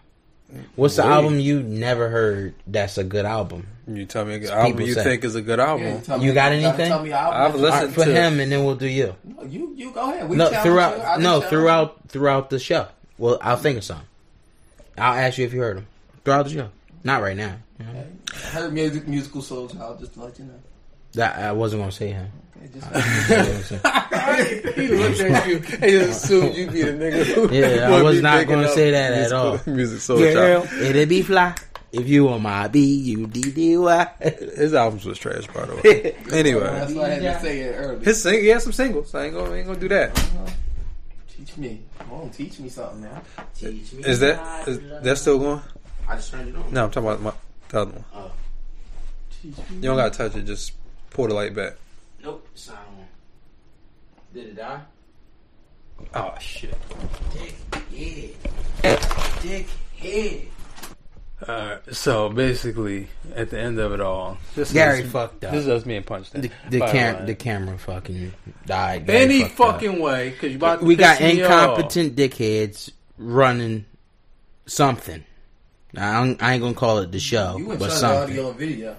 [SPEAKER 2] What's the
[SPEAKER 4] Wait.
[SPEAKER 2] album you never heard? That's a good album.
[SPEAKER 4] You tell me a good album
[SPEAKER 2] people
[SPEAKER 4] you
[SPEAKER 2] say.
[SPEAKER 4] think is a good
[SPEAKER 3] <laughs>
[SPEAKER 4] album.
[SPEAKER 3] Yeah, tell
[SPEAKER 2] You got
[SPEAKER 3] gotta
[SPEAKER 2] anything?
[SPEAKER 3] Tell me how-
[SPEAKER 4] I've
[SPEAKER 2] All
[SPEAKER 4] listened
[SPEAKER 2] right, for
[SPEAKER 4] to <laughs>
[SPEAKER 2] him, and then we'll do you.
[SPEAKER 3] No, you you go ahead. We
[SPEAKER 2] No,
[SPEAKER 3] challenge you. I
[SPEAKER 2] throughout.
[SPEAKER 3] just
[SPEAKER 2] No,
[SPEAKER 3] challenge
[SPEAKER 2] throughout throughout the show. Well, I'll think of some. I'll ask you if you heard them throughout the show. Not right now. you know?
[SPEAKER 3] you. I heard music, musical soul child. Just to let you know.
[SPEAKER 2] That I wasn't gonna say him.
[SPEAKER 3] Okay,
[SPEAKER 2] I <laughs>
[SPEAKER 3] just- <laughs>
[SPEAKER 2] wasn't gonna say-
[SPEAKER 4] he looked at you and just assumed you'd be the nigga.
[SPEAKER 2] <laughs>
[SPEAKER 4] who <laughs>
[SPEAKER 2] Yeah, I
[SPEAKER 4] would
[SPEAKER 2] was
[SPEAKER 4] be
[SPEAKER 2] not
[SPEAKER 4] picking
[SPEAKER 2] gonna
[SPEAKER 4] up
[SPEAKER 2] say that at
[SPEAKER 4] musical-
[SPEAKER 2] all.
[SPEAKER 4] <laughs>
[SPEAKER 2] <laughs>
[SPEAKER 4] Music soul
[SPEAKER 2] Girl,
[SPEAKER 4] Child.
[SPEAKER 2] it'd be fly if you were my B U D D Y.
[SPEAKER 4] His albums was trash, by the <laughs> way. anyway,
[SPEAKER 3] That's why I had to say it earlier.
[SPEAKER 4] his sing- he has some singles. I ain't gonna, I ain't gonna do that.
[SPEAKER 3] Teach me. Come on, teach me something, man.
[SPEAKER 4] Is that is that still going?
[SPEAKER 2] I just turned it on.
[SPEAKER 4] No, I'm talking about my, the other one.
[SPEAKER 3] Teach
[SPEAKER 4] You
[SPEAKER 3] me.
[SPEAKER 4] don't gotta touch it. Just pull the light back.
[SPEAKER 2] Nope, it's not on. Did it die?
[SPEAKER 4] Oh shit!
[SPEAKER 2] Dick head. Dick head.
[SPEAKER 4] Alright, so basically, at the end of it all, this
[SPEAKER 2] Gary
[SPEAKER 4] is,
[SPEAKER 2] fucked up.
[SPEAKER 4] This is us being punched.
[SPEAKER 2] The,
[SPEAKER 4] in.
[SPEAKER 2] the,
[SPEAKER 4] By
[SPEAKER 2] cam-
[SPEAKER 4] Ryan.
[SPEAKER 2] the camera fucking died. Got
[SPEAKER 4] any
[SPEAKER 2] fucked up.
[SPEAKER 4] fucking way because you about to
[SPEAKER 2] We got
[SPEAKER 4] piss me off.
[SPEAKER 2] incompetent dickheads running something. I don't- I ain't gonna call it the show,
[SPEAKER 3] You in
[SPEAKER 2] but
[SPEAKER 3] charge of
[SPEAKER 2] something.
[SPEAKER 3] audio and video.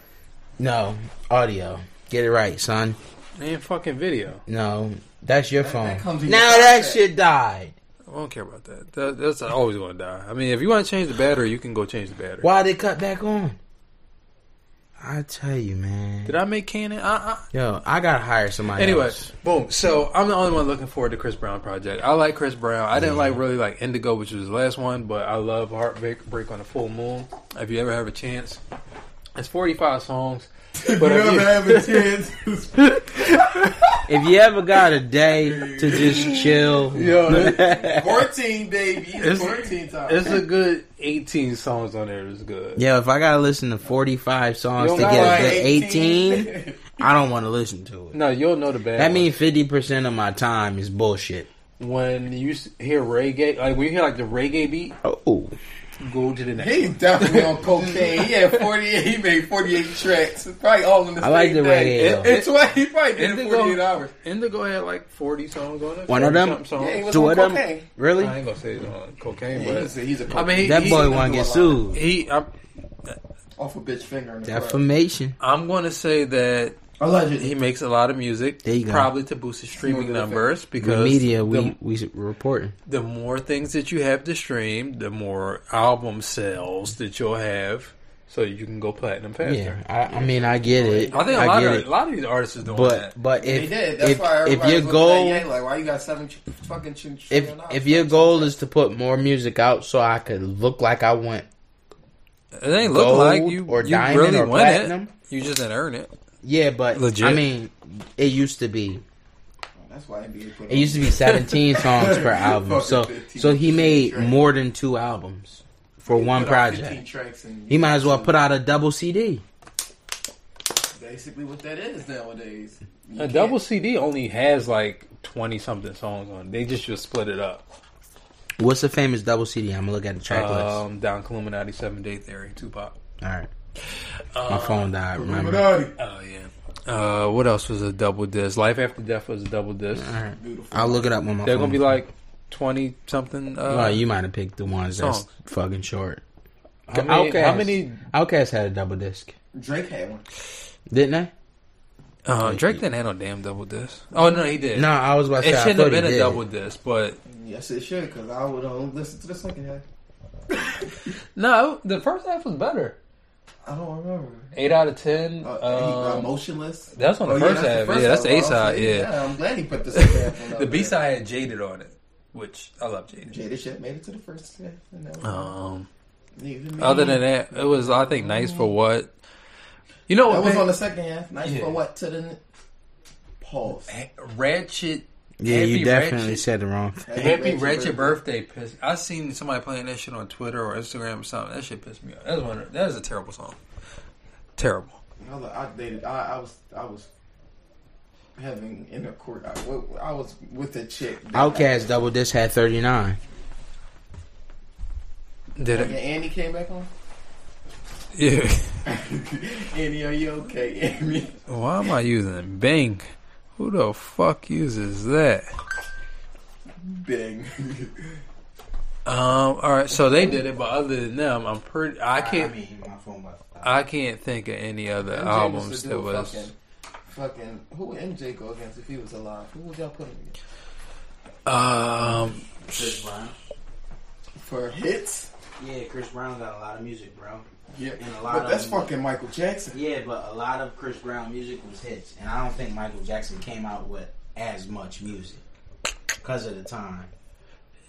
[SPEAKER 2] No, audio. Get it right, son.
[SPEAKER 4] And fucking video.
[SPEAKER 2] No, that's your phone.
[SPEAKER 3] that comes in
[SPEAKER 2] now
[SPEAKER 3] your
[SPEAKER 2] that
[SPEAKER 3] contract.
[SPEAKER 2] shit died.
[SPEAKER 4] I don't care about that. that that's always going to die. I mean, if you want to change the battery, you can go change the battery.
[SPEAKER 2] Why they cut back on? I tell you, man.
[SPEAKER 4] Did I make canon? Uh, uh.
[SPEAKER 2] Yo, I gotta hire somebody.
[SPEAKER 4] Anyway,
[SPEAKER 2] else.
[SPEAKER 4] boom. So I'm the only one looking forward to Chris Brown project. I like Chris Brown. I didn't like really like Indigo, which was his last one, but I love Heartbreak Break on the Full Moon. If you ever have a chance, it's
[SPEAKER 3] <laughs>
[SPEAKER 4] 45 songs. But
[SPEAKER 3] You
[SPEAKER 4] if
[SPEAKER 3] ever
[SPEAKER 4] you-
[SPEAKER 3] have a chance? <laughs>
[SPEAKER 2] if you ever got a day to just
[SPEAKER 3] <laughs>
[SPEAKER 2] chill,
[SPEAKER 4] <laughs> Yo,
[SPEAKER 3] 14, baby. It's 14 time.
[SPEAKER 4] it's a good 18 songs on there. It's good.
[SPEAKER 2] yeah, if I gotta listen to forty five songs
[SPEAKER 4] You
[SPEAKER 2] to
[SPEAKER 4] don't
[SPEAKER 2] get
[SPEAKER 4] gotta
[SPEAKER 2] a good
[SPEAKER 4] like
[SPEAKER 2] eighteen,
[SPEAKER 3] <laughs>
[SPEAKER 2] I don't want to listen to it.
[SPEAKER 4] No, you'll know the bad.
[SPEAKER 2] That
[SPEAKER 4] ones.
[SPEAKER 2] means fifty percent of my time is bullshit.
[SPEAKER 4] when you s- hear reggae, like when you hear like the reggae beat,
[SPEAKER 2] Oh,
[SPEAKER 4] go to the next.
[SPEAKER 3] He definitely on cocaine. He had 48. He made 48 tracks. It's probably all in the
[SPEAKER 2] I like
[SPEAKER 3] same
[SPEAKER 2] the
[SPEAKER 3] day.
[SPEAKER 2] reggae,
[SPEAKER 4] though.
[SPEAKER 3] It's why he probably did it
[SPEAKER 4] Indigo-
[SPEAKER 3] 48 hours.
[SPEAKER 4] Indigo had like forty songs on it.
[SPEAKER 2] One of
[SPEAKER 4] 40
[SPEAKER 2] them?
[SPEAKER 4] something Songs.
[SPEAKER 3] Yeah, he was
[SPEAKER 2] two
[SPEAKER 3] on
[SPEAKER 2] of them
[SPEAKER 3] cocaine.
[SPEAKER 2] really?
[SPEAKER 4] I ain't gonna say he's on cocaine,
[SPEAKER 3] Yeah, he's a,
[SPEAKER 4] but
[SPEAKER 3] he's a
[SPEAKER 4] I mean he,
[SPEAKER 2] that
[SPEAKER 4] he-
[SPEAKER 2] boy
[SPEAKER 3] he
[SPEAKER 2] want to get
[SPEAKER 3] do a lot.
[SPEAKER 2] sued.
[SPEAKER 4] He, I'm,
[SPEAKER 3] off a bitch finger in the car.
[SPEAKER 2] Defamation.
[SPEAKER 4] I'm gonna say that
[SPEAKER 3] Allegedly.
[SPEAKER 4] He makes a lot of music,
[SPEAKER 2] There you go.
[SPEAKER 4] probably to boost his streaming
[SPEAKER 3] More than
[SPEAKER 4] numbers
[SPEAKER 2] The
[SPEAKER 4] because
[SPEAKER 2] media,
[SPEAKER 4] the,
[SPEAKER 2] we we s- reporting.
[SPEAKER 4] the more things that you have to stream, the more album sales that you'll have, so you can go platinum faster.
[SPEAKER 2] Yeah, I, I mean, I get it.
[SPEAKER 4] I think a
[SPEAKER 2] I
[SPEAKER 4] lot
[SPEAKER 2] get
[SPEAKER 4] of
[SPEAKER 2] it.
[SPEAKER 4] a lot of these artists are doing
[SPEAKER 2] But
[SPEAKER 4] that.
[SPEAKER 2] but
[SPEAKER 3] They
[SPEAKER 2] if
[SPEAKER 3] did. That's
[SPEAKER 2] if,
[SPEAKER 3] why
[SPEAKER 2] if
[SPEAKER 3] everybody
[SPEAKER 2] your
[SPEAKER 3] was
[SPEAKER 2] goal
[SPEAKER 3] looking at Ye, like, why you got seven ch- fucking ch-
[SPEAKER 2] if
[SPEAKER 3] trillion
[SPEAKER 2] if
[SPEAKER 3] dollars?
[SPEAKER 2] your goal is to put more music out so I could look like I want,
[SPEAKER 4] It ain't look
[SPEAKER 2] gold
[SPEAKER 4] like you
[SPEAKER 2] or
[SPEAKER 4] you
[SPEAKER 2] diamond
[SPEAKER 4] really
[SPEAKER 2] or
[SPEAKER 4] won it.
[SPEAKER 2] platinum?
[SPEAKER 4] You just didn't earn it.
[SPEAKER 2] yeah, but
[SPEAKER 4] Legit.
[SPEAKER 2] I mean, it used to be
[SPEAKER 3] that's why NBA put
[SPEAKER 2] it used to be
[SPEAKER 4] <laughs>
[SPEAKER 2] seventeen songs per album.
[SPEAKER 3] Fucking
[SPEAKER 2] So
[SPEAKER 3] 15
[SPEAKER 2] so he made
[SPEAKER 3] tracks.
[SPEAKER 2] more than two albums for one
[SPEAKER 3] Put out 15
[SPEAKER 2] project.
[SPEAKER 3] tracks and-
[SPEAKER 2] He might as well put out a double CD.
[SPEAKER 3] basically what that is nowadays. You
[SPEAKER 4] A
[SPEAKER 3] can't-
[SPEAKER 4] double CD only has like twenty something songs on. it. They just just split it up.
[SPEAKER 2] What's the famous double CD? I'm gonna look at the track list.
[SPEAKER 4] Um, Don Illuminati Seven Day Theory, Tupac.
[SPEAKER 2] All right, my phone died. Remember? All
[SPEAKER 3] Illuminati.
[SPEAKER 4] Oh yeah. Uh, what else was a double disc? Life After Death was a double disc.
[SPEAKER 2] right, I'll look it up when my
[SPEAKER 4] They're
[SPEAKER 2] phone.
[SPEAKER 4] gonna be like twenty something. Uh,
[SPEAKER 2] Oh, you might have picked the ones that's
[SPEAKER 4] Songs.
[SPEAKER 2] fucking short.
[SPEAKER 4] how, many, how
[SPEAKER 2] Outkast.
[SPEAKER 4] many?
[SPEAKER 2] Outkast had a double disc,
[SPEAKER 3] Drake had one.
[SPEAKER 2] didn't they?
[SPEAKER 4] Uh, Drake didn't have no damn double disc. Oh no, he did.
[SPEAKER 2] No, I was about to
[SPEAKER 4] it
[SPEAKER 2] say. I
[SPEAKER 4] shouldn't
[SPEAKER 2] thought
[SPEAKER 4] have
[SPEAKER 2] he
[SPEAKER 4] been a
[SPEAKER 2] did.
[SPEAKER 4] double disc, but
[SPEAKER 3] Yes, it should, because I would only listen to the second half.
[SPEAKER 4] no, the first half was better.
[SPEAKER 3] I don't remember.
[SPEAKER 4] Eight out of ten.
[SPEAKER 3] Uh, he, Oh, uh,
[SPEAKER 4] um,
[SPEAKER 3] motionless.
[SPEAKER 4] that's on the first half. Yeah, that's the
[SPEAKER 3] half. Oh,
[SPEAKER 4] A side,
[SPEAKER 3] I'm
[SPEAKER 4] yeah.
[SPEAKER 3] saying, I'm glad he put the second half
[SPEAKER 4] <laughs>
[SPEAKER 3] one up
[SPEAKER 4] the
[SPEAKER 3] there.
[SPEAKER 4] B side had Jaded on it, which I love Jaded.
[SPEAKER 3] Jada shit made it to the first half. And that was
[SPEAKER 4] Um,
[SPEAKER 3] neither me.
[SPEAKER 4] other than that, it was I think nice for what. You know
[SPEAKER 3] that
[SPEAKER 4] what?
[SPEAKER 3] was on the
[SPEAKER 4] Man,
[SPEAKER 3] second half. Nice
[SPEAKER 4] Yeah.
[SPEAKER 3] for what? To the n- pause.
[SPEAKER 4] ratchet.
[SPEAKER 2] Yeah, you
[SPEAKER 4] Happy
[SPEAKER 2] definitely
[SPEAKER 4] Ratchet.
[SPEAKER 2] said the wrong. thing.
[SPEAKER 4] Happy Ratchet birthday piss. I seen somebody playing that shit on Twitter or Instagram or something. That shit pissed me off. That was one. of- That is a terrible song. Terrible.
[SPEAKER 3] I was outdated. I, I was I was having intercourse. I, wa- I was with a chick. that-
[SPEAKER 2] Outkast double disc had thirty nine.
[SPEAKER 4] Did
[SPEAKER 3] When your
[SPEAKER 4] it?
[SPEAKER 3] Andy came back on. <laughs>
[SPEAKER 4] Yeah. <laughs>
[SPEAKER 3] Andy, are you okay, <laughs> Andy?
[SPEAKER 4] Why am I using Bing? Who the fuck uses that?
[SPEAKER 3] <laughs> Bing.
[SPEAKER 4] Um. All right. So they did it, but other than them, I'm pretty. I can't.
[SPEAKER 2] I mean, my phone was.
[SPEAKER 4] I can't think of any other
[SPEAKER 3] MJ used to
[SPEAKER 4] albums
[SPEAKER 3] do
[SPEAKER 4] that
[SPEAKER 3] a
[SPEAKER 4] was.
[SPEAKER 3] Fucking, fucking, who would MJ go against if he was alive? Who would y'all put him against?
[SPEAKER 4] Um,
[SPEAKER 2] Chris Brown.
[SPEAKER 3] For hits?
[SPEAKER 2] Yeah, Chris Brown got a lot of music, bro.
[SPEAKER 3] Yeah.
[SPEAKER 2] And a lot
[SPEAKER 3] But
[SPEAKER 2] of
[SPEAKER 3] that's
[SPEAKER 2] them-
[SPEAKER 3] fucking Michael Jackson.
[SPEAKER 2] Yeah, but a lot of Chris Brown music was hits, and I don't think Michael Jackson came out with as much music because of the time.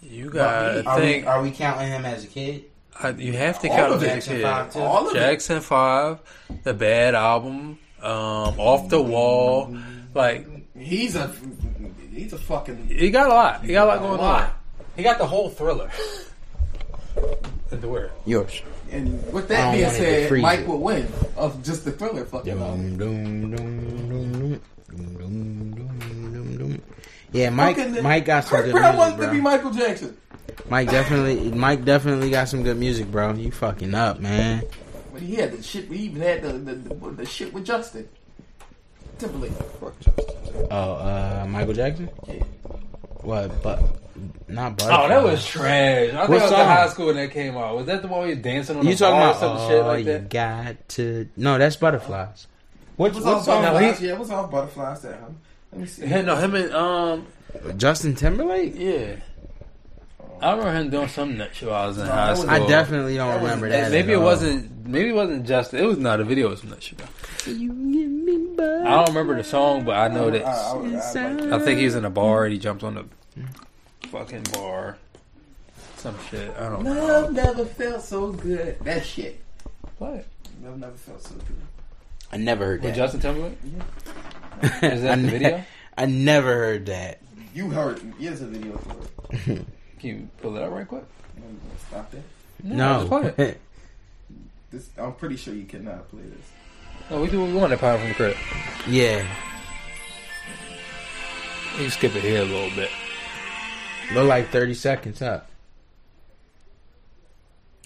[SPEAKER 4] you got
[SPEAKER 2] Are
[SPEAKER 4] to think.
[SPEAKER 2] we are we counting him as a kid?
[SPEAKER 4] I, you have to
[SPEAKER 3] all
[SPEAKER 4] count
[SPEAKER 3] of it.
[SPEAKER 4] that
[SPEAKER 2] Jackson Five
[SPEAKER 4] kid.
[SPEAKER 2] too.
[SPEAKER 3] All of it.
[SPEAKER 4] Jackson Five, the Bad album, um, Off the Wall. Like
[SPEAKER 3] He's a he's a fucking
[SPEAKER 4] he got a lot. He got a lot going on.
[SPEAKER 3] lot.
[SPEAKER 4] He got the whole Thriller. And the where?
[SPEAKER 2] Yours.
[SPEAKER 3] and with
[SPEAKER 2] I don't
[SPEAKER 3] that being
[SPEAKER 2] want it to
[SPEAKER 3] said,
[SPEAKER 2] freeze
[SPEAKER 3] Mike
[SPEAKER 2] it.
[SPEAKER 3] would win of just the thriller fucking album.
[SPEAKER 2] Yeah, Mike.
[SPEAKER 3] Fucking-
[SPEAKER 2] Mike got some good
[SPEAKER 3] Chris Brown
[SPEAKER 2] music,
[SPEAKER 3] wants to be
[SPEAKER 2] bro.
[SPEAKER 3] Michael Jackson,
[SPEAKER 2] Mike definitely. Mike definitely got some good music, bro. You fucking up, man.
[SPEAKER 3] but he had the shit. He even had the the, the, the shit with Justin Timberlake. Fuck Justin.
[SPEAKER 2] Oh, uh, Michael Jackson.
[SPEAKER 3] Yeah.
[SPEAKER 2] What? But not Butterfly.
[SPEAKER 4] Oh, that was trash. I think
[SPEAKER 2] What
[SPEAKER 4] I was in
[SPEAKER 2] song?
[SPEAKER 4] high school when that came out. Was that the one where he was dancing on
[SPEAKER 2] You
[SPEAKER 4] the
[SPEAKER 2] talking
[SPEAKER 4] bar
[SPEAKER 2] about
[SPEAKER 4] or
[SPEAKER 2] some
[SPEAKER 4] some
[SPEAKER 2] oh,
[SPEAKER 4] shit like
[SPEAKER 2] you
[SPEAKER 4] that?
[SPEAKER 2] got to? No, that's butterflies. What,
[SPEAKER 3] It was
[SPEAKER 2] what
[SPEAKER 3] all
[SPEAKER 2] song?
[SPEAKER 3] butterflies. Yeah, it was all butterflies. That huh? Let me see.
[SPEAKER 4] Yeah, no, him and um,
[SPEAKER 2] Justin Timberlake.
[SPEAKER 4] yeah. I remember him doing some nut show. I was in high
[SPEAKER 3] that was-
[SPEAKER 4] school.
[SPEAKER 2] I definitely don't
[SPEAKER 3] That was-
[SPEAKER 2] remember that.
[SPEAKER 4] Maybe
[SPEAKER 2] at
[SPEAKER 4] it
[SPEAKER 2] all.
[SPEAKER 4] wasn't. Maybe it wasn't just. It was not a video. It was not sure. I don't remember the song, but I know that.
[SPEAKER 3] I, I, would- I'd like
[SPEAKER 4] I think he was in a bar
[SPEAKER 2] Mm.
[SPEAKER 4] and he jumped on the fucking bar. Some shit. I don't know.
[SPEAKER 3] Love never felt so good. That shit.
[SPEAKER 4] What?
[SPEAKER 3] Love never felt so good.
[SPEAKER 2] I never heard
[SPEAKER 4] With
[SPEAKER 2] that.
[SPEAKER 4] Justin Timberlake?
[SPEAKER 2] <laughs>
[SPEAKER 4] Is
[SPEAKER 2] I
[SPEAKER 4] that the
[SPEAKER 2] ne-
[SPEAKER 4] video?
[SPEAKER 2] I never heard that.
[SPEAKER 3] You heard years of video for it.
[SPEAKER 4] Can you pull it up right quick?
[SPEAKER 3] Let me Stop that.
[SPEAKER 4] just play
[SPEAKER 2] No. <laughs>
[SPEAKER 4] it.
[SPEAKER 3] This, I'm pretty sure you cannot play this.
[SPEAKER 4] No, Oh, we do what we want at Power from the Credit.
[SPEAKER 2] yeah.
[SPEAKER 4] You can skip it here a little bit.
[SPEAKER 2] Look like 30 seconds up.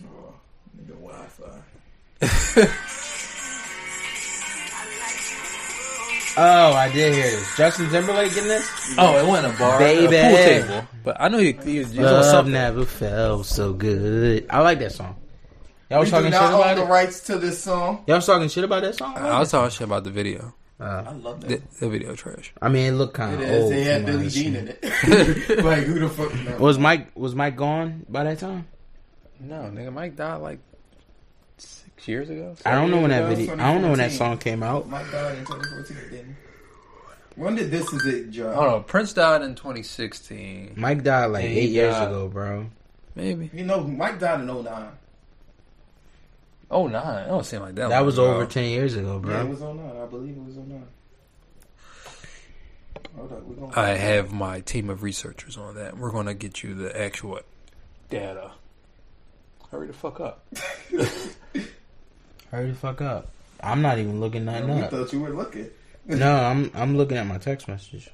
[SPEAKER 3] Oh, nigga, Wi-Fi.
[SPEAKER 2] Oh, I did hear this. Justin Timberlake in this?
[SPEAKER 4] Oh, it wasn't a bar.
[SPEAKER 2] Baby.
[SPEAKER 4] A pool table. But I know he, he, was- he was on
[SPEAKER 2] Love
[SPEAKER 4] something.
[SPEAKER 2] never felt so good. I like that song. Y'all was
[SPEAKER 3] We do
[SPEAKER 2] talking shit
[SPEAKER 3] not
[SPEAKER 2] about
[SPEAKER 3] own
[SPEAKER 2] it?
[SPEAKER 3] the rights to this song.
[SPEAKER 2] Y'all was talking shit about that song?
[SPEAKER 4] I was talking shit about the video.
[SPEAKER 2] Uh,
[SPEAKER 3] I love that.
[SPEAKER 4] That, that video trash.
[SPEAKER 2] I mean, it looked kind
[SPEAKER 3] It
[SPEAKER 2] of
[SPEAKER 3] is.
[SPEAKER 2] old.
[SPEAKER 3] They had
[SPEAKER 2] from what I
[SPEAKER 3] Billy
[SPEAKER 2] seen.
[SPEAKER 3] Jean in it. <laughs> like who the fuck? No.
[SPEAKER 2] Was Mike was Mike gone by that time?
[SPEAKER 4] No, nigga, Mike died like six years ago.
[SPEAKER 2] I don't know when that
[SPEAKER 3] was
[SPEAKER 2] video. I don't know when that
[SPEAKER 3] 2014.
[SPEAKER 2] song came out.
[SPEAKER 3] My God, in 2014 didn't. When did this is it
[SPEAKER 4] Hold
[SPEAKER 3] drop?
[SPEAKER 4] on, Prince died in 2016,
[SPEAKER 2] Mike died like
[SPEAKER 4] Yeah, he
[SPEAKER 2] eight years
[SPEAKER 4] died.
[SPEAKER 2] ago, bro.
[SPEAKER 4] maybe.
[SPEAKER 3] You know, Mike died in 09.
[SPEAKER 4] Oh nine. It don't seem like that.
[SPEAKER 2] That
[SPEAKER 4] long
[SPEAKER 2] was
[SPEAKER 4] ago.
[SPEAKER 2] over ten years ago,
[SPEAKER 3] Yeah, it
[SPEAKER 2] bro.
[SPEAKER 3] was 09. I believe it was 09. Hold up, we're going.
[SPEAKER 4] I have my team of researchers on that. We're gonna get you the actual data. Hurry the fuck up.
[SPEAKER 2] Hurry the fuck up. I'm not even looking
[SPEAKER 3] I
[SPEAKER 2] nothing
[SPEAKER 3] we
[SPEAKER 2] up.
[SPEAKER 3] thought you were looking.
[SPEAKER 2] No, I'm I'm looking at my text message.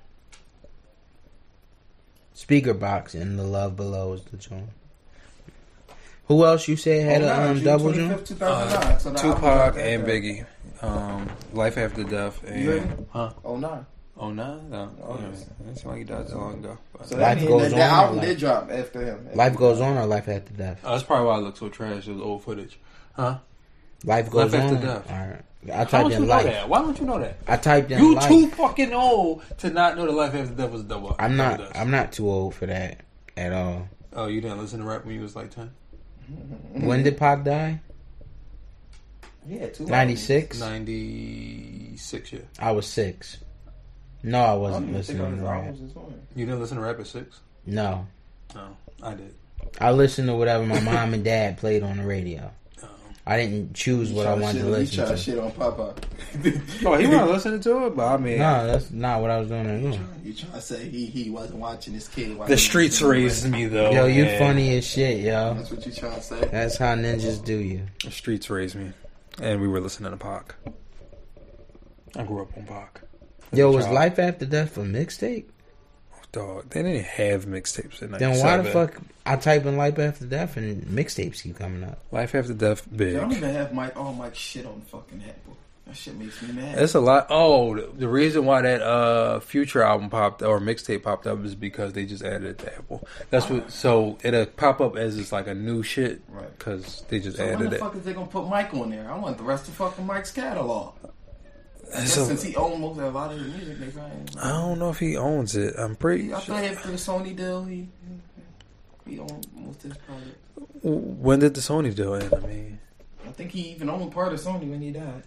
[SPEAKER 2] Speaker box and the love below is the joint. Who else you said
[SPEAKER 4] Oh,
[SPEAKER 2] had a um, double Uh, joint?
[SPEAKER 3] 2009. so the album
[SPEAKER 4] Tupac
[SPEAKER 3] dropped
[SPEAKER 4] and
[SPEAKER 3] after.
[SPEAKER 4] Biggie, um, Life After Death,
[SPEAKER 3] You heard
[SPEAKER 4] and
[SPEAKER 3] me?
[SPEAKER 4] huh?
[SPEAKER 3] 09.
[SPEAKER 4] Oh nine. No,
[SPEAKER 3] Oh,
[SPEAKER 4] yeah.
[SPEAKER 3] yes.
[SPEAKER 4] It seemed like he died so long ago. But-
[SPEAKER 3] So
[SPEAKER 2] Life
[SPEAKER 3] that, means
[SPEAKER 2] Goes
[SPEAKER 3] that,
[SPEAKER 2] On,
[SPEAKER 3] that album
[SPEAKER 2] like-
[SPEAKER 3] did drop after him.
[SPEAKER 2] Life goes on or life after death?
[SPEAKER 4] Uh, that's probably why I look so trash. It was old footage, huh?
[SPEAKER 2] Life goes
[SPEAKER 4] Life
[SPEAKER 2] on.
[SPEAKER 4] After Death.
[SPEAKER 2] All right. I
[SPEAKER 4] How
[SPEAKER 2] typed
[SPEAKER 4] don't you
[SPEAKER 2] in
[SPEAKER 4] know
[SPEAKER 2] life.
[SPEAKER 4] that? Why don't you know that?
[SPEAKER 2] I typed in
[SPEAKER 4] You
[SPEAKER 2] life.
[SPEAKER 4] too fucking old to not know that Life After Death was a double.
[SPEAKER 2] I'm not.
[SPEAKER 4] double dust.
[SPEAKER 2] I'm not too old for that at all.
[SPEAKER 4] Oh, you didn't listen to rap when you was like ten?
[SPEAKER 3] Mm-hmm.
[SPEAKER 2] When did Pac die?
[SPEAKER 3] Yeah, two
[SPEAKER 2] Ninety six.
[SPEAKER 4] Ninety six. Yeah.
[SPEAKER 2] I was six. No, I
[SPEAKER 3] I don't
[SPEAKER 2] wasn't
[SPEAKER 3] even think
[SPEAKER 2] listening
[SPEAKER 3] on
[SPEAKER 2] to
[SPEAKER 3] his
[SPEAKER 2] rap.
[SPEAKER 3] albums this morning.
[SPEAKER 4] You didn't listen to rap at six?
[SPEAKER 2] No,
[SPEAKER 4] No, I did.
[SPEAKER 2] I listened to whatever my mom and dad played on the radio. I didn't choose what I
[SPEAKER 3] Tryna
[SPEAKER 2] wanted
[SPEAKER 3] shit
[SPEAKER 2] to
[SPEAKER 3] on- you
[SPEAKER 2] listen
[SPEAKER 3] tryna
[SPEAKER 2] to.
[SPEAKER 3] shit on Papa.
[SPEAKER 4] Oh, he wasn't listening to it, but I mean,
[SPEAKER 2] No, that's not what I was doing. Anymore.
[SPEAKER 3] You trying to say he he wasn't watching his kid?
[SPEAKER 4] the streets raised me though.
[SPEAKER 2] Yo, you
[SPEAKER 4] man.
[SPEAKER 2] funny as shit, yo.
[SPEAKER 3] That's what you trying to say.
[SPEAKER 2] That's how ninjas do you.
[SPEAKER 4] The streets raised me, and we were listening to Pac. I grew up on Pac.
[SPEAKER 2] Yo, was
[SPEAKER 4] Child.
[SPEAKER 2] Life After Death a mixtape?
[SPEAKER 4] Dog, they didn't have mixtapes in
[SPEAKER 2] Then why
[SPEAKER 4] 97.
[SPEAKER 2] the fuck I type in Life After Death and mixtapes keep coming up?
[SPEAKER 4] Life After Death,
[SPEAKER 3] I
[SPEAKER 4] big. <laughs>
[SPEAKER 3] don't even have Mike. All Mike shit on fucking Apple. That shit makes me mad.
[SPEAKER 4] That's a lot. Oh, the- the reason why that uh future album popped or mixtape popped up is because they just added it to Apple. That's what. So it'll pop up as it's like a new shit,
[SPEAKER 3] Right.
[SPEAKER 4] Because they just
[SPEAKER 3] so when
[SPEAKER 4] added
[SPEAKER 3] the
[SPEAKER 4] it.
[SPEAKER 3] fuck is they gonna put Mike on there? I want the rest of fucking Mike's catalog. And
[SPEAKER 4] So-
[SPEAKER 3] since he owned most a lot of the music, they probably.
[SPEAKER 4] I don't know if he owns it. I'm pretty.
[SPEAKER 3] I
[SPEAKER 4] Sure.
[SPEAKER 3] thought after the Sony deal, he he owned most of his project.
[SPEAKER 4] When did the Sony do it? I mean,
[SPEAKER 3] I think he even owned part of Sony when he died.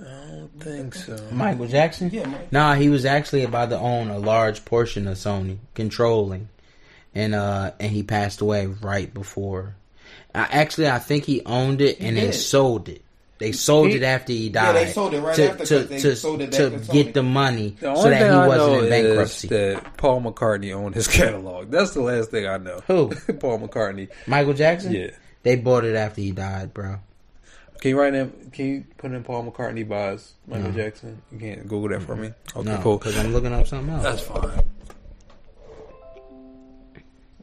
[SPEAKER 4] I don't think so.
[SPEAKER 2] Michael Jackson?
[SPEAKER 3] Yeah, Mike.
[SPEAKER 2] Nah, he was actually about to own a large portion of Sony, controlling, and uh, and he passed away right before. I, actually, I think he owned it and then
[SPEAKER 3] did.
[SPEAKER 2] sold it. They sold
[SPEAKER 4] He-
[SPEAKER 2] it after he
[SPEAKER 3] Yeah,
[SPEAKER 2] died.
[SPEAKER 3] they sold it right
[SPEAKER 2] to,
[SPEAKER 3] after 'cause
[SPEAKER 2] to,
[SPEAKER 3] they
[SPEAKER 2] to,
[SPEAKER 3] sold it back
[SPEAKER 2] to
[SPEAKER 3] to
[SPEAKER 2] get
[SPEAKER 3] Sony.
[SPEAKER 2] the money
[SPEAKER 4] The
[SPEAKER 2] so
[SPEAKER 4] only
[SPEAKER 2] that
[SPEAKER 4] thing
[SPEAKER 2] he
[SPEAKER 4] I
[SPEAKER 2] wasn't
[SPEAKER 4] know
[SPEAKER 2] in bankruptcy.
[SPEAKER 4] is that Paul McCartney owned his <laughs> catalog. That's the last thing I know.
[SPEAKER 2] Who?
[SPEAKER 4] <laughs> Paul McCartney.
[SPEAKER 2] Michael Jackson.
[SPEAKER 4] Yeah.
[SPEAKER 2] they bought it after he died, bro.
[SPEAKER 4] Can you write in? Can you put in Paul McCartney buys Michael Jackson? You can't Google that for me. Okay,
[SPEAKER 2] No,
[SPEAKER 4] cool.
[SPEAKER 2] because I'm looking up something else.
[SPEAKER 4] That's fine.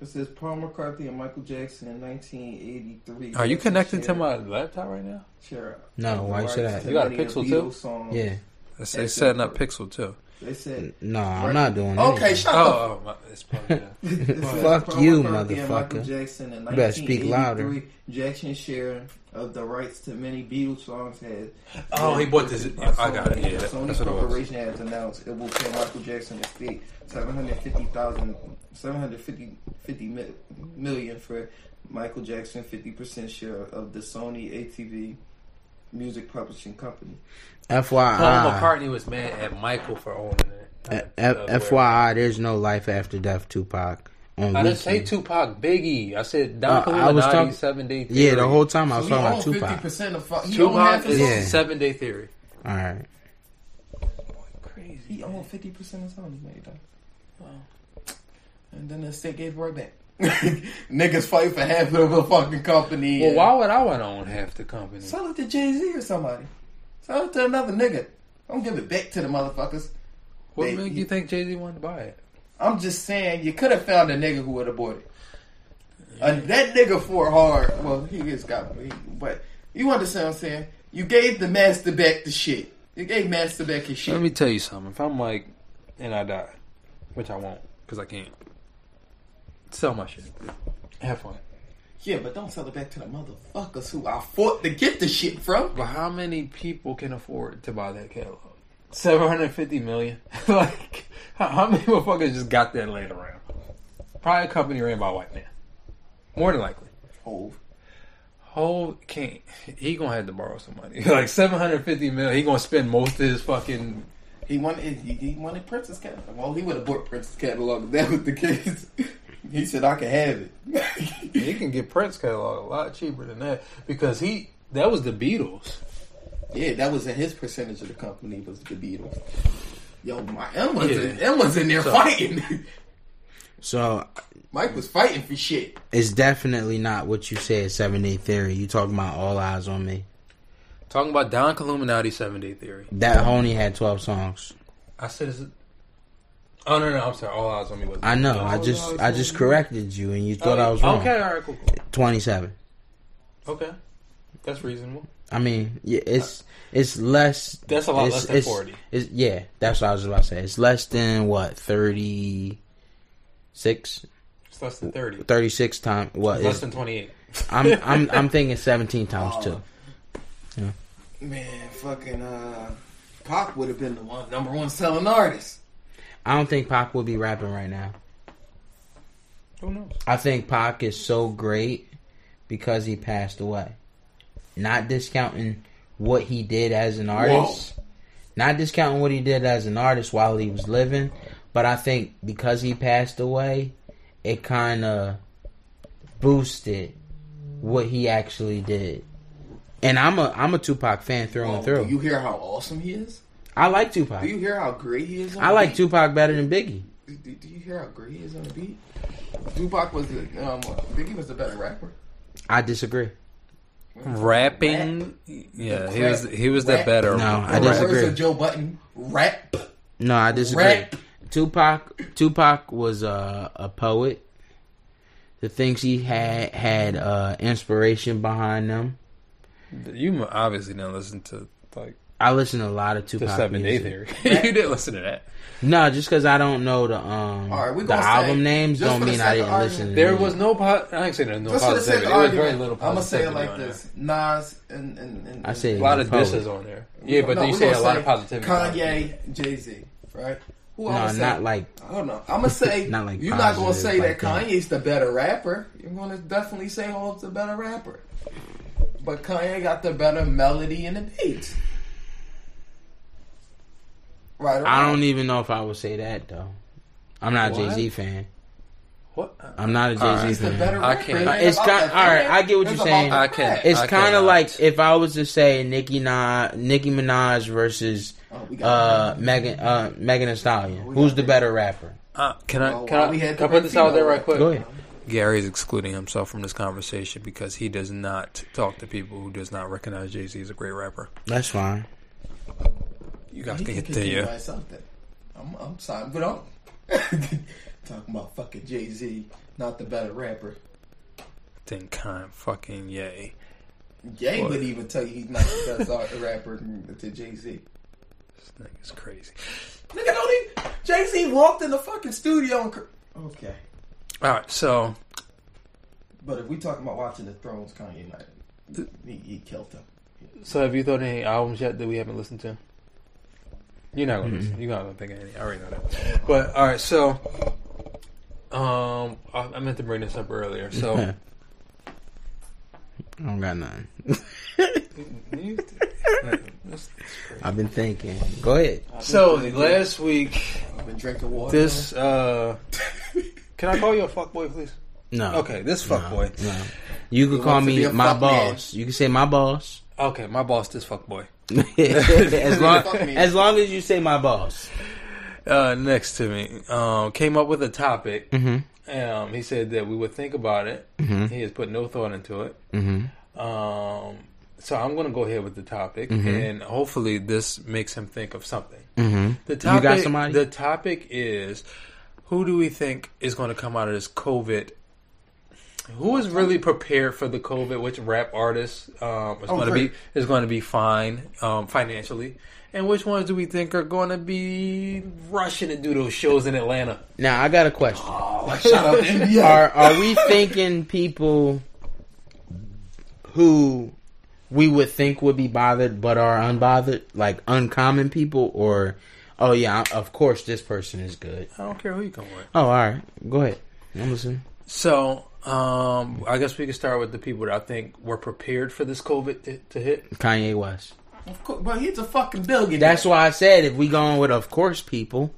[SPEAKER 3] It says Paul McCartney and Michael Jackson in 1983.
[SPEAKER 4] Are you
[SPEAKER 3] Jackson
[SPEAKER 4] connected to
[SPEAKER 3] shared-
[SPEAKER 4] my laptop right now?
[SPEAKER 3] shared
[SPEAKER 2] No, why you
[SPEAKER 3] rights
[SPEAKER 2] say that?
[SPEAKER 3] to
[SPEAKER 4] You got a
[SPEAKER 3] many of
[SPEAKER 4] Pixel
[SPEAKER 3] Beatles
[SPEAKER 4] too?
[SPEAKER 3] songs.
[SPEAKER 2] Yeah, Mm.
[SPEAKER 4] That's, they setting up Pixel too.
[SPEAKER 3] They <laughs> said.
[SPEAKER 2] no, I'm not doing it.
[SPEAKER 3] Okay, shut up.
[SPEAKER 4] Oh, oh my, it's plugged in.
[SPEAKER 3] It
[SPEAKER 2] <laughs>
[SPEAKER 3] says
[SPEAKER 2] Fuck
[SPEAKER 3] Paul
[SPEAKER 2] you,
[SPEAKER 3] McCartney and Michael
[SPEAKER 2] motherfucker.
[SPEAKER 3] Jackson in
[SPEAKER 2] You better speak louder.
[SPEAKER 3] 1983. Jackson sharing of the rights to many Beatles songs has.
[SPEAKER 4] <laughs> Oh, he bought this. I got it. Yeah, that's
[SPEAKER 3] Sony
[SPEAKER 4] what it was.
[SPEAKER 3] Corporation has announced it will pay Michael Jackson estate 750,000 750 50 mi- million for Michael Jackson 50% share of the Sony ATV music publishing company.
[SPEAKER 2] FYI,
[SPEAKER 4] Paul
[SPEAKER 2] Ah.
[SPEAKER 4] McCartney was mad at Michael for owning it.
[SPEAKER 2] Uh,
[SPEAKER 4] Uh,
[SPEAKER 2] F- FYI, there's no life after death, Tupac. On
[SPEAKER 4] I didn't say
[SPEAKER 2] Weekend.
[SPEAKER 4] Tupac, Biggie. I said
[SPEAKER 2] Uh,
[SPEAKER 4] Don Illuminati,
[SPEAKER 2] I was talking-
[SPEAKER 4] seven day theory.
[SPEAKER 2] Yeah, the whole time I was
[SPEAKER 3] So
[SPEAKER 2] talking
[SPEAKER 3] he owned
[SPEAKER 2] about Tupac.
[SPEAKER 3] 50% of fu- he owned half
[SPEAKER 4] Tupac
[SPEAKER 3] his
[SPEAKER 4] is
[SPEAKER 2] Yeah.
[SPEAKER 4] seven day theory.
[SPEAKER 2] All right.
[SPEAKER 4] Crazy.
[SPEAKER 3] He owned fifty percent of Sony, made though. And then the state gave it right back. <laughs> Niggas fight for half of the fucking company.
[SPEAKER 4] Well,
[SPEAKER 3] and-
[SPEAKER 4] why would I want to own half the company?
[SPEAKER 3] Sell it to Jay Z or somebody. Sell it to another nigga. Don't give it back to the motherfuckers.
[SPEAKER 4] What
[SPEAKER 3] They-
[SPEAKER 4] made you think Jay Z wanted to buy it?
[SPEAKER 3] I'm just saying, you could have found a nigga who would have bought it. And that nigga for hard. Well, he just got, he, but you understand what I'm saying? You gave the master back the shit. You gave master back his shit.
[SPEAKER 4] Let me tell you something. If I'm like, and I die, which I won't, because I can't, sell my shit. Have fun.
[SPEAKER 3] Yeah, but don't sell it back to the motherfuckers who I fought to get the shit from.
[SPEAKER 4] But how many people can afford to buy that catalog? Seven hundred fifty million. <laughs> like, how, how many motherfuckers just got that laid around? Probably a company ran by a white man. More than likely,
[SPEAKER 3] Hove.
[SPEAKER 4] Hove can't. He gonna have to borrow some money. <laughs> like seven hundred fifty million. He gonna spend most of his fucking.
[SPEAKER 3] He wanted he, he wanted Prince's catalog. Well, he would have bought Prince's catalog if that was the case. <laughs> he said I could have
[SPEAKER 4] He
[SPEAKER 3] it. <laughs>
[SPEAKER 4] can get Prince catalog a lot cheaper than that because he that was the Beatles.
[SPEAKER 3] yeah, that was in his percentage of the company was the Beatles. Yo, my M was in,
[SPEAKER 4] Yeah.
[SPEAKER 3] M was in there fighting. <laughs>
[SPEAKER 2] So
[SPEAKER 3] Mike was fighting for shit.
[SPEAKER 2] it's definitely not what you said. Seven Day Theory. You talking about All Eyes on Me?
[SPEAKER 4] Talking about Don Columinati seven day theory.
[SPEAKER 2] That Honey had twelve songs.
[SPEAKER 4] I said, is it? Oh no, no, I'm sorry. All eyes on me was. Oh,
[SPEAKER 2] I know. I just I just corrected you, and you thought I was wrong.
[SPEAKER 4] Okay, all right, cool, cool.
[SPEAKER 2] Twenty-seven.
[SPEAKER 4] Okay, that's reasonable.
[SPEAKER 2] I mean, yeah, it's it's less.
[SPEAKER 4] That's a lot
[SPEAKER 2] it's-
[SPEAKER 4] less than
[SPEAKER 2] it's-
[SPEAKER 4] 40.
[SPEAKER 2] It's, yeah, that's what I was about to say. It's less than what thirty six.
[SPEAKER 4] It's less than thirty.
[SPEAKER 2] 36 times what
[SPEAKER 4] Less
[SPEAKER 2] is
[SPEAKER 4] than twenty-eight.
[SPEAKER 2] I'm I'm I'm thinking 17 times too.
[SPEAKER 3] Man, fucking uh, Pac would have been the one <laughs> number one selling artist.
[SPEAKER 2] I don't think Pac would be rapping right now.
[SPEAKER 4] Who knows?
[SPEAKER 2] I think Pac is so great because he passed away. Not discounting what he did as an artist. Not discounting what he did as an artist while he was living, but I think because he passed away, it kind of boosted what he actually did. And I'm a I'm a Tupac fan through
[SPEAKER 3] Oh,
[SPEAKER 2] and through.
[SPEAKER 3] do you hear how awesome he is?
[SPEAKER 2] I like Tupac.
[SPEAKER 3] Do you hear how great he is? On
[SPEAKER 2] I
[SPEAKER 3] the
[SPEAKER 2] like
[SPEAKER 3] beat?
[SPEAKER 2] Tupac better than Biggie.
[SPEAKER 3] Do, do you hear how great he is on the beat? Tupac was the um, Biggie was the better rapper.
[SPEAKER 2] I disagree.
[SPEAKER 4] Rapping. Yeah, he was. He was that
[SPEAKER 3] Rap.
[SPEAKER 4] better.
[SPEAKER 2] No, I
[SPEAKER 3] The
[SPEAKER 4] Rap.
[SPEAKER 2] disagree.
[SPEAKER 3] Words of Joe Button, rap.
[SPEAKER 2] No, I disagree.
[SPEAKER 3] Rap.
[SPEAKER 2] Tupac Tupac was uh, a poet. The things he had had uh, inspiration behind them.
[SPEAKER 4] You mu- obviously didn't listen to like
[SPEAKER 2] I listen to a lot of
[SPEAKER 4] the
[SPEAKER 2] Tupac
[SPEAKER 4] seven day
[SPEAKER 2] music.
[SPEAKER 4] theory. <laughs> you didn't listen to that.
[SPEAKER 2] No, just because I don't know the um
[SPEAKER 3] All right, we
[SPEAKER 2] the
[SPEAKER 3] gonna say-
[SPEAKER 2] album names
[SPEAKER 3] just
[SPEAKER 2] don't
[SPEAKER 3] for the
[SPEAKER 2] mean
[SPEAKER 3] sake
[SPEAKER 2] I
[SPEAKER 3] of
[SPEAKER 2] didn't
[SPEAKER 3] argument,
[SPEAKER 2] listen. To
[SPEAKER 4] There
[SPEAKER 2] music.
[SPEAKER 4] was no. Po- I ain't saying there was no
[SPEAKER 3] Just for the sake
[SPEAKER 4] positivity.
[SPEAKER 3] of
[SPEAKER 4] There was very
[SPEAKER 3] argument,
[SPEAKER 4] little.
[SPEAKER 3] I'm gonna say it
[SPEAKER 4] positivity
[SPEAKER 3] like
[SPEAKER 4] on there.
[SPEAKER 3] this: Nas and and, and
[SPEAKER 2] I say
[SPEAKER 4] A
[SPEAKER 3] and-
[SPEAKER 4] lot of
[SPEAKER 2] Poet.
[SPEAKER 4] disses on there. Yeah, but
[SPEAKER 3] No,
[SPEAKER 4] you
[SPEAKER 3] we
[SPEAKER 4] say a
[SPEAKER 3] gonna
[SPEAKER 4] lot
[SPEAKER 3] say
[SPEAKER 4] of positivity.
[SPEAKER 3] Kanye, Jay Z, right? Who
[SPEAKER 2] no,
[SPEAKER 3] I'ma
[SPEAKER 2] not
[SPEAKER 3] say-
[SPEAKER 2] like
[SPEAKER 3] I don't know.
[SPEAKER 2] <laughs>
[SPEAKER 3] I'm gonna say
[SPEAKER 2] Not like
[SPEAKER 3] you're not gonna
[SPEAKER 2] positive
[SPEAKER 3] say
[SPEAKER 2] like
[SPEAKER 3] that
[SPEAKER 2] that.
[SPEAKER 3] Kanye's the better rapper. You're gonna definitely say Hope's the better rapper, but Kanye got the better melody and the beat. Right? or
[SPEAKER 2] I
[SPEAKER 3] wrong?
[SPEAKER 2] don't even know if I would say that though. I'm not a
[SPEAKER 4] What?
[SPEAKER 2] Jay Z fan.
[SPEAKER 4] What?
[SPEAKER 2] I'm not a Jay Z
[SPEAKER 4] Alright.
[SPEAKER 3] He's the
[SPEAKER 2] fan.
[SPEAKER 3] better
[SPEAKER 4] I
[SPEAKER 3] rapper.
[SPEAKER 4] can't-
[SPEAKER 3] ain't
[SPEAKER 2] It's
[SPEAKER 3] about
[SPEAKER 2] kind-
[SPEAKER 3] that
[SPEAKER 2] all right,
[SPEAKER 3] rap.
[SPEAKER 2] I get what
[SPEAKER 3] It's
[SPEAKER 2] you're
[SPEAKER 3] about
[SPEAKER 2] saying.
[SPEAKER 3] the
[SPEAKER 4] I can't-
[SPEAKER 3] rap.
[SPEAKER 2] It's
[SPEAKER 4] I
[SPEAKER 2] kind of
[SPEAKER 4] cannot.
[SPEAKER 2] like if I was to say Nicki, Na- Nicki Minaj versus
[SPEAKER 3] Oh, we
[SPEAKER 2] uh,
[SPEAKER 3] got
[SPEAKER 2] Megan uh, Megan Thee Stallion. Who's the better rapper?
[SPEAKER 4] Uh, can I?
[SPEAKER 3] Well,
[SPEAKER 4] Can
[SPEAKER 3] why
[SPEAKER 4] I,
[SPEAKER 3] we Oh, had
[SPEAKER 4] can I
[SPEAKER 3] the
[SPEAKER 4] put this out there
[SPEAKER 3] Rapino.
[SPEAKER 4] right quick?
[SPEAKER 2] Go ahead.
[SPEAKER 4] Gary's excluding himself from this conversation because he does not talk to people who does not recognize Jay Z as a great rapper.
[SPEAKER 2] That's fine.
[SPEAKER 4] You guys
[SPEAKER 3] He
[SPEAKER 4] can
[SPEAKER 3] can
[SPEAKER 4] uh, get
[SPEAKER 3] kick
[SPEAKER 4] there.
[SPEAKER 3] you
[SPEAKER 4] yeah.
[SPEAKER 3] by something. I'm, I'm sorry, but I'm <laughs> talking about fucking Jay Z, not the better rapper.
[SPEAKER 4] Then kind fucking yay.
[SPEAKER 3] Jay
[SPEAKER 4] What?
[SPEAKER 3] would even tell you he's not the best art- <laughs> rapper to Jay Z.
[SPEAKER 4] This nigga's crazy.
[SPEAKER 3] Nigga, don't even. Jay Z walked in the fucking studio and. cr- Okay,
[SPEAKER 4] All right, so
[SPEAKER 3] but if we talking about watching the Thrones, Kanye Knight, he, he killed him.
[SPEAKER 4] so have you thought of any albums yet that we haven't listened to? You're not gonna listen. You're not gonna think of any. I already know that. But all right, so um, I, I meant to bring this up earlier.
[SPEAKER 2] Oh. <laughs>
[SPEAKER 4] So
[SPEAKER 2] I don't got nothing.
[SPEAKER 4] you-
[SPEAKER 2] <laughs> I've been thinking. Go ahead.
[SPEAKER 4] so last week,
[SPEAKER 3] I've been drinking water.
[SPEAKER 4] this uh, can I call you a fuckboy, please?
[SPEAKER 2] No.
[SPEAKER 4] Okay, this fuckboy.
[SPEAKER 2] No. You could call
[SPEAKER 3] wants to be
[SPEAKER 2] me
[SPEAKER 3] a
[SPEAKER 2] my
[SPEAKER 3] fuck man.
[SPEAKER 2] boss. You can say my
[SPEAKER 3] <laughs>
[SPEAKER 2] boss. <laughs>
[SPEAKER 4] Okay, my boss, this fuckboy.
[SPEAKER 2] as long
[SPEAKER 3] Fuck me.
[SPEAKER 2] as long as you say my boss.
[SPEAKER 4] uh, next to me um, came up with a topic.
[SPEAKER 2] Mm-hmm.
[SPEAKER 4] Um, he said that we would think about it. He has put no thought into it.
[SPEAKER 2] Mm-hmm.
[SPEAKER 4] Um, so I'm going to go ahead with the topic, and hopefully this makes him think of something. The topic,
[SPEAKER 2] Mm-hmm. somebody?
[SPEAKER 4] The topic is who do we think is going to come out of this COVID? Who is really prepared for the COVID? Which rap artist um, is going to
[SPEAKER 3] great.
[SPEAKER 4] be is going to be fine um, financially, and which ones do we think are going to be rushing to do those shows in Atlanta?
[SPEAKER 2] Now I got a question.
[SPEAKER 4] <laughs>
[SPEAKER 3] Shout out to NBA.
[SPEAKER 2] Are are we thinking people who we would think would be bothered but are unbothered, like uncommon people, or oh yeah, of course this person is good.
[SPEAKER 4] I don't care who you come with.
[SPEAKER 2] Oh, all right, go ahead. I'm listening.
[SPEAKER 4] So, um, I guess we can start with the people that I think were prepared for this COVID to, to hit.
[SPEAKER 2] Kanye West.
[SPEAKER 3] Of course, but he's a fucking billionaire.
[SPEAKER 2] That's why I said if we going with of course people.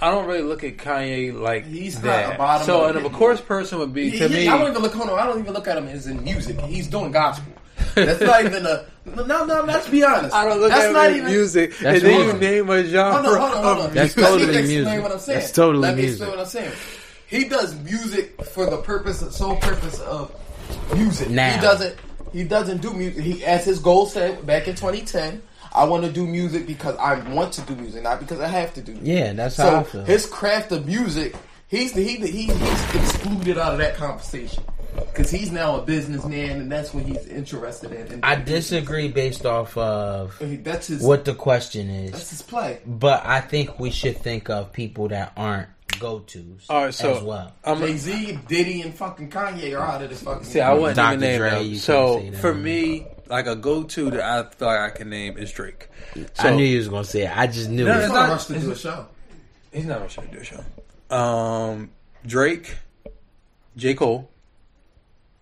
[SPEAKER 4] I don't really look at Kanye like
[SPEAKER 3] He's not
[SPEAKER 4] that.
[SPEAKER 3] a bottom
[SPEAKER 4] so,
[SPEAKER 3] of
[SPEAKER 4] and of
[SPEAKER 3] the-
[SPEAKER 4] a course, person would be
[SPEAKER 3] He-
[SPEAKER 4] to
[SPEAKER 3] he-
[SPEAKER 4] me.
[SPEAKER 3] I don't even look on him. I don't even look at him as in music. He's doing gospel. That's not even a. No, no, no, let's be honest.
[SPEAKER 4] I don't look
[SPEAKER 3] That's
[SPEAKER 4] at
[SPEAKER 3] not
[SPEAKER 4] him
[SPEAKER 3] even- Oh,
[SPEAKER 4] as music.
[SPEAKER 2] That's
[SPEAKER 4] and then you
[SPEAKER 2] music.
[SPEAKER 4] name a genre
[SPEAKER 3] Hold on, hold on, hold on.
[SPEAKER 4] of
[SPEAKER 2] That's
[SPEAKER 3] Let
[SPEAKER 4] music.
[SPEAKER 3] me
[SPEAKER 2] totally
[SPEAKER 3] explain
[SPEAKER 2] music.
[SPEAKER 3] What I'm saying.
[SPEAKER 2] That's totally
[SPEAKER 3] Let me
[SPEAKER 2] music.
[SPEAKER 3] explain what I'm saying. He does music for the purpose, sole purpose of music.
[SPEAKER 2] Now.
[SPEAKER 3] He doesn't. He doesn't do music. He, as his goal said back in 2010, I want to do music because I want to do music, not because I have to do. Music.
[SPEAKER 2] Yeah, that's
[SPEAKER 3] so
[SPEAKER 2] how I feel.
[SPEAKER 3] his craft of music, he's he, he he's excluded out of that conversation because he's now a businessman, and that's what he's interested in. And
[SPEAKER 2] I disagree based off of
[SPEAKER 3] that's his
[SPEAKER 2] what the question is.
[SPEAKER 3] that's his play.
[SPEAKER 2] But I think we should think of people that aren't go tos
[SPEAKER 4] All right, so
[SPEAKER 2] as well.
[SPEAKER 4] I'm
[SPEAKER 3] Jay Z, Diddy, and fucking Kanye are out of this fucking.
[SPEAKER 4] See, I wouldn't
[SPEAKER 2] Dr.
[SPEAKER 4] even name
[SPEAKER 2] Dre, you
[SPEAKER 4] them.
[SPEAKER 2] can't say
[SPEAKER 4] So
[SPEAKER 2] that.
[SPEAKER 4] for me, like a go-to that I feel like I can name is Drake. So,
[SPEAKER 2] I knew you was gonna say it. I just knew
[SPEAKER 4] No,
[SPEAKER 2] it.
[SPEAKER 4] it's
[SPEAKER 3] It's
[SPEAKER 4] not-
[SPEAKER 3] not rush to do a show.
[SPEAKER 4] he's not on Shady Show. Um, Drake, J Cole,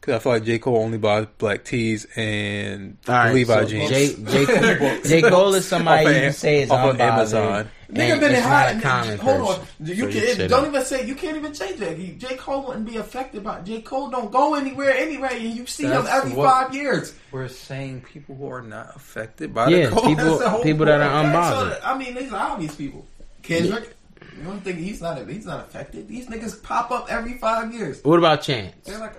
[SPEAKER 4] because I feel like J Cole only buys black tees and
[SPEAKER 2] All right,
[SPEAKER 4] Levi
[SPEAKER 2] so
[SPEAKER 4] jeans.
[SPEAKER 2] J,
[SPEAKER 3] <laughs>
[SPEAKER 2] J, Cole, J. Cole is somebody
[SPEAKER 4] Off
[SPEAKER 2] you
[SPEAKER 4] of-
[SPEAKER 2] can say is
[SPEAKER 4] off
[SPEAKER 2] on
[SPEAKER 4] of Amazon.
[SPEAKER 2] Amazon.
[SPEAKER 3] Nigga been in high.
[SPEAKER 2] not a common
[SPEAKER 3] Hold
[SPEAKER 2] person.
[SPEAKER 3] on, you
[SPEAKER 2] So you
[SPEAKER 3] can
[SPEAKER 2] shouldn't.
[SPEAKER 3] don't even say you can't even change that. He, J Cole wouldn't be affected by J Cole. Don't go anywhere anyway, and you see him
[SPEAKER 4] That's
[SPEAKER 3] every
[SPEAKER 4] what-
[SPEAKER 3] five years.
[SPEAKER 4] We're saying people who are not affected by
[SPEAKER 2] Yeah,
[SPEAKER 4] the COVID. <laughs>
[SPEAKER 2] people-
[SPEAKER 3] That's the whole
[SPEAKER 2] people that are
[SPEAKER 3] point. So,
[SPEAKER 2] unbothered.
[SPEAKER 3] I mean, these are obvious people. Kendrick, you don't think he's not he's not affected? These niggas pop up every five years.
[SPEAKER 2] What about Chance?
[SPEAKER 3] They're like,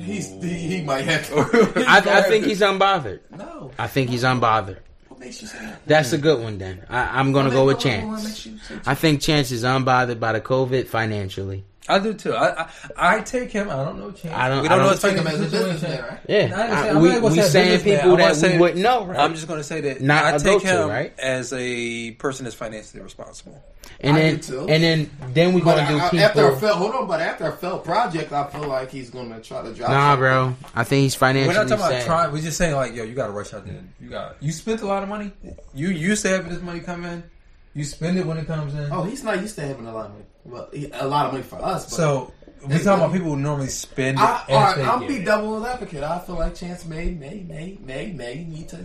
[SPEAKER 3] he's he, he might have. To,
[SPEAKER 2] I, I think he's unbothered.
[SPEAKER 3] no.
[SPEAKER 2] I think he's unbothered.
[SPEAKER 3] What makes you say that?
[SPEAKER 2] That's a good one then. I, I'm gonna go with Chance. I think Chance is unbothered by the COVID financially.
[SPEAKER 4] I do too. I, I I take him. I don't know. Chance.
[SPEAKER 2] I don't-
[SPEAKER 4] We don't
[SPEAKER 2] I don't
[SPEAKER 4] know his
[SPEAKER 3] Take him as
[SPEAKER 4] financial
[SPEAKER 3] a business
[SPEAKER 4] situation.
[SPEAKER 3] man, right?
[SPEAKER 2] Yeah,
[SPEAKER 4] I understand.
[SPEAKER 2] I-
[SPEAKER 4] I'm
[SPEAKER 2] we
[SPEAKER 4] not gonna
[SPEAKER 2] we
[SPEAKER 4] say a
[SPEAKER 2] saying
[SPEAKER 4] businessman.
[SPEAKER 2] people
[SPEAKER 4] I'm
[SPEAKER 2] that
[SPEAKER 4] gonna say-
[SPEAKER 2] we wouldn't know. Right?
[SPEAKER 4] I'm just going to say that
[SPEAKER 2] Not
[SPEAKER 4] I
[SPEAKER 2] a
[SPEAKER 4] take
[SPEAKER 2] go-to,
[SPEAKER 4] him
[SPEAKER 2] right?
[SPEAKER 4] as a person that's financially responsible.
[SPEAKER 2] and
[SPEAKER 3] I
[SPEAKER 2] then
[SPEAKER 3] do too.
[SPEAKER 2] and then then we're
[SPEAKER 3] But
[SPEAKER 2] gonna do
[SPEAKER 3] I- I-
[SPEAKER 2] people.
[SPEAKER 3] after a failed, hold on, but after a failed project, I feel like he's gonna try to drop.
[SPEAKER 2] Nah,
[SPEAKER 3] something.
[SPEAKER 2] bro. I think he's
[SPEAKER 4] We're
[SPEAKER 2] financially
[SPEAKER 4] not talking about
[SPEAKER 2] sad.
[SPEAKER 4] trying. We're just saying like, yo, you got to rush out there. You got you spent a lot of money. You used to have this money come in. You spend it when it comes in.
[SPEAKER 3] Oh, he's not used to having a lot of money. Well, he, a lot of money for us. But
[SPEAKER 4] so we're talking about people who normally spend it.
[SPEAKER 3] I,
[SPEAKER 4] and
[SPEAKER 3] all right,
[SPEAKER 4] take
[SPEAKER 3] I'll
[SPEAKER 4] it.
[SPEAKER 3] be devil's advocate. I feel like Chance may, may, may, may, may need to.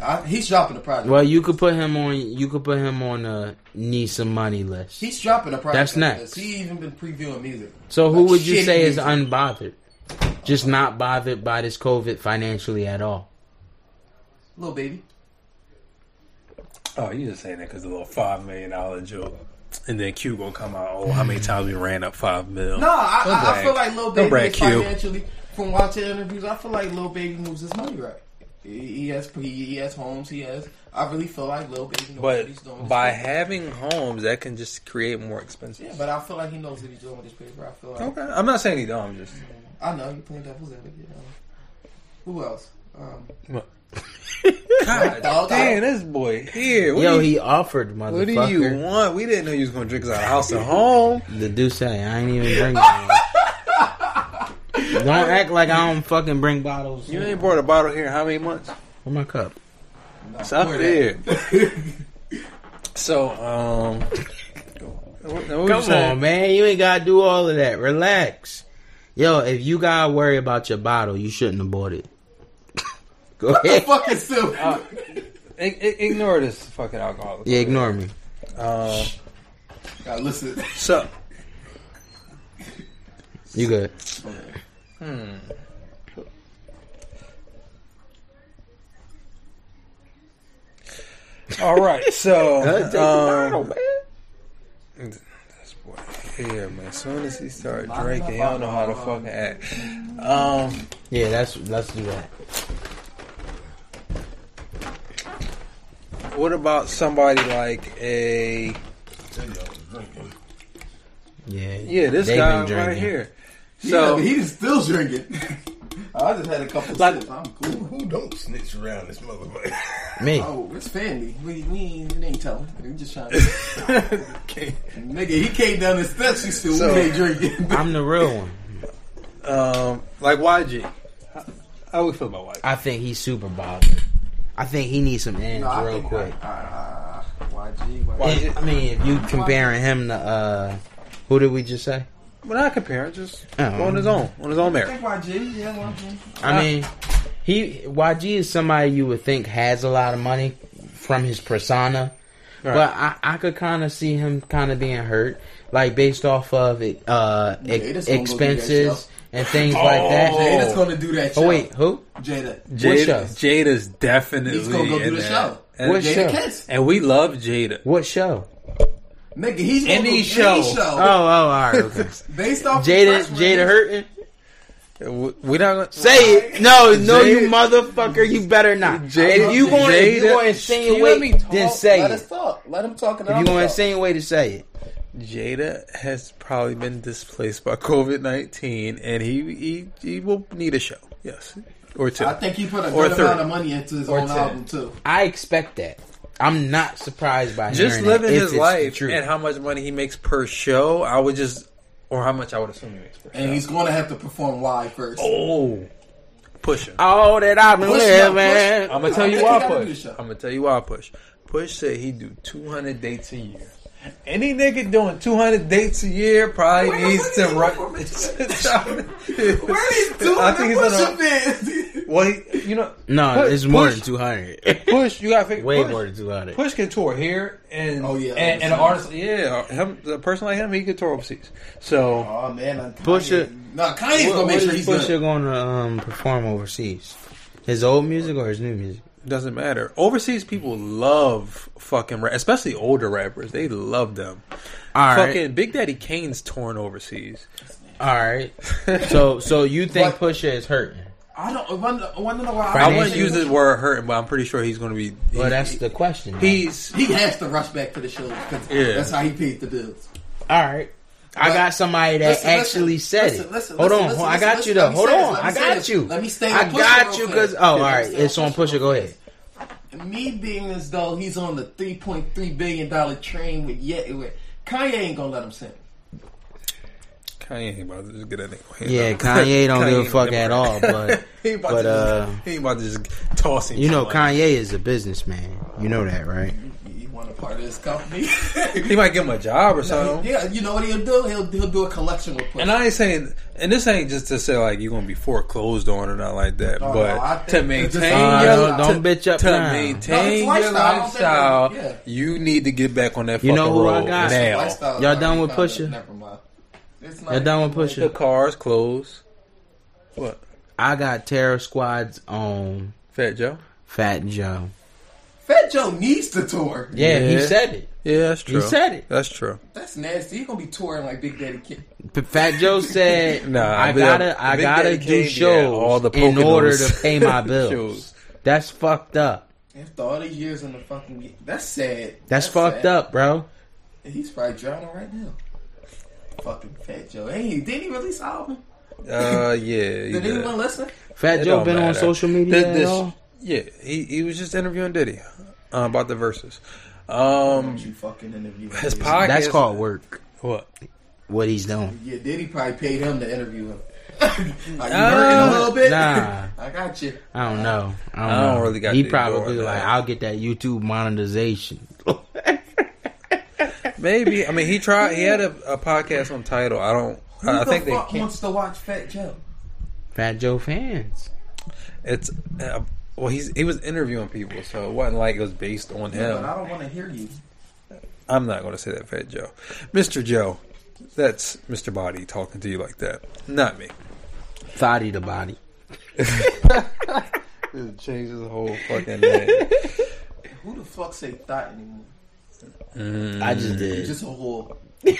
[SPEAKER 3] I, he's dropping the project.
[SPEAKER 2] Well, you could put him on. You could put him on a need some money list.
[SPEAKER 3] he's dropping the project.
[SPEAKER 2] That's next.
[SPEAKER 3] He even been previewing music.
[SPEAKER 2] So who
[SPEAKER 3] Like,
[SPEAKER 2] would you
[SPEAKER 3] shitty
[SPEAKER 2] say is
[SPEAKER 3] music.
[SPEAKER 2] unbothered? Just not bothered by this COVID financially at all.
[SPEAKER 3] Little baby.
[SPEAKER 4] Oh, you just saying that because the little five million dollar joke, and then Q gonna come out. Oh, how many times we ran up five mil?
[SPEAKER 3] No, I,
[SPEAKER 4] Don't
[SPEAKER 3] I, I
[SPEAKER 4] brag.
[SPEAKER 3] feel like Lil
[SPEAKER 4] Don't
[SPEAKER 3] Baby
[SPEAKER 4] brag,
[SPEAKER 3] is
[SPEAKER 4] Q.
[SPEAKER 3] financially, from watching interviews, I feel like Lil Baby moves his money right. He he has, he he has homes, he has. I really feel like Lil Baby knows what
[SPEAKER 4] But
[SPEAKER 3] he's doing.
[SPEAKER 4] by having homes, that can just create more expenses.
[SPEAKER 3] yeah, but I feel like he knows what he's doing with his paper. I feel like
[SPEAKER 4] Okay, I'm not saying he don't. I'm just
[SPEAKER 3] I know you playing devil's advocate. Um, who else? Um,
[SPEAKER 4] God
[SPEAKER 3] dog.
[SPEAKER 4] damn this boy here. What
[SPEAKER 2] Yo,
[SPEAKER 4] do you,
[SPEAKER 2] he offered motherfucker.
[SPEAKER 4] what do you want? We didn't know you was gonna drink us out of house at home.
[SPEAKER 2] The Douce. I ain't even bring bottles.
[SPEAKER 4] <laughs>
[SPEAKER 2] don't act like I don't fucking bring bottles.
[SPEAKER 4] You ain't brought a bottle here in how many months?
[SPEAKER 2] Where my cup?
[SPEAKER 4] It's up
[SPEAKER 3] Where
[SPEAKER 4] there.
[SPEAKER 2] <laughs>
[SPEAKER 4] so, um, what- what was you
[SPEAKER 2] Come
[SPEAKER 4] saying?
[SPEAKER 2] on, man. You ain't gotta do all of that. Relax. Yo, if you gotta worry about your bottle, you shouldn't have bought it. <laughs> Go ahead.
[SPEAKER 3] fucking
[SPEAKER 4] <laughs>
[SPEAKER 3] silly.
[SPEAKER 4] Uh,
[SPEAKER 3] <laughs>
[SPEAKER 4] I- I- ignore this fucking alcoholic.
[SPEAKER 2] Yeah, ignore me.
[SPEAKER 4] Um,
[SPEAKER 3] God, listen.
[SPEAKER 4] so,
[SPEAKER 2] You good? <laughs>
[SPEAKER 4] all right. So,
[SPEAKER 2] Take the bottle,
[SPEAKER 4] um,
[SPEAKER 2] man.
[SPEAKER 4] this boy here, man. As soon as he started drinking, he don't know how to fucking act. Um,
[SPEAKER 2] Yeah, that's let's do that.
[SPEAKER 4] what about somebody like a
[SPEAKER 2] Yeah,
[SPEAKER 4] yeah? This
[SPEAKER 2] they've
[SPEAKER 4] guy
[SPEAKER 2] been
[SPEAKER 4] right
[SPEAKER 2] drinking.
[SPEAKER 4] here.
[SPEAKER 3] yeah,
[SPEAKER 4] So <laughs>
[SPEAKER 3] but he is still drinking. <laughs> I just had a couple
[SPEAKER 4] Like-
[SPEAKER 3] sips. I'm cool.
[SPEAKER 8] Who don't snitch around this motherfucker?
[SPEAKER 2] Me,
[SPEAKER 3] Oh, it's family. We, we ain't, we ain't telling. We just trying
[SPEAKER 4] <laughs>
[SPEAKER 3] to. Nigga, he came down the steps. You still
[SPEAKER 4] So-
[SPEAKER 3] we ain't drinking.
[SPEAKER 2] I'm the real one.
[SPEAKER 4] um, like YG. I would feel my wife.
[SPEAKER 2] I think he's super bothered. I think he needs some ends
[SPEAKER 3] No, <laughs> I
[SPEAKER 2] real
[SPEAKER 3] think
[SPEAKER 2] quick.
[SPEAKER 3] I, I, I, uh, YG, YG.
[SPEAKER 4] Why-
[SPEAKER 2] I mean, if you comparing him to uh, who did we just say?
[SPEAKER 4] But I compare it just
[SPEAKER 2] Oh.
[SPEAKER 4] on his own, on his own
[SPEAKER 3] I
[SPEAKER 4] merit.
[SPEAKER 3] think YG, yeah, YG.
[SPEAKER 2] I mean, he YG is somebody you would think has a lot of money from his persona, but I, I could kind of see him kind of being hurt, like based off of it, uh,
[SPEAKER 3] Yeah,
[SPEAKER 2] ex-
[SPEAKER 3] that's gonna go do that
[SPEAKER 2] expenses
[SPEAKER 3] show.
[SPEAKER 2] and things like that.
[SPEAKER 3] Jada's gonna do that. Show.
[SPEAKER 2] Oh wait, who?
[SPEAKER 3] Jada.
[SPEAKER 2] show?
[SPEAKER 4] Jada, Jada's definitely
[SPEAKER 3] He's gonna go do
[SPEAKER 4] in
[SPEAKER 3] the
[SPEAKER 4] that.
[SPEAKER 3] show.
[SPEAKER 4] And,
[SPEAKER 2] What
[SPEAKER 3] Jada
[SPEAKER 2] show?
[SPEAKER 3] Kiss.
[SPEAKER 4] and we love Jada.
[SPEAKER 2] What show?
[SPEAKER 3] Nigga, he's gonna
[SPEAKER 4] Any
[SPEAKER 3] do
[SPEAKER 4] show.
[SPEAKER 3] Any show.
[SPEAKER 2] Oh, oh, all right.
[SPEAKER 3] <laughs>
[SPEAKER 2] Okay.
[SPEAKER 3] Based off
[SPEAKER 2] Jada,
[SPEAKER 3] of Fresh
[SPEAKER 2] Jada
[SPEAKER 3] Prince.
[SPEAKER 2] hurting.
[SPEAKER 4] W- We not gonna
[SPEAKER 2] Say it. No, no, you
[SPEAKER 4] Jada-
[SPEAKER 2] motherfucker. You better not.
[SPEAKER 4] Jada-
[SPEAKER 2] if you going to
[SPEAKER 4] Jada-
[SPEAKER 2] insinuate,
[SPEAKER 4] Can you let me talk?
[SPEAKER 2] then say
[SPEAKER 3] Let
[SPEAKER 2] it.
[SPEAKER 3] us talk. Let him talk.
[SPEAKER 2] If you going to insinuate, to say it.
[SPEAKER 4] Jada has probably been displaced by COVID nineteen, and he, he he will need a show, yes, or two.
[SPEAKER 3] I think he put a
[SPEAKER 4] Or
[SPEAKER 3] good
[SPEAKER 4] third.
[SPEAKER 3] amount of money into his
[SPEAKER 4] Or
[SPEAKER 3] own
[SPEAKER 4] ten.
[SPEAKER 3] album too.
[SPEAKER 2] I expect that. I'm not surprised by
[SPEAKER 4] just
[SPEAKER 2] hearing
[SPEAKER 4] living
[SPEAKER 2] that, if
[SPEAKER 4] his
[SPEAKER 2] it's the
[SPEAKER 4] life
[SPEAKER 2] truth.
[SPEAKER 4] and how much money he makes per show. I would just, or how much I would assume he makes per show.
[SPEAKER 3] And he's going to have to perform live first. <laughs>
[SPEAKER 4] oh, push him.
[SPEAKER 2] All that I've been
[SPEAKER 3] Push now,
[SPEAKER 2] living.
[SPEAKER 4] I'm gonna tell you
[SPEAKER 3] think
[SPEAKER 4] why
[SPEAKER 3] he gotta do the
[SPEAKER 4] push.
[SPEAKER 3] show.
[SPEAKER 4] I'm gonna tell you why push. Push said he do 200 dates a year. Any nigga doing 200 dates a year probably
[SPEAKER 3] Where-
[SPEAKER 4] needs
[SPEAKER 3] where
[SPEAKER 4] to
[SPEAKER 3] did he
[SPEAKER 4] run. <laughs>
[SPEAKER 3] perform it? <laughs> Where is two
[SPEAKER 4] I
[SPEAKER 3] hundred
[SPEAKER 4] think he's on the.
[SPEAKER 3] push up
[SPEAKER 4] Well, he, you know,
[SPEAKER 2] No,
[SPEAKER 4] Push-
[SPEAKER 2] it's more
[SPEAKER 4] Push-
[SPEAKER 2] than 200.
[SPEAKER 4] Push, you gotta
[SPEAKER 2] <laughs>
[SPEAKER 4] figure
[SPEAKER 2] Way
[SPEAKER 4] push,
[SPEAKER 2] more than 200.
[SPEAKER 4] Push can tour here, and
[SPEAKER 3] Oh, yeah,
[SPEAKER 4] and, and an
[SPEAKER 3] overseas.
[SPEAKER 4] artist, yeah, him, a person like him, he could tour overseas. So
[SPEAKER 3] <laughs> Oh man, I'm
[SPEAKER 2] Push it.
[SPEAKER 3] No,
[SPEAKER 2] What-
[SPEAKER 3] Kanye's gonna
[SPEAKER 2] what
[SPEAKER 3] make sure
[SPEAKER 2] is
[SPEAKER 3] he's
[SPEAKER 2] Pusha
[SPEAKER 3] good.
[SPEAKER 2] going to um, perform overseas? His old music or his new music?
[SPEAKER 4] doesn't matter. Overseas people love fucking, rap, especially older rappers. They love them.
[SPEAKER 2] All right.
[SPEAKER 4] Fucking Big Daddy Kane's torn overseas.
[SPEAKER 2] All
[SPEAKER 4] <laughs>
[SPEAKER 2] right. So, so you think
[SPEAKER 3] But-
[SPEAKER 2] Pusha is hurting?
[SPEAKER 3] I don't. I wonder, I wonder why.
[SPEAKER 4] I
[SPEAKER 2] Financially-
[SPEAKER 4] wouldn't use the word hurting, but I'm pretty sure he's going to be. he-
[SPEAKER 2] Well, that's the question. though.
[SPEAKER 4] he's
[SPEAKER 3] He has to rush back to the shows because
[SPEAKER 4] Yeah.
[SPEAKER 3] that's how he paid the bills.
[SPEAKER 2] All right. I
[SPEAKER 3] But-
[SPEAKER 2] got somebody that
[SPEAKER 3] Listen, listen,
[SPEAKER 2] actually said
[SPEAKER 3] listen,
[SPEAKER 2] it.
[SPEAKER 3] listen,
[SPEAKER 2] hold
[SPEAKER 3] listen,
[SPEAKER 2] on,
[SPEAKER 3] listen,
[SPEAKER 2] I
[SPEAKER 3] listen,
[SPEAKER 2] got
[SPEAKER 3] listen,
[SPEAKER 2] you though.
[SPEAKER 3] let me
[SPEAKER 2] Hold
[SPEAKER 3] say
[SPEAKER 2] on,
[SPEAKER 3] this, let
[SPEAKER 2] I
[SPEAKER 3] me say
[SPEAKER 2] got
[SPEAKER 3] this.
[SPEAKER 2] you.
[SPEAKER 3] Let me stay
[SPEAKER 2] I
[SPEAKER 3] on Pusha
[SPEAKER 2] got
[SPEAKER 3] real
[SPEAKER 2] you
[SPEAKER 3] quick.
[SPEAKER 2] because oh, all
[SPEAKER 3] Yeah, let me
[SPEAKER 2] right,
[SPEAKER 3] stay
[SPEAKER 2] it's
[SPEAKER 3] on
[SPEAKER 2] on
[SPEAKER 3] Pusha
[SPEAKER 2] Pusha. Go ahead.
[SPEAKER 3] me being as though he's on the three point three billion dollar train with yet with Kanye ain't gonna let him sing.
[SPEAKER 4] Kanye ain't about to just get that nigga. away.
[SPEAKER 2] Yeah, Kanye don't
[SPEAKER 4] <laughs>
[SPEAKER 2] give a
[SPEAKER 4] ain't
[SPEAKER 2] fuck
[SPEAKER 4] never-
[SPEAKER 2] at all, but-
[SPEAKER 3] <laughs>
[SPEAKER 4] he, about
[SPEAKER 2] but,
[SPEAKER 4] to just,
[SPEAKER 2] uh,
[SPEAKER 4] he ain't about to just toss him.
[SPEAKER 2] You know,
[SPEAKER 4] some money.
[SPEAKER 2] Kanye is a businessman. You know that, right?
[SPEAKER 3] You want a part of this company? <laughs>
[SPEAKER 4] He might give him a job or something.
[SPEAKER 3] yeah, you know what he'll do? He'll he'll do a collection with Pusha.
[SPEAKER 4] And I ain't saying, and this ain't just to say like you're gonna be foreclosed on or not like
[SPEAKER 2] Oh,
[SPEAKER 4] that,
[SPEAKER 3] No,
[SPEAKER 4] but
[SPEAKER 3] no, I
[SPEAKER 4] to
[SPEAKER 3] think-
[SPEAKER 4] maintain
[SPEAKER 3] Uh,
[SPEAKER 4] your,
[SPEAKER 3] don't-
[SPEAKER 2] don't
[SPEAKER 4] to,
[SPEAKER 2] bitch up
[SPEAKER 4] to
[SPEAKER 2] now.
[SPEAKER 3] No,
[SPEAKER 4] maintain
[SPEAKER 3] it's
[SPEAKER 4] your
[SPEAKER 3] lifestyle.
[SPEAKER 4] lifestyle,
[SPEAKER 3] Yeah.
[SPEAKER 4] you need to get back on that
[SPEAKER 2] You
[SPEAKER 4] fucking
[SPEAKER 2] know who I
[SPEAKER 4] road
[SPEAKER 2] got?
[SPEAKER 4] now.
[SPEAKER 3] Lifestyle
[SPEAKER 2] Y'all
[SPEAKER 3] is
[SPEAKER 2] done
[SPEAKER 3] not
[SPEAKER 2] with
[SPEAKER 3] even
[SPEAKER 2] Pusha?
[SPEAKER 3] counted. Never mind. It's not
[SPEAKER 2] Y'all done with
[SPEAKER 3] even-
[SPEAKER 4] The
[SPEAKER 2] Pusha?
[SPEAKER 4] car's closed. What,
[SPEAKER 2] I got Terror Squad's own
[SPEAKER 4] Fat Joe?
[SPEAKER 2] Fat Joe.
[SPEAKER 3] Fat Joe needs to tour.
[SPEAKER 2] Yeah, he
[SPEAKER 4] Yeah.
[SPEAKER 2] said it.
[SPEAKER 4] Yeah, that's
[SPEAKER 2] He
[SPEAKER 4] true.
[SPEAKER 2] said it.
[SPEAKER 4] That's true.
[SPEAKER 3] That's nasty. He's gonna be touring like Big Daddy Kid.
[SPEAKER 2] But Fat Joe
[SPEAKER 3] <laughs>
[SPEAKER 2] said,
[SPEAKER 4] Nah,
[SPEAKER 2] "I
[SPEAKER 4] I've been
[SPEAKER 2] gotta,
[SPEAKER 4] up-
[SPEAKER 2] I
[SPEAKER 4] Big
[SPEAKER 2] gotta
[SPEAKER 4] Daddy
[SPEAKER 2] do
[SPEAKER 4] Kane,
[SPEAKER 2] shows
[SPEAKER 4] yeah, all the
[SPEAKER 2] in
[SPEAKER 4] Poconos.
[SPEAKER 2] order to pay
[SPEAKER 3] <laughs>
[SPEAKER 2] my bills."
[SPEAKER 4] Shows.
[SPEAKER 2] That's fucked up.
[SPEAKER 3] After all these years in the fucking, that's sad.
[SPEAKER 2] That's, fucked
[SPEAKER 3] sad.
[SPEAKER 2] up, bro.
[SPEAKER 3] And He's probably drowning right now. Fucking Fat Joe. Hey, didn't he release an album?
[SPEAKER 4] Uh, yeah. he
[SPEAKER 3] Did
[SPEAKER 4] did.
[SPEAKER 3] anyone listen?
[SPEAKER 2] Fat
[SPEAKER 4] It
[SPEAKER 2] Joe
[SPEAKER 4] don't
[SPEAKER 2] been on
[SPEAKER 4] matter.
[SPEAKER 2] social media
[SPEAKER 4] Th-
[SPEAKER 2] at
[SPEAKER 4] this-
[SPEAKER 2] all?
[SPEAKER 4] Yeah, he, he was just interviewing Diddy uh, about the verses. Um,
[SPEAKER 3] Don't you fucking interview him.
[SPEAKER 4] his podcast.
[SPEAKER 2] That's called work.
[SPEAKER 4] What?
[SPEAKER 2] What he's doing.
[SPEAKER 3] Yeah, Diddy probably paid him to interview him. <laughs> Are you
[SPEAKER 4] Uh,
[SPEAKER 3] hurting a little bit?
[SPEAKER 2] nah.
[SPEAKER 3] <laughs> I got you.
[SPEAKER 2] I don't know. I don't,
[SPEAKER 4] I don't
[SPEAKER 2] know.
[SPEAKER 4] really got
[SPEAKER 2] He
[SPEAKER 4] the
[SPEAKER 2] probably
[SPEAKER 4] door,
[SPEAKER 2] like,
[SPEAKER 4] though.
[SPEAKER 2] I'll get that YouTube monetization.
[SPEAKER 4] Maybe. I mean, he tried. He had a, a podcast on title. I don't.
[SPEAKER 3] Who
[SPEAKER 4] Uh, I, I
[SPEAKER 3] the
[SPEAKER 4] think they.
[SPEAKER 3] fuck
[SPEAKER 4] Can't,
[SPEAKER 3] wants to watch Fat Joe?
[SPEAKER 2] Fat Joe fans.
[SPEAKER 4] it's. Uh, well, he's he was interviewing people, so it wasn't like it was based on
[SPEAKER 3] But I
[SPEAKER 4] him.
[SPEAKER 3] don't want to hear you.
[SPEAKER 4] I'm not going to say that, Fat Joe, Mister Joe. That's Mr. Body talking to you like that, not me.
[SPEAKER 2] Thotty the body.
[SPEAKER 4] It changes the whole <laughs> fucking name.
[SPEAKER 3] Who the fuck say thought anymore?
[SPEAKER 2] I
[SPEAKER 4] Mm.
[SPEAKER 2] just did.
[SPEAKER 3] Just a
[SPEAKER 4] <laughs>
[SPEAKER 3] whore. Just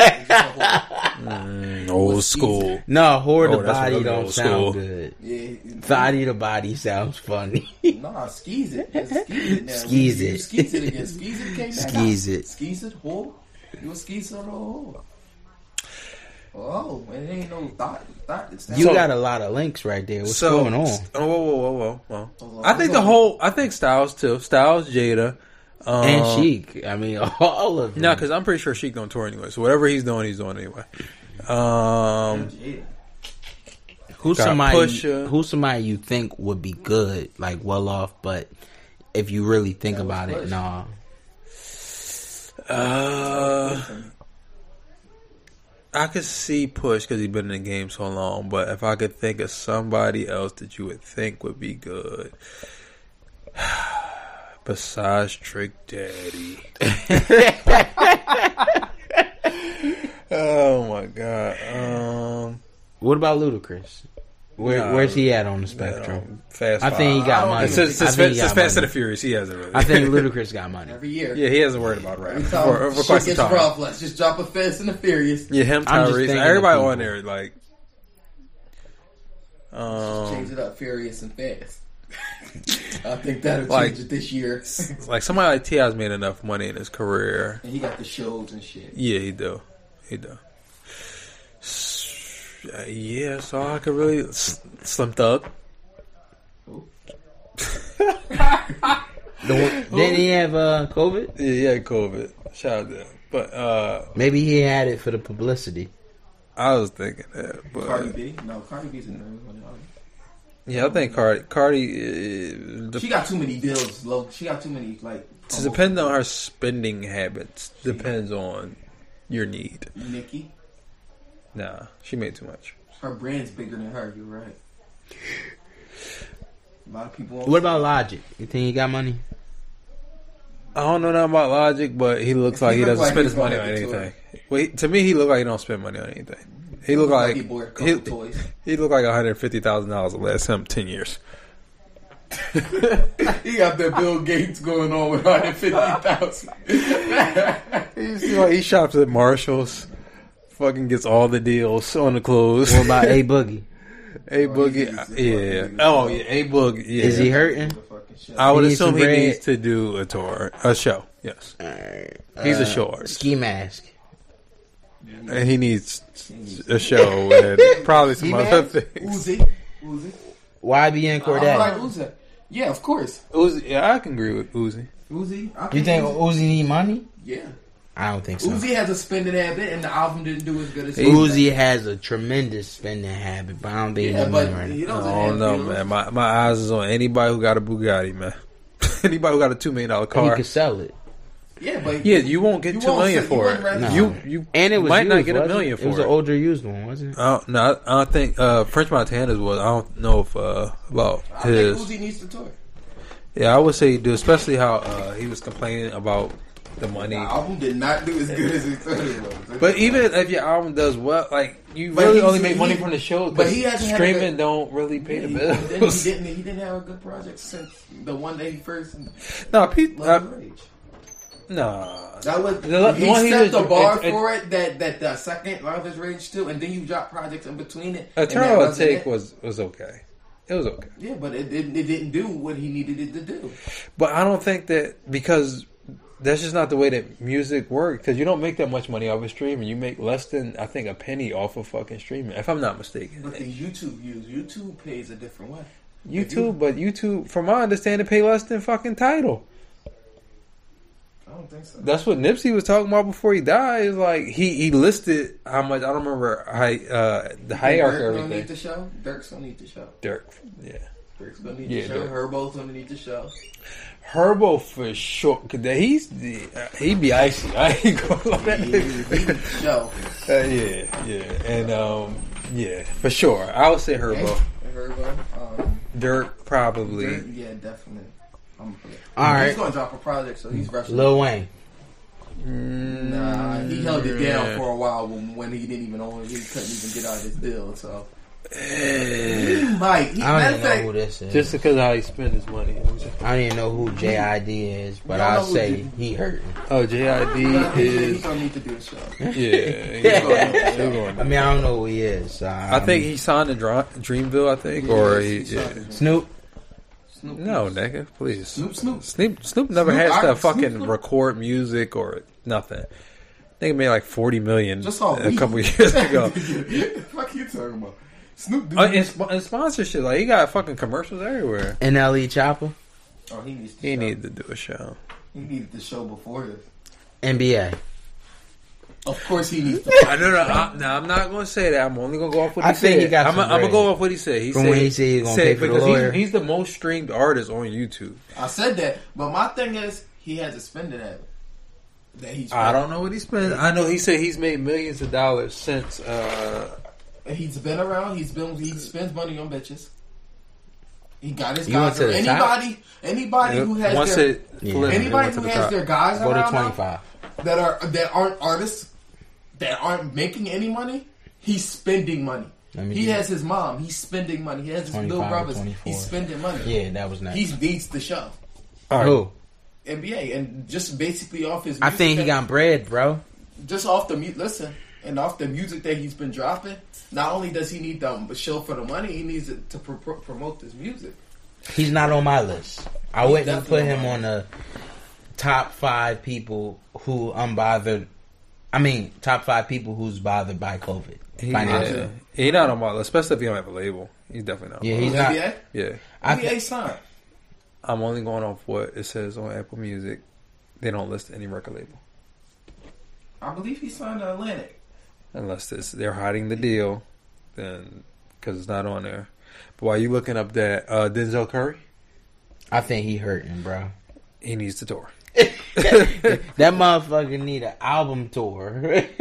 [SPEAKER 3] a whore.
[SPEAKER 4] Old school.
[SPEAKER 2] no, whore the
[SPEAKER 4] Oh, that's
[SPEAKER 2] body
[SPEAKER 4] really
[SPEAKER 2] don't
[SPEAKER 4] old
[SPEAKER 2] sound
[SPEAKER 4] school.
[SPEAKER 2] good.
[SPEAKER 3] Yeah.
[SPEAKER 2] Thotty the body sounds funny. <laughs>
[SPEAKER 3] Nah, skis it. Yeah, Skis
[SPEAKER 4] <laughs>
[SPEAKER 3] it now.
[SPEAKER 2] Skis
[SPEAKER 3] You- you
[SPEAKER 2] it.
[SPEAKER 3] Skis it again. Skis it came back out.
[SPEAKER 2] Skis it.
[SPEAKER 3] Skis it, whore. You a skis it or a whore? Oh, it ain't no thought. thought it sounds
[SPEAKER 2] you
[SPEAKER 4] So-
[SPEAKER 2] got a lot of links right there. What's
[SPEAKER 4] so,
[SPEAKER 2] going on?
[SPEAKER 4] s- Oh, whoa, whoa, whoa, whoa, whoa!
[SPEAKER 3] Hold on.
[SPEAKER 4] I think the whole, I think Styles too. Styles, Jada, um,
[SPEAKER 2] and Chic. I mean, <laughs> all of them.
[SPEAKER 4] No, because I'm pretty sure Sheik on tour anyway. So whatever he's doing, he's doing anyway. Um,
[SPEAKER 3] Yeah.
[SPEAKER 2] Who's
[SPEAKER 4] Got
[SPEAKER 2] somebody?
[SPEAKER 4] Pusha.
[SPEAKER 2] Who's somebody you think would be good, like well off, but if you really think about it, nah.
[SPEAKER 4] Uh, I could see Push because he's been in the game so long, but if I could think of somebody else that you would think would be good, <sighs> besides Trick Daddy. <laughs> oh my god! Um,
[SPEAKER 2] What about Ludacris? Where
[SPEAKER 4] Nah,
[SPEAKER 2] where's he at on the
[SPEAKER 4] I
[SPEAKER 2] spectrum?
[SPEAKER 4] don't- Fast.
[SPEAKER 2] I think he got money.
[SPEAKER 4] It's Since,
[SPEAKER 2] I
[SPEAKER 4] since,
[SPEAKER 2] think he
[SPEAKER 4] since
[SPEAKER 2] got
[SPEAKER 4] Fast and
[SPEAKER 2] money.
[SPEAKER 4] the Furious, he hasn't really.
[SPEAKER 2] I think Ludacris got money.
[SPEAKER 3] Every year.
[SPEAKER 4] yeah, he hasn't worried about rap
[SPEAKER 3] Every
[SPEAKER 4] for,
[SPEAKER 3] time
[SPEAKER 4] for quite
[SPEAKER 3] shit
[SPEAKER 4] some
[SPEAKER 3] gets
[SPEAKER 4] time.
[SPEAKER 3] rough, let's just drop a Fast and the Furious.
[SPEAKER 4] Yeah, him,
[SPEAKER 2] I'm just
[SPEAKER 4] Tyrese,
[SPEAKER 2] thinking of
[SPEAKER 4] everybody
[SPEAKER 2] people.
[SPEAKER 4] on there like. Um,
[SPEAKER 3] Change it up, Furious and
[SPEAKER 4] <laughs>
[SPEAKER 3] Fast. I think that'll
[SPEAKER 4] Like-
[SPEAKER 3] change it this year. <laughs>
[SPEAKER 4] like somebody like Ti's made enough money in his career.
[SPEAKER 3] and he got the shows and shit.
[SPEAKER 4] Yeah, he do. He do. S- uh, Yeah, so I could really S- Slim Thug.
[SPEAKER 2] The
[SPEAKER 4] <laughs>
[SPEAKER 2] one- Didn't he have uh, COVID?
[SPEAKER 4] Yeah, yeah, COVID. Shout out to him. But uh,
[SPEAKER 2] Maybe he had it for the publicity.
[SPEAKER 4] I was thinking that. But
[SPEAKER 3] Cardi B? No, Cardi B's in the room.
[SPEAKER 4] yeah, I think Cardi. Cardi. Uh,
[SPEAKER 3] She
[SPEAKER 4] dep-
[SPEAKER 3] got too many deals. Low. She got too many like.
[SPEAKER 4] to depend on her spending habits depends on your need.
[SPEAKER 3] Nikki,
[SPEAKER 4] Nah, she made too much.
[SPEAKER 3] her brand's bigger than her. You're right. A lot of people.
[SPEAKER 2] What about Logic? You think he got money?
[SPEAKER 4] I don't know nothing about Logic, but he looks
[SPEAKER 3] He
[SPEAKER 4] like he
[SPEAKER 3] look
[SPEAKER 4] doesn't
[SPEAKER 3] like
[SPEAKER 4] spend
[SPEAKER 3] he's
[SPEAKER 4] his money on
[SPEAKER 3] gonna make it to
[SPEAKER 4] anything. Wait, to me, he look like he don't spend money on anything. He look
[SPEAKER 3] like
[SPEAKER 4] like
[SPEAKER 3] he bought a couple
[SPEAKER 4] he,
[SPEAKER 3] toys.
[SPEAKER 4] he look like one hundred fifty thousand dollars the last him ten years.
[SPEAKER 3] He got the Bill Gates going on with 150,000.
[SPEAKER 4] You see, like, he shops at Marshalls, fucking gets all the deals on the clothes.
[SPEAKER 2] What about A Boogie?
[SPEAKER 4] a
[SPEAKER 3] Oh,
[SPEAKER 4] boogie,
[SPEAKER 3] he's-
[SPEAKER 4] yeah. Oh yeah, a boogie. Yeah.
[SPEAKER 2] Is he hurting?
[SPEAKER 4] I would
[SPEAKER 2] he needs
[SPEAKER 4] assume
[SPEAKER 2] some
[SPEAKER 4] he
[SPEAKER 2] bread?
[SPEAKER 4] needs to do a tour, a show. Yes, he's
[SPEAKER 2] Uh,
[SPEAKER 4] a short.
[SPEAKER 2] Ski mask.
[SPEAKER 4] And he needs a show
[SPEAKER 2] <laughs>
[SPEAKER 4] and probably some other things.
[SPEAKER 3] Uzi. Uzi.
[SPEAKER 2] YBN
[SPEAKER 3] I like
[SPEAKER 2] Cordae.
[SPEAKER 3] Uzi. Yeah, of course.
[SPEAKER 4] Uzi, yeah, I can agree with Uzi.
[SPEAKER 3] Uzi. I
[SPEAKER 2] You think
[SPEAKER 3] Uzi-
[SPEAKER 2] Uzi need money?
[SPEAKER 3] Yeah.
[SPEAKER 2] I don't think so.
[SPEAKER 3] Uzi has a spending habit, and the album didn't do as good as
[SPEAKER 2] Uzi has a tremendous spending habit, but I don't think
[SPEAKER 3] Yeah,
[SPEAKER 2] he
[SPEAKER 3] but
[SPEAKER 2] money right now.
[SPEAKER 3] he doesn't
[SPEAKER 4] I
[SPEAKER 3] have
[SPEAKER 4] don't know,
[SPEAKER 3] deals.
[SPEAKER 4] man. My my eyes is on anybody who got a Bugatti, man. <laughs> anybody who got a two million dollar
[SPEAKER 2] He
[SPEAKER 4] car.
[SPEAKER 2] could sell it.
[SPEAKER 3] Yeah, but
[SPEAKER 4] yeah, you won't get
[SPEAKER 3] You
[SPEAKER 4] two
[SPEAKER 3] won't
[SPEAKER 4] million
[SPEAKER 3] sit- you
[SPEAKER 4] for
[SPEAKER 3] wouldn't
[SPEAKER 4] it.
[SPEAKER 3] rather- No.
[SPEAKER 4] You you
[SPEAKER 2] And it was
[SPEAKER 4] might not
[SPEAKER 2] used,
[SPEAKER 4] get a
[SPEAKER 2] wasn't it?
[SPEAKER 4] million for
[SPEAKER 2] It
[SPEAKER 4] it.
[SPEAKER 2] was an older used one, wasn't it?
[SPEAKER 4] I don't, no, I, I don't think uh, French Montana's was. I don't know if uh, about
[SPEAKER 3] I think
[SPEAKER 4] his.
[SPEAKER 3] Uzi needs to tour.
[SPEAKER 4] Yeah, I would say, dude, especially how uh, he was complaining about the
[SPEAKER 3] The
[SPEAKER 4] money.
[SPEAKER 3] album did not do as good as it thought it was.
[SPEAKER 4] But even if your album does well, like you
[SPEAKER 3] But
[SPEAKER 4] really
[SPEAKER 3] he's-
[SPEAKER 4] only make
[SPEAKER 3] he-
[SPEAKER 4] money from the shows.
[SPEAKER 3] but
[SPEAKER 4] But
[SPEAKER 3] he hasn't had a
[SPEAKER 4] streaming
[SPEAKER 3] good-
[SPEAKER 4] don't really pay
[SPEAKER 3] he,
[SPEAKER 4] the
[SPEAKER 3] then he
[SPEAKER 4] bills.
[SPEAKER 3] didn't. He didn't have a good project since the one that he first
[SPEAKER 4] <laughs> no, Pete,
[SPEAKER 3] Love
[SPEAKER 4] uh,
[SPEAKER 3] and Rage.
[SPEAKER 4] nah.
[SPEAKER 3] That was
[SPEAKER 4] The-
[SPEAKER 3] he
[SPEAKER 4] the one
[SPEAKER 3] set
[SPEAKER 4] he was-
[SPEAKER 3] the bar
[SPEAKER 4] it- it-
[SPEAKER 3] for it. That that the second Love is Rage too, and then you drop projects in between it. and that
[SPEAKER 4] Eternal
[SPEAKER 3] wasn't
[SPEAKER 4] Take
[SPEAKER 3] it.
[SPEAKER 4] was was okay. It was okay.
[SPEAKER 3] yeah, but it, didn't it didn't do what he needed it to do.
[SPEAKER 4] But I don't think that because that's just not the way that music works. Because you don't make that much money off of streaming. You make less than I think a penny off of fucking streaming, if I'm not mistaken.
[SPEAKER 3] But the YouTube views, YouTube pays a different way.
[SPEAKER 4] YouTube, but YouTube, from my understanding, pay less than fucking title.
[SPEAKER 3] I don't think so.
[SPEAKER 4] That's what Nipsey was talking about before he died. Is like he he listed how much I don't remember hi, uh, the hierarchy
[SPEAKER 3] Dirk
[SPEAKER 4] of
[SPEAKER 3] don't need the
[SPEAKER 4] everything.
[SPEAKER 3] show. Dirk's gonna need the show.
[SPEAKER 4] Dirk, yeah.
[SPEAKER 3] Dirk's gonna need
[SPEAKER 4] Yeah,
[SPEAKER 3] the show.
[SPEAKER 4] Dirk.
[SPEAKER 3] Herbo's gonna need the
[SPEAKER 4] <laughs>
[SPEAKER 3] show.
[SPEAKER 4] Herbo for sure. Cause that- he's the- uh, he be icy. <laughs> I ain't gonna lie. That
[SPEAKER 3] He needs the
[SPEAKER 4] nigga-
[SPEAKER 3] show.
[SPEAKER 4] Uh, <laughs> yeah, yeah, and um, yeah, for sure. I would say Herbo.
[SPEAKER 3] Herbo. Um,
[SPEAKER 4] Dirk probably.
[SPEAKER 3] Yeah, definitely. I'm gonna put it.
[SPEAKER 2] All
[SPEAKER 3] He's
[SPEAKER 2] right,
[SPEAKER 3] going to drop a project, so he's rushing.
[SPEAKER 2] Lil Wayne.
[SPEAKER 4] Mm.
[SPEAKER 3] nah, he held it
[SPEAKER 4] Yeah.
[SPEAKER 3] down for a while when, when he didn't even own it. He couldn't even get out of his deal, so.
[SPEAKER 4] Eh,
[SPEAKER 3] He might.
[SPEAKER 2] I don't even
[SPEAKER 3] He, matter of
[SPEAKER 2] know
[SPEAKER 3] fact,
[SPEAKER 2] who this is.
[SPEAKER 4] Just because of how he spent his money.
[SPEAKER 2] I don't even know who JID is, but
[SPEAKER 3] don't
[SPEAKER 2] I'll
[SPEAKER 3] know who
[SPEAKER 2] say
[SPEAKER 3] J-
[SPEAKER 2] he hurting.
[SPEAKER 4] Oh,
[SPEAKER 3] nah, <laughs>
[SPEAKER 4] JID
[SPEAKER 3] he- he's
[SPEAKER 4] is
[SPEAKER 3] going to need to do a show.
[SPEAKER 4] yeah. <laughs>
[SPEAKER 3] <laughs>
[SPEAKER 4] he going- he going-
[SPEAKER 2] I mean, I don't know who he is. So
[SPEAKER 4] I think he signed to Dra- Dreamville. I think or he,
[SPEAKER 3] he's- he's
[SPEAKER 4] yeah.
[SPEAKER 3] shot.
[SPEAKER 2] Snoop.
[SPEAKER 3] Snoop.
[SPEAKER 4] no, nigga, please.
[SPEAKER 3] Snoop, Snoop.
[SPEAKER 4] Snoop, Snoop never
[SPEAKER 3] Snoop,
[SPEAKER 4] had to
[SPEAKER 3] I-
[SPEAKER 4] fucking
[SPEAKER 3] Snoop-
[SPEAKER 4] record music or nothing. Nigga made like forty million
[SPEAKER 3] Just all
[SPEAKER 4] a couple <laughs> years
[SPEAKER 3] <laughs>
[SPEAKER 4] ago.
[SPEAKER 3] fuck you talking about? Snoop
[SPEAKER 4] Uh,
[SPEAKER 3] Dogg.
[SPEAKER 4] and, sp- and sponsorship, like he got fucking commercials everywhere.
[SPEAKER 2] NLE E, Chopper.
[SPEAKER 3] oh, he needs to
[SPEAKER 4] He
[SPEAKER 3] show.
[SPEAKER 4] needed to do a show.
[SPEAKER 3] he needed the show before this.
[SPEAKER 2] NBA.
[SPEAKER 3] Of course he needs to.
[SPEAKER 4] I no, no, I, no, I'm not going to say that. I'm only going to go off what
[SPEAKER 2] I
[SPEAKER 4] he
[SPEAKER 2] think
[SPEAKER 4] said.
[SPEAKER 2] he got
[SPEAKER 4] I'm,
[SPEAKER 2] some
[SPEAKER 4] going
[SPEAKER 2] bread.
[SPEAKER 4] to go off what he said. He
[SPEAKER 2] From
[SPEAKER 4] said,
[SPEAKER 2] when he said he was gonna pay for the
[SPEAKER 4] because
[SPEAKER 2] lawyer.
[SPEAKER 4] He's, he's the most streamed artist on YouTube.
[SPEAKER 3] I said that, but my thing is he has a spending habit that he's.
[SPEAKER 4] I don't know what he spent. I know he said he's made millions of dollars since. Uh,
[SPEAKER 3] He's been around. He's been. He spends money on bitches. He got his
[SPEAKER 2] You went
[SPEAKER 3] guys.
[SPEAKER 2] to
[SPEAKER 3] around.
[SPEAKER 2] the top?
[SPEAKER 3] Anybody, anybody who has
[SPEAKER 4] once
[SPEAKER 3] their,
[SPEAKER 4] it
[SPEAKER 2] Yeah.
[SPEAKER 4] flipped, it
[SPEAKER 3] anybody
[SPEAKER 4] went to
[SPEAKER 3] who
[SPEAKER 4] the
[SPEAKER 3] has
[SPEAKER 4] top.
[SPEAKER 3] their guys
[SPEAKER 2] Go to
[SPEAKER 3] around now
[SPEAKER 2] twenty five.
[SPEAKER 3] that are that aren't artists that aren't making any money, he's spending money.
[SPEAKER 2] Let me
[SPEAKER 3] He
[SPEAKER 2] do
[SPEAKER 3] has his mom. He's spending money. He has his
[SPEAKER 2] 25
[SPEAKER 3] little
[SPEAKER 2] or
[SPEAKER 3] brothers.
[SPEAKER 2] 24.
[SPEAKER 3] He's spending money.
[SPEAKER 2] Yeah, that was nice.
[SPEAKER 3] He needs the show.
[SPEAKER 4] All right.
[SPEAKER 2] Who?
[SPEAKER 3] NBA and just basically off his.
[SPEAKER 2] I
[SPEAKER 3] music
[SPEAKER 2] think he
[SPEAKER 3] that-
[SPEAKER 2] got bread, bro.
[SPEAKER 3] just off the mu- listen and off the music that he's been dropping. Not only does he need the show for the money, he needs it to pro- pro- promote this music.
[SPEAKER 2] He's not on my list. I
[SPEAKER 3] He's
[SPEAKER 2] wouldn't put
[SPEAKER 3] definitely
[SPEAKER 2] him
[SPEAKER 3] not.
[SPEAKER 2] on the top five people who unbothered. I mean, top five people who's bothered by COVID.
[SPEAKER 4] He,
[SPEAKER 2] financially.
[SPEAKER 4] yeah. He's not on my list, especially if he don't have a label. He's definitely not. on
[SPEAKER 2] Yeah,
[SPEAKER 4] my
[SPEAKER 2] he's
[SPEAKER 4] list.
[SPEAKER 2] not.
[SPEAKER 3] NBA,
[SPEAKER 4] yeah.
[SPEAKER 2] I
[SPEAKER 3] NBA
[SPEAKER 2] th-
[SPEAKER 3] sign.
[SPEAKER 4] I'm only going off what it says on Apple Music. They don't list any record label
[SPEAKER 3] I believe he signed to Atlantic.
[SPEAKER 4] unless it's they're hiding the deal, then because it's not on there. But while you looking up that uh, Denzel Curry,
[SPEAKER 2] I think he hurting, bro.
[SPEAKER 4] he needs to tour.
[SPEAKER 2] <laughs> That motherfucker need an album tour. <laughs>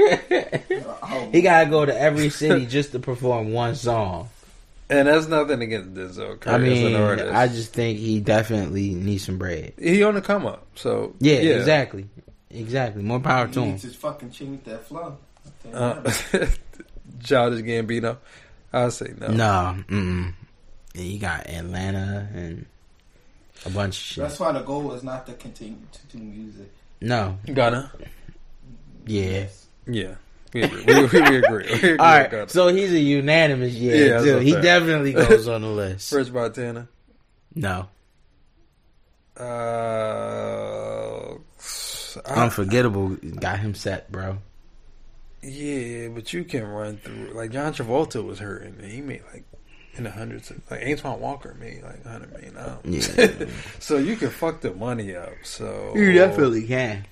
[SPEAKER 3] Oh,
[SPEAKER 2] he gotta go to every city just to perform one song.
[SPEAKER 4] And that's nothing against Denzel Curry
[SPEAKER 2] I
[SPEAKER 4] as
[SPEAKER 2] mean,
[SPEAKER 4] an artist.
[SPEAKER 2] I just think he definitely needs some bread.
[SPEAKER 4] he on the come up, so
[SPEAKER 2] Yeah, exactly, exactly. More power
[SPEAKER 3] he
[SPEAKER 2] to him.
[SPEAKER 3] needs to fucking change that flow. I think
[SPEAKER 4] Uh, <laughs>
[SPEAKER 3] that-
[SPEAKER 4] Childish Gambino, I say no.
[SPEAKER 2] No, mm. you got Atlanta and a bunch of shit.
[SPEAKER 3] That's why the goal is not to continue to do music.
[SPEAKER 2] no,
[SPEAKER 4] Ghana,
[SPEAKER 2] yeah.
[SPEAKER 4] yeah, we agree. we,
[SPEAKER 2] <laughs>
[SPEAKER 4] we, we agree. We agree
[SPEAKER 2] All right,
[SPEAKER 4] Ghana.
[SPEAKER 2] so he's a unanimous
[SPEAKER 4] Yeah,
[SPEAKER 2] yeah.
[SPEAKER 4] that's
[SPEAKER 2] too.
[SPEAKER 4] not
[SPEAKER 2] He
[SPEAKER 4] fair.
[SPEAKER 2] definitely goes on the
[SPEAKER 4] <laughs>
[SPEAKER 2] list.
[SPEAKER 4] Rich Montana.
[SPEAKER 2] No,
[SPEAKER 4] Uh,
[SPEAKER 2] Um,
[SPEAKER 4] I,
[SPEAKER 2] unforgettable got him set, bro.
[SPEAKER 4] yeah, but you can run through. Like John Travolta was hurting, and he made like in the hundreds. Of, like Antoine Walker made like hundred million dollars.
[SPEAKER 2] Yeah.
[SPEAKER 4] so you can fuck the money up. So
[SPEAKER 2] You definitely can.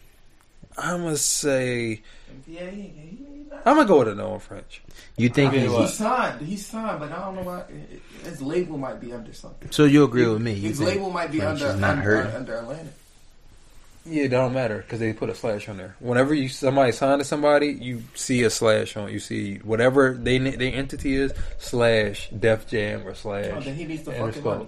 [SPEAKER 4] I'm gonna say
[SPEAKER 3] Yeah, he, he,
[SPEAKER 4] I'm gonna go with a Noah French.
[SPEAKER 2] You think
[SPEAKER 3] he,
[SPEAKER 2] he's
[SPEAKER 3] he signed. He signed, but I don't know why. His label might be under something.
[SPEAKER 2] so? You agree with me? You
[SPEAKER 3] His
[SPEAKER 2] think
[SPEAKER 3] label might be
[SPEAKER 2] French
[SPEAKER 3] under
[SPEAKER 2] is not
[SPEAKER 3] under,
[SPEAKER 2] hurting.
[SPEAKER 3] under Atlantic.
[SPEAKER 4] Yeah, it don't matter because they put a slash on there. Whenever you somebody sign to somebody, you see a slash on. You see whatever they their entity is slash Def Jam or slash.
[SPEAKER 3] Oh, then he needs the
[SPEAKER 4] Interscope.
[SPEAKER 3] fucking money.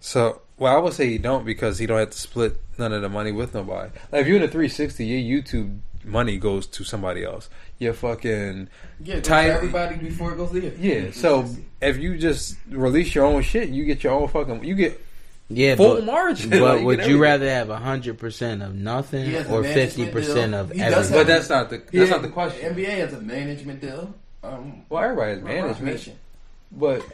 [SPEAKER 4] So, well, I would say you don't because you don't have to split none of the money with nobody. Like if you're in a 360, your YouTube money goes to somebody else. Your fucking
[SPEAKER 3] Yeah,
[SPEAKER 4] Ty-
[SPEAKER 3] Ty- everybody before it goes there.
[SPEAKER 4] yeah. So if you just release your own shit, you get your own fucking. You get
[SPEAKER 2] Yeah,
[SPEAKER 4] full
[SPEAKER 2] but,
[SPEAKER 4] margin.
[SPEAKER 2] but
[SPEAKER 4] Like,
[SPEAKER 2] would
[SPEAKER 4] get
[SPEAKER 2] you rather
[SPEAKER 4] everything.
[SPEAKER 2] have hundred percent of nothing
[SPEAKER 3] He has a
[SPEAKER 2] or fifty
[SPEAKER 3] management
[SPEAKER 2] percent
[SPEAKER 3] deal.
[SPEAKER 2] of
[SPEAKER 3] He does
[SPEAKER 2] everything?
[SPEAKER 4] But that's not the that's
[SPEAKER 3] Yeah,
[SPEAKER 4] not the question.
[SPEAKER 3] NBA has a management deal. Um,
[SPEAKER 4] Well, everybody has management,
[SPEAKER 3] management.
[SPEAKER 4] but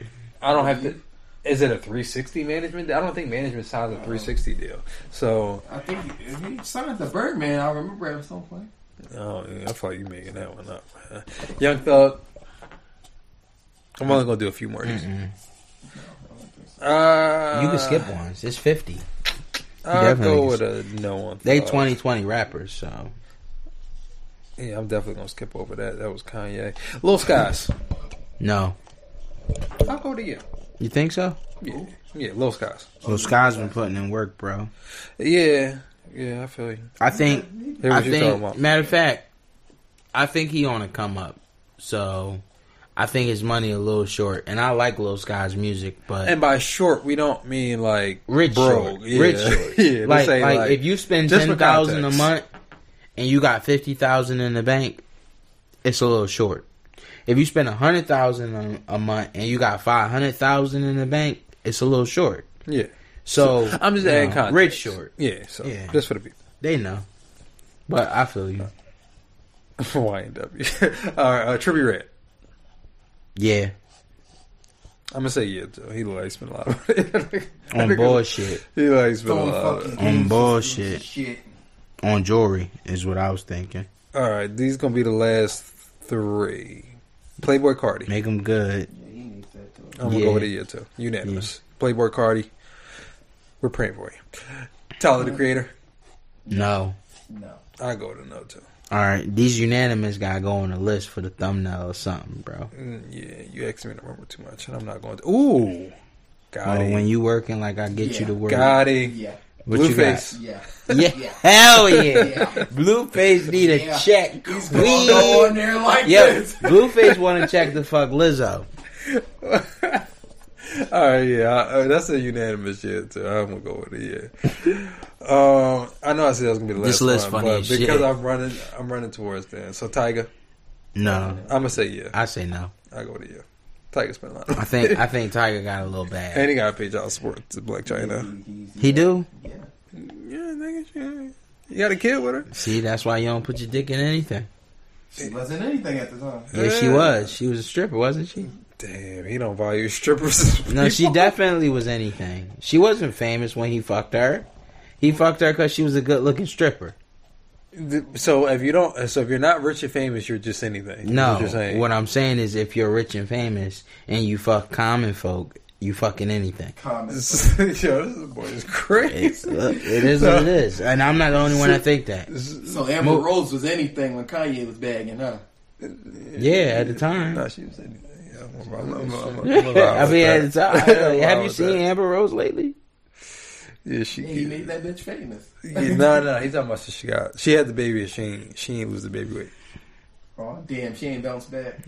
[SPEAKER 4] I don't have to. Is it a 360 management? I don't think management signs a 360 deal. So
[SPEAKER 3] I think he, he signed the Birdman. I remember at some point.
[SPEAKER 4] Oh, yeah, I thought you making that one up. Young Thug. I'm only gonna do a few more. of these. Uh,
[SPEAKER 2] you can skip ones. It's fifty.
[SPEAKER 4] I'll
[SPEAKER 2] definitely
[SPEAKER 4] go with a no one.
[SPEAKER 2] They
[SPEAKER 4] Thug.
[SPEAKER 2] twenty twenty rappers, so
[SPEAKER 4] Yeah, I'm definitely gonna skip over that. That was Kanye. Lil Skies.
[SPEAKER 2] no.
[SPEAKER 4] I'll go to you.
[SPEAKER 2] You think so?
[SPEAKER 4] Yeah, yeah, Lil Skies.
[SPEAKER 2] Well, Sky's been putting in work, bro.
[SPEAKER 4] Yeah, yeah, I feel you.
[SPEAKER 2] I think.
[SPEAKER 4] Hear
[SPEAKER 2] I
[SPEAKER 4] what you talking
[SPEAKER 2] think.
[SPEAKER 4] about.
[SPEAKER 2] Matter of fact, I think he on a come up. So, I think his money a little short, and I like Lil Sky's music, but
[SPEAKER 4] And by short, we don't mean like
[SPEAKER 2] rich
[SPEAKER 4] broke.
[SPEAKER 2] short,
[SPEAKER 4] Yeah. <laughs>
[SPEAKER 2] rich short.
[SPEAKER 4] yeah, this
[SPEAKER 2] like,
[SPEAKER 4] ain't
[SPEAKER 2] like if you spend
[SPEAKER 4] Just for
[SPEAKER 2] ten thousand a
[SPEAKER 4] context.
[SPEAKER 2] month and you got fifty thousand in the bank, it's a little short. If you spend a hundred thousand a, a month and you got five hundred thousand in the bank, it's a little short.
[SPEAKER 4] yeah.
[SPEAKER 2] So
[SPEAKER 4] <laughs> I'm just
[SPEAKER 2] you
[SPEAKER 4] adding
[SPEAKER 2] know,
[SPEAKER 4] context.
[SPEAKER 2] Rich short,
[SPEAKER 4] Yeah, so
[SPEAKER 2] Yeah.
[SPEAKER 4] just for the people. <laughs>
[SPEAKER 2] they know. But I feel you.
[SPEAKER 4] YNW. <laughs> All right, uh, Trippy Red.
[SPEAKER 2] Yeah,
[SPEAKER 4] I'm gonna say yeah too. He likes spent a lot of money. I
[SPEAKER 2] on
[SPEAKER 4] think
[SPEAKER 2] bullshit,
[SPEAKER 4] <laughs> He likes spent a
[SPEAKER 3] Throwing
[SPEAKER 4] lot. Of
[SPEAKER 3] fucking
[SPEAKER 2] On
[SPEAKER 3] games.
[SPEAKER 2] bullshit.
[SPEAKER 3] Shit.
[SPEAKER 2] on jewelry is what I was thinking.
[SPEAKER 4] All right, these gonna be the last three. Playboy Cardi.
[SPEAKER 2] Make them good.
[SPEAKER 3] Yeah, he needs that too.
[SPEAKER 4] I'm gonna
[SPEAKER 2] Yeah.
[SPEAKER 4] go with a year too. Unanimous. Playboy Cardi. We're praying for you. Tyler the Creator.
[SPEAKER 2] No,
[SPEAKER 3] No,
[SPEAKER 4] I go to no too.
[SPEAKER 2] All right, these unanimous gotta go on the list for the thumbnail or something, bro.
[SPEAKER 4] Mm, yeah, you asked me to remember too much, and I'm not going to. Ooh, got
[SPEAKER 2] Well,
[SPEAKER 4] it.
[SPEAKER 2] Oh, when you working, like I get you
[SPEAKER 3] Yeah.
[SPEAKER 2] to work.
[SPEAKER 4] got it.
[SPEAKER 3] Yeah.
[SPEAKER 2] What you
[SPEAKER 4] Blueface.
[SPEAKER 3] Yeah.
[SPEAKER 2] Yeah,
[SPEAKER 3] <laughs> Yeah.
[SPEAKER 2] hell yeah.
[SPEAKER 3] Yeah.
[SPEAKER 2] Blueface need a
[SPEAKER 3] Yeah.
[SPEAKER 2] check.
[SPEAKER 3] He's
[SPEAKER 2] Queen.
[SPEAKER 3] going go on there like
[SPEAKER 2] Yo,
[SPEAKER 3] this.
[SPEAKER 2] Blueface want to check the fuck Lizzo.
[SPEAKER 4] All right, yeah, I, I, that's a unanimous shit too. I'm gonna go with it. Yeah. um, I know I said that was gonna be the last
[SPEAKER 2] This list
[SPEAKER 4] one,
[SPEAKER 2] funny
[SPEAKER 4] but
[SPEAKER 2] as shit.
[SPEAKER 4] because I'm running, I'm running towards then. So Tiger,
[SPEAKER 2] No,
[SPEAKER 4] I'm gonna say yeah.
[SPEAKER 2] I say no.
[SPEAKER 4] I go to yeah. Tiger spent a lot.
[SPEAKER 2] <laughs>
[SPEAKER 4] Of
[SPEAKER 2] I think I think Tiger got a little bad.
[SPEAKER 4] and he got paid child support to Black China.
[SPEAKER 2] He do.
[SPEAKER 4] Yeah, nigga, yeah. you got a kid with her.
[SPEAKER 2] See, that's why you don't put your dick in anything.
[SPEAKER 3] She wasn't anything at the time.
[SPEAKER 2] Yeah, she
[SPEAKER 4] Yeah.
[SPEAKER 2] was. She was a stripper, wasn't she?
[SPEAKER 4] Damn, he don't value strippers.
[SPEAKER 2] No, she definitely was anything. She wasn't famous when he fucked her. He fucked her because she was a good looking stripper.
[SPEAKER 4] So if you don't, so if you're not rich and famous, you're just anything. Is
[SPEAKER 2] No,
[SPEAKER 4] what you're saying.
[SPEAKER 2] what I'm saying is if you're rich and famous and you fuck common folk, you fucking anything.
[SPEAKER 3] Comments.
[SPEAKER 4] <laughs> Yo, this boy
[SPEAKER 2] It's,
[SPEAKER 4] is crazy.
[SPEAKER 2] look, it is what it is. And I'm not the only one that think that.
[SPEAKER 3] So Amber
[SPEAKER 2] Mo-
[SPEAKER 3] Rose was anything when Kanye was bagging her.
[SPEAKER 2] Yeah, at the time.
[SPEAKER 4] No, <laughs> she was anything. Yeah, I'm- I'm- I'm- I'm- I'm- I'm
[SPEAKER 2] I mean, it's,
[SPEAKER 4] alive with <laughs>
[SPEAKER 2] uh,
[SPEAKER 4] that. I'm
[SPEAKER 2] have
[SPEAKER 4] alive
[SPEAKER 2] you
[SPEAKER 4] with
[SPEAKER 2] seen
[SPEAKER 4] that.
[SPEAKER 2] Amber Rose lately?
[SPEAKER 4] Yeah, she.
[SPEAKER 3] Yeah, he made that bitch famous.
[SPEAKER 4] Yeah, no, no, he's talking about shit she got. She had the baby, and she ain't, she ain't lose the baby weight.
[SPEAKER 3] Oh damn, she ain't bounced back.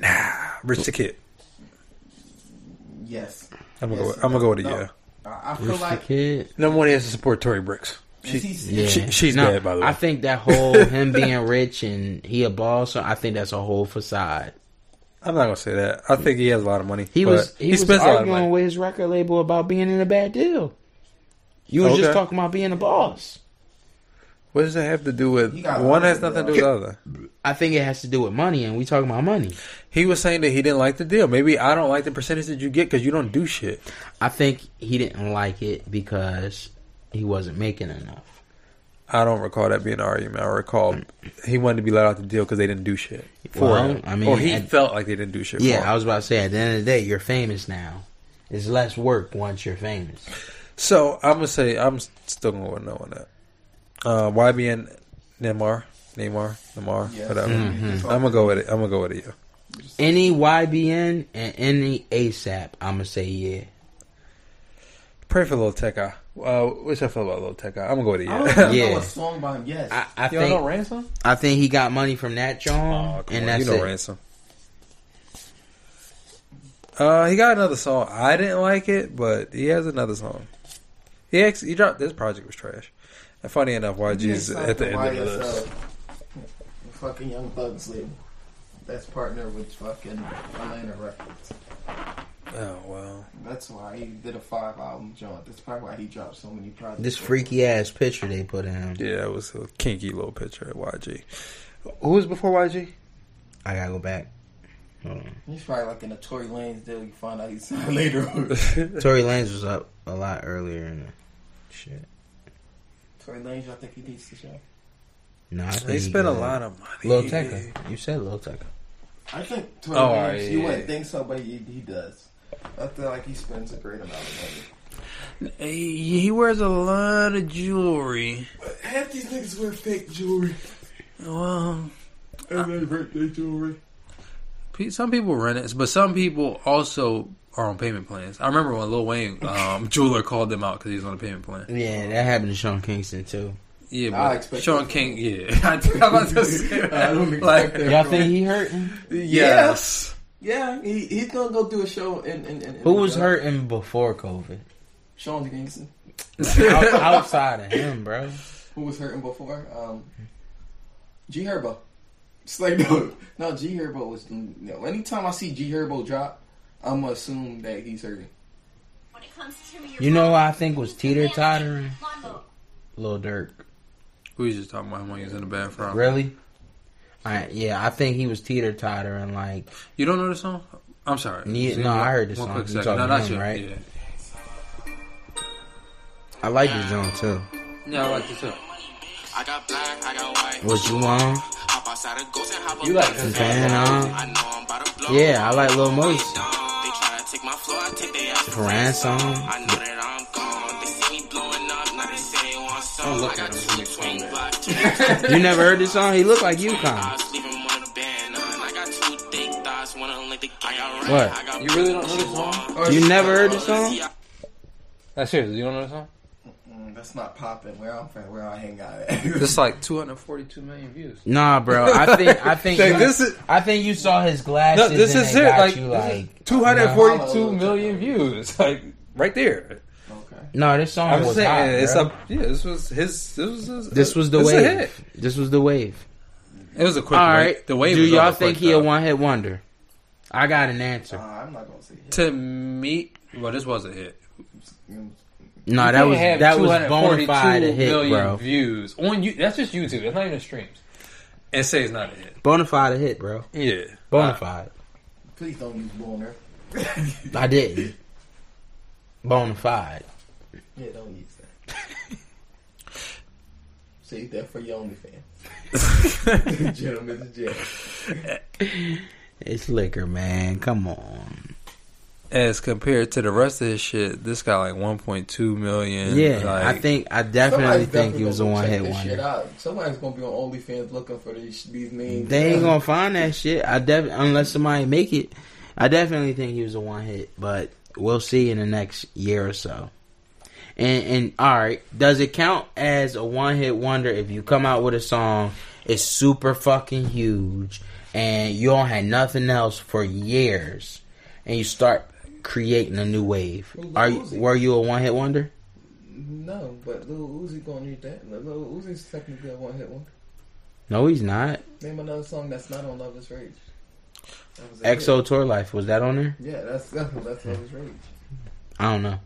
[SPEAKER 4] Nah, rich the kid.
[SPEAKER 3] Yes.
[SPEAKER 4] I'm
[SPEAKER 3] Yes,
[SPEAKER 4] gonna go. With, I'm gonna go with it.
[SPEAKER 3] no.
[SPEAKER 4] Yeah.
[SPEAKER 3] I, I feel
[SPEAKER 2] Who's the
[SPEAKER 3] like
[SPEAKER 2] kid?
[SPEAKER 4] Number one, he has to support Tory Bricks. She,
[SPEAKER 3] is he serious?
[SPEAKER 2] Yeah.
[SPEAKER 4] She- she's dead, by the way.
[SPEAKER 2] I think that whole him being rich and he a boss, so I think that's a whole facade.
[SPEAKER 4] I'm not gonna say that. I think he has a lot of money.
[SPEAKER 2] He
[SPEAKER 4] but
[SPEAKER 2] was he, was
[SPEAKER 4] spends a lot of
[SPEAKER 2] arguing
[SPEAKER 4] money.
[SPEAKER 2] with his record label about being in a bad deal. You was just
[SPEAKER 4] Okay.
[SPEAKER 2] talking about being a boss.
[SPEAKER 4] What does that have to do with
[SPEAKER 3] He got
[SPEAKER 4] one? Has
[SPEAKER 3] money,
[SPEAKER 4] nothing to
[SPEAKER 3] bro.
[SPEAKER 4] do with the other.
[SPEAKER 2] I think it has to do with money, and we talking about money.
[SPEAKER 4] He was saying that he didn't like the deal. Maybe I don't like the percentage that you get because you don't do shit.
[SPEAKER 2] I think he didn't like it because he wasn't making enough.
[SPEAKER 4] I don't recall that being an argument. I recall he wanted to be let out the deal because they didn't do shit for
[SPEAKER 2] Well,
[SPEAKER 4] him.
[SPEAKER 2] I mean,
[SPEAKER 4] or he
[SPEAKER 2] at-
[SPEAKER 4] felt like they didn't do shit.
[SPEAKER 2] Yeah,
[SPEAKER 4] for him.
[SPEAKER 2] I was about to say. At the end of the day, you're famous now. It's less work once you're famous.
[SPEAKER 4] So I'm gonna say I'm still gonna go with no on that. Uh, YBN Neymar, Neymar, Neymar,
[SPEAKER 3] Yes.
[SPEAKER 4] whatever.
[SPEAKER 2] Mm.
[SPEAKER 3] Mhm.
[SPEAKER 4] I'm gonna go with it. I'm gonna go with it. Yeah.
[SPEAKER 2] Any YBN and any ASAP, I'm gonna say yeah.
[SPEAKER 4] Pray for Lil Tecca. Uh, what's I feel about Lil Tecca? I'm gonna go with it. <laughs>
[SPEAKER 3] I don't even
[SPEAKER 4] Yeah.
[SPEAKER 2] Yeah.
[SPEAKER 3] know a song by him. Yes.
[SPEAKER 2] I, I
[SPEAKER 4] You don't
[SPEAKER 2] think
[SPEAKER 4] know ransom?
[SPEAKER 2] I think he got money from that John,
[SPEAKER 4] Oh, come
[SPEAKER 2] and
[SPEAKER 4] on.
[SPEAKER 2] that's
[SPEAKER 4] You
[SPEAKER 2] it.
[SPEAKER 4] know ransom. Uh, he got another song. I didn't like it, but he has another song. He actually, he dropped this project was trash. And funny enough, YG's
[SPEAKER 3] He
[SPEAKER 4] at the end of
[SPEAKER 3] signed
[SPEAKER 4] the
[SPEAKER 3] to
[SPEAKER 4] list.
[SPEAKER 3] YSL. uh, Fucking Young Thug's label. That's partner with fucking Atlanta Records.
[SPEAKER 4] Oh well,
[SPEAKER 3] That's why he did a five album joint. That's probably why he dropped so many projects.
[SPEAKER 2] This freaky ass picture they put in him.
[SPEAKER 4] yeah, it was a kinky little picture at YG. Who was before YG?
[SPEAKER 2] I gotta go back. Hold on.
[SPEAKER 3] He's probably like in a Tory Lanez deal. You find out he <laughs> signed later.
[SPEAKER 4] <laughs>
[SPEAKER 2] Tory Lanez was up a lot earlier in the shit.
[SPEAKER 3] Tory Lanez, I think he needs to show.
[SPEAKER 2] No, I think
[SPEAKER 4] They spent a lot of money.
[SPEAKER 2] Lil Tecca. You said Lil Tecca.
[SPEAKER 3] I think Tory
[SPEAKER 4] Oh,
[SPEAKER 3] Lanez.
[SPEAKER 4] yeah,
[SPEAKER 3] you
[SPEAKER 4] yeah,
[SPEAKER 3] wouldn't
[SPEAKER 4] yeah.
[SPEAKER 3] think so, but he, he does. I feel like he spends a great amount of money.
[SPEAKER 4] He he wears a lot of jewelry.
[SPEAKER 3] Half these niggas wear fake <laughs> jewelry.
[SPEAKER 4] Well,
[SPEAKER 3] And they birthday jewelry.
[SPEAKER 4] pe- some people rent it, but some people also are on payment plans. I remember when Lil Wayne um, <laughs> jeweler called them out because he was on a payment plan.
[SPEAKER 2] Yeah, that happened to Sean Kingston too.
[SPEAKER 4] Yeah,
[SPEAKER 3] I
[SPEAKER 4] but
[SPEAKER 3] expect
[SPEAKER 4] Sean
[SPEAKER 3] that.
[SPEAKER 4] King. Yeah, <laughs> I think I'm
[SPEAKER 3] <laughs>
[SPEAKER 4] about to say that.
[SPEAKER 3] I don't expect
[SPEAKER 4] Like,
[SPEAKER 3] that.
[SPEAKER 2] Y'all think he hurting?
[SPEAKER 4] Yes.
[SPEAKER 3] Yeah, he, he's gonna go do a show in. in, in
[SPEAKER 2] Who was hurting before COVID?
[SPEAKER 3] uh, Sean Kingston.
[SPEAKER 4] <laughs>
[SPEAKER 2] Out- outside of him, bro.
[SPEAKER 3] Who was hurting before? Um, G Herbo. It's like <laughs> no, no. G Herbo was. No, anytime I see G Herbo drop, I'm gonna assume that he's hurting.
[SPEAKER 9] When it comes to your
[SPEAKER 2] You know, I think was teeter tottering.
[SPEAKER 9] lawnmower.
[SPEAKER 2] Lil Durk.
[SPEAKER 4] We was just talking about him when he was in the bathroom.
[SPEAKER 2] Really? I, yeah, I think he was teeter tottering. Like,
[SPEAKER 4] You don't know the song? I'm sorry.
[SPEAKER 2] Ne-
[SPEAKER 4] See,
[SPEAKER 2] no,
[SPEAKER 4] one-
[SPEAKER 2] I heard the
[SPEAKER 4] one
[SPEAKER 2] song.
[SPEAKER 4] quick
[SPEAKER 2] You
[SPEAKER 4] second.
[SPEAKER 2] talking
[SPEAKER 4] No,
[SPEAKER 2] to
[SPEAKER 4] not
[SPEAKER 2] him,
[SPEAKER 4] you.
[SPEAKER 2] right?
[SPEAKER 4] Yeah.
[SPEAKER 2] I like this song too.
[SPEAKER 4] Yeah, I like this song.
[SPEAKER 10] I got black, I got white.
[SPEAKER 2] What you on?
[SPEAKER 10] Hop outside of ghost and hop up.
[SPEAKER 4] You like this song?
[SPEAKER 2] Van on?
[SPEAKER 10] I know I'm about to blow.
[SPEAKER 2] Yeah, I like Lil Mosey.
[SPEAKER 10] They try to take my floor, I take their ass.
[SPEAKER 2] Pharrell song.
[SPEAKER 10] I know that I'm gone. They see me blowing up, now they say one song.
[SPEAKER 5] Don't look at him. He makes fun of that.
[SPEAKER 2] You never heard this song? He looked like UConn. What?
[SPEAKER 10] What?
[SPEAKER 5] You really don't know this song?
[SPEAKER 3] Oh,
[SPEAKER 2] You never heard this song?
[SPEAKER 4] That's serious. You don't know the song?
[SPEAKER 3] Mm, that's not popping. Where I'm from, where I hang out at. <laughs>
[SPEAKER 4] It's like 200.
[SPEAKER 5] 42 million views.
[SPEAKER 2] Nah, bro. I think I think
[SPEAKER 4] Like,
[SPEAKER 2] you,
[SPEAKER 4] this is-
[SPEAKER 2] I think you saw his glasses.
[SPEAKER 4] No, this
[SPEAKER 2] and
[SPEAKER 4] is
[SPEAKER 2] they
[SPEAKER 4] it.
[SPEAKER 2] got
[SPEAKER 4] Like,
[SPEAKER 2] you,
[SPEAKER 4] this is
[SPEAKER 2] like
[SPEAKER 4] 242 million views. <laughs> Like right there.
[SPEAKER 3] okay.
[SPEAKER 2] no, this song
[SPEAKER 4] I'm
[SPEAKER 2] was
[SPEAKER 4] just saying
[SPEAKER 2] hot,
[SPEAKER 4] it's
[SPEAKER 2] bro.
[SPEAKER 4] up. Yeah, this was his. This was his,
[SPEAKER 2] This was the
[SPEAKER 4] this a
[SPEAKER 2] wave.
[SPEAKER 4] hit.
[SPEAKER 2] This was the wave.
[SPEAKER 4] It was a quick.
[SPEAKER 2] All
[SPEAKER 4] wave.
[SPEAKER 2] right.
[SPEAKER 4] The wave.
[SPEAKER 2] Do
[SPEAKER 4] was
[SPEAKER 2] y'all
[SPEAKER 4] over
[SPEAKER 2] think
[SPEAKER 4] quick,
[SPEAKER 2] he a
[SPEAKER 4] though.
[SPEAKER 2] one hit wonder? I got an answer.
[SPEAKER 3] Uh, I'm not gonna say hit.
[SPEAKER 4] To me, well, this was a hit.
[SPEAKER 2] no, that
[SPEAKER 4] Can't
[SPEAKER 2] was
[SPEAKER 4] have
[SPEAKER 2] that was bona
[SPEAKER 4] 242
[SPEAKER 2] fide a hit,
[SPEAKER 4] million
[SPEAKER 2] bro.
[SPEAKER 4] Views on you. That's just YouTube. That's not even streams. And say it's not a hit.
[SPEAKER 2] Bona fide a hit, bro.
[SPEAKER 4] Yeah.
[SPEAKER 2] Bona fide.
[SPEAKER 3] Please don't use <laughs> boner.
[SPEAKER 2] I didn't. Bona fide.
[SPEAKER 3] Yeah, don't use
[SPEAKER 2] <laughs>
[SPEAKER 3] that. Save that for your OnlyFans. <laughs>
[SPEAKER 4] Ah.
[SPEAKER 3] Gentlemen's jail.
[SPEAKER 2] It's liquor, man. Come on.
[SPEAKER 4] <laughs> As compared to the rest of his shit, this got like 1.2 million.
[SPEAKER 2] Yeah,
[SPEAKER 4] like-
[SPEAKER 2] I think I definitely
[SPEAKER 3] Somebody's
[SPEAKER 2] think he was a
[SPEAKER 3] gonna go
[SPEAKER 2] one
[SPEAKER 3] check
[SPEAKER 2] hit
[SPEAKER 3] this shit
[SPEAKER 2] wonder.
[SPEAKER 3] out. Somebody's gonna be on OnlyFans looking for these these names.
[SPEAKER 2] They ain't gonna find that shit. I def unless somebody make it. I definitely think he was a one hit, but we'll see in the next year or so. And and all right, does it count as a one hit wonder if you come out with a song, it's super fucking huge, and you don't have nothing else for years, and you start creating a new wave?
[SPEAKER 3] Who's
[SPEAKER 2] Are you,
[SPEAKER 3] Uzi?
[SPEAKER 2] were you a one hit wonder?
[SPEAKER 3] No, but Lil Uzi gonna need that. Lil Uzi's technically a one hit one.
[SPEAKER 2] No, he's not.
[SPEAKER 3] Name another song that's not on Love Is Rage. That was a hit.
[SPEAKER 2] EXO Tour Life was that on there?
[SPEAKER 3] Yeah, that's that's, that's Love Is Rage.
[SPEAKER 2] I don't know.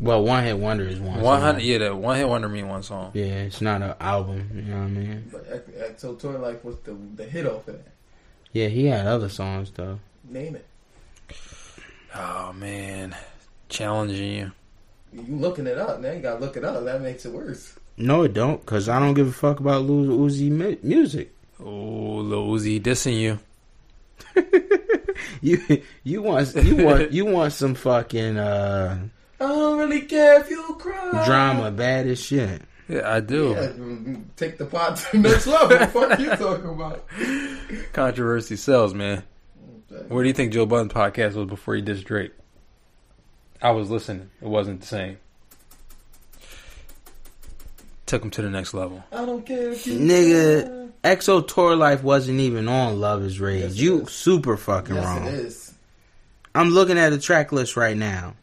[SPEAKER 2] Well, one hit wonder is one. so
[SPEAKER 4] 100. Yeah, that one hit wonder mean one song.
[SPEAKER 2] Yeah, it's not an album. You know what I mean?
[SPEAKER 3] But Ex- EXO Toy Life was the the hit off of that.
[SPEAKER 2] Yeah, he had other songs though.
[SPEAKER 3] Name it.
[SPEAKER 4] Oh man, challenging you.
[SPEAKER 3] You looking it up now? You gotta look it up. That makes it worse.
[SPEAKER 2] No, it don't, cause I don't give a fuck about Lil Uzi mu- music. <laughs>
[SPEAKER 4] Oh, Lil Uzi dissing you.
[SPEAKER 2] You you want you
[SPEAKER 3] <laughs>
[SPEAKER 2] want you want some fucking uh,
[SPEAKER 3] I don't really care if you cry.
[SPEAKER 2] drama, bad as shit.
[SPEAKER 4] Yeah, I do.
[SPEAKER 3] Yeah, mm, take the pot to the next level. fuck you
[SPEAKER 2] <laughs>
[SPEAKER 3] talking about?
[SPEAKER 4] Controversy sells, man. Where do you think Joe Budden's podcast was before he dissed Drake? I was listening. It wasn't the same. Took him to the next level.
[SPEAKER 3] I don't care if you
[SPEAKER 2] Nigga, EXO Tour Life wasn't even on Love Is Rage.
[SPEAKER 3] Yes, it
[SPEAKER 2] you
[SPEAKER 3] is.
[SPEAKER 2] super fucking
[SPEAKER 3] Yes,
[SPEAKER 2] wrong.
[SPEAKER 3] it is.
[SPEAKER 2] I'm looking at the track list right now.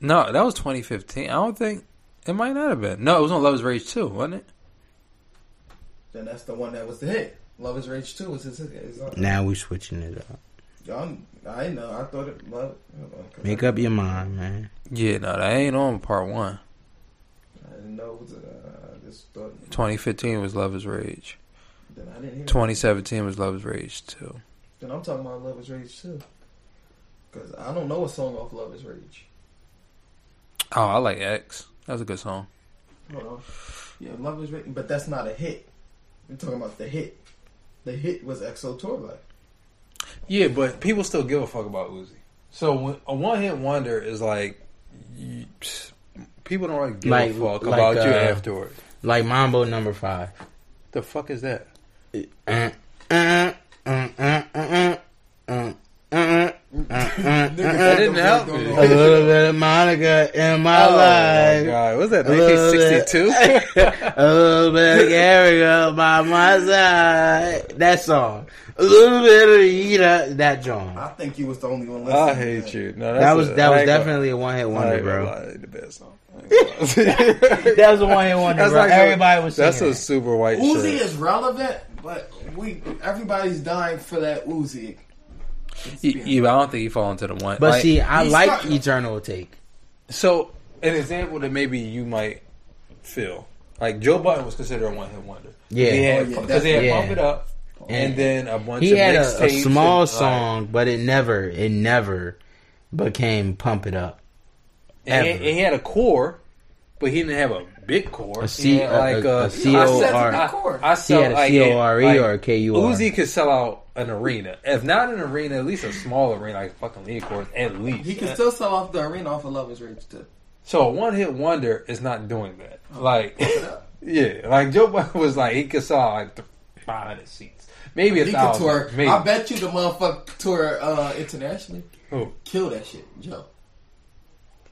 [SPEAKER 4] No, that was 2015. I don't think it might not have been. No, it was on Love Is Rage too, wasn't it?
[SPEAKER 3] Then that's the one that was the hit. Love is Rage Two was his hit. It's on-
[SPEAKER 2] Now we switching it up.
[SPEAKER 3] Y'all, I ain't know. I thought it. Love, hold on, 'cause
[SPEAKER 2] Make
[SPEAKER 3] I,
[SPEAKER 2] up your mind, man.
[SPEAKER 4] Yeah, no, that ain't on part one.
[SPEAKER 3] I didn't know. It was, uh, I just thought.
[SPEAKER 4] 2015 was Love Is Rage.
[SPEAKER 3] Then I didn't hear. it.
[SPEAKER 4] 2017 was Love Is Rage too.
[SPEAKER 3] Then I'm talking about Love is Rage Two. Cause I don't know a song off Love is Rage.
[SPEAKER 4] Oh, I like X. That was a good song.
[SPEAKER 3] Hold on. Yeah, Love is Rage, but that's not a hit. We're talking about the hit. The hit was EXO Tour Life.
[SPEAKER 4] Yeah, but people still give a fuck about Uzi. So when, a one hit wonder is like you, people don't really give
[SPEAKER 2] Like-
[SPEAKER 4] a
[SPEAKER 2] like,
[SPEAKER 4] fuck about you
[SPEAKER 2] uh,
[SPEAKER 4] afterward.
[SPEAKER 2] Like Mambo number five.
[SPEAKER 4] The fuck is that?
[SPEAKER 2] Uh, uh, uh, uh, uh, uh, uh, uh, uh,
[SPEAKER 4] That didn't help me. Oh,
[SPEAKER 2] A little bit of Monica in my life.
[SPEAKER 4] was that
[SPEAKER 2] A little bit- <laughs>
[SPEAKER 4] 1962?
[SPEAKER 2] A little bit of Gabriel by my side. That song. A little bit of Rita. That
[SPEAKER 3] I
[SPEAKER 2] John.
[SPEAKER 3] think you was the only one listening.
[SPEAKER 4] I
[SPEAKER 3] to
[SPEAKER 4] hate you. No, that's
[SPEAKER 2] That was
[SPEAKER 4] a-
[SPEAKER 2] that
[SPEAKER 4] I
[SPEAKER 2] was
[SPEAKER 4] ain't gonna-
[SPEAKER 2] definitely a one hit
[SPEAKER 4] I
[SPEAKER 2] wonder,
[SPEAKER 4] ain't gonna
[SPEAKER 2] bro.
[SPEAKER 4] lie, The best song. that
[SPEAKER 2] That was a one hit wonder, bro. Everybody was
[SPEAKER 4] That's
[SPEAKER 2] singing.
[SPEAKER 4] a super white.
[SPEAKER 3] Uzi
[SPEAKER 4] shirt.
[SPEAKER 3] is relevant, but we everybody's dying for that Uzi.
[SPEAKER 4] He- he- I don't think he fall into the one.
[SPEAKER 2] But
[SPEAKER 4] like-
[SPEAKER 2] see, I
[SPEAKER 3] he's
[SPEAKER 2] like
[SPEAKER 3] starting-
[SPEAKER 2] Eternal Take.
[SPEAKER 4] So, an example that maybe you might feel like Joe Button was considered a one hit wonder.
[SPEAKER 2] Yeah.
[SPEAKER 4] He
[SPEAKER 3] Oh,
[SPEAKER 4] had-
[SPEAKER 3] yeah,
[SPEAKER 4] because he had
[SPEAKER 2] definitely.
[SPEAKER 4] Pump It Up, and,
[SPEAKER 2] And
[SPEAKER 4] then a bunch.
[SPEAKER 2] He
[SPEAKER 4] of
[SPEAKER 2] had a, a
[SPEAKER 4] mixtapes
[SPEAKER 2] small
[SPEAKER 4] and, like,
[SPEAKER 2] song, but it never, it never became Pump It Up.
[SPEAKER 4] and, he-
[SPEAKER 2] ever.
[SPEAKER 4] and he had a core, but he didn't have a big core.
[SPEAKER 2] A C-
[SPEAKER 4] He had,
[SPEAKER 2] a-
[SPEAKER 4] like
[SPEAKER 2] a- a
[SPEAKER 4] a
[SPEAKER 2] C-O-R.
[SPEAKER 4] I sell-
[SPEAKER 3] Big core.
[SPEAKER 4] I, I
[SPEAKER 2] He
[SPEAKER 4] sell
[SPEAKER 2] had a
[SPEAKER 4] like,
[SPEAKER 2] C-O-R-E
[SPEAKER 4] like,
[SPEAKER 2] E or a K-U-R.
[SPEAKER 4] Uzi could sell out an arena, if not an arena, at least a small arena, like fucking league course, at least.
[SPEAKER 3] He can still sell off the arena off of Love is Rage too.
[SPEAKER 4] So a one hit wonder is not doing that.
[SPEAKER 3] Oh.
[SPEAKER 4] Like, <laughs> yeah, like Joe Biden was like he could sell like th- 500 seats, maybe a
[SPEAKER 3] He could
[SPEAKER 4] thousand.
[SPEAKER 3] tour.
[SPEAKER 4] Maybe.
[SPEAKER 3] I bet you the motherfucker tour uh, internationally.
[SPEAKER 4] Who?
[SPEAKER 3] Kill that shit, Joe.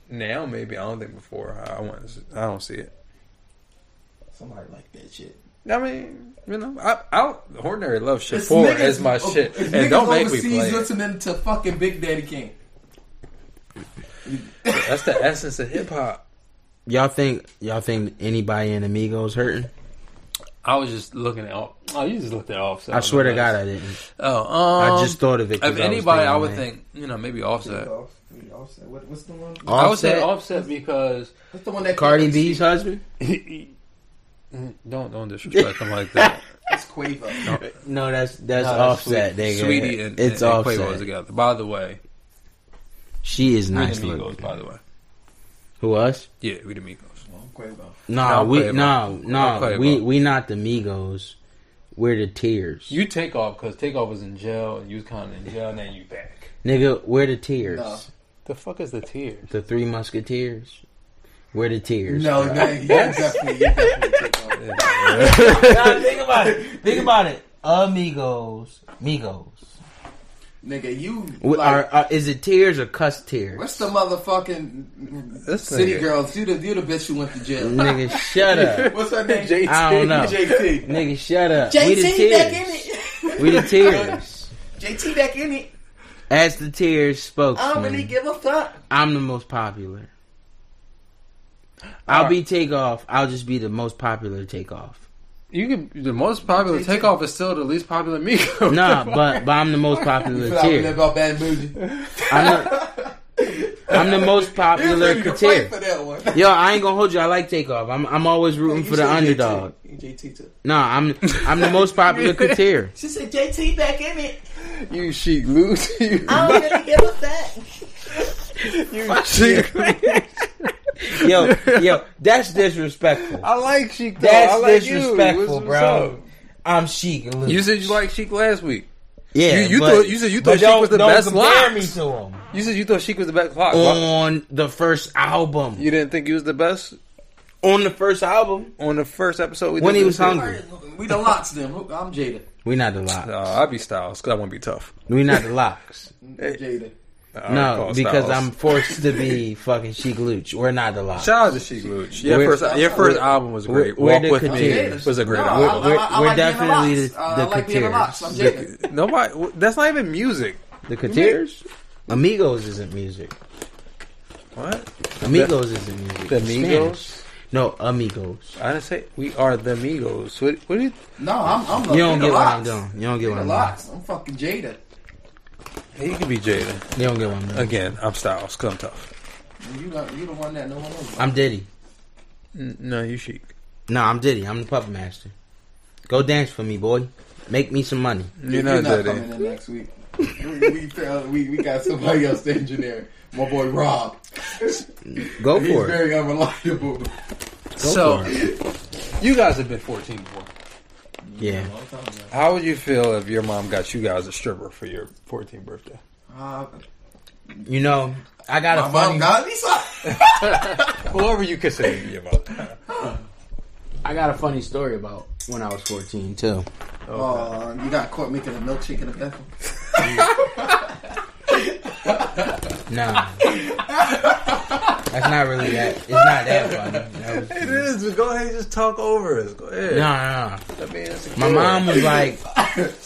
[SPEAKER 4] now, maybe I don't think before. I want. to- I don't see it.
[SPEAKER 3] Somebody like that shit.
[SPEAKER 4] I mean, you know, I, I don't, ordinary love
[SPEAKER 3] It's
[SPEAKER 4] Shakur
[SPEAKER 3] niggas-
[SPEAKER 4] is my
[SPEAKER 3] oh,
[SPEAKER 4] shit,
[SPEAKER 3] it's
[SPEAKER 4] and
[SPEAKER 3] niggas
[SPEAKER 4] don't make me
[SPEAKER 3] overseas
[SPEAKER 4] play. it.
[SPEAKER 3] listening to fucking Big Daddy King.
[SPEAKER 4] That's the essence of hip hop.
[SPEAKER 2] Y'all think y'all think anybody in Amigos hurting?
[SPEAKER 4] I was just looking at. Off- oh, you just looked at Offset.
[SPEAKER 2] I swear to God, I didn't.
[SPEAKER 4] Oh, um,
[SPEAKER 2] I just thought of it 'cause
[SPEAKER 4] If
[SPEAKER 2] I was
[SPEAKER 4] anybody, I
[SPEAKER 2] thinking,
[SPEAKER 4] would
[SPEAKER 2] man.
[SPEAKER 4] think you know maybe Offset.
[SPEAKER 3] Offset. What, what's the one?
[SPEAKER 4] I would say
[SPEAKER 2] Offset?
[SPEAKER 4] Offset because
[SPEAKER 3] What's the one that
[SPEAKER 2] Cardi B's husband?
[SPEAKER 4] don't don't disrespect him
[SPEAKER 2] <laughs>
[SPEAKER 4] like that.
[SPEAKER 3] It's Quavo.
[SPEAKER 2] No, that's that's
[SPEAKER 4] No, that's
[SPEAKER 2] Offset.
[SPEAKER 4] Sweet-
[SPEAKER 2] nigga.
[SPEAKER 4] Sweetie and,
[SPEAKER 2] it's
[SPEAKER 4] and, and
[SPEAKER 2] Offset.
[SPEAKER 4] Quavo together. By the way,
[SPEAKER 2] She is
[SPEAKER 4] we
[SPEAKER 2] nice
[SPEAKER 4] the Migos.
[SPEAKER 2] looking.
[SPEAKER 4] By the way,
[SPEAKER 2] Who us?
[SPEAKER 4] yeah, we the Migos.
[SPEAKER 3] Quavo.
[SPEAKER 2] Nah,
[SPEAKER 4] No,
[SPEAKER 2] we
[SPEAKER 4] Quavo.
[SPEAKER 2] no no
[SPEAKER 4] Quavo.
[SPEAKER 2] we we not the Migos. We're the Tears,
[SPEAKER 4] You take off because Takeoff was in jail and you was kind of in jail. and Now you back.
[SPEAKER 2] nigga. We're the Tears.
[SPEAKER 3] No.
[SPEAKER 4] The fuck is the tears?
[SPEAKER 2] The Three Musketeers. We're the Tears.
[SPEAKER 3] No,
[SPEAKER 2] bro.
[SPEAKER 3] no, you definitely, you definitely take
[SPEAKER 4] <laughs>
[SPEAKER 3] off.
[SPEAKER 2] Nah, think about it. Think about it. Amigos, Migos.
[SPEAKER 3] Nigga, you
[SPEAKER 2] We-
[SPEAKER 3] like,
[SPEAKER 2] are, are, is it tears or cuss tears?
[SPEAKER 3] what's the motherfucking
[SPEAKER 4] This
[SPEAKER 3] city
[SPEAKER 4] nigga.
[SPEAKER 3] girls? You the you the bitch who went to jail.
[SPEAKER 2] Nigga, shut
[SPEAKER 3] <laughs>
[SPEAKER 2] up.
[SPEAKER 3] what's her
[SPEAKER 2] <laughs>
[SPEAKER 3] name?
[SPEAKER 2] I don't know.
[SPEAKER 3] JT.
[SPEAKER 2] Nigga, shut up. we the
[SPEAKER 3] JT back in
[SPEAKER 2] tears.
[SPEAKER 3] it.
[SPEAKER 2] We the
[SPEAKER 3] <laughs>
[SPEAKER 2] tears.
[SPEAKER 3] JT back in it.
[SPEAKER 2] As the tears
[SPEAKER 3] I
[SPEAKER 2] spokesman,
[SPEAKER 3] don't really give a fuck.
[SPEAKER 2] I'm the most popular. I'll be takeoff. I'll just be the most popular takeoff.
[SPEAKER 4] You can the most popular Takeoff is still the least popular Migos.
[SPEAKER 2] Nah, but but I'm the
[SPEAKER 3] <laughs>
[SPEAKER 2] most
[SPEAKER 3] You
[SPEAKER 2] popular
[SPEAKER 3] feel like
[SPEAKER 2] tear.
[SPEAKER 3] about bad mood.
[SPEAKER 2] I'm the, I'm the
[SPEAKER 3] <laughs>
[SPEAKER 2] most popular
[SPEAKER 3] You could fight
[SPEAKER 2] tear.
[SPEAKER 3] for that
[SPEAKER 2] <laughs>
[SPEAKER 3] one.
[SPEAKER 2] Yo, I ain't gonna hold you. I like takeoff. I'm I'm always rooting for the
[SPEAKER 4] E
[SPEAKER 2] underdog.
[SPEAKER 3] JT. JT too.
[SPEAKER 2] Nah, I'm I'm the most
[SPEAKER 4] <laughs>
[SPEAKER 2] popular tier.
[SPEAKER 3] She said JT back in it.
[SPEAKER 4] you she lose. You
[SPEAKER 3] <laughs> I don't really give a fuck.
[SPEAKER 4] chick.
[SPEAKER 2] Yo, yo, that's disrespectful.
[SPEAKER 4] I like Sheik. though.
[SPEAKER 2] That's
[SPEAKER 4] Oh, I like you.
[SPEAKER 2] disrespectful,
[SPEAKER 4] What's- what's
[SPEAKER 2] bro.
[SPEAKER 4] up?
[SPEAKER 2] I'm chic. Luke.
[SPEAKER 4] <laughs> You said you liked Sheik last week.
[SPEAKER 2] yeah,
[SPEAKER 4] you- you
[SPEAKER 2] but-
[SPEAKER 4] thought- you said you
[SPEAKER 2] but
[SPEAKER 4] thought Chic
[SPEAKER 2] don't-
[SPEAKER 4] was the
[SPEAKER 2] don't
[SPEAKER 4] best
[SPEAKER 2] compare
[SPEAKER 4] locks.
[SPEAKER 2] me to him
[SPEAKER 4] You said you thought Sheik was the best clock. Why-
[SPEAKER 2] on the first album.
[SPEAKER 4] You didn't think he was the best
[SPEAKER 2] On the first album,
[SPEAKER 4] on the first episode. We
[SPEAKER 2] when
[SPEAKER 4] did
[SPEAKER 2] he was
[SPEAKER 4] this?
[SPEAKER 2] hungry,
[SPEAKER 3] We the locks them. I'm Jada.
[SPEAKER 2] we not the locks.
[SPEAKER 4] No, I'd be Styles because I want to be tough.
[SPEAKER 2] We not the
[SPEAKER 4] <laughs>
[SPEAKER 2] locks.
[SPEAKER 3] Jada.
[SPEAKER 4] I would
[SPEAKER 2] No,
[SPEAKER 4] call
[SPEAKER 2] because
[SPEAKER 4] Styles.
[SPEAKER 2] I'm forced to be fucking chic. Luch. We're not the locks.
[SPEAKER 4] Shout out to Sheik Luch. Your
[SPEAKER 2] We're-
[SPEAKER 4] first, your first
[SPEAKER 2] we're-
[SPEAKER 4] album was great.
[SPEAKER 2] we're
[SPEAKER 4] Walk
[SPEAKER 2] the
[SPEAKER 4] with me
[SPEAKER 2] Couturiers.
[SPEAKER 4] was a great
[SPEAKER 3] No, I,
[SPEAKER 4] album.
[SPEAKER 3] I, I,
[SPEAKER 2] We're
[SPEAKER 3] like
[SPEAKER 2] definitely
[SPEAKER 3] being the, locks.
[SPEAKER 2] the-
[SPEAKER 3] Uh,
[SPEAKER 2] the
[SPEAKER 3] I like being the
[SPEAKER 2] Couturiers.
[SPEAKER 3] locks. I'm Jada.
[SPEAKER 4] Nobody. That's not even music.
[SPEAKER 2] The Coutures? Amigos isn't music.
[SPEAKER 4] What?
[SPEAKER 2] Amigos isn't music.
[SPEAKER 4] The
[SPEAKER 2] It's
[SPEAKER 4] Migos?
[SPEAKER 2] Spanish. No, amigos.
[SPEAKER 4] I didn't say we are the Migos. What, what do you?
[SPEAKER 3] No, I'm. I'm the,
[SPEAKER 2] You don't
[SPEAKER 3] the
[SPEAKER 2] get what I'm
[SPEAKER 3] locks.
[SPEAKER 2] doing. You don't get what
[SPEAKER 3] The
[SPEAKER 2] I'm
[SPEAKER 3] locks. I'm fucking Jada.
[SPEAKER 4] He could be Jada
[SPEAKER 2] doing. You don't get what I'm doing.
[SPEAKER 4] again. I'm Styles. Cause I'm tough.
[SPEAKER 3] You the, you the one that no one knows.
[SPEAKER 2] I'm Diddy.
[SPEAKER 4] N- No, you Sheik.
[SPEAKER 2] No, I'm Diddy. I'm the puppet master. Go dance for me, boy. Make me some money.
[SPEAKER 4] You're
[SPEAKER 3] You're
[SPEAKER 4] not eh?
[SPEAKER 3] not
[SPEAKER 4] Jada.
[SPEAKER 3] coming in next week. we, we, found, we we got somebody else to engineer. My boy Rob.
[SPEAKER 2] Go
[SPEAKER 3] He's
[SPEAKER 2] for it.
[SPEAKER 3] very unreliable.
[SPEAKER 2] Go
[SPEAKER 4] So-
[SPEAKER 2] for it.
[SPEAKER 4] You guys have been 14 before.
[SPEAKER 2] Yeah.
[SPEAKER 4] How would you feel if your mom got you guys a stripper for your 14th birthday?
[SPEAKER 3] Uh,
[SPEAKER 2] You know, I got
[SPEAKER 3] my
[SPEAKER 2] a
[SPEAKER 3] mom
[SPEAKER 2] funny
[SPEAKER 3] got me some.
[SPEAKER 4] Whoever you consider to be your mom.
[SPEAKER 2] I got a funny story about when I was 14 too.
[SPEAKER 3] Oh, you got caught making a milkshake in the bathroom.
[SPEAKER 2] Nah. That's not really that. It's not that funny. That was-
[SPEAKER 4] It is, but go ahead and just talk over us. Go ahead.
[SPEAKER 2] Nah, nah.
[SPEAKER 4] I mean, it's a
[SPEAKER 2] My
[SPEAKER 4] kid.
[SPEAKER 2] mom was
[SPEAKER 4] <laughs>
[SPEAKER 2] like,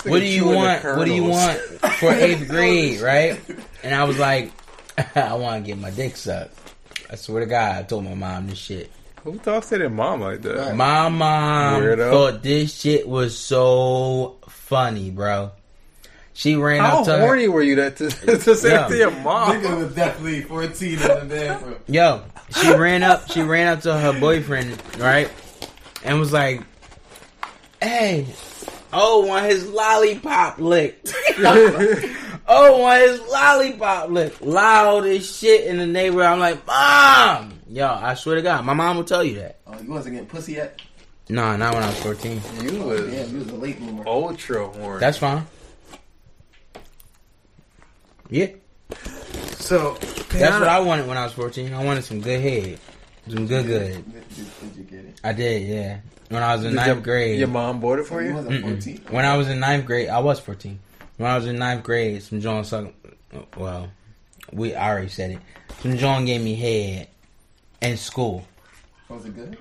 [SPEAKER 2] "What do you
[SPEAKER 4] chewing the
[SPEAKER 2] want? What do you
[SPEAKER 4] kernels."
[SPEAKER 2] want for
[SPEAKER 4] <laughs>
[SPEAKER 2] eighth grade?" Right? And I was like, <laughs> "I want to get my dick sucked." I swear to God, I told my mom this shit.
[SPEAKER 4] Who talks to their mom like that?
[SPEAKER 2] My mom
[SPEAKER 4] Weirdo.
[SPEAKER 2] thought this shit was so funny, bro. She ran
[SPEAKER 4] How
[SPEAKER 2] up to her,
[SPEAKER 4] horny were you that to, <laughs> to say
[SPEAKER 2] Yeah.
[SPEAKER 4] to your mom?
[SPEAKER 3] Nigga was definitely 14 in the bathroom.
[SPEAKER 2] yo. She ran up. She ran up to her boyfriend, right, and was like, "Hey, oh, want his lollipop licked." Oh, want his lollipop lip. Loud as shit in the neighborhood. I'm like, Mom! Yo, I swear to God, my mom will tell you that.
[SPEAKER 3] Oh, you wasn't getting pussy yet?
[SPEAKER 2] Nah, not when I was 14.
[SPEAKER 4] you
[SPEAKER 3] Yeah,
[SPEAKER 4] was
[SPEAKER 3] you was a late bloomer.
[SPEAKER 4] Oh. ultra horny.
[SPEAKER 2] That's fine. Yeah.
[SPEAKER 4] so.
[SPEAKER 2] That's what I wanted when I was 14. I wanted some good head. Some good, good.
[SPEAKER 3] Did, did you get it?
[SPEAKER 2] I did, yeah. When I was in
[SPEAKER 4] Did
[SPEAKER 2] ninth
[SPEAKER 4] your-
[SPEAKER 2] grade.
[SPEAKER 4] Your mom bought it for
[SPEAKER 3] You
[SPEAKER 4] you?
[SPEAKER 3] wasn't 14.
[SPEAKER 2] When I was in ninth grade, I was 14. When I was in ninth grade, some John suck. Well, we I already said it. Some John gave me head in school.
[SPEAKER 3] Was it good?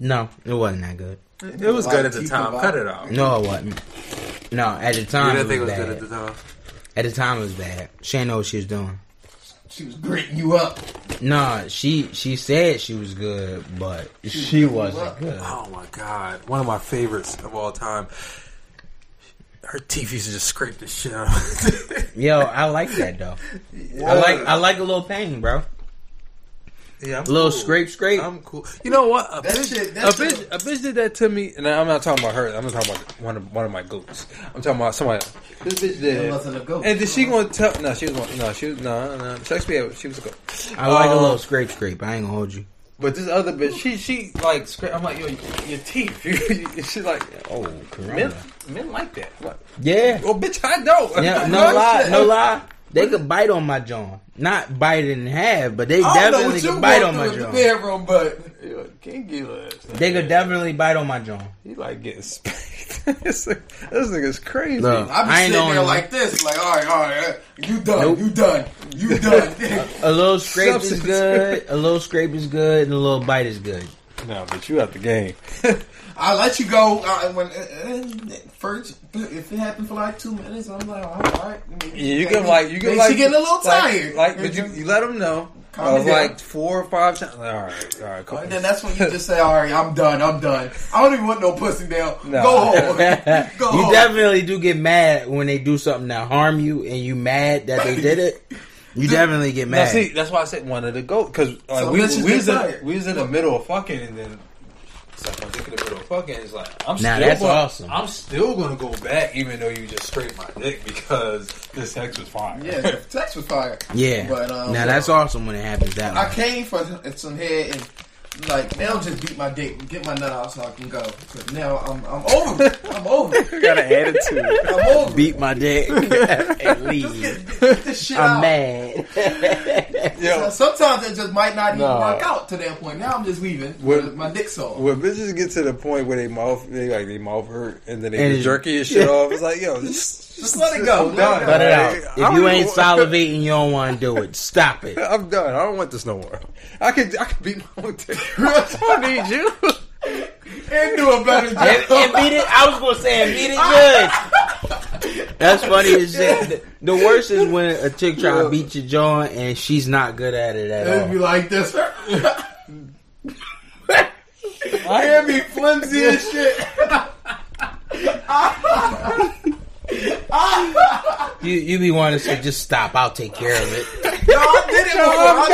[SPEAKER 2] No, it wasn't that good.
[SPEAKER 4] It was good at the time. Cut it off. You
[SPEAKER 2] No, it wasn't. No, at the time
[SPEAKER 4] didn't
[SPEAKER 2] it was
[SPEAKER 4] think it was
[SPEAKER 2] bad.
[SPEAKER 4] good at the time?
[SPEAKER 2] At the time, it was bad. She didn't know what she was doing.
[SPEAKER 3] She was gritting you up.
[SPEAKER 2] Nah, she she said she was good, but she wasn't
[SPEAKER 3] Look.
[SPEAKER 2] good.
[SPEAKER 4] Oh my god, one of my favorites of all time. Her teeth used to just scrape the shit out. of
[SPEAKER 2] Yo, I like that though. I like I like a little pain, bro.
[SPEAKER 4] <laughs> yeah, I'm
[SPEAKER 2] A little
[SPEAKER 4] cool.
[SPEAKER 2] scrape, scrape.
[SPEAKER 4] I'm cool. You know what? A
[SPEAKER 3] That
[SPEAKER 4] bitch,
[SPEAKER 3] shit- that
[SPEAKER 4] a
[SPEAKER 3] shit-
[SPEAKER 4] bitch, a bitch did that to me, and I'm not talking about her. I'm not talking about one of one of my goats. I'm talking about somebody. else. This bitch did.
[SPEAKER 3] It wasn't a goat.
[SPEAKER 4] And then she gonna tell? No, she was one. No, she was no, no. Sex behavior. She was a goat.
[SPEAKER 2] I like a
[SPEAKER 4] Um,
[SPEAKER 2] little scrape, scrape. I ain't gonna hold you.
[SPEAKER 4] But this other bitch, she she like scra- I'm like yo, your teeth. She's like,
[SPEAKER 2] Oh,
[SPEAKER 4] men, men like that. Like,
[SPEAKER 2] Yeah.
[SPEAKER 4] well, bitch, I don't.
[SPEAKER 2] Yeah, no lie, no lie. They could bite on my jaw. Not bite it in half, but they
[SPEAKER 3] I don't know
[SPEAKER 2] definitely
[SPEAKER 3] what you
[SPEAKER 2] could bite on my
[SPEAKER 3] going through in the
[SPEAKER 2] jaw.
[SPEAKER 3] bedroom, but
[SPEAKER 4] Yo, King Gila.
[SPEAKER 2] They could definitely bite on my jaw.
[SPEAKER 4] He like getting spanked. <laughs> this, nigga- this nigga's crazy.
[SPEAKER 2] Look,
[SPEAKER 3] I be
[SPEAKER 2] I ain't
[SPEAKER 3] sitting
[SPEAKER 2] on
[SPEAKER 3] there
[SPEAKER 2] it.
[SPEAKER 3] like this, like, all right, all right, uh, you done, you done,
[SPEAKER 4] <laughs>
[SPEAKER 3] you done.
[SPEAKER 2] A little scrape is
[SPEAKER 4] Substance.
[SPEAKER 2] good, a little scrape is good, and a little bite is good.
[SPEAKER 4] No, but you out the game.
[SPEAKER 3] I let you go uh, when uh, uh, first. If it happened for like two minutes, I'm like, all right. all right.
[SPEAKER 4] Yeah, you can like you can
[SPEAKER 3] Maybe
[SPEAKER 4] like
[SPEAKER 3] she getting a little tired.
[SPEAKER 4] Like, but you, you let him know.
[SPEAKER 3] Calm
[SPEAKER 4] I was
[SPEAKER 3] it down.
[SPEAKER 4] like four or five times. Like, all right, all right, cool.
[SPEAKER 3] And then that's when you just say, all right, I'm done, I'm done. I don't even want no pussy now.
[SPEAKER 4] No.
[SPEAKER 3] Go
[SPEAKER 4] <laughs>
[SPEAKER 3] home. Go
[SPEAKER 2] you
[SPEAKER 3] home.
[SPEAKER 2] definitely do get mad when they do something that harm you, and you mad that they did it. You definitely get
[SPEAKER 4] Now,
[SPEAKER 2] mad.
[SPEAKER 4] see, that's why I said one of the goat because like,
[SPEAKER 3] So
[SPEAKER 4] we,
[SPEAKER 3] bitches
[SPEAKER 4] we,
[SPEAKER 3] get
[SPEAKER 4] was in,
[SPEAKER 3] tired.
[SPEAKER 4] we was in the middle of fucking and then it's like, I'm dick in the middle of fucking. It's like I'm
[SPEAKER 2] Now,
[SPEAKER 4] still
[SPEAKER 2] that's
[SPEAKER 4] gonna,
[SPEAKER 2] awesome.
[SPEAKER 4] I'm still gonna go back even though you just scraped my dick because the sex was fine.
[SPEAKER 3] Yeah, sex was fire.
[SPEAKER 2] yeah.
[SPEAKER 3] But, um,
[SPEAKER 2] now that's awesome when it happens that
[SPEAKER 3] I
[SPEAKER 2] way.
[SPEAKER 3] came for some head and like now just beat my dick, get my nut out so I can go. But now I'm I'm over. it. I'm over. it.
[SPEAKER 4] <laughs> got an attitude.
[SPEAKER 3] I'm over. it.
[SPEAKER 2] Beat my dick and leave.
[SPEAKER 3] Get this shit
[SPEAKER 2] I'm
[SPEAKER 3] out.
[SPEAKER 2] <laughs> mad.
[SPEAKER 4] Yo,
[SPEAKER 3] Sometimes it just might not even
[SPEAKER 4] Nah.
[SPEAKER 3] work out to that point. Now I'm just leaving.
[SPEAKER 4] What-
[SPEAKER 3] with my dick's off.
[SPEAKER 4] When bitches get to the point where they mouth they like they mouth hurt and then they
[SPEAKER 2] And
[SPEAKER 4] get
[SPEAKER 2] it-
[SPEAKER 4] jerky and shit off, it's like yo, just,
[SPEAKER 3] Just let it go.
[SPEAKER 4] I'm
[SPEAKER 3] Let
[SPEAKER 4] done.
[SPEAKER 3] it go.
[SPEAKER 2] Cut it out.
[SPEAKER 4] I
[SPEAKER 2] If
[SPEAKER 4] don't
[SPEAKER 2] you
[SPEAKER 4] even
[SPEAKER 2] ain't
[SPEAKER 4] want-
[SPEAKER 2] salivating, you don't want to do it. Stop it.
[SPEAKER 4] I'm done. I don't want this no more. I could I could beat my own dick. <laughs> I don't need you.
[SPEAKER 3] and do a better job.
[SPEAKER 2] <laughs> And, and beat it. I was gonna say and beat it good. <laughs> That's funny as shit. <laughs> The- The worst is when a chick try to beat your jaw and she's not good at it at
[SPEAKER 3] It'd be
[SPEAKER 2] all.
[SPEAKER 3] like this. <laughs> It'd be flimsy as shit.
[SPEAKER 2] You you be wanting to say just stop. I'll take care of it.
[SPEAKER 3] No, I did it before. I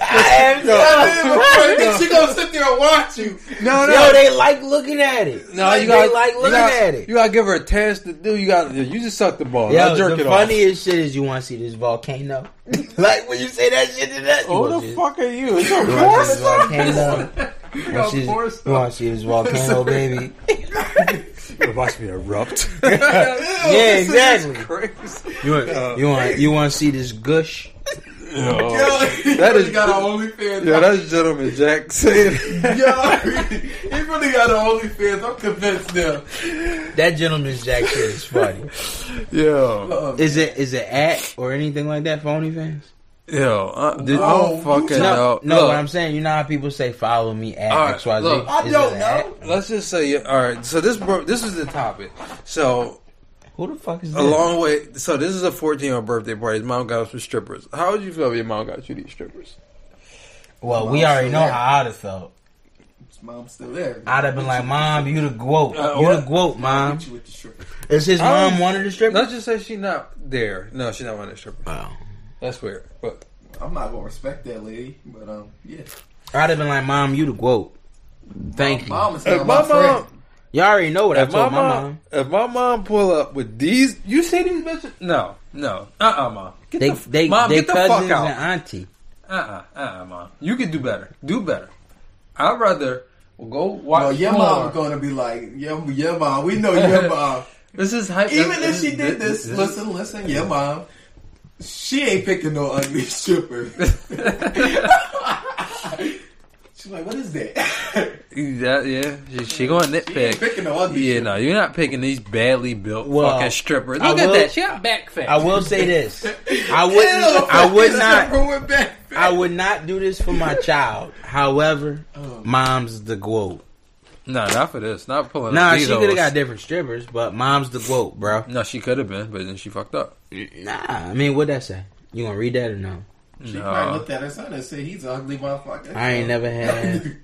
[SPEAKER 2] <laughs> I <laughs> am
[SPEAKER 3] did it before. I think she gonna sit there and watch you.
[SPEAKER 4] No, no.
[SPEAKER 2] Yo, they like looking at it.
[SPEAKER 4] no,
[SPEAKER 2] Like,
[SPEAKER 4] you gotta
[SPEAKER 2] they like
[SPEAKER 4] you
[SPEAKER 2] looking
[SPEAKER 4] gotta-
[SPEAKER 2] at it.
[SPEAKER 4] You gotta give her a chance to do. You got to you just suck the ball.
[SPEAKER 2] Yo,
[SPEAKER 4] I jerk
[SPEAKER 2] the
[SPEAKER 4] it off.
[SPEAKER 2] funniest shit is you want to see this volcano. <laughs> like when you say that shit to that, you
[SPEAKER 4] Who
[SPEAKER 2] wanna
[SPEAKER 4] the
[SPEAKER 2] see-
[SPEAKER 4] fuck are you? It's a
[SPEAKER 2] you wanna see this volcano. You wanna see-
[SPEAKER 4] force
[SPEAKER 2] you want to see this volcano, baby?
[SPEAKER 4] horse. Watch me erupt.
[SPEAKER 2] yeah, exactly.
[SPEAKER 4] Crazy.
[SPEAKER 2] You want you want you want to see this gush?
[SPEAKER 4] Yo.
[SPEAKER 3] Yo,
[SPEAKER 4] That
[SPEAKER 3] that
[SPEAKER 4] is-
[SPEAKER 3] is got an OnlyFans.
[SPEAKER 4] Yo, that's gentleman Jack saying.
[SPEAKER 3] Yo, he really got an OnlyFans. I'm convinced now.
[SPEAKER 2] That gentleman's jack shit is funny.
[SPEAKER 4] <laughs> Yo,
[SPEAKER 3] Um,
[SPEAKER 2] Is it is it at or anything like that for OnlyFans?
[SPEAKER 4] yo, uh,
[SPEAKER 2] Did-
[SPEAKER 4] I'm fucking
[SPEAKER 2] No,
[SPEAKER 4] out.
[SPEAKER 2] no.
[SPEAKER 4] Look,
[SPEAKER 2] What I'm saying, you know how people say follow me at
[SPEAKER 4] All right,
[SPEAKER 2] X Y Z.
[SPEAKER 4] look,
[SPEAKER 3] I don't know.
[SPEAKER 4] Let's just say, all right. So this bro, this is the topic. So
[SPEAKER 2] Who the fuck is
[SPEAKER 4] a
[SPEAKER 2] this?
[SPEAKER 4] long way. So this is a 14 year old birthday party. His mom got us some strippers. How would you feel if your mom got you these strippers?
[SPEAKER 2] well, we already know
[SPEAKER 3] there.
[SPEAKER 2] how I'd have felt.
[SPEAKER 3] His mom's still there.
[SPEAKER 2] I'd have been like, "Mom, you the goat.
[SPEAKER 4] Uh,
[SPEAKER 2] you the
[SPEAKER 4] what?
[SPEAKER 2] goat, mom."
[SPEAKER 3] Hit you with the stripper.
[SPEAKER 2] Is his
[SPEAKER 4] don't-
[SPEAKER 2] mom one of the strippers?
[SPEAKER 4] Let's just say she's not there. No, she's not one of the strippers.
[SPEAKER 2] Wow.
[SPEAKER 4] That's weird. But
[SPEAKER 3] I'm not gonna respect that lady, but um, yeah.
[SPEAKER 2] I'd have been like, "Mom, you the goat." Thank you.
[SPEAKER 3] Mom is
[SPEAKER 4] if
[SPEAKER 3] not
[SPEAKER 4] my
[SPEAKER 3] my friend.
[SPEAKER 4] mom,
[SPEAKER 2] You already know what I
[SPEAKER 4] if my
[SPEAKER 2] told my mom.
[SPEAKER 4] mom, if my mom pull up with these, you see these bitches? No, no, uh, uh mom. Get
[SPEAKER 2] They
[SPEAKER 4] the, f-
[SPEAKER 2] they
[SPEAKER 4] mom,
[SPEAKER 2] they
[SPEAKER 4] get the
[SPEAKER 2] cousins
[SPEAKER 4] fuck out.
[SPEAKER 2] and auntie.
[SPEAKER 4] Uh uh-uh, uh, mom. You can do better. Do better. I'd rather go watch.
[SPEAKER 3] No, your
[SPEAKER 4] porn.
[SPEAKER 3] mom's gonna be like, your, your mom. <laughs> We know your mom.
[SPEAKER 4] This is hype.
[SPEAKER 3] Even
[SPEAKER 4] this
[SPEAKER 3] if
[SPEAKER 4] is-
[SPEAKER 3] she did this,
[SPEAKER 4] is-
[SPEAKER 3] listen, listen, your mom. She ain't picking no ugly <laughs> stripper. She's like, what is that?
[SPEAKER 4] That, yeah, she, she going to
[SPEAKER 3] She ain't
[SPEAKER 4] nitpick.
[SPEAKER 3] picking no ugly
[SPEAKER 4] Yeah,
[SPEAKER 3] stripper.
[SPEAKER 4] no, you're not picking these badly built
[SPEAKER 2] Well,
[SPEAKER 4] fucking strippers.
[SPEAKER 2] I
[SPEAKER 4] Look at
[SPEAKER 2] will-
[SPEAKER 4] that, she got back fat.
[SPEAKER 2] I will say
[SPEAKER 4] <laughs>
[SPEAKER 2] this.
[SPEAKER 3] <laughs>
[SPEAKER 2] I
[SPEAKER 3] Ew,
[SPEAKER 2] wouldn't. I would
[SPEAKER 3] fucking
[SPEAKER 2] not.
[SPEAKER 3] stripper with back fat.
[SPEAKER 2] I would not do this for my child. However,
[SPEAKER 4] Oh.
[SPEAKER 2] mom's the quote.
[SPEAKER 4] No, not for this. Not pulling.
[SPEAKER 2] Nah,
[SPEAKER 4] up
[SPEAKER 2] she
[SPEAKER 4] these
[SPEAKER 2] could have
[SPEAKER 4] hoes.
[SPEAKER 2] got different strippers, but mom's the quote, bro.
[SPEAKER 4] No, she could have been, but then she fucked up.
[SPEAKER 2] Nah, I mean, what that say? You gonna read that or no?
[SPEAKER 3] She
[SPEAKER 4] No.
[SPEAKER 3] probably looked at her son and said, he's an ugly motherfucker. <laughs>
[SPEAKER 2] I ain't never
[SPEAKER 4] <laughs>
[SPEAKER 2] had.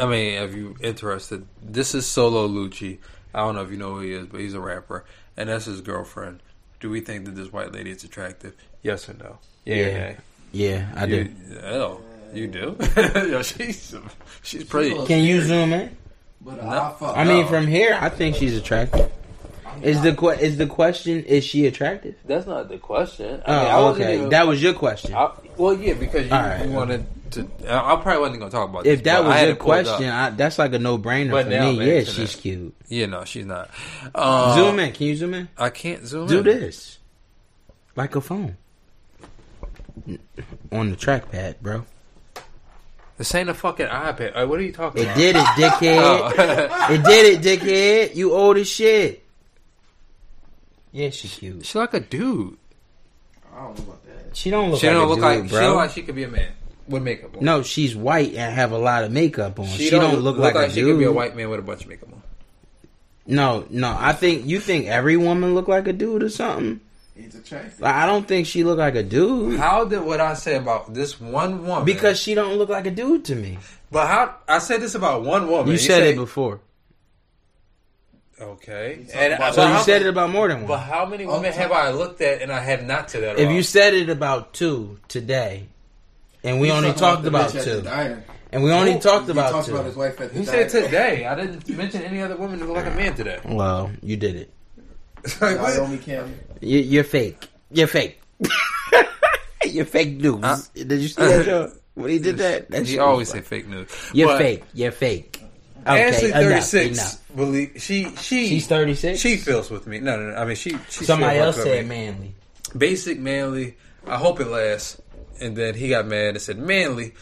[SPEAKER 4] I mean, if you interested, this is Solo Lucci. I don't know if you know who he is, but he's a rapper, and that's his girlfriend. Do we think that this white lady is attractive? Yes or no? Yeah.
[SPEAKER 2] Yeah. Yeah, I do.
[SPEAKER 4] You, hell, you do. <laughs> Yo, she's she's pretty.
[SPEAKER 3] Solo.
[SPEAKER 2] Can you zoom in?
[SPEAKER 3] But I fuck.
[SPEAKER 2] I mean,
[SPEAKER 4] No.
[SPEAKER 2] from here, I think she's attractive. Is the que- is the question? Is she attractive?
[SPEAKER 4] That's not the question. I mean, I
[SPEAKER 2] Oh,
[SPEAKER 4] wasn't
[SPEAKER 2] okay.
[SPEAKER 4] even-
[SPEAKER 2] that was your question.
[SPEAKER 4] I, well, yeah, because you,
[SPEAKER 2] All right.
[SPEAKER 4] you wanted to. I, I probably wasn't going to talk about.
[SPEAKER 2] if
[SPEAKER 4] this,
[SPEAKER 2] that
[SPEAKER 4] but I had
[SPEAKER 2] was your
[SPEAKER 4] it pulled
[SPEAKER 2] question,
[SPEAKER 4] up.
[SPEAKER 2] I, that's like a no brainer
[SPEAKER 4] But
[SPEAKER 2] for
[SPEAKER 4] now I'm
[SPEAKER 2] me. Yeah,
[SPEAKER 4] answering
[SPEAKER 2] she's
[SPEAKER 4] it.
[SPEAKER 2] cute.
[SPEAKER 4] yeah, no, she's not. Um,
[SPEAKER 2] zoom in. Can you zoom in?
[SPEAKER 4] I can't zoom.
[SPEAKER 2] Do
[SPEAKER 4] in.
[SPEAKER 2] this like a phone on the trackpad, bro.
[SPEAKER 4] This ain't a fucking iPad. Uh, what are you talking
[SPEAKER 2] It
[SPEAKER 4] about? <laughs>
[SPEAKER 2] did it, dickhead.
[SPEAKER 4] Oh.
[SPEAKER 2] It did it, dickhead. You old as shit. Yeah, she cute.
[SPEAKER 4] She like a dude.
[SPEAKER 3] I don't know about that.
[SPEAKER 2] She don't look.
[SPEAKER 4] She
[SPEAKER 2] like
[SPEAKER 4] don't
[SPEAKER 2] a
[SPEAKER 4] look
[SPEAKER 2] dude, bro.
[SPEAKER 4] like she look like she could be a man with makeup on.
[SPEAKER 2] No, she's white and have a lot of makeup on. She, don't, look, like, a
[SPEAKER 4] she
[SPEAKER 2] dude.
[SPEAKER 4] could be a white man with a bunch of makeup on.
[SPEAKER 2] No, no. I think you think every woman look like a dude or something.
[SPEAKER 3] He's attractive.
[SPEAKER 2] Like, I don't think she look like a dude
[SPEAKER 4] How did what I say about this one woman?
[SPEAKER 2] because she don't look like a dude to me.
[SPEAKER 4] but how I said this about one woman.
[SPEAKER 2] you said it before,
[SPEAKER 4] Okay,
[SPEAKER 3] talking
[SPEAKER 4] and
[SPEAKER 3] about-
[SPEAKER 4] but
[SPEAKER 2] so you
[SPEAKER 4] how-
[SPEAKER 2] said it about more than
[SPEAKER 4] But
[SPEAKER 2] one.
[SPEAKER 4] how many women have I looked at and I have not to that?
[SPEAKER 2] If you said it about two today, and we only talked about two, and we only talked about
[SPEAKER 3] talked about his
[SPEAKER 2] two.
[SPEAKER 3] wife at the
[SPEAKER 4] you said
[SPEAKER 3] diner.
[SPEAKER 4] today, I didn't mention any other woman that look like a man today.
[SPEAKER 2] Well, you did it.
[SPEAKER 3] I only can.
[SPEAKER 2] You, you're fake. You're fake. <laughs> you're fake news.
[SPEAKER 4] Huh?
[SPEAKER 2] Did you see that? Joe? When he did that, that
[SPEAKER 4] He
[SPEAKER 2] shit
[SPEAKER 4] always
[SPEAKER 2] was
[SPEAKER 4] say fake news.
[SPEAKER 2] You're
[SPEAKER 4] But
[SPEAKER 2] fake. You're fake. Okay,
[SPEAKER 4] Ashley,
[SPEAKER 2] enough,
[SPEAKER 4] thirty six.
[SPEAKER 2] enough.
[SPEAKER 4] Believe she she
[SPEAKER 2] She's 36?
[SPEAKER 4] She feels with me. No, no, no. I mean, she. she
[SPEAKER 2] Somebody
[SPEAKER 4] feels
[SPEAKER 2] else
[SPEAKER 4] with me.
[SPEAKER 2] said manly.
[SPEAKER 4] basic manly. I hope it lasts. And then he got mad and said, "Manly,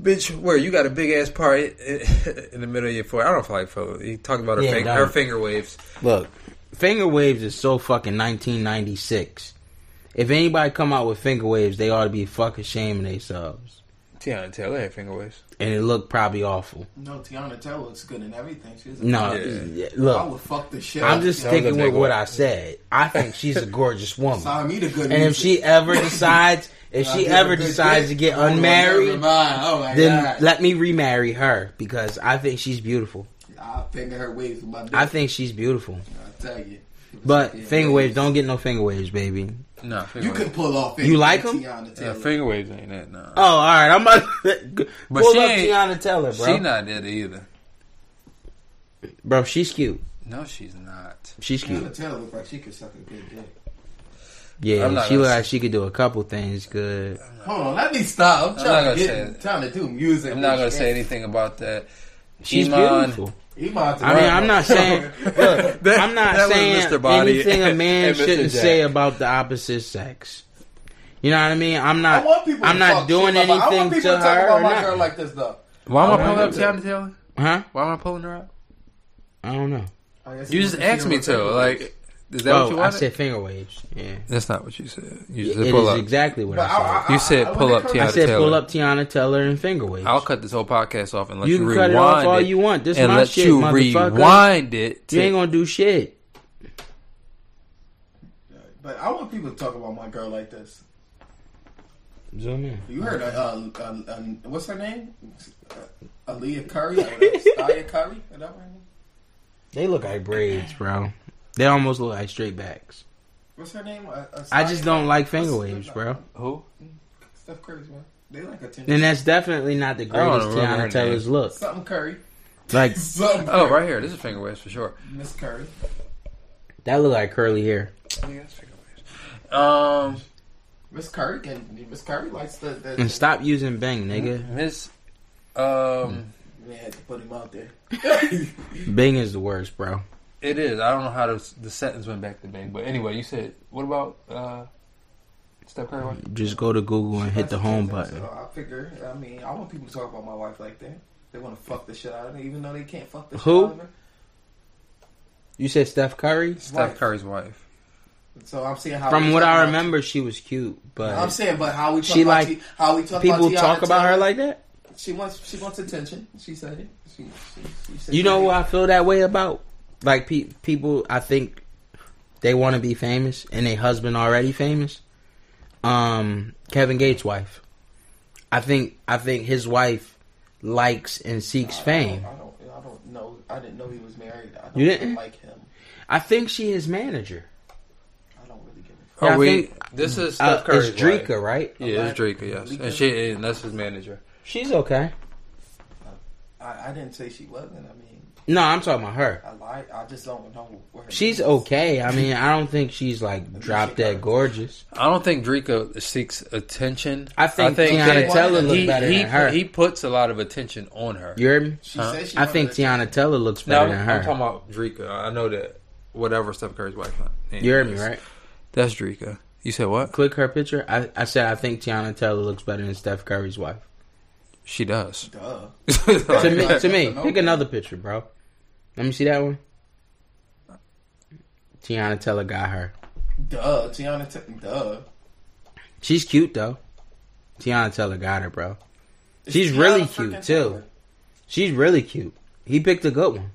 [SPEAKER 4] bitch, where you got a big ass part <laughs> in the middle of your forehead?" I don't like feel. He talked about her,
[SPEAKER 2] Yeah,
[SPEAKER 4] fing-
[SPEAKER 2] don't.
[SPEAKER 4] her finger waves.
[SPEAKER 2] Look, finger waves is so fucking 1996. If anybody come out with finger waves, they ought to be fucking shaming themselves.
[SPEAKER 4] Tiana Taylor had finger waves.
[SPEAKER 2] And it looked probably awful.
[SPEAKER 3] No, Tiana Taylor looks good and everything. She's a-
[SPEAKER 2] No,
[SPEAKER 4] Yeah.
[SPEAKER 2] yeah,
[SPEAKER 3] I
[SPEAKER 2] look,
[SPEAKER 3] would fuck the shit.
[SPEAKER 2] I'm
[SPEAKER 3] out
[SPEAKER 2] just
[SPEAKER 3] of you.
[SPEAKER 2] sticking
[SPEAKER 4] big
[SPEAKER 2] with what
[SPEAKER 4] one.
[SPEAKER 2] I said. I think she's a gorgeous woman.
[SPEAKER 3] Sign me the good.
[SPEAKER 2] And if
[SPEAKER 3] music.
[SPEAKER 2] she ever decides, if
[SPEAKER 3] Sign
[SPEAKER 2] she
[SPEAKER 3] me the
[SPEAKER 2] ever
[SPEAKER 3] good
[SPEAKER 2] decides to
[SPEAKER 3] dick.
[SPEAKER 2] get
[SPEAKER 3] Oh, never
[SPEAKER 2] unmarried,
[SPEAKER 3] mind. Oh my
[SPEAKER 2] then
[SPEAKER 3] god.
[SPEAKER 2] let me remarry her because I think she's beautiful.
[SPEAKER 3] I'll finger her waves with my dick.
[SPEAKER 2] I think she's beautiful.
[SPEAKER 3] I'll tell you.
[SPEAKER 2] But
[SPEAKER 3] Yeah,
[SPEAKER 2] finger
[SPEAKER 3] yeah.
[SPEAKER 2] waves, don't get no finger waves, baby.
[SPEAKER 4] No, finger
[SPEAKER 3] You
[SPEAKER 4] waves.
[SPEAKER 3] can pull off.
[SPEAKER 2] You like 'em?
[SPEAKER 3] Tiana
[SPEAKER 4] Yeah,
[SPEAKER 3] Taylor.
[SPEAKER 4] finger waves ain't that. No,
[SPEAKER 2] Oh, all right. I'm about to <laughs>
[SPEAKER 4] But
[SPEAKER 2] pull
[SPEAKER 4] she
[SPEAKER 2] up
[SPEAKER 4] ain't-
[SPEAKER 2] Tiana Teller, bro.
[SPEAKER 4] she not that either.
[SPEAKER 2] Bro, she's cute.
[SPEAKER 4] No, she's not.
[SPEAKER 2] She's
[SPEAKER 3] Tiana
[SPEAKER 2] cute.
[SPEAKER 3] Taylor look like she could suck a good dick.
[SPEAKER 4] I'm
[SPEAKER 2] Yeah,
[SPEAKER 4] not
[SPEAKER 2] she
[SPEAKER 4] gonna
[SPEAKER 2] look
[SPEAKER 4] say-
[SPEAKER 2] like she could do a couple things good.
[SPEAKER 3] Hold on, let me stop. I'm,
[SPEAKER 4] not
[SPEAKER 3] trying
[SPEAKER 4] gonna
[SPEAKER 3] to
[SPEAKER 4] say it.
[SPEAKER 3] get, trying to do music.
[SPEAKER 4] I'm not gonna say anything about that.
[SPEAKER 2] She's
[SPEAKER 4] Iman-
[SPEAKER 2] beautiful.
[SPEAKER 3] anything.
[SPEAKER 2] I mean, I'm not saying. Look,
[SPEAKER 4] That-
[SPEAKER 2] I'm not
[SPEAKER 4] that was
[SPEAKER 2] saying
[SPEAKER 4] Mr. Body
[SPEAKER 2] anything a
[SPEAKER 4] and
[SPEAKER 2] man
[SPEAKER 4] Mr.
[SPEAKER 2] shouldn't
[SPEAKER 4] Jack.
[SPEAKER 2] say about the opposite sex. You know what I mean? I'm not.
[SPEAKER 3] I want people.
[SPEAKER 2] I'm
[SPEAKER 3] to
[SPEAKER 2] not
[SPEAKER 3] talk
[SPEAKER 2] doing
[SPEAKER 3] shit about- I want
[SPEAKER 2] anything
[SPEAKER 3] people
[SPEAKER 2] to
[SPEAKER 3] talk
[SPEAKER 2] her.
[SPEAKER 3] about
[SPEAKER 2] Or
[SPEAKER 3] my girl
[SPEAKER 2] not.
[SPEAKER 3] like this though.
[SPEAKER 4] Why am I
[SPEAKER 2] I
[SPEAKER 4] pulling up
[SPEAKER 3] don't know.
[SPEAKER 4] Tiana Taylor?
[SPEAKER 2] huh?
[SPEAKER 4] Why am I pulling her up?
[SPEAKER 2] I don't know.
[SPEAKER 3] I guess
[SPEAKER 4] You
[SPEAKER 3] it
[SPEAKER 4] just
[SPEAKER 3] wasn't
[SPEAKER 4] asked me
[SPEAKER 3] Tiana
[SPEAKER 4] to.
[SPEAKER 3] Taylor.
[SPEAKER 4] Like, is that what you
[SPEAKER 2] Oh, I
[SPEAKER 4] wanted?
[SPEAKER 2] said finger waves. Yeah,
[SPEAKER 4] That's not what you said. You
[SPEAKER 2] it
[SPEAKER 4] said pull
[SPEAKER 2] is
[SPEAKER 4] up.
[SPEAKER 2] exactly what
[SPEAKER 3] But I-
[SPEAKER 2] I
[SPEAKER 3] I-
[SPEAKER 2] said.
[SPEAKER 4] You said
[SPEAKER 3] when
[SPEAKER 4] pull
[SPEAKER 3] it
[SPEAKER 4] up
[SPEAKER 3] comes-
[SPEAKER 4] Tiana
[SPEAKER 2] I said
[SPEAKER 4] Taylor.
[SPEAKER 2] pull up Tiana Teller and finger waves.
[SPEAKER 4] I'll cut this whole podcast off and let you,
[SPEAKER 2] You can cut
[SPEAKER 4] rewind
[SPEAKER 2] it
[SPEAKER 4] it,
[SPEAKER 2] off all you want. This is
[SPEAKER 4] and
[SPEAKER 2] my
[SPEAKER 4] let
[SPEAKER 2] shit,
[SPEAKER 4] you
[SPEAKER 2] motherfucker.
[SPEAKER 4] rewind it. To,
[SPEAKER 2] you ain't gonna do shit.
[SPEAKER 3] But I want people to talk about my girl like this.
[SPEAKER 2] Zoom in.
[SPEAKER 3] You heard, uh, uh, um, um, what's her name? Uh, Aaliyah Curry?
[SPEAKER 2] <laughs>
[SPEAKER 3] Or Staya Curry? Is that her name?
[SPEAKER 2] They look like braids, bro. They almost look like straight backs.
[SPEAKER 3] What's her name? Uh, uh,
[SPEAKER 2] I just
[SPEAKER 3] Staya-
[SPEAKER 2] don't like finger waves, bro.
[SPEAKER 4] who?
[SPEAKER 3] Steph Curry's one. They like attention.
[SPEAKER 2] And that's definitely not the
[SPEAKER 4] don't
[SPEAKER 2] greatest
[SPEAKER 4] remember her
[SPEAKER 2] Tiana Taylor's look.
[SPEAKER 3] Something Curry.
[SPEAKER 2] Like
[SPEAKER 3] Something
[SPEAKER 4] Oh, right here. This is finger waves for sure.
[SPEAKER 3] Miss Curry.
[SPEAKER 2] that look like curly hair.
[SPEAKER 4] Um,
[SPEAKER 3] Miss Curry. And Miss Curry likes the... the
[SPEAKER 2] And stop using bang, nigga.
[SPEAKER 4] Miss, um,
[SPEAKER 3] We had to put him
[SPEAKER 2] <laughs>
[SPEAKER 3] out there.
[SPEAKER 2] Bing is the worst, bro.
[SPEAKER 4] it is. I don't know how the, the sentence went back to me, but anyway, you said what about uh,
[SPEAKER 3] Steph Curry one.
[SPEAKER 2] Just go to Google and hit the home
[SPEAKER 3] That's-
[SPEAKER 2] button.
[SPEAKER 3] So I figure. I mean, I want people to talk about my wife like that. They want to fuck the shit out of me, even though they can't fuck the
[SPEAKER 2] Who?
[SPEAKER 3] shit out of her.
[SPEAKER 2] You said Steph Curry?
[SPEAKER 3] Wife.
[SPEAKER 4] Steph Curry's wife.
[SPEAKER 3] So I'm seeing how.
[SPEAKER 2] From
[SPEAKER 3] we
[SPEAKER 2] what
[SPEAKER 3] talk
[SPEAKER 2] I
[SPEAKER 3] about-
[SPEAKER 2] remember, she was cute,
[SPEAKER 3] I'm
[SPEAKER 2] but
[SPEAKER 3] saying, but how we talk
[SPEAKER 2] She
[SPEAKER 3] about
[SPEAKER 2] like-
[SPEAKER 3] T- how we talk
[SPEAKER 2] people
[SPEAKER 3] about Tiana
[SPEAKER 2] talk about her
[SPEAKER 3] Taylor.
[SPEAKER 2] like that.
[SPEAKER 3] she wants she wants attention. She said it. She, she, she said
[SPEAKER 2] You know
[SPEAKER 3] it.
[SPEAKER 2] who I feel that way about? Like pe- people, I think they want to be famous, and their husband already famous. Um, Kevin Gates' wife. I think I think his wife likes and seeks fame.
[SPEAKER 3] I don't. I don't know. I didn't know he was married. I don't
[SPEAKER 2] You didn't?
[SPEAKER 3] like him.
[SPEAKER 2] I think she his manager.
[SPEAKER 3] I don't really give a
[SPEAKER 4] Are
[SPEAKER 2] Yeah, I
[SPEAKER 4] we?
[SPEAKER 2] think-
[SPEAKER 4] this is
[SPEAKER 2] Uh,
[SPEAKER 4] Steph Curry's
[SPEAKER 2] it's Drika,
[SPEAKER 4] wife.
[SPEAKER 2] right?
[SPEAKER 4] Yeah, it's Drika. Yes, and she and that's his manager.
[SPEAKER 2] She's okay.
[SPEAKER 3] fuck. I, I didn't say she wasn't. I mean,
[SPEAKER 2] No, I'm talking about her.
[SPEAKER 3] I lied. I just don't know where her
[SPEAKER 2] She's
[SPEAKER 3] name is.
[SPEAKER 2] okay. I mean, I don't think she's like drop dead gorgeous.
[SPEAKER 4] I don't think Drika seeks attention.
[SPEAKER 2] I think Tiana
[SPEAKER 4] that
[SPEAKER 2] Taylor look
[SPEAKER 4] he,
[SPEAKER 2] better
[SPEAKER 4] he,
[SPEAKER 2] than her.
[SPEAKER 4] He puts a lot of attention on her.
[SPEAKER 2] You hear me?
[SPEAKER 3] She said she
[SPEAKER 2] I think Tiana
[SPEAKER 3] wanted to-
[SPEAKER 2] Teller looks
[SPEAKER 4] No,
[SPEAKER 2] better
[SPEAKER 4] I'm,
[SPEAKER 2] than
[SPEAKER 4] I'm talking
[SPEAKER 2] her.
[SPEAKER 4] about Drika. I know that whatever Steph Curry's wife. name
[SPEAKER 2] You heard me,
[SPEAKER 4] is.
[SPEAKER 2] right?
[SPEAKER 4] That's Drika. You said what?
[SPEAKER 2] Click her picture. I, I said I think Tiana Teller looks better than Steph Curry's wife.
[SPEAKER 3] <laughs>
[SPEAKER 4] She does.
[SPEAKER 3] Duh.
[SPEAKER 2] To me,
[SPEAKER 3] Right.
[SPEAKER 2] to me,
[SPEAKER 3] That's
[SPEAKER 2] pick
[SPEAKER 3] an
[SPEAKER 2] another picture, bro. Let me see that one. Tiana Teller got her.
[SPEAKER 3] Duh. Tiana. T- duh.
[SPEAKER 2] She's cute though. Tiana Teller got her, bro. She's really
[SPEAKER 3] Tiana
[SPEAKER 2] cute
[SPEAKER 3] freaking
[SPEAKER 2] too.
[SPEAKER 3] Taylor.
[SPEAKER 2] She's really cute. He picked a good one.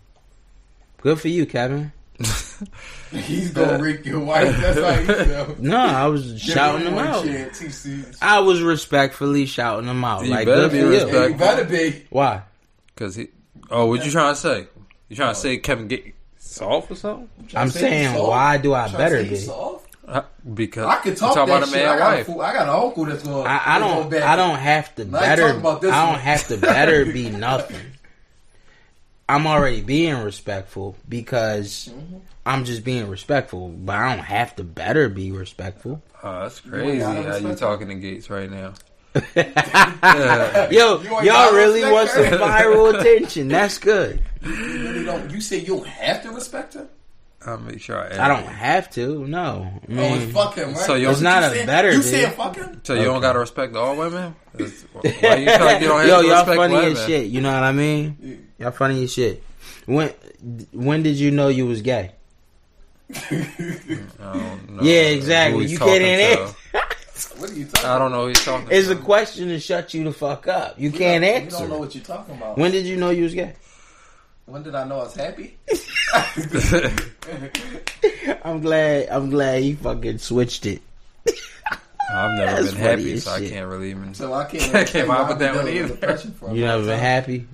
[SPEAKER 2] Good for you, Kevin.
[SPEAKER 3] <laughs>
[SPEAKER 4] <laughs>
[SPEAKER 3] He's gonna rip your wife. That's how you feel.
[SPEAKER 2] <laughs> No, I was
[SPEAKER 3] Give
[SPEAKER 2] shouting
[SPEAKER 3] him
[SPEAKER 2] him
[SPEAKER 3] one
[SPEAKER 2] out.
[SPEAKER 3] chance. He sees-
[SPEAKER 2] I was respectfully shouting him out.
[SPEAKER 4] You
[SPEAKER 2] like
[SPEAKER 4] better
[SPEAKER 2] good
[SPEAKER 4] be
[SPEAKER 2] for
[SPEAKER 4] respectful.
[SPEAKER 2] you.
[SPEAKER 3] You better be.
[SPEAKER 2] Why?
[SPEAKER 4] Because he. Oh, what you trying to say? You trying to say Kevin get soft or something?
[SPEAKER 2] I'm
[SPEAKER 3] Say
[SPEAKER 2] saying,
[SPEAKER 3] soft.
[SPEAKER 2] why do I
[SPEAKER 3] Tryna
[SPEAKER 2] better
[SPEAKER 3] say you
[SPEAKER 2] be?
[SPEAKER 3] soft?
[SPEAKER 4] Uh, because
[SPEAKER 3] I could talk,
[SPEAKER 4] you
[SPEAKER 3] that
[SPEAKER 4] about a
[SPEAKER 3] shit.
[SPEAKER 4] man
[SPEAKER 3] I got, a
[SPEAKER 4] wife.
[SPEAKER 3] fool, I got an uncle that's going.
[SPEAKER 2] I, I don't. I don't have to
[SPEAKER 3] Now you
[SPEAKER 2] better. I
[SPEAKER 3] talking about
[SPEAKER 2] don't
[SPEAKER 3] this one.
[SPEAKER 2] have to better
[SPEAKER 3] <laughs>
[SPEAKER 2] be nothing. I'm already being respectful because
[SPEAKER 3] Mm-hmm.
[SPEAKER 2] I'm just being respectful, but I don't have to better be
[SPEAKER 3] <laughs>
[SPEAKER 2] respectful. <laughs>
[SPEAKER 4] Oh, that's crazy.
[SPEAKER 3] gotta
[SPEAKER 4] How you
[SPEAKER 3] respect
[SPEAKER 4] talking to Gates right now? <laughs>
[SPEAKER 2] Yo,
[SPEAKER 3] You ain't
[SPEAKER 2] y'all
[SPEAKER 3] gotta
[SPEAKER 2] really
[SPEAKER 3] respect
[SPEAKER 2] want some
[SPEAKER 3] her. <laughs>
[SPEAKER 2] viral attention. That's good.
[SPEAKER 3] You really don't. You say you don't have to respect her.
[SPEAKER 4] I'll make sure I. Edit.
[SPEAKER 2] I don't have to. No, I
[SPEAKER 3] Oh,
[SPEAKER 2] mean,
[SPEAKER 3] it's fuck him, right?
[SPEAKER 4] So you-
[SPEAKER 2] It's not
[SPEAKER 3] You
[SPEAKER 2] a
[SPEAKER 3] saying-
[SPEAKER 2] better,
[SPEAKER 3] You
[SPEAKER 2] dude.
[SPEAKER 3] saying fuck him? <laughs>
[SPEAKER 4] So you don't gotta respect all women?
[SPEAKER 2] <laughs>
[SPEAKER 4] It's- Why you feel like you don't have
[SPEAKER 2] Yo,
[SPEAKER 4] to
[SPEAKER 2] y'all
[SPEAKER 4] respect
[SPEAKER 2] funny
[SPEAKER 4] women?
[SPEAKER 2] as shit. You know what I mean? Y'all funny as shit. When when did you know you was gay?
[SPEAKER 4] I don't know
[SPEAKER 2] Yeah,
[SPEAKER 4] who
[SPEAKER 2] exactly.
[SPEAKER 4] he's
[SPEAKER 2] You
[SPEAKER 4] talking
[SPEAKER 2] can't
[SPEAKER 4] to.
[SPEAKER 3] What are you talking?
[SPEAKER 4] I don't know who he's talking
[SPEAKER 2] It's
[SPEAKER 4] to.
[SPEAKER 2] a question to shut you the fuck up. You can't
[SPEAKER 3] about?
[SPEAKER 2] answer.
[SPEAKER 3] You don't know what you're talking about.
[SPEAKER 2] When did you know you was gay?
[SPEAKER 3] When did I know I was happy?
[SPEAKER 2] <laughs>
[SPEAKER 3] <laughs>
[SPEAKER 4] <laughs>
[SPEAKER 2] I'm glad. I'm glad you fucking switched it.
[SPEAKER 4] I've never
[SPEAKER 2] That's
[SPEAKER 4] been
[SPEAKER 2] funny
[SPEAKER 4] happy,
[SPEAKER 2] as
[SPEAKER 4] so I
[SPEAKER 2] shit.
[SPEAKER 4] can't really even.
[SPEAKER 3] So I can't.
[SPEAKER 4] <laughs> I can't
[SPEAKER 3] tell you
[SPEAKER 4] vibe
[SPEAKER 3] where
[SPEAKER 4] with
[SPEAKER 3] I've
[SPEAKER 4] that
[SPEAKER 3] been
[SPEAKER 4] one
[SPEAKER 3] dealing with
[SPEAKER 4] either.
[SPEAKER 3] depression for a
[SPEAKER 2] You
[SPEAKER 3] long
[SPEAKER 2] never been
[SPEAKER 3] time.
[SPEAKER 2] happy.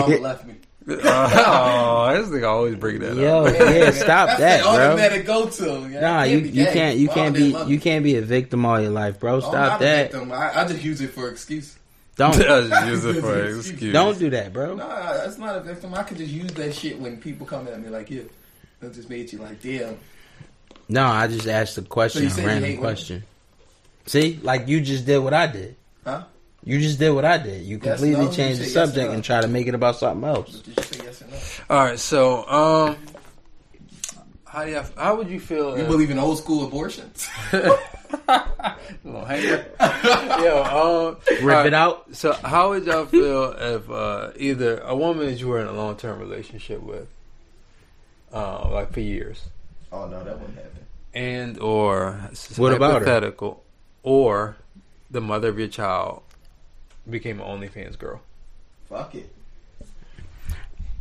[SPEAKER 2] <laughs>
[SPEAKER 3] Mama
[SPEAKER 2] Yo,
[SPEAKER 3] left me.
[SPEAKER 4] oh, <laughs> this nigga always bring that up. <laughs>
[SPEAKER 2] yeah, stop
[SPEAKER 3] <laughs> That's
[SPEAKER 2] that,
[SPEAKER 3] the only man
[SPEAKER 2] bro.
[SPEAKER 3] to go to. Yeah,
[SPEAKER 2] Nah,
[SPEAKER 3] I
[SPEAKER 2] you
[SPEAKER 3] be
[SPEAKER 2] you
[SPEAKER 3] gay.
[SPEAKER 2] can't you
[SPEAKER 3] Why
[SPEAKER 2] can't
[SPEAKER 3] would they
[SPEAKER 2] be
[SPEAKER 3] love
[SPEAKER 2] you
[SPEAKER 3] me? Oh,
[SPEAKER 2] can't be a victim all your life, bro.
[SPEAKER 3] I'm
[SPEAKER 2] Stop
[SPEAKER 3] not a
[SPEAKER 2] that.
[SPEAKER 3] victim. I, I just use it for excuse. <laughs>
[SPEAKER 2] Don't
[SPEAKER 4] Just use it for an excuse.
[SPEAKER 2] don't do that, bro.
[SPEAKER 3] Nah, that's not a victim. I could just use that shit when people come at me like you. That just made you like, damn.
[SPEAKER 2] No, I just asked a question,
[SPEAKER 3] said
[SPEAKER 2] a
[SPEAKER 3] you hate
[SPEAKER 2] random
[SPEAKER 3] women?
[SPEAKER 2] question. See, like you just did what I did.
[SPEAKER 3] Huh?
[SPEAKER 2] You just did what I did. You
[SPEAKER 3] Yes,
[SPEAKER 2] completely
[SPEAKER 3] no, you
[SPEAKER 2] changed the
[SPEAKER 3] said yes,
[SPEAKER 2] subject
[SPEAKER 3] no.
[SPEAKER 2] and try to make it about something else.
[SPEAKER 3] Did you say yes or no?
[SPEAKER 4] All right, so um, how do uh, you, how would you feel?
[SPEAKER 3] You
[SPEAKER 4] if-
[SPEAKER 3] believe in old school abortions?
[SPEAKER 4] Little hanger. <laughs> Yo, um,
[SPEAKER 2] Rip
[SPEAKER 4] all
[SPEAKER 2] it out.
[SPEAKER 4] So, how would y'all feel if uh, either a woman that you were in a long term relationship with, uh, like for years,
[SPEAKER 3] <laughs> oh no, that wouldn't happen.
[SPEAKER 4] and or this is
[SPEAKER 2] What about her?
[SPEAKER 4] hypothetical, or the mother of your child became an OnlyFans girl?
[SPEAKER 3] Fuck it.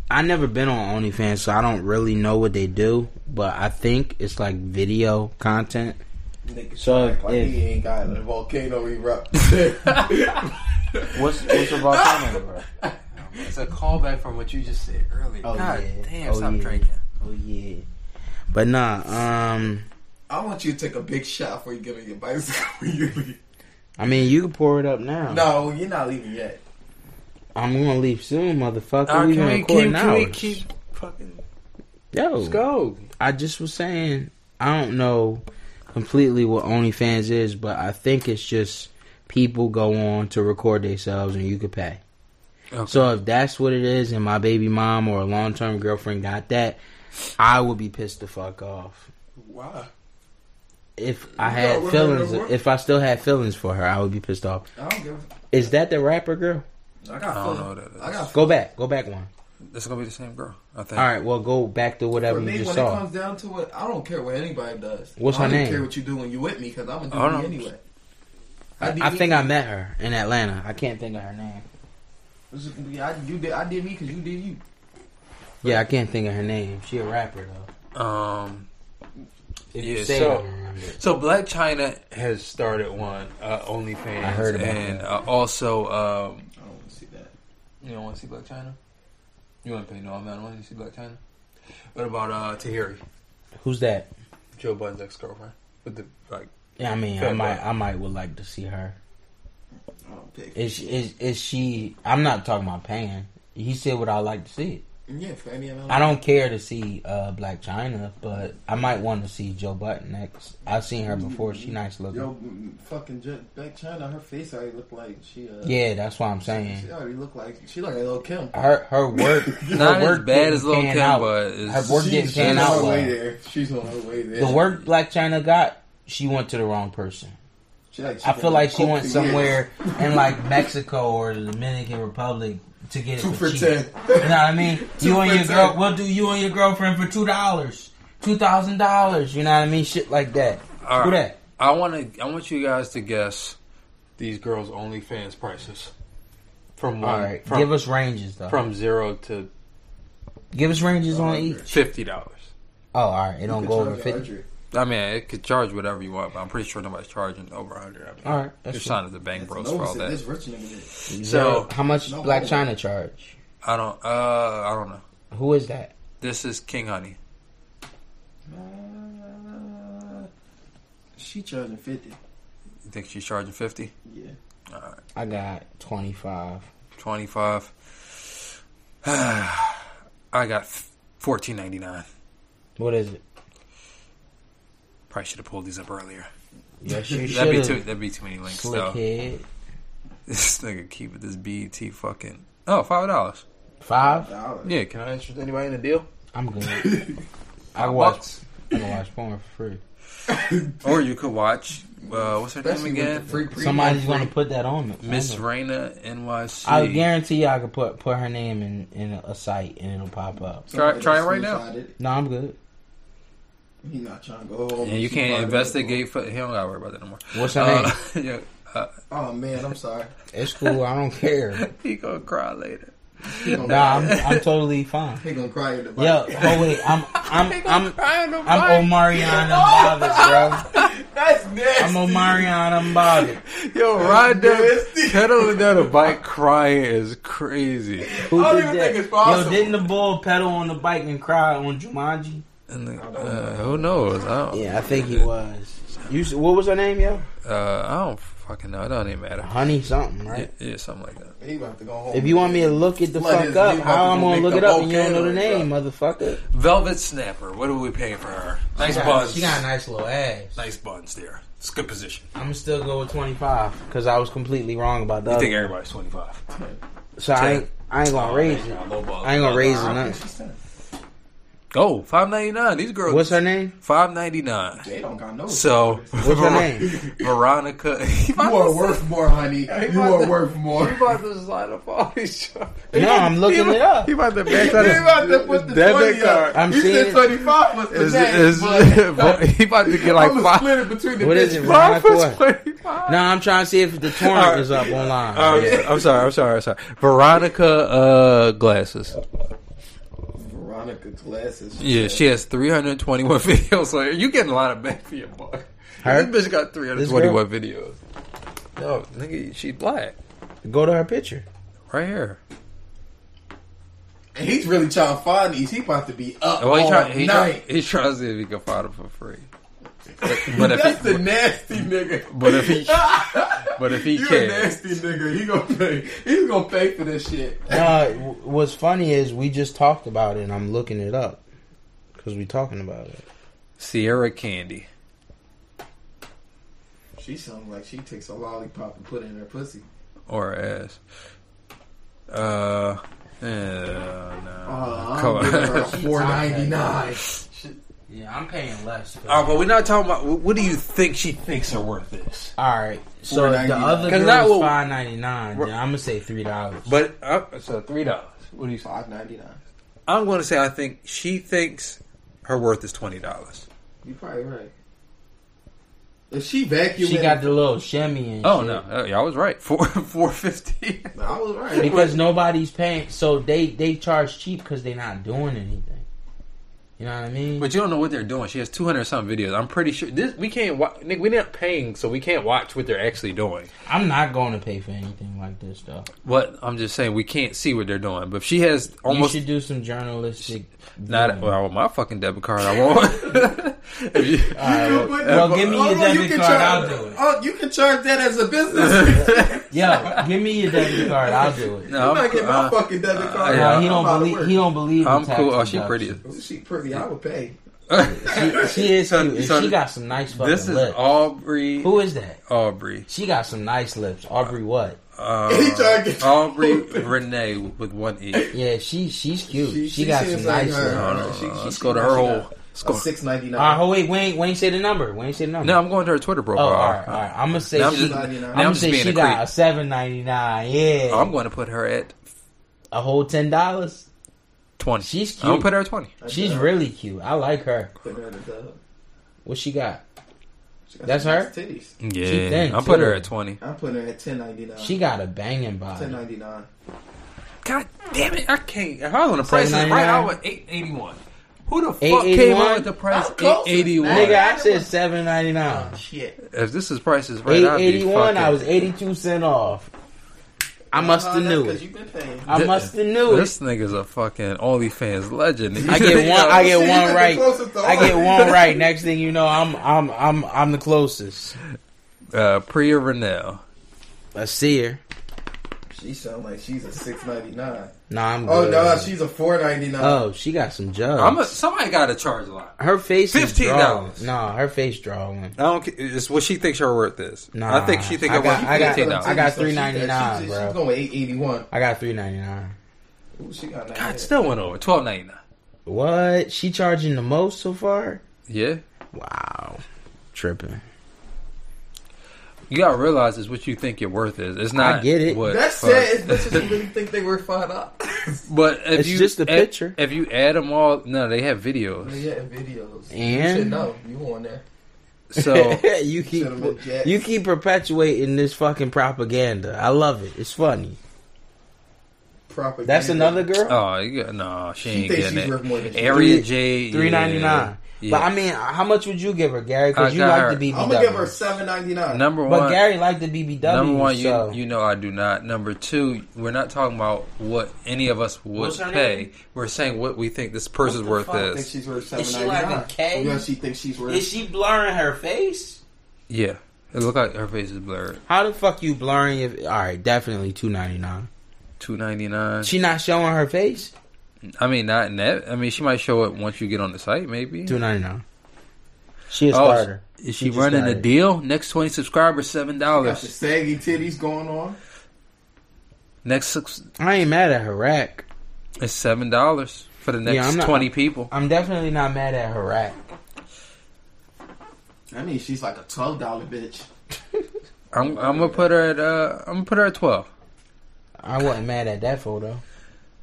[SPEAKER 2] I never been on OnlyFans, so I don't really know what they do. But I think it's like video content.
[SPEAKER 3] Nigga,
[SPEAKER 2] So,
[SPEAKER 3] so like
[SPEAKER 2] if-
[SPEAKER 3] he ain't got a volcano <laughs> erupt.
[SPEAKER 4] What's
[SPEAKER 2] <laughs>
[SPEAKER 4] what's the volcano It's a callback from what you just said earlier.
[SPEAKER 2] Oh,
[SPEAKER 4] God
[SPEAKER 2] yeah.
[SPEAKER 4] damn,
[SPEAKER 2] Oh,
[SPEAKER 4] stop
[SPEAKER 2] yeah.
[SPEAKER 4] drinking.
[SPEAKER 2] Oh yeah, but nah. Um,
[SPEAKER 3] I want you to take a big shot before you get on your bicycle <laughs> when you leave.
[SPEAKER 2] I mean, you can pour it up now.
[SPEAKER 3] No, you're not leaving yet.
[SPEAKER 2] I'm gonna leave soon, motherfucker.
[SPEAKER 4] All right,
[SPEAKER 2] we
[SPEAKER 4] can
[SPEAKER 2] gonna
[SPEAKER 4] we,
[SPEAKER 2] record
[SPEAKER 4] keep,
[SPEAKER 2] now.
[SPEAKER 4] can we keep fucking?
[SPEAKER 2] Yo,
[SPEAKER 4] Let's go.
[SPEAKER 2] I just was saying, I don't know completely what OnlyFans is, but I think it's just people go on to record themselves and you could pay.
[SPEAKER 4] Okay.
[SPEAKER 2] So if that's what it is, and my baby mom or a long term girlfriend got that, I would be pissed the fuck off.
[SPEAKER 3] Why?
[SPEAKER 2] if I had
[SPEAKER 3] we're
[SPEAKER 2] feelings,
[SPEAKER 3] gonna work.
[SPEAKER 2] if I still had feelings for her, I would be pissed off.
[SPEAKER 3] I don't give.
[SPEAKER 2] Is that the rapper girl?
[SPEAKER 3] a- I got.
[SPEAKER 4] I don't
[SPEAKER 3] feelings.
[SPEAKER 4] know what that is.
[SPEAKER 3] I got.
[SPEAKER 2] Go back, go back one.
[SPEAKER 4] It's gonna be the same girl. I think.
[SPEAKER 2] All right, well, go back to whatever
[SPEAKER 3] For me,
[SPEAKER 2] you
[SPEAKER 3] when
[SPEAKER 2] just
[SPEAKER 3] it
[SPEAKER 2] saw.
[SPEAKER 3] comes down to it, I don't care what anybody does.
[SPEAKER 2] What's
[SPEAKER 3] I don't
[SPEAKER 2] her
[SPEAKER 3] even
[SPEAKER 2] name?
[SPEAKER 3] care what you do when you with me because I'm
[SPEAKER 4] I
[SPEAKER 3] gonna
[SPEAKER 4] don't
[SPEAKER 3] do it
[SPEAKER 4] know.
[SPEAKER 3] anyway. E
[SPEAKER 2] I think I met her in Atlanta. I can't think of her name.
[SPEAKER 3] I, you did, I did me because you did you.
[SPEAKER 2] Yeah, I can't think of her name. She a rapper though.
[SPEAKER 4] Um.
[SPEAKER 2] If you
[SPEAKER 4] Yeah,
[SPEAKER 2] say
[SPEAKER 4] so-
[SPEAKER 2] it, I remember.
[SPEAKER 4] So Black China has started one uh, OnlyFans.
[SPEAKER 2] I heard about
[SPEAKER 4] and
[SPEAKER 2] that.
[SPEAKER 4] uh, also, um,
[SPEAKER 3] I don't want to see that.
[SPEAKER 4] you don't want to see Black China. You want to pay no amount of money to see Black China. What about uh, Tahiri,
[SPEAKER 2] Who's that?
[SPEAKER 4] Joe Budden's ex girlfriend, with the like
[SPEAKER 2] Yeah, I mean, I
[SPEAKER 4] Fair
[SPEAKER 2] might,
[SPEAKER 4] enough.
[SPEAKER 2] I might would like to see her.
[SPEAKER 3] I don't pick.
[SPEAKER 2] Is she- is is she? I'm not talking about paying. He said what I like to see.
[SPEAKER 3] yeah, for any amount.
[SPEAKER 2] I
[SPEAKER 3] Of,
[SPEAKER 2] don't care to see uh, Black China, but I might want to see Joe Button next. I've seen her before. She nice looking.
[SPEAKER 3] yo, mm, fucking Jet, Black China, her face already looked like she. Uh,
[SPEAKER 2] Yeah, that's what I'm
[SPEAKER 3] She
[SPEAKER 2] saying.
[SPEAKER 3] already looked like she looked like Lil Kim.
[SPEAKER 2] Her her
[SPEAKER 3] <laughs>
[SPEAKER 2] work,
[SPEAKER 4] Not
[SPEAKER 2] her
[SPEAKER 4] as
[SPEAKER 2] work
[SPEAKER 4] bad as Lil'
[SPEAKER 2] Lil
[SPEAKER 4] Kim, but it's-
[SPEAKER 2] her work
[SPEAKER 4] She's-
[SPEAKER 2] getting
[SPEAKER 3] she's on
[SPEAKER 2] panned out
[SPEAKER 3] her
[SPEAKER 2] well.
[SPEAKER 3] way there. She's on her way there.
[SPEAKER 2] The work Black China got, she went to the wrong person.
[SPEAKER 3] She like, she
[SPEAKER 2] I feel
[SPEAKER 3] been
[SPEAKER 2] like she
[SPEAKER 3] coke
[SPEAKER 2] went
[SPEAKER 3] for <laughs>
[SPEAKER 2] somewhere in like Mexico or the Dominican Republic to get it
[SPEAKER 3] Two
[SPEAKER 2] for
[SPEAKER 3] for
[SPEAKER 2] cheap.
[SPEAKER 3] ten.
[SPEAKER 2] You know what I mean?
[SPEAKER 3] <laughs> Two
[SPEAKER 2] you and
[SPEAKER 3] for
[SPEAKER 2] your
[SPEAKER 3] ten.
[SPEAKER 2] girl, we'll do you and your girlfriend for two dollars, two thousand dollars. You know what I mean? Shit like that.
[SPEAKER 4] All
[SPEAKER 2] Who
[SPEAKER 4] right.
[SPEAKER 2] that?
[SPEAKER 4] I want to. I want you guys to guess these girls' OnlyFans prices from
[SPEAKER 2] All
[SPEAKER 4] one,
[SPEAKER 2] right,
[SPEAKER 4] from,
[SPEAKER 2] give us ranges though.
[SPEAKER 4] from zero to
[SPEAKER 2] give us ranges on each.
[SPEAKER 4] fifty dollars.
[SPEAKER 2] Oh, all right. It
[SPEAKER 3] years.
[SPEAKER 2] don't go over
[SPEAKER 3] Charge
[SPEAKER 2] fifty.
[SPEAKER 3] 100.
[SPEAKER 4] I mean, it could charge whatever you want, but I'm pretty sure nobody's charging over hundred. I mean,
[SPEAKER 2] All right, that's
[SPEAKER 4] you're
[SPEAKER 2] true.
[SPEAKER 4] signing the bank bros
[SPEAKER 3] No,
[SPEAKER 4] for all
[SPEAKER 3] said this
[SPEAKER 4] that.
[SPEAKER 3] rich nigga. did.
[SPEAKER 4] So
[SPEAKER 2] how much
[SPEAKER 3] No,
[SPEAKER 2] Black
[SPEAKER 3] hold on.
[SPEAKER 2] China charge?
[SPEAKER 4] I don't. Uh, I don't know.
[SPEAKER 2] Who is that?
[SPEAKER 4] This is King Honey.
[SPEAKER 3] Uh, she charging fifty.
[SPEAKER 4] You think she's charging fifty?
[SPEAKER 3] Yeah.
[SPEAKER 2] I got twenty five.
[SPEAKER 4] Twenty five. <sighs> I got fourteen ninety nine.
[SPEAKER 2] What is it?
[SPEAKER 4] Probably should have pulled these up earlier.
[SPEAKER 2] Yes,
[SPEAKER 4] <laughs>
[SPEAKER 2] you
[SPEAKER 4] That'd be too.
[SPEAKER 2] should.
[SPEAKER 4] That'd be too many links.
[SPEAKER 2] Slick
[SPEAKER 4] though.
[SPEAKER 2] head.
[SPEAKER 4] <laughs> This nigga keep it this BET fucking Oh, five dollars.
[SPEAKER 2] Five.
[SPEAKER 3] <laughs> Dollars.
[SPEAKER 4] Yeah, can I interest anybody in a deal?
[SPEAKER 2] I'm good. I
[SPEAKER 4] Five
[SPEAKER 2] watch.
[SPEAKER 4] bucks.
[SPEAKER 2] I can watch porn for free.
[SPEAKER 4] Or you could watch uh, what's her
[SPEAKER 3] Especially
[SPEAKER 4] name
[SPEAKER 3] with the
[SPEAKER 4] again?
[SPEAKER 3] free pre.
[SPEAKER 2] Somebody's gonna put that on me.
[SPEAKER 4] Miss Raina NYC.
[SPEAKER 2] I guarantee you, I could put put her name in in a site and it'll pop up.
[SPEAKER 3] Somebody
[SPEAKER 4] Try- try it right
[SPEAKER 3] suicided.
[SPEAKER 2] No, I'm good.
[SPEAKER 3] He not trying to go home.
[SPEAKER 4] Yeah, you
[SPEAKER 3] She probably
[SPEAKER 4] can't
[SPEAKER 3] gonna
[SPEAKER 4] investigate for he don't gotta worry about that no more.
[SPEAKER 2] What's her
[SPEAKER 4] name? Yeah, <laughs> uh,
[SPEAKER 3] go, Oh man, I'm sorry.
[SPEAKER 2] It's cool. I don't care.
[SPEAKER 4] <laughs> he gonna cry later.
[SPEAKER 3] He gonna,
[SPEAKER 2] Nah, I'm
[SPEAKER 3] cry.
[SPEAKER 2] I'm totally fine.
[SPEAKER 3] he gonna cry in the
[SPEAKER 2] Yo,
[SPEAKER 3] bike.
[SPEAKER 2] oh wait, I'm I'm I'm
[SPEAKER 4] Crying no
[SPEAKER 2] I'm Omarion unbothered, bro.
[SPEAKER 3] That's nasty.
[SPEAKER 2] I'm Omarion unbothered.
[SPEAKER 4] Yo, ride that pedaling down a bike crying is crazy.
[SPEAKER 2] Who
[SPEAKER 3] I don't
[SPEAKER 2] did
[SPEAKER 3] even
[SPEAKER 2] that?
[SPEAKER 3] think it's possible.
[SPEAKER 2] Yo, didn't the bull pedal on the bike and cry on Jumanji?
[SPEAKER 4] And the, uh, who knows? I don't.
[SPEAKER 2] Yeah, I think he was. You s- what was her name, yo?
[SPEAKER 4] Uh, I don't fucking know. It don't even matter.
[SPEAKER 2] Honey something,
[SPEAKER 4] Yeah,
[SPEAKER 2] right?
[SPEAKER 4] yeah, something like that.
[SPEAKER 3] He about to go home.
[SPEAKER 2] If you want me to look it the
[SPEAKER 3] Flood
[SPEAKER 2] fuck
[SPEAKER 3] his
[SPEAKER 2] up,
[SPEAKER 3] name up
[SPEAKER 2] how
[SPEAKER 3] and
[SPEAKER 2] I'm
[SPEAKER 3] go
[SPEAKER 2] gonna
[SPEAKER 3] make
[SPEAKER 2] look
[SPEAKER 3] the
[SPEAKER 2] it up
[SPEAKER 3] whole
[SPEAKER 2] and you don't know the
[SPEAKER 3] category,
[SPEAKER 2] name, motherfucker?
[SPEAKER 4] Velvet Snapper. What are we paying for her? Nice buns.
[SPEAKER 2] nice little ass.
[SPEAKER 4] nice buns there. It's a good position.
[SPEAKER 2] I'm still go with 25 because I was completely wrong about
[SPEAKER 4] You
[SPEAKER 2] that.
[SPEAKER 4] think everybody's twenty five?
[SPEAKER 2] So I ain't, I ain't gonna raise it. I ain't gonna raise it. Nothing.
[SPEAKER 4] Oh, five ninety nine. These girls.
[SPEAKER 2] What's her name?
[SPEAKER 4] Five ninety nine.
[SPEAKER 3] They don't got no.
[SPEAKER 4] So
[SPEAKER 2] What's her name?
[SPEAKER 4] Veronica. <laughs>
[SPEAKER 3] you are worth more, honey. You are worth more.
[SPEAKER 4] about to slide up all these
[SPEAKER 2] No, I'm looking it up.
[SPEAKER 4] about to back
[SPEAKER 3] He about to put the
[SPEAKER 4] Debit
[SPEAKER 3] twenty
[SPEAKER 4] card.
[SPEAKER 3] up.
[SPEAKER 2] I'm
[SPEAKER 3] he
[SPEAKER 2] seeing
[SPEAKER 3] said
[SPEAKER 2] it.
[SPEAKER 3] twenty five was the
[SPEAKER 4] Is,
[SPEAKER 3] next,
[SPEAKER 4] is, <laughs>
[SPEAKER 3] but
[SPEAKER 4] he about to get
[SPEAKER 3] I'm
[SPEAKER 4] like <laughs>
[SPEAKER 3] gonna
[SPEAKER 4] five.
[SPEAKER 3] split it between the
[SPEAKER 2] What is
[SPEAKER 3] bitches.
[SPEAKER 2] it,
[SPEAKER 4] Five
[SPEAKER 2] Veronica?
[SPEAKER 4] for
[SPEAKER 2] What?
[SPEAKER 4] twenty five.
[SPEAKER 2] No, I'm trying to see if the torrent is up online.
[SPEAKER 4] I'm, I'm sorry. I'm sorry. I'm sorry. Veronica uh, glasses.
[SPEAKER 3] Veronica glasses.
[SPEAKER 4] Yeah, she has 321 <laughs> videos. So you getting a lot of bang for your buck.
[SPEAKER 2] Her?
[SPEAKER 4] This bitch got
[SPEAKER 2] This girl?
[SPEAKER 4] 321 videos. No, nigga, she black.
[SPEAKER 2] Go to her picture.
[SPEAKER 4] Right here.
[SPEAKER 3] And he's really trying to find these. He about to be up
[SPEAKER 4] Well, Oh, he
[SPEAKER 3] all
[SPEAKER 4] try, he, try,
[SPEAKER 3] night.
[SPEAKER 4] he tries to see if he can find them for free. But, <laughs> but
[SPEAKER 3] That's
[SPEAKER 4] if he,
[SPEAKER 3] the nasty nigga.
[SPEAKER 4] but
[SPEAKER 3] <laughs>
[SPEAKER 4] if he, but if he
[SPEAKER 3] you a
[SPEAKER 4] can,
[SPEAKER 3] nasty nigga. He gonna pay. He's gonna pay for this shit.
[SPEAKER 2] No, w- what's funny is we just talked about it. and I'm looking it up because we talking about it.
[SPEAKER 4] Sierra Candy.
[SPEAKER 3] She sounds like she takes a lollipop and put it in her pussy.
[SPEAKER 4] or ass. Uh, eh, no.
[SPEAKER 3] Uh,
[SPEAKER 4] Come <laughs>
[SPEAKER 3] I'm giving her
[SPEAKER 4] on.
[SPEAKER 3] four ninety nine.
[SPEAKER 2] Yeah, I'm paying less.
[SPEAKER 4] All right, but we're not talking about. What do you think she thinks are worth this?
[SPEAKER 2] All right, so if the
[SPEAKER 3] $4.99.
[SPEAKER 2] other
[SPEAKER 4] 'Cause
[SPEAKER 2] girl
[SPEAKER 4] that
[SPEAKER 2] was
[SPEAKER 4] will-
[SPEAKER 2] five ninety nine. Then I'm gonna say three dollars.
[SPEAKER 4] But uh, so three dollars. What do you say?
[SPEAKER 3] Five ninety nine.
[SPEAKER 4] I'm going to say I think she thinks her worth is twenty dollars.
[SPEAKER 3] You probably right. If she vacuumed,
[SPEAKER 2] she got the little shimmy and
[SPEAKER 4] Oh
[SPEAKER 2] shit.
[SPEAKER 4] no, uh, yeah, I was right. <laughs> Four four fifty.
[SPEAKER 3] I was right.
[SPEAKER 2] because nobody's paying. So they they charge cheap because they're not doing anything. You know what I mean?
[SPEAKER 4] But you don't know what they're doing. She has two hundred some videos. I'm pretty sure this we can't. Wa- Nick, we're not paying, so we can't watch what they're actually doing.
[SPEAKER 2] I'm not going to pay for anything like this though.
[SPEAKER 4] But I'm just saying we can't see what they're doing. But if she has almost
[SPEAKER 2] you should do some journalistic.
[SPEAKER 4] not well, I want my fucking debit card. I won't. <laughs> if you,
[SPEAKER 2] well, well, give me your debit card. I'll do it.
[SPEAKER 3] Oh, you can charge that as a
[SPEAKER 4] <laughs>
[SPEAKER 3] business.
[SPEAKER 2] <laughs> Yo, give me your debit card. I'll do it.
[SPEAKER 4] no,
[SPEAKER 3] I'm not
[SPEAKER 4] I'm, cool.
[SPEAKER 3] getting my
[SPEAKER 4] Uh,
[SPEAKER 3] fucking debit card.
[SPEAKER 4] yeah,
[SPEAKER 2] No,
[SPEAKER 3] I'm
[SPEAKER 2] he don't
[SPEAKER 3] out of
[SPEAKER 2] believe.
[SPEAKER 3] work.
[SPEAKER 2] He don't believe. in
[SPEAKER 4] I'm
[SPEAKER 2] tax
[SPEAKER 4] cool. Oh, she
[SPEAKER 2] deduction.
[SPEAKER 4] pretty.
[SPEAKER 3] Ooh, She pretty. I would pay.
[SPEAKER 2] She, she is
[SPEAKER 4] So-
[SPEAKER 2] cute. and
[SPEAKER 4] so
[SPEAKER 2] she got some nice fucking
[SPEAKER 4] <laughs> This is
[SPEAKER 2] lips.
[SPEAKER 4] Aubrey.
[SPEAKER 2] Who is that?
[SPEAKER 4] Aubrey.
[SPEAKER 2] She got some nice lips. Aubrey what?
[SPEAKER 3] he tried to get
[SPEAKER 4] Uh, Aubrey Renee with one e.
[SPEAKER 2] Yeah, she she's cute. She,
[SPEAKER 3] She- she
[SPEAKER 2] got
[SPEAKER 3] seems
[SPEAKER 2] some
[SPEAKER 3] like
[SPEAKER 2] nice
[SPEAKER 3] her.
[SPEAKER 2] lips.
[SPEAKER 4] No,
[SPEAKER 2] All
[SPEAKER 4] no,
[SPEAKER 3] She-
[SPEAKER 4] no.
[SPEAKER 3] she-
[SPEAKER 4] let's
[SPEAKER 3] she
[SPEAKER 4] go to
[SPEAKER 3] got-
[SPEAKER 4] her
[SPEAKER 3] she
[SPEAKER 4] whole.
[SPEAKER 3] got
[SPEAKER 4] Let's
[SPEAKER 3] a
[SPEAKER 4] go.
[SPEAKER 3] six ninety
[SPEAKER 2] right,
[SPEAKER 3] nine.
[SPEAKER 2] oh, wait, Wayne, Wayne say the number. Wayne say the number.
[SPEAKER 4] No, I'm going to her Twitter
[SPEAKER 2] Oh,
[SPEAKER 4] profile.
[SPEAKER 2] all right, all right. I'm gonna say
[SPEAKER 4] Now I'm
[SPEAKER 2] she.
[SPEAKER 4] just-
[SPEAKER 2] I'm,
[SPEAKER 4] now I'm
[SPEAKER 2] gonna
[SPEAKER 4] just
[SPEAKER 2] say
[SPEAKER 4] being
[SPEAKER 2] she
[SPEAKER 4] a
[SPEAKER 2] got
[SPEAKER 4] creep.
[SPEAKER 2] a seven ninety nine. Yeah,
[SPEAKER 4] I'm going to put her at
[SPEAKER 2] a whole ten dollars.
[SPEAKER 4] twenty.
[SPEAKER 2] She's cute.
[SPEAKER 4] I'm gonna put her at twenty.
[SPEAKER 2] She's really cute. I like her. What she got? That's her?
[SPEAKER 3] Titties.
[SPEAKER 4] Yeah,
[SPEAKER 2] She thin,
[SPEAKER 4] I'm putting
[SPEAKER 2] too.
[SPEAKER 4] her at twenty.
[SPEAKER 3] I'm putting her at ten ninety nine.
[SPEAKER 2] She got a banging body.
[SPEAKER 3] ten ninety nine.
[SPEAKER 4] God damn it! I can't. If I was on the price is right, I
[SPEAKER 2] $7.99?
[SPEAKER 4] was eight eighty one. Who the fuck
[SPEAKER 2] 881?
[SPEAKER 4] came out with the price
[SPEAKER 3] I'm
[SPEAKER 4] eight
[SPEAKER 3] close.
[SPEAKER 4] eighty
[SPEAKER 2] Nigga,
[SPEAKER 4] one?
[SPEAKER 2] I said seven ninety nine.
[SPEAKER 3] Shit.
[SPEAKER 4] If this is prices right,
[SPEAKER 2] Eight
[SPEAKER 4] I'd be
[SPEAKER 2] eighty one.
[SPEAKER 4] fucking-
[SPEAKER 2] I was eighty two cent off. I must have knew it.
[SPEAKER 3] you been paying.
[SPEAKER 2] I
[SPEAKER 4] Th-
[SPEAKER 2] must have knew it.
[SPEAKER 4] This nigga's a fucking OnlyFans legend.
[SPEAKER 2] I
[SPEAKER 4] <laughs>
[SPEAKER 2] get one. I get
[SPEAKER 3] See, you
[SPEAKER 2] one
[SPEAKER 3] the
[SPEAKER 2] right.
[SPEAKER 3] closest to
[SPEAKER 2] I get
[SPEAKER 3] all.
[SPEAKER 2] one right. Next thing you know, I'm I'm I'm I'm the closest.
[SPEAKER 4] uh, Priya Renell.
[SPEAKER 2] Let's see her.
[SPEAKER 3] She sound like she's a six ninety nine.
[SPEAKER 2] No, I'm.
[SPEAKER 3] Oh
[SPEAKER 2] good.
[SPEAKER 3] no, she's a four ninety nine.
[SPEAKER 2] Oh, she got some jugs.
[SPEAKER 4] I'm a, somebody got to charge a lot.
[SPEAKER 2] her face is drawing.
[SPEAKER 4] $15.
[SPEAKER 2] No, her face drawing.
[SPEAKER 4] I don't. ca- It's what she thinks her worth is.
[SPEAKER 2] Nah,
[SPEAKER 4] I think she think
[SPEAKER 2] I
[SPEAKER 4] her worth
[SPEAKER 2] got- I got-
[SPEAKER 4] fifteen
[SPEAKER 2] I
[SPEAKER 4] dollars.
[SPEAKER 2] got
[SPEAKER 3] So she-
[SPEAKER 2] $3.99,
[SPEAKER 3] she's-
[SPEAKER 2] bro.
[SPEAKER 3] She's going eight eighty one.
[SPEAKER 2] I got three ninety nine.
[SPEAKER 3] She got
[SPEAKER 4] God, it
[SPEAKER 3] that.
[SPEAKER 4] still went over twelve ninety nine.
[SPEAKER 2] What? She charging the most so far?
[SPEAKER 4] Yeah,
[SPEAKER 2] Wow, tripping.
[SPEAKER 4] you gotta realize it's what you think your worth is. It's not.
[SPEAKER 2] get it.
[SPEAKER 4] What
[SPEAKER 3] That's
[SPEAKER 4] fuck-
[SPEAKER 3] sad. It's bitches who really think they were five dollars.
[SPEAKER 4] But if
[SPEAKER 2] It's
[SPEAKER 4] you
[SPEAKER 2] just a
[SPEAKER 4] add-
[SPEAKER 2] picture.
[SPEAKER 4] If you add them all, no, they have videos.
[SPEAKER 3] yeah, videos.
[SPEAKER 2] And-
[SPEAKER 3] you should know you on there.
[SPEAKER 4] So
[SPEAKER 2] <laughs> you keep
[SPEAKER 3] Should've been Jack.
[SPEAKER 2] you keep perpetuating this fucking propaganda. I love it. It's funny.
[SPEAKER 3] Propaganda.
[SPEAKER 2] That's another girl.
[SPEAKER 4] Oh, you got, no, she, ain't
[SPEAKER 3] thinks
[SPEAKER 4] getting
[SPEAKER 3] she's worth more than
[SPEAKER 4] it.
[SPEAKER 3] she
[SPEAKER 4] Area
[SPEAKER 2] Three-
[SPEAKER 4] J,
[SPEAKER 2] Three ninety nine.
[SPEAKER 4] yeah.
[SPEAKER 2] But I mean, how much would you give her, Gary? Because
[SPEAKER 4] I
[SPEAKER 2] you
[SPEAKER 4] got
[SPEAKER 2] like
[SPEAKER 4] her-
[SPEAKER 2] the BBW.
[SPEAKER 3] I'm gonna give her seven ninety nine.
[SPEAKER 4] number one.
[SPEAKER 2] But Gary liked the BBW.
[SPEAKER 4] number one,
[SPEAKER 2] so.
[SPEAKER 4] you you know I do not. Number two, we're not talking about what any of us would
[SPEAKER 2] What's her
[SPEAKER 4] pay.
[SPEAKER 2] name?
[SPEAKER 4] We're saying what we think this person's worth
[SPEAKER 3] I think
[SPEAKER 4] is.
[SPEAKER 3] she's worth seven
[SPEAKER 2] Is she
[SPEAKER 3] ninety
[SPEAKER 2] like
[SPEAKER 3] nine.
[SPEAKER 2] a K?
[SPEAKER 3] Yeah, she thinks she's worth.
[SPEAKER 2] Is she blurring her face?
[SPEAKER 4] yeah, it looked like her face is blurred.
[SPEAKER 2] How the fuck you blurring your? All right, definitely two ninety nine.
[SPEAKER 4] Two ninety nine.
[SPEAKER 2] She not showing her face.
[SPEAKER 4] I mean, not in that. I mean, she might show it once you get on the site, maybe.
[SPEAKER 2] Two ninety nine. She a
[SPEAKER 4] Oh,
[SPEAKER 2] starter.
[SPEAKER 4] is she
[SPEAKER 2] just
[SPEAKER 4] running a
[SPEAKER 2] started.
[SPEAKER 4] deal? Next twenty subscribers, seven
[SPEAKER 3] got the
[SPEAKER 4] dollars.
[SPEAKER 3] saggy titties going on.
[SPEAKER 4] Next six
[SPEAKER 2] I ain't mad at her rack.
[SPEAKER 4] is seven dollars for the next
[SPEAKER 2] Yeah, I'm not-
[SPEAKER 4] twenty people.
[SPEAKER 2] I'm definitely not mad at her rack.
[SPEAKER 3] I mean, she's like a twelve dollar bitch.
[SPEAKER 4] I'm, I'm gonna put her at uh, I'm gonna put her at twelve.
[SPEAKER 2] I wasn't mad at that photo.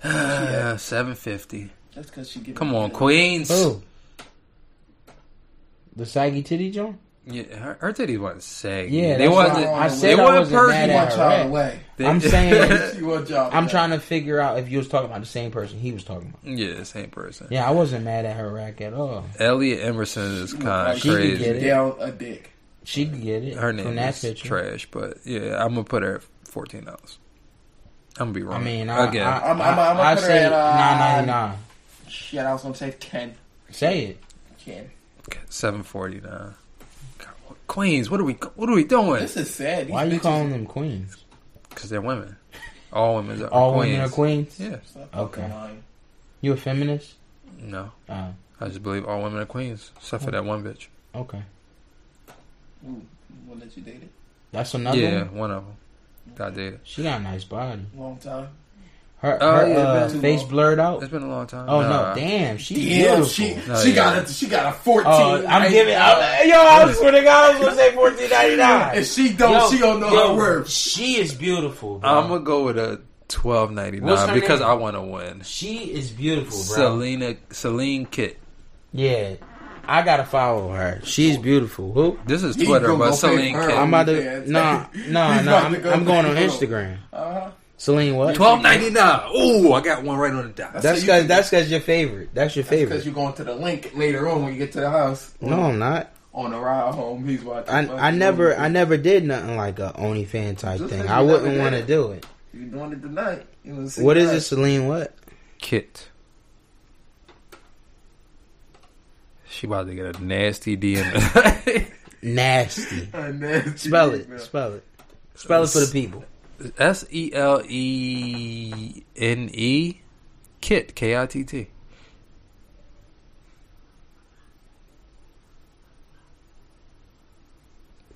[SPEAKER 4] Uh, <sighs> seven fifty.
[SPEAKER 3] That's because she gives.
[SPEAKER 4] Come on, Queens.
[SPEAKER 2] Oh, the saggy titty joint.
[SPEAKER 4] Yeah, her, her titties wasn't saggy.
[SPEAKER 2] Yeah,
[SPEAKER 4] they
[SPEAKER 2] that's why
[SPEAKER 4] wasn't.
[SPEAKER 2] I
[SPEAKER 4] they
[SPEAKER 2] said I
[SPEAKER 4] wasn't
[SPEAKER 2] wasn't mad
[SPEAKER 4] perfect.
[SPEAKER 2] at
[SPEAKER 3] want
[SPEAKER 2] her
[SPEAKER 3] y'all
[SPEAKER 2] rack.
[SPEAKER 3] away.
[SPEAKER 4] They-
[SPEAKER 2] I'm saying
[SPEAKER 3] She want y'all.
[SPEAKER 2] I'm
[SPEAKER 3] away.
[SPEAKER 2] trying to figure out if you was talking about the same person he was talking about.
[SPEAKER 4] <laughs> yeah, same person.
[SPEAKER 2] Yeah, I wasn't mad at her rack at all.
[SPEAKER 4] Elliot Emerson is kind of
[SPEAKER 2] she could
[SPEAKER 4] crazy.
[SPEAKER 2] get it.
[SPEAKER 3] down a dick.
[SPEAKER 2] She could get it
[SPEAKER 4] Her
[SPEAKER 2] from
[SPEAKER 4] name
[SPEAKER 2] that
[SPEAKER 4] is
[SPEAKER 2] picture.
[SPEAKER 4] trash, but yeah, I'm gonna put her at fourteen dollars. I'm gonna be wrong.
[SPEAKER 2] I mean, I,
[SPEAKER 4] again,
[SPEAKER 2] I,
[SPEAKER 3] I'm-
[SPEAKER 2] I,
[SPEAKER 3] I'm- I'm gonna
[SPEAKER 2] I
[SPEAKER 3] put her
[SPEAKER 2] say
[SPEAKER 3] at, uh,
[SPEAKER 2] nine ninety nine.
[SPEAKER 3] Shit, I was gonna say Ken.
[SPEAKER 2] Say it.
[SPEAKER 3] Ken.
[SPEAKER 4] seven forty nine. Queens, what are we? What are we doing?
[SPEAKER 3] This is sad. These
[SPEAKER 2] Why you
[SPEAKER 3] bitches-
[SPEAKER 2] calling them queens?
[SPEAKER 4] Because they're women. All women are
[SPEAKER 2] All
[SPEAKER 4] queens.
[SPEAKER 2] women are queens.
[SPEAKER 4] Yeah.
[SPEAKER 3] Stop
[SPEAKER 2] Okay.
[SPEAKER 3] lying.
[SPEAKER 2] You a feminist?
[SPEAKER 4] No.
[SPEAKER 2] Uh,
[SPEAKER 4] I just believe all women are queens, except for that one bitch.
[SPEAKER 2] okay.
[SPEAKER 3] Ooh, one that you dated
[SPEAKER 2] That's another
[SPEAKER 4] yeah,
[SPEAKER 2] one.
[SPEAKER 4] one of them. I did.
[SPEAKER 2] She got a nice body.
[SPEAKER 3] long time.
[SPEAKER 2] Her,
[SPEAKER 4] Oh,
[SPEAKER 2] her
[SPEAKER 4] yeah,
[SPEAKER 2] uh,
[SPEAKER 4] it's been too
[SPEAKER 2] face
[SPEAKER 4] long.
[SPEAKER 2] blurred out.
[SPEAKER 4] It's been a long time.
[SPEAKER 2] Oh
[SPEAKER 4] Nah.
[SPEAKER 2] no! Damn, she
[SPEAKER 3] Yeah,
[SPEAKER 2] beautiful.
[SPEAKER 3] she
[SPEAKER 4] No,
[SPEAKER 3] she
[SPEAKER 4] yeah.
[SPEAKER 3] got a she got a fourteen.
[SPEAKER 2] Oh, I'm
[SPEAKER 3] right?
[SPEAKER 2] giving. I'm, yo, I swear to God, I was gonna say fourteen ninety nine.
[SPEAKER 3] If she don't, she don't know her worth.
[SPEAKER 2] She is beautiful. Bro.
[SPEAKER 4] I'm gonna go with a twelve ninety
[SPEAKER 2] What's her
[SPEAKER 4] nine because
[SPEAKER 2] name?
[SPEAKER 4] I want to win.
[SPEAKER 2] she is beautiful, bro.
[SPEAKER 4] Selena, Celine Kit.
[SPEAKER 2] Yeah, I gotta follow her. She's beautiful. Who?
[SPEAKER 4] This is
[SPEAKER 3] You
[SPEAKER 4] Twitter,
[SPEAKER 3] go-
[SPEAKER 4] but
[SPEAKER 3] go
[SPEAKER 4] Celine
[SPEAKER 3] pay for her.
[SPEAKER 4] Kit.
[SPEAKER 2] I'm about
[SPEAKER 3] Yeah, it's-
[SPEAKER 2] to. Nah, nah,
[SPEAKER 3] <laughs> He's
[SPEAKER 2] nah.
[SPEAKER 3] about to
[SPEAKER 2] I'm,
[SPEAKER 3] go
[SPEAKER 2] I'm
[SPEAKER 3] <laughs>
[SPEAKER 2] going on
[SPEAKER 3] through.
[SPEAKER 2] Instagram.
[SPEAKER 3] Uh-huh.
[SPEAKER 2] Celine, what?
[SPEAKER 4] Twelve ninety nine. Ooh, I got one right on the dot.
[SPEAKER 2] That's
[SPEAKER 3] So you
[SPEAKER 2] cause
[SPEAKER 3] can-
[SPEAKER 2] that's cause your favorite. That's your
[SPEAKER 3] Because
[SPEAKER 2] favorite.
[SPEAKER 3] you're going to the link later on when you get to the house.
[SPEAKER 2] No, I'm not.
[SPEAKER 3] On the ride home, he's watching.
[SPEAKER 2] I I
[SPEAKER 3] fucking
[SPEAKER 2] never
[SPEAKER 3] movies.
[SPEAKER 2] I never did nothing like a OnlyFan type
[SPEAKER 3] Just
[SPEAKER 2] thing.
[SPEAKER 3] like
[SPEAKER 2] I
[SPEAKER 3] you
[SPEAKER 2] wouldn't
[SPEAKER 3] never
[SPEAKER 2] want to
[SPEAKER 3] did.
[SPEAKER 2] do it.
[SPEAKER 3] You doing it tonight? You wanna see
[SPEAKER 2] What is
[SPEAKER 3] that?
[SPEAKER 2] it,
[SPEAKER 3] <laughs>
[SPEAKER 2] Celine? What?
[SPEAKER 4] Kit. She about to get a nasty DM.
[SPEAKER 3] <laughs>
[SPEAKER 2] Nasty.
[SPEAKER 3] A
[SPEAKER 2] <laughs>
[SPEAKER 3] nasty
[SPEAKER 2] Spell it.
[SPEAKER 3] email.
[SPEAKER 2] Spell it. Spell it for the people.
[SPEAKER 4] <laughs> S E L E N E Kit K I T T.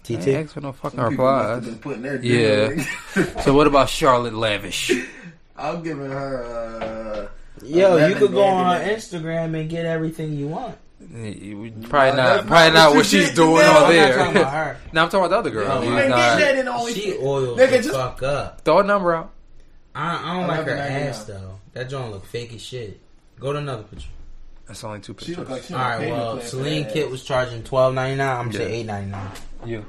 [SPEAKER 4] Ain't
[SPEAKER 2] TT.
[SPEAKER 4] ask for no fucking
[SPEAKER 3] People must have
[SPEAKER 4] replies.
[SPEAKER 3] been putting their
[SPEAKER 4] Yeah.
[SPEAKER 3] dick in.
[SPEAKER 4] So what about Charlotte Lavish?
[SPEAKER 3] <laughs> I'm giving her. Uh,
[SPEAKER 2] Yo, you
[SPEAKER 3] 11
[SPEAKER 2] could go on her
[SPEAKER 3] baby.
[SPEAKER 2] Instagram and get everything you want.
[SPEAKER 4] Probably
[SPEAKER 3] that's
[SPEAKER 4] not.
[SPEAKER 3] not
[SPEAKER 4] Probably
[SPEAKER 3] what
[SPEAKER 4] not
[SPEAKER 3] you
[SPEAKER 4] what she's
[SPEAKER 3] did
[SPEAKER 4] doing
[SPEAKER 3] now.
[SPEAKER 4] on
[SPEAKER 2] I'm not
[SPEAKER 4] there.
[SPEAKER 2] talking about
[SPEAKER 3] <laughs>
[SPEAKER 4] <laughs>
[SPEAKER 2] her.
[SPEAKER 4] No, I'm talking about the other girl.
[SPEAKER 2] No,
[SPEAKER 4] She's
[SPEAKER 3] You ain't
[SPEAKER 4] not-
[SPEAKER 3] did that in only.
[SPEAKER 2] She oils
[SPEAKER 3] Nigga,
[SPEAKER 2] the
[SPEAKER 3] just-
[SPEAKER 2] fuck up.
[SPEAKER 4] Throw a number out.
[SPEAKER 2] I, I don't like her
[SPEAKER 3] $11.99.
[SPEAKER 2] ass though. That joint look fake as shit. Go to another picture.
[SPEAKER 4] That's only two
[SPEAKER 3] She
[SPEAKER 4] pictures.
[SPEAKER 3] look like she
[SPEAKER 2] All right, well, Celine Kit was charging twelve ninety nine. I'm gonna say
[SPEAKER 4] Yeah.
[SPEAKER 2] eight ninety nine.
[SPEAKER 4] you.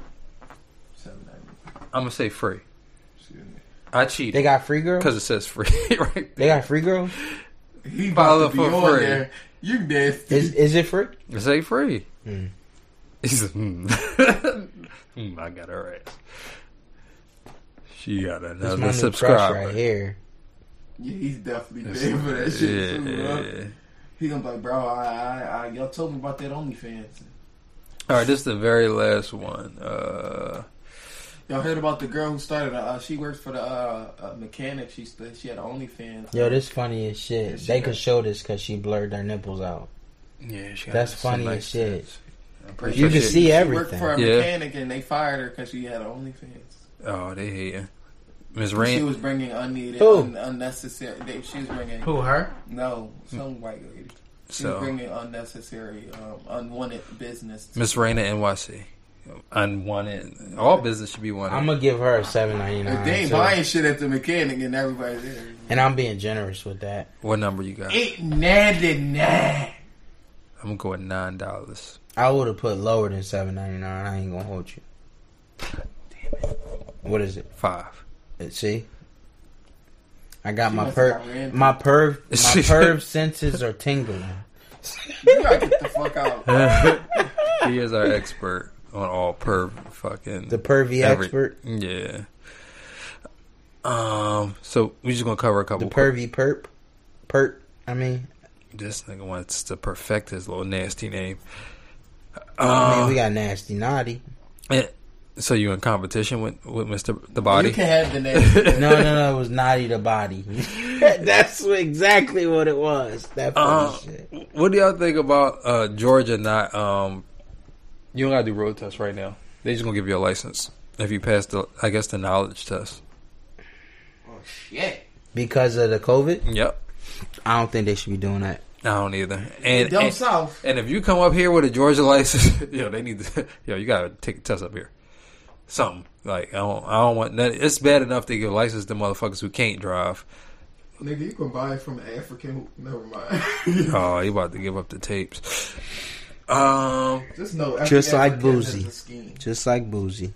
[SPEAKER 4] I'm gonna say free. I cheated.
[SPEAKER 2] They got free girl.
[SPEAKER 4] Because it says free, <laughs> right?
[SPEAKER 2] They got free girls.
[SPEAKER 3] He
[SPEAKER 4] Follow
[SPEAKER 3] about to be
[SPEAKER 4] for
[SPEAKER 3] on
[SPEAKER 4] free.
[SPEAKER 3] there. You nasty.
[SPEAKER 2] Is is it free?
[SPEAKER 4] It say free.
[SPEAKER 2] Hmm.
[SPEAKER 4] He said, hmm. <laughs> Hmm, I got her ass. She got
[SPEAKER 2] That's
[SPEAKER 4] another
[SPEAKER 2] my new crush
[SPEAKER 4] subscriber.
[SPEAKER 2] right here.
[SPEAKER 3] Yeah, he's definitely paying for <laughs> that shit too, bro. He gonna be like, bro, I, I, I, y'all told me about that OnlyFans.
[SPEAKER 4] All right, this is the very last one. Uh,
[SPEAKER 3] Y'all heard about the girl who started? a- Uh, she works for the uh, uh, mechanic. She st- she had an OnlyFans.
[SPEAKER 2] Yo, this funny as shit.
[SPEAKER 3] Yes,
[SPEAKER 2] they
[SPEAKER 3] she
[SPEAKER 2] could
[SPEAKER 3] is.
[SPEAKER 2] show this because she blurred their nipples out.
[SPEAKER 4] yeah, she got
[SPEAKER 2] That's
[SPEAKER 4] some
[SPEAKER 2] funny
[SPEAKER 4] nice
[SPEAKER 2] as shit.
[SPEAKER 4] tits. I'm pretty
[SPEAKER 2] You
[SPEAKER 4] sure
[SPEAKER 2] can
[SPEAKER 4] she-
[SPEAKER 2] see
[SPEAKER 3] She worked
[SPEAKER 2] everything.
[SPEAKER 3] for a
[SPEAKER 4] Yeah.
[SPEAKER 3] mechanic and they fired her because she had an OnlyFans.
[SPEAKER 4] Oh, they hating. Miss
[SPEAKER 3] She
[SPEAKER 4] Rain.
[SPEAKER 3] was bringing unneeded,
[SPEAKER 2] Who?
[SPEAKER 3] un- unnecessary. They, she was bringing
[SPEAKER 2] Who her?
[SPEAKER 3] no some white lady. She was
[SPEAKER 4] So
[SPEAKER 3] bringing unnecessary, um, unwanted business. To
[SPEAKER 4] Miss Raina NYC. Unwanted. All business should be wanted.
[SPEAKER 2] I'm gonna give her seven ninety
[SPEAKER 3] If they ain't
[SPEAKER 2] nine.
[SPEAKER 3] buying shit at the mechanic and everybody there.
[SPEAKER 2] And I'm being generous with that.
[SPEAKER 4] what number you got?
[SPEAKER 3] Eight ninety nine.
[SPEAKER 4] I'm going nine dollars.
[SPEAKER 2] I would have put lower than seven ninety nine. I ain't gonna hold you. What is it?
[SPEAKER 4] Five.
[SPEAKER 2] Uh, See, I got my
[SPEAKER 3] must have got
[SPEAKER 2] perv.
[SPEAKER 3] ran
[SPEAKER 2] My perv.
[SPEAKER 4] <laughs>
[SPEAKER 2] My perv senses are tingling.
[SPEAKER 3] You gotta get the fuck
[SPEAKER 2] <laughs>
[SPEAKER 3] out.
[SPEAKER 4] He is our expert on all perv fucking.
[SPEAKER 2] The pervy
[SPEAKER 4] every-
[SPEAKER 2] expert.
[SPEAKER 4] Yeah. Um. So we just gonna cover a
[SPEAKER 2] The
[SPEAKER 4] couple. quick-
[SPEAKER 2] pervy perp. Perp. I mean,
[SPEAKER 4] this nigga wants to perfect his little nasty name.
[SPEAKER 2] I mean,
[SPEAKER 4] Uh,
[SPEAKER 2] we got nasty naughty.
[SPEAKER 4] eh, so you in competition with with Mister the
[SPEAKER 3] You
[SPEAKER 4] Body?
[SPEAKER 3] can have
[SPEAKER 2] <laughs>
[SPEAKER 3] the name.
[SPEAKER 2] No, no, no. It was naughty the body. <laughs> That's exactly what it was. That funny
[SPEAKER 4] Uh,
[SPEAKER 2] shit.
[SPEAKER 4] what do y'all think about uh, Georgia not? Um, you don't gotta do road tests right now. They just gonna give you a license if you pass the, I guess, the knowledge test.
[SPEAKER 3] Oh, shit.
[SPEAKER 2] Because of the COVID,
[SPEAKER 4] Yep.
[SPEAKER 2] I don't think they should be doing that.
[SPEAKER 4] I don't either. And
[SPEAKER 3] Down
[SPEAKER 4] and,
[SPEAKER 3] south.
[SPEAKER 4] and if you come up here with a Georgia <laughs> license, yo, they need to, <laughs> yo, you gotta take a test up here. Something like I don't, I don't want that. It's bad enough they give license to motherfuckers who can't drive.
[SPEAKER 3] Nigga, you can buy it from an African. who- Never mind. <laughs>
[SPEAKER 4] Oh, you about to give up the tapes. Um, <laughs>
[SPEAKER 3] Just know, every
[SPEAKER 2] Just like
[SPEAKER 3] African has
[SPEAKER 2] Boozy.
[SPEAKER 3] a scheme.
[SPEAKER 2] Just like Boozy.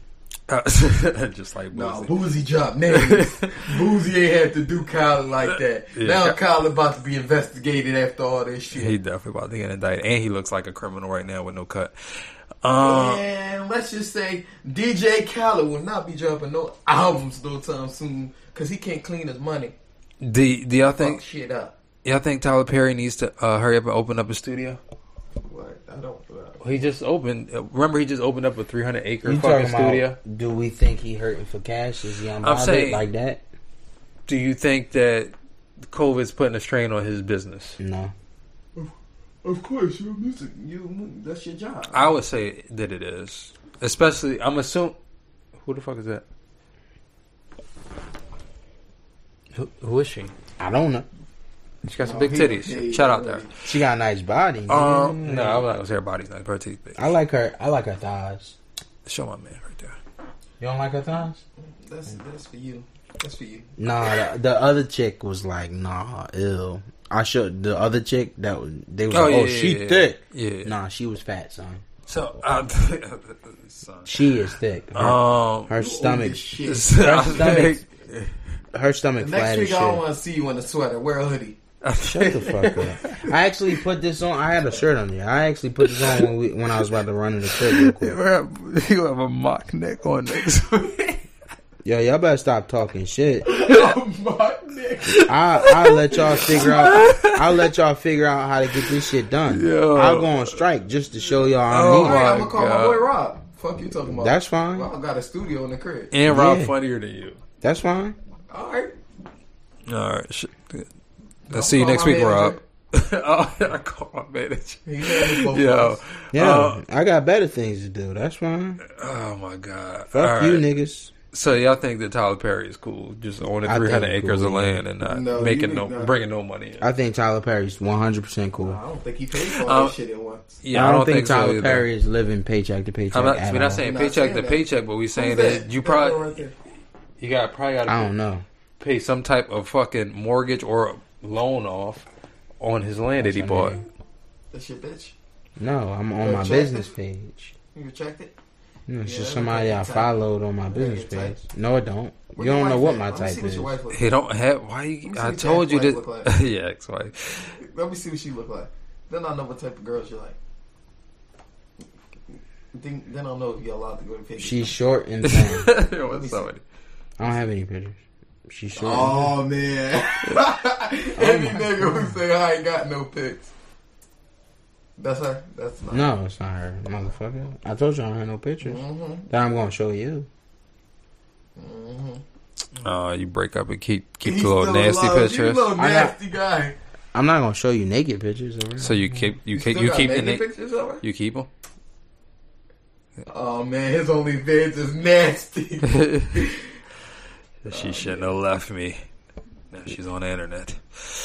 [SPEAKER 4] just like
[SPEAKER 3] No,
[SPEAKER 4] Boosie.
[SPEAKER 3] Boozy dropped names.
[SPEAKER 2] <laughs>
[SPEAKER 3] Boozy ain't had to do Colin like that.
[SPEAKER 4] Yeah.
[SPEAKER 3] Now Colin about to be investigated after all this shit.
[SPEAKER 4] He definitely about to get indicted, and he looks like a criminal right now with no cut. Um,
[SPEAKER 3] and let's just say DJ Khaled will not be dropping no albums no time soon because he can't clean his money.
[SPEAKER 4] do, do y'all
[SPEAKER 3] Fuck
[SPEAKER 4] think
[SPEAKER 3] shit up.
[SPEAKER 4] y'all think Tyler Perry needs to uh, hurry up and open up a studio?
[SPEAKER 3] What? I don't. Uh,
[SPEAKER 4] He just opened. Remember, he just opened up a 300 acre
[SPEAKER 2] You
[SPEAKER 4] fucking
[SPEAKER 2] talking about?
[SPEAKER 4] studio.
[SPEAKER 2] Do we think he hurting for cash? Is he on
[SPEAKER 4] I'm
[SPEAKER 2] bothered
[SPEAKER 4] saying-
[SPEAKER 2] like that?
[SPEAKER 4] Do you think that COVID's putting a strain on his business?
[SPEAKER 2] No.
[SPEAKER 3] of course, your music, you that's your job.
[SPEAKER 4] I would say that it is, especially. I'm assuming. Who the fuck is that? Who, who is she?
[SPEAKER 2] I don't know.
[SPEAKER 4] She got some big
[SPEAKER 3] he-
[SPEAKER 4] titties.
[SPEAKER 3] he-
[SPEAKER 4] Shout out there.
[SPEAKER 2] She got a nice body. man.
[SPEAKER 4] Um, no, I'm not gonna say her body's not her titties big.
[SPEAKER 2] I like her. I like her thighs.
[SPEAKER 4] Show my man right <laughs> there.
[SPEAKER 2] You don't like her thighs?
[SPEAKER 3] That's that's for you. That's for you.
[SPEAKER 2] Nah, the, the other chick was like, nah, ill. I showed the other chick that was they was
[SPEAKER 4] Oh,
[SPEAKER 2] like,
[SPEAKER 4] yeah,
[SPEAKER 2] oh, she
[SPEAKER 4] yeah, yeah.
[SPEAKER 2] thick.
[SPEAKER 4] Yeah.
[SPEAKER 2] Nah, she was fat, son.
[SPEAKER 4] So, uh, son.
[SPEAKER 2] She is thick. Her,
[SPEAKER 4] um,
[SPEAKER 2] her stomach,
[SPEAKER 3] Shit.
[SPEAKER 4] I
[SPEAKER 2] stomach-
[SPEAKER 4] think,
[SPEAKER 2] her stomach
[SPEAKER 3] Next
[SPEAKER 2] flat as
[SPEAKER 3] week,
[SPEAKER 2] shit.
[SPEAKER 3] I don't want to see you in a sweater. Wear a
[SPEAKER 4] <laughs>
[SPEAKER 3] hoodie.
[SPEAKER 4] <laughs> I
[SPEAKER 2] Shut the
[SPEAKER 4] think-
[SPEAKER 2] fuck up. I actually put this on. I had a shirt on there. I actually put this on when, we, when I was about to run in the crib. Real quick.
[SPEAKER 4] <laughs> You have, you have a mock neck on next week.
[SPEAKER 2] Yo, y'all better stop talking shit.
[SPEAKER 4] Oh
[SPEAKER 3] My nigga.
[SPEAKER 2] I I'll let y'all figure out. I'll let y'all figure out how to get this shit done.
[SPEAKER 4] Yo.
[SPEAKER 2] I'll go on strike just to show y'all
[SPEAKER 4] Oh,
[SPEAKER 2] I'm
[SPEAKER 3] All
[SPEAKER 2] moving.
[SPEAKER 3] right,
[SPEAKER 4] my
[SPEAKER 3] I'm gonna call
[SPEAKER 4] God.
[SPEAKER 3] my boy Rob. Fuck you talking about?
[SPEAKER 2] That's fine.
[SPEAKER 3] Rob got a studio in the crib.
[SPEAKER 4] and Rob
[SPEAKER 2] Yeah.
[SPEAKER 4] funnier than you.
[SPEAKER 2] That's fine.
[SPEAKER 4] Uh,
[SPEAKER 3] All right.
[SPEAKER 4] All right. Sh- I'll see you
[SPEAKER 3] call
[SPEAKER 4] next
[SPEAKER 3] my
[SPEAKER 4] week, Rob.
[SPEAKER 3] manager. <laughs>
[SPEAKER 4] Oh, I call my manager.
[SPEAKER 3] He had both
[SPEAKER 4] Yo.
[SPEAKER 3] of us.
[SPEAKER 2] Yeah,
[SPEAKER 4] Uh,
[SPEAKER 2] I got better things to do. That's fine.
[SPEAKER 4] oh my God.
[SPEAKER 2] Fuck
[SPEAKER 4] All
[SPEAKER 2] you,
[SPEAKER 4] right.
[SPEAKER 2] niggas.
[SPEAKER 4] So y'all think that Tyler Perry is cool, just owning
[SPEAKER 2] I think
[SPEAKER 4] three hundred
[SPEAKER 2] he
[SPEAKER 4] acres of
[SPEAKER 2] cool.
[SPEAKER 4] land and not
[SPEAKER 3] No,
[SPEAKER 4] making
[SPEAKER 3] he
[SPEAKER 4] no,
[SPEAKER 3] not.
[SPEAKER 4] bringing no money in?
[SPEAKER 2] I think Tyler Perry's 100 percent cool.
[SPEAKER 3] I don't think he paid for all
[SPEAKER 4] Um,
[SPEAKER 3] that shit at once.
[SPEAKER 4] yeah,
[SPEAKER 2] I don't think,
[SPEAKER 4] so
[SPEAKER 2] Tyler
[SPEAKER 4] either.
[SPEAKER 2] Perry is living paycheck to paycheck.
[SPEAKER 4] I'm not.
[SPEAKER 2] at
[SPEAKER 4] We're not
[SPEAKER 2] all.
[SPEAKER 4] saying
[SPEAKER 3] I'm not
[SPEAKER 4] paycheck
[SPEAKER 3] saying
[SPEAKER 4] to
[SPEAKER 3] that.
[SPEAKER 4] paycheck, but we saying
[SPEAKER 3] Who's
[SPEAKER 4] that,
[SPEAKER 3] that?
[SPEAKER 4] you
[SPEAKER 3] That girl right
[SPEAKER 4] probably
[SPEAKER 3] there.
[SPEAKER 4] you got probably got
[SPEAKER 2] I
[SPEAKER 4] to
[SPEAKER 2] don't know.
[SPEAKER 4] pay some type of fucking mortgage or a loan off on his land that he bought.
[SPEAKER 3] That's your bitch.
[SPEAKER 2] No, I'm on
[SPEAKER 3] Yo,
[SPEAKER 2] my
[SPEAKER 3] check
[SPEAKER 2] business
[SPEAKER 3] this.
[SPEAKER 2] page.
[SPEAKER 3] You checked it.
[SPEAKER 2] You know, it's
[SPEAKER 3] Yeah,
[SPEAKER 2] just
[SPEAKER 3] that
[SPEAKER 2] somebody
[SPEAKER 3] look like
[SPEAKER 2] I
[SPEAKER 3] your type.
[SPEAKER 2] followed on my
[SPEAKER 3] look like
[SPEAKER 2] business
[SPEAKER 3] your
[SPEAKER 2] page. No, it don't. You don't know what my type is.
[SPEAKER 3] Let me see
[SPEAKER 4] He don't have. Why?
[SPEAKER 3] me
[SPEAKER 4] You,
[SPEAKER 3] see
[SPEAKER 4] I
[SPEAKER 3] what
[SPEAKER 4] told you
[SPEAKER 3] your
[SPEAKER 4] that.
[SPEAKER 3] ex-wife look like.
[SPEAKER 4] <laughs> yeah, ex-wife.
[SPEAKER 3] Let me see what she look like. Then I'll know what type of girls you like. Then, then I'll know if you're allowed to go to pictures.
[SPEAKER 2] She's short and thin.
[SPEAKER 4] <laughs> What's
[SPEAKER 3] see.
[SPEAKER 4] somebody?
[SPEAKER 2] I don't have any pictures. She's short. and
[SPEAKER 3] Oh man! Every nigga who say I ain't got no pics. That's her. That's not.
[SPEAKER 2] thin. No, it's not her, motherfucker. I told you I don't have no pictures.
[SPEAKER 3] Mm-hmm.
[SPEAKER 2] That I'm gonna show you.
[SPEAKER 3] Mm-hmm.
[SPEAKER 4] Oh, you break up and keep keep
[SPEAKER 3] He's
[SPEAKER 4] the little
[SPEAKER 3] still
[SPEAKER 4] nasty
[SPEAKER 3] alive. You
[SPEAKER 4] pictures.
[SPEAKER 3] little
[SPEAKER 2] I got-
[SPEAKER 3] nasty guy.
[SPEAKER 2] I'm not gonna show you naked pictures. Of her.
[SPEAKER 4] So you keep you keep
[SPEAKER 3] Still
[SPEAKER 4] you
[SPEAKER 3] got
[SPEAKER 4] keep the
[SPEAKER 3] naked
[SPEAKER 4] na-
[SPEAKER 3] pictures of her?
[SPEAKER 4] you
[SPEAKER 3] <laughs>
[SPEAKER 4] keep them.
[SPEAKER 3] Oh man, his only vids is nasty.
[SPEAKER 4] <laughs> She shouldn't have left me. Now she's on the internet.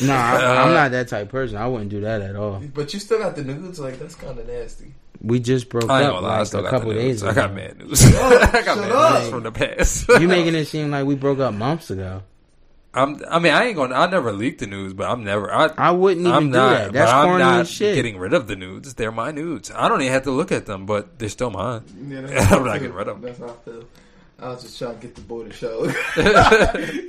[SPEAKER 2] no, I,
[SPEAKER 4] Uh,
[SPEAKER 2] I'm not that type of person. I wouldn't do that at all.
[SPEAKER 3] but you still got the nudes. Like that's kind of nasty.
[SPEAKER 2] We just broke
[SPEAKER 4] I ain't
[SPEAKER 2] up
[SPEAKER 4] gonna lie, I
[SPEAKER 2] like
[SPEAKER 4] still
[SPEAKER 2] a
[SPEAKER 4] got
[SPEAKER 2] couple
[SPEAKER 4] the news.
[SPEAKER 2] days ago.
[SPEAKER 4] I got mad news. <laughs> I got
[SPEAKER 3] shut
[SPEAKER 4] mad
[SPEAKER 3] up.
[SPEAKER 4] news from the past.
[SPEAKER 2] You making it seem like we broke up months ago.
[SPEAKER 4] I'm, I mean, I ain't gonna. I never leak the news, but I'm never. I,
[SPEAKER 2] I wouldn't even
[SPEAKER 4] I'm
[SPEAKER 2] do
[SPEAKER 4] not,
[SPEAKER 2] that. That's
[SPEAKER 4] but I'm
[SPEAKER 2] corny
[SPEAKER 4] not
[SPEAKER 2] as shit.
[SPEAKER 4] getting rid of the nudes. They're my nudes. I don't even have to look at them, but they're still mine.
[SPEAKER 3] <laughs> Yeah, that's how I
[SPEAKER 4] I'm not
[SPEAKER 3] feel.
[SPEAKER 4] getting rid of them.
[SPEAKER 3] That's how I feel. I was just trying to get the boy to show.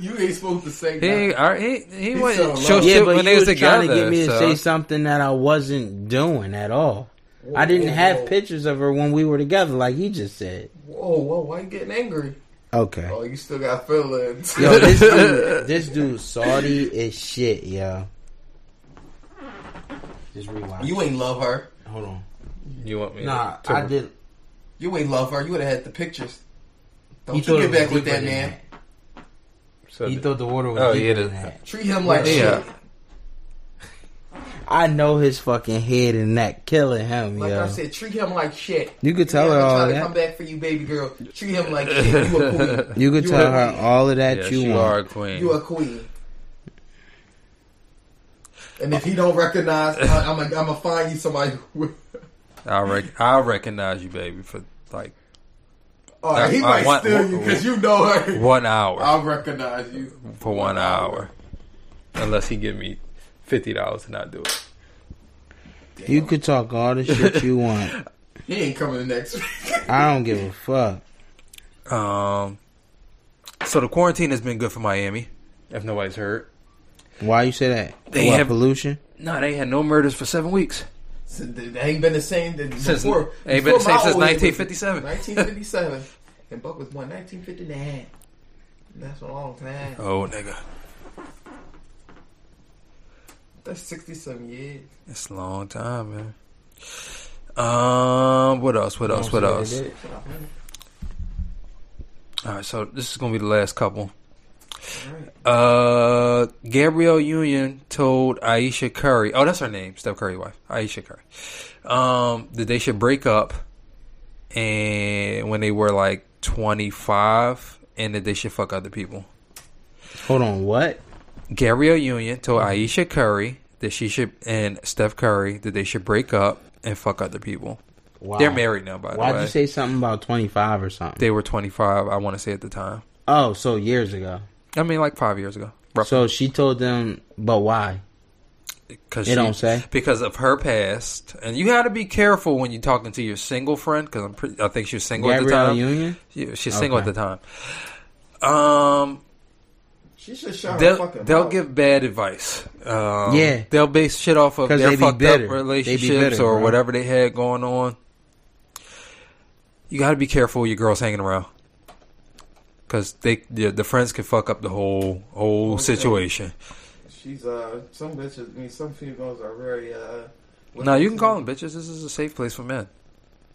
[SPEAKER 3] you ain't supposed to say
[SPEAKER 4] He,
[SPEAKER 3] that.
[SPEAKER 4] ain't- all right, he, he,
[SPEAKER 3] He's
[SPEAKER 4] wasn't
[SPEAKER 3] so
[SPEAKER 4] show
[SPEAKER 3] low.
[SPEAKER 2] Yeah,
[SPEAKER 4] shit
[SPEAKER 2] but
[SPEAKER 4] when
[SPEAKER 2] you
[SPEAKER 4] they
[SPEAKER 2] was
[SPEAKER 4] was
[SPEAKER 2] trying to
[SPEAKER 4] together.
[SPEAKER 2] get me to
[SPEAKER 4] so-
[SPEAKER 2] say something that I wasn't doing at all. I didn't
[SPEAKER 3] whoa,
[SPEAKER 2] have
[SPEAKER 3] whoa.
[SPEAKER 2] pictures of her when we were together, like he just said.
[SPEAKER 3] Whoa, whoa, why you getting angry?
[SPEAKER 2] Okay.
[SPEAKER 3] Oh, you still got feelings. <laughs>
[SPEAKER 2] Yo, this dude, this dude, salty as shit, yo. Just rewind.
[SPEAKER 3] you ain't love her.
[SPEAKER 2] Hold on.
[SPEAKER 4] You want me?
[SPEAKER 2] Nah,
[SPEAKER 4] to-
[SPEAKER 2] I did.
[SPEAKER 3] You ain't love her. You would have had the pictures. Don't
[SPEAKER 2] He
[SPEAKER 3] you
[SPEAKER 2] thought it
[SPEAKER 3] get
[SPEAKER 2] was
[SPEAKER 3] back with
[SPEAKER 2] deeper
[SPEAKER 3] that
[SPEAKER 2] than
[SPEAKER 3] man.
[SPEAKER 4] So
[SPEAKER 2] He
[SPEAKER 4] did-
[SPEAKER 2] thought the water was
[SPEAKER 4] Oh,
[SPEAKER 2] deeper
[SPEAKER 4] yeah,
[SPEAKER 2] than
[SPEAKER 4] that-
[SPEAKER 2] that.
[SPEAKER 3] Treat him like
[SPEAKER 4] Yeah.
[SPEAKER 3] shit.
[SPEAKER 2] I know his fucking head and neck killing him,
[SPEAKER 3] Like
[SPEAKER 2] yo.
[SPEAKER 3] I said, treat him like shit.
[SPEAKER 2] You could tell
[SPEAKER 3] Yeah,
[SPEAKER 2] her
[SPEAKER 3] I'm
[SPEAKER 2] all
[SPEAKER 3] trying to
[SPEAKER 2] that.
[SPEAKER 3] come back for you, baby girl. Treat him
[SPEAKER 4] <laughs>
[SPEAKER 3] like shit. You a queen.
[SPEAKER 2] You could
[SPEAKER 3] You
[SPEAKER 2] tell
[SPEAKER 3] are-
[SPEAKER 2] her all of that
[SPEAKER 4] yes,
[SPEAKER 2] you,
[SPEAKER 4] you
[SPEAKER 2] want.
[SPEAKER 4] are a queen.
[SPEAKER 3] You a queen. And if he don't recognize, I, I'm gonna I'm gonna find you somebody. <laughs> Who,
[SPEAKER 4] I rec- I recognize you, baby, for like
[SPEAKER 3] all right, he
[SPEAKER 4] I- I
[SPEAKER 3] might
[SPEAKER 4] want-
[SPEAKER 3] steal you because you know her.
[SPEAKER 4] one hour.
[SPEAKER 3] I'll recognize you.
[SPEAKER 4] for one hour, unless he give me fifty dollars to not do it.
[SPEAKER 2] You could talk all the shit
[SPEAKER 4] <laughs>
[SPEAKER 2] you want.
[SPEAKER 3] He ain't coming the next <laughs> week.
[SPEAKER 2] I don't give a fuck.
[SPEAKER 4] Um, so the quarantine has been good for Miami. If nobody's heard,
[SPEAKER 2] Why you say that?
[SPEAKER 4] They
[SPEAKER 2] what,
[SPEAKER 4] have-
[SPEAKER 2] pollution?
[SPEAKER 4] no, they had no murders for seven weeks.
[SPEAKER 3] So th- they ain't been the same th-
[SPEAKER 4] Since-
[SPEAKER 3] before.
[SPEAKER 4] ain't
[SPEAKER 3] before
[SPEAKER 4] been the same
[SPEAKER 3] my
[SPEAKER 4] since
[SPEAKER 3] old age was-
[SPEAKER 4] 1957.
[SPEAKER 3] 1957. and Buck was born 1959. That's a long time.
[SPEAKER 4] Oh, nigga,
[SPEAKER 3] That's 60 some years.
[SPEAKER 4] it's a long time, man. Um, what else? What else? What else? All right, so this is gonna be the last couple.
[SPEAKER 3] Alright.
[SPEAKER 4] Uh, Gabrielle Union told Aisha Curry. Oh, that's her name, Steph Curry's wife, Aisha Curry. Um, that they should break up, and when they were like twenty five, and that they should fuck other people.
[SPEAKER 2] Hold on, what?
[SPEAKER 4] Gabrielle Union told
[SPEAKER 2] Mm-hmm.
[SPEAKER 4] Aisha Curry that she should and Steph Curry that they should break up and fuck other people.
[SPEAKER 2] Wow.
[SPEAKER 4] They're married now, by the
[SPEAKER 2] Why'd
[SPEAKER 4] way.
[SPEAKER 2] you say something about 25 or something?
[SPEAKER 4] they were 25, I want to say at the time.
[SPEAKER 2] oh, so years ago.
[SPEAKER 4] I mean, like five years ago. Roughly.
[SPEAKER 2] So she told them, but why?
[SPEAKER 4] Cause
[SPEAKER 2] it don't say.
[SPEAKER 4] because of her past, and you had to be careful when you're talking to your single friend because I'm pretty, I think she was single at the
[SPEAKER 2] Gabrielle
[SPEAKER 4] time.
[SPEAKER 2] Union?
[SPEAKER 4] She, she's single at
[SPEAKER 2] Okay.
[SPEAKER 4] the time. Um,
[SPEAKER 3] She should shut her
[SPEAKER 4] they'll
[SPEAKER 3] fucking
[SPEAKER 4] they'll
[SPEAKER 3] mouth.
[SPEAKER 4] give bad advice. Um,
[SPEAKER 2] Yeah.
[SPEAKER 4] they'll base shit off of
[SPEAKER 2] 'Cause
[SPEAKER 4] their
[SPEAKER 2] they be
[SPEAKER 4] fucked
[SPEAKER 2] bitter. They
[SPEAKER 4] up
[SPEAKER 2] be
[SPEAKER 4] relationships
[SPEAKER 2] bitter,
[SPEAKER 4] or
[SPEAKER 2] bro.
[SPEAKER 4] whatever they had going on. You got to be careful with your girls hanging around because they the, the friends can fuck up the whole whole
[SPEAKER 3] Okay.
[SPEAKER 4] situation.
[SPEAKER 3] She's uh some bitches. I mean, some females are very uh. what
[SPEAKER 4] Now
[SPEAKER 3] do
[SPEAKER 4] you
[SPEAKER 3] they
[SPEAKER 4] can
[SPEAKER 3] say?
[SPEAKER 4] call them bitches. This is a safe place for men.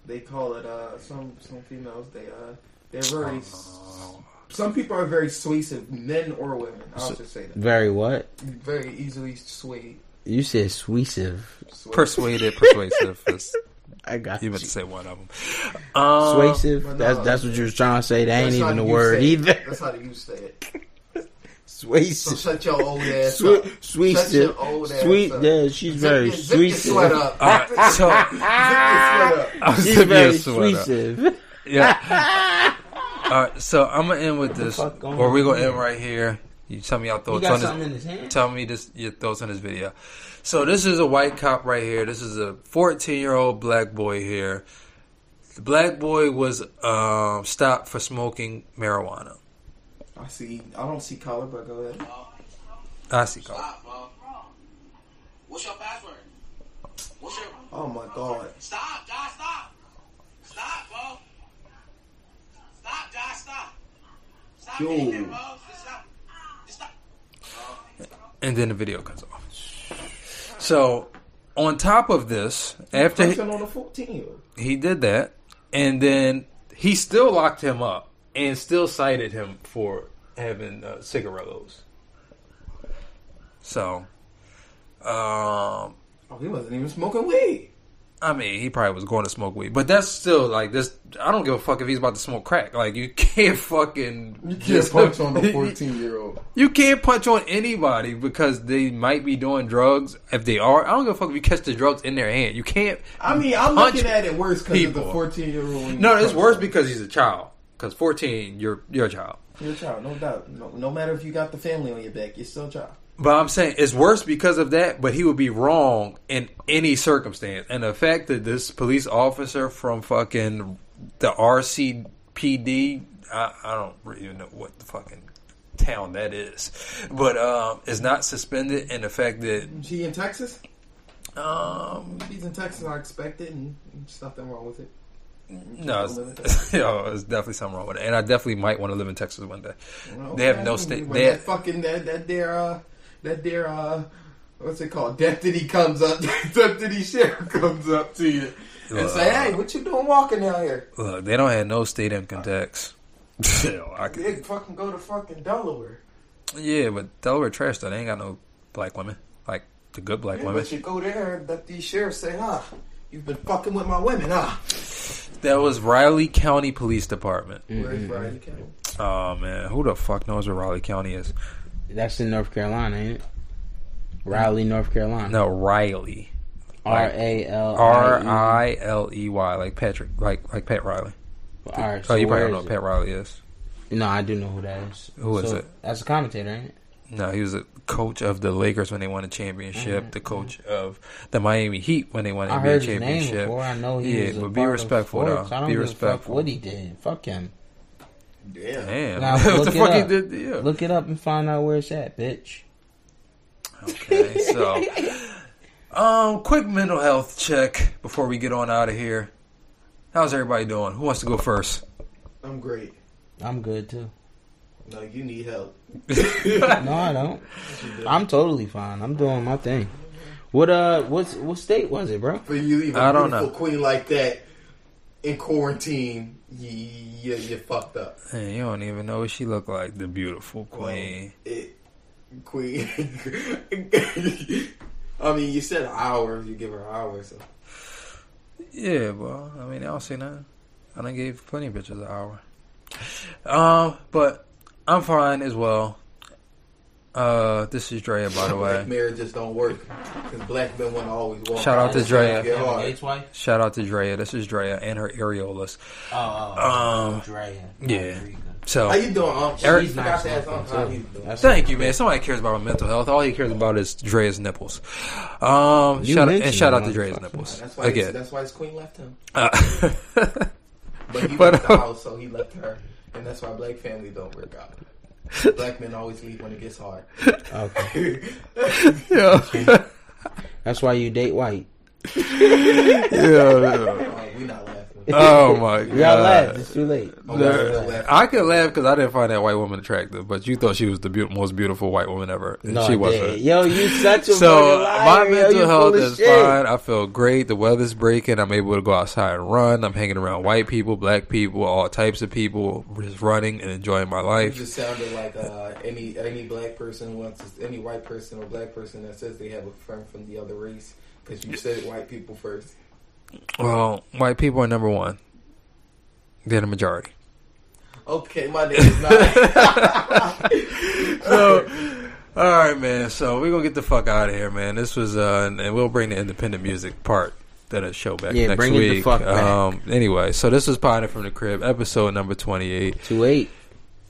[SPEAKER 3] They call it uh some some females. They uh they're
[SPEAKER 4] Oh.
[SPEAKER 3] very. s Some people are very suasive, men or women. I'll just say that
[SPEAKER 2] Very what?
[SPEAKER 3] very easily swayed.
[SPEAKER 2] You said suesive.
[SPEAKER 3] swayed.
[SPEAKER 4] Persuaded, persuasive. That's-
[SPEAKER 2] I got
[SPEAKER 4] you
[SPEAKER 2] you.
[SPEAKER 4] meant to say one of them. Um,
[SPEAKER 2] Suasive?
[SPEAKER 3] but
[SPEAKER 2] that's
[SPEAKER 3] no.
[SPEAKER 2] that's what you was trying to say. That ain't
[SPEAKER 3] That's how
[SPEAKER 2] even a
[SPEAKER 3] you
[SPEAKER 2] word
[SPEAKER 3] say it.
[SPEAKER 2] either. <laughs>
[SPEAKER 3] That's how you say it. So
[SPEAKER 2] Suasive.
[SPEAKER 3] shut your
[SPEAKER 2] <laughs>
[SPEAKER 3] old ass up.
[SPEAKER 2] Sweet, sweet,
[SPEAKER 3] Shut your old ass
[SPEAKER 2] sweet.
[SPEAKER 3] up.
[SPEAKER 2] Yeah, she's very
[SPEAKER 3] zip, your- zip your sweat
[SPEAKER 2] suesive.
[SPEAKER 3] up.
[SPEAKER 4] all right, Um, so
[SPEAKER 3] Zip your sweat up.
[SPEAKER 4] I'm
[SPEAKER 2] She's very
[SPEAKER 4] sweater.
[SPEAKER 2] suesive.
[SPEAKER 4] Yeah. All right, so I'm gonna end with this,
[SPEAKER 2] fuck going
[SPEAKER 4] or we're gonna
[SPEAKER 2] on
[SPEAKER 4] end right here. You tell me your
[SPEAKER 2] He
[SPEAKER 4] thoughts
[SPEAKER 2] got
[SPEAKER 4] on
[SPEAKER 2] something in
[SPEAKER 4] this.
[SPEAKER 2] his hand.
[SPEAKER 4] Tell me this your thoughts on this video. So this is a white cop right here. This is a 14 year old black boy here. The black boy was um, stopped for smoking marijuana.
[SPEAKER 3] I see. I don't see color, but go ahead.
[SPEAKER 4] I see. Colin.
[SPEAKER 10] Stop, bro. What's your password? What's your
[SPEAKER 3] Oh my god.
[SPEAKER 10] Stop, Josh, stop. Stop, bro. Stop, Josh, stop. Stop
[SPEAKER 3] Yo.
[SPEAKER 10] hitting it, bro. Just stop. Just stop.
[SPEAKER 4] and then the video cuts off. So, on top of this, after he,
[SPEAKER 3] Person on the 14.
[SPEAKER 4] he did that, and then he still locked him up and still cited him for having uh, cigarillos. So, um,
[SPEAKER 3] Oh, he wasn't even smoking weed.
[SPEAKER 4] I mean, he probably was going to smoke weed, but that's still like this. I don't give a fuck if he's about to smoke crack. Like you <laughs> can't fucking
[SPEAKER 3] You can't
[SPEAKER 4] <laughs>
[SPEAKER 3] punch on a 14 year old.
[SPEAKER 4] You can't punch on anybody because they might be doing drugs. If they are, I don't give a fuck if you catch the drugs in their hand. You can't.
[SPEAKER 3] <laughs> I mean, I'm
[SPEAKER 4] Punch
[SPEAKER 3] looking at it worse because of the
[SPEAKER 4] people.
[SPEAKER 3] 14 year old.
[SPEAKER 4] No, it's worse because he's a child. Because fourteen, you're you're a child.
[SPEAKER 3] You're a child, no doubt. No, no matter if you got the family on your back, you're still a child.
[SPEAKER 4] But I'm saying it's worse because of that. But he would be wrong in any circumstance. And the fact that this police officer from fucking the RCPD, I, I don't really even know what the fucking town that is, but um, is not suspended. And the fact that
[SPEAKER 3] She in Texas?
[SPEAKER 4] um,
[SPEAKER 3] She's in Texas, I expect it, and there's nothing wrong with it.
[SPEAKER 4] No, it's, <laughs> you know, it's definitely something wrong with it, and I definitely might want to live in Texas one day.
[SPEAKER 3] Well,
[SPEAKER 4] They have
[SPEAKER 3] okay,
[SPEAKER 4] no
[SPEAKER 3] when
[SPEAKER 4] state.
[SPEAKER 3] When
[SPEAKER 4] They
[SPEAKER 3] that fucking that that their uh, that their uh, what's it called? Deputy comes up. <laughs> Deputy sheriff comes up to you and say,
[SPEAKER 4] Uh,
[SPEAKER 3] "Hey, what you doing walking down here?"
[SPEAKER 4] look, they don't have no state income <laughs> tax. You know, I
[SPEAKER 3] They
[SPEAKER 4] could,
[SPEAKER 3] fucking go to fucking Delaware.
[SPEAKER 4] yeah, but Delaware trash though. They ain't got no black women, like the good black
[SPEAKER 3] Yeah,
[SPEAKER 4] women.
[SPEAKER 3] but you go there, and deputy sheriff say, "Huh, you've been fucking with my women, huh?"
[SPEAKER 4] That was Riley County Police Department.
[SPEAKER 3] Where's Brian County?
[SPEAKER 4] Oh man, who the fuck knows where Riley County is?
[SPEAKER 2] That's in North Carolina, ain't it? Raleigh, North Carolina.
[SPEAKER 4] Mm-hmm. No, Riley.
[SPEAKER 2] R A L
[SPEAKER 4] R
[SPEAKER 2] I E.
[SPEAKER 4] I L E Y, like Patrick, like like Pat Riley.
[SPEAKER 2] All right,
[SPEAKER 4] oh,
[SPEAKER 2] so
[SPEAKER 4] you
[SPEAKER 2] where
[SPEAKER 4] probably don't know
[SPEAKER 2] is
[SPEAKER 4] who
[SPEAKER 2] it?
[SPEAKER 4] Pat Riley is.
[SPEAKER 2] No, I do know who that is.
[SPEAKER 4] Who is
[SPEAKER 2] So,
[SPEAKER 4] it?
[SPEAKER 2] That's a commentator, ain't it?
[SPEAKER 4] No, he was a coach of the Lakers when they won a championship. The coach of the Miami Heat when they won an
[SPEAKER 2] Mm-hmm. I
[SPEAKER 4] NBA
[SPEAKER 2] heard his name
[SPEAKER 4] championship.
[SPEAKER 2] before. I know he
[SPEAKER 4] yeah,
[SPEAKER 2] was. a
[SPEAKER 4] but be
[SPEAKER 2] part of
[SPEAKER 4] respectful
[SPEAKER 2] sports. I
[SPEAKER 4] though.
[SPEAKER 2] don't
[SPEAKER 4] Be
[SPEAKER 2] give a fuck
[SPEAKER 4] respectful.
[SPEAKER 2] what he did. Fuck him.
[SPEAKER 3] Damn.
[SPEAKER 4] Damn,
[SPEAKER 2] Nah,
[SPEAKER 4] <laughs> what
[SPEAKER 2] look
[SPEAKER 4] the
[SPEAKER 2] it
[SPEAKER 4] fuck
[SPEAKER 2] up.
[SPEAKER 4] he did? Yeah.
[SPEAKER 2] Look it up and find out where it's at, bitch. <laughs>
[SPEAKER 4] Okay, so um, quick mental health check before we get on out of here. How's everybody doing? Who wants to go first?
[SPEAKER 3] I'm great.
[SPEAKER 2] I'm good too.
[SPEAKER 3] No, you need
[SPEAKER 4] <laughs>
[SPEAKER 3] help.
[SPEAKER 2] No, I don't. I'm totally fine. I'm doing my thing. What uh, what's what state was it, bro?
[SPEAKER 3] But you leave a
[SPEAKER 4] I don't
[SPEAKER 3] beautiful
[SPEAKER 4] know.
[SPEAKER 3] queen like that in quarantine, you, you, you fucked up.
[SPEAKER 4] Man, you don't even know what she looked like. The beautiful queen.
[SPEAKER 3] It, queen. <laughs> I mean, you said hours. You give her hours. So.
[SPEAKER 4] Yeah, well, I mean, I don't see nothing. I done gave plenty of bitches an hour. Um, but I'm fine as well. Uh, this is Dre, by the
[SPEAKER 3] Black
[SPEAKER 4] way.
[SPEAKER 3] marriage just don't work because black men want to always walk.
[SPEAKER 4] Shout out to Dre.
[SPEAKER 3] Get hard.
[SPEAKER 2] Gates wife?
[SPEAKER 4] Shout out to Drea. This is Drea and her areolas.
[SPEAKER 2] Oh, oh, oh,
[SPEAKER 4] Um,
[SPEAKER 2] Drea.
[SPEAKER 4] yeah.
[SPEAKER 2] Rodriguez.
[SPEAKER 3] How you
[SPEAKER 4] So,
[SPEAKER 3] doing, Unc?
[SPEAKER 4] Eric-
[SPEAKER 3] She's nice. Ask Unc how he's doing.
[SPEAKER 2] That's-
[SPEAKER 4] thank you, man. Somebody cares about my mental health. All he cares about is Drea's nipples. Um,
[SPEAKER 2] You
[SPEAKER 4] shout out, and
[SPEAKER 2] mentioned
[SPEAKER 4] shout out
[SPEAKER 2] it,
[SPEAKER 4] to Drea's
[SPEAKER 2] motherfucker.
[SPEAKER 4] nipples
[SPEAKER 3] That's why. His,
[SPEAKER 4] again.
[SPEAKER 3] that's why his queen left him.
[SPEAKER 4] Uh, <laughs>
[SPEAKER 3] But he
[SPEAKER 4] But,
[SPEAKER 3] left the
[SPEAKER 4] um,
[SPEAKER 3] house, so he left her, and that's why black families don't work
[SPEAKER 4] <laughs>
[SPEAKER 3] out. Black men always leave when it gets hard. <laughs>
[SPEAKER 2] Okay.
[SPEAKER 3] That's
[SPEAKER 4] yeah. yeah,
[SPEAKER 2] That's why you date white.
[SPEAKER 3] why we
[SPEAKER 4] yeah.
[SPEAKER 3] not
[SPEAKER 4] <laughs>
[SPEAKER 3] laughing.
[SPEAKER 4] <laughs> Oh my
[SPEAKER 2] <laughs> Y'all laugh.
[SPEAKER 4] god.
[SPEAKER 2] It's too late.
[SPEAKER 4] The- I could laugh because I didn't find that white woman attractive, but you thought she was the beau- most beautiful white woman ever, and
[SPEAKER 2] No,
[SPEAKER 4] she
[SPEAKER 2] I
[SPEAKER 4] wasn't.
[SPEAKER 2] did. Yo, you such a
[SPEAKER 4] So
[SPEAKER 2] fucking liar.
[SPEAKER 4] my
[SPEAKER 2] yo,
[SPEAKER 4] mental
[SPEAKER 2] you full
[SPEAKER 4] health
[SPEAKER 2] of
[SPEAKER 4] is
[SPEAKER 2] shit.
[SPEAKER 4] fine. I feel great. The weather's breaking. I'm able to go outside and run. I'm hanging around white people, black people, all types of people, just running and enjoying my
[SPEAKER 3] You
[SPEAKER 4] life.
[SPEAKER 3] just sounded like uh, any any black person wants any white person or black person that says they have a friend from the other race because you said white people first.
[SPEAKER 4] Well, white people are number one. They're the majority.
[SPEAKER 3] Okay, my name is not.
[SPEAKER 4] So, all right, man. So we're gonna get the fuck out of here, man. This was, uh, and, and we'll bring the independent music part to the show back
[SPEAKER 2] Yeah,
[SPEAKER 4] next
[SPEAKER 2] bring it the
[SPEAKER 4] week.
[SPEAKER 2] fuck back.
[SPEAKER 4] Um, anyway, so this was Pioneer from the Crib, episode number twenty-eight.
[SPEAKER 2] Two eight.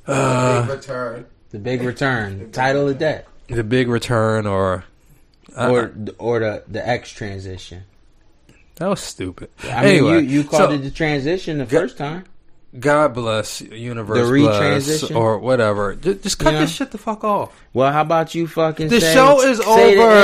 [SPEAKER 4] Uh,
[SPEAKER 3] Big return.
[SPEAKER 2] The big
[SPEAKER 4] <laughs>
[SPEAKER 2] return. Title of that.
[SPEAKER 4] the big return, or I-
[SPEAKER 2] Or or the the X transition.
[SPEAKER 4] That was stupid.
[SPEAKER 2] I mean,
[SPEAKER 4] anyway,
[SPEAKER 2] you, you called
[SPEAKER 4] so
[SPEAKER 2] it the transition the first time.
[SPEAKER 4] God bless universe,
[SPEAKER 2] The
[SPEAKER 4] bless
[SPEAKER 2] retransition?
[SPEAKER 4] or whatever. Just, just cut
[SPEAKER 2] Yeah.
[SPEAKER 4] this shit the fuck off.
[SPEAKER 2] Well, how about you fucking?
[SPEAKER 4] The
[SPEAKER 2] say-
[SPEAKER 4] show is
[SPEAKER 2] say the
[SPEAKER 4] over.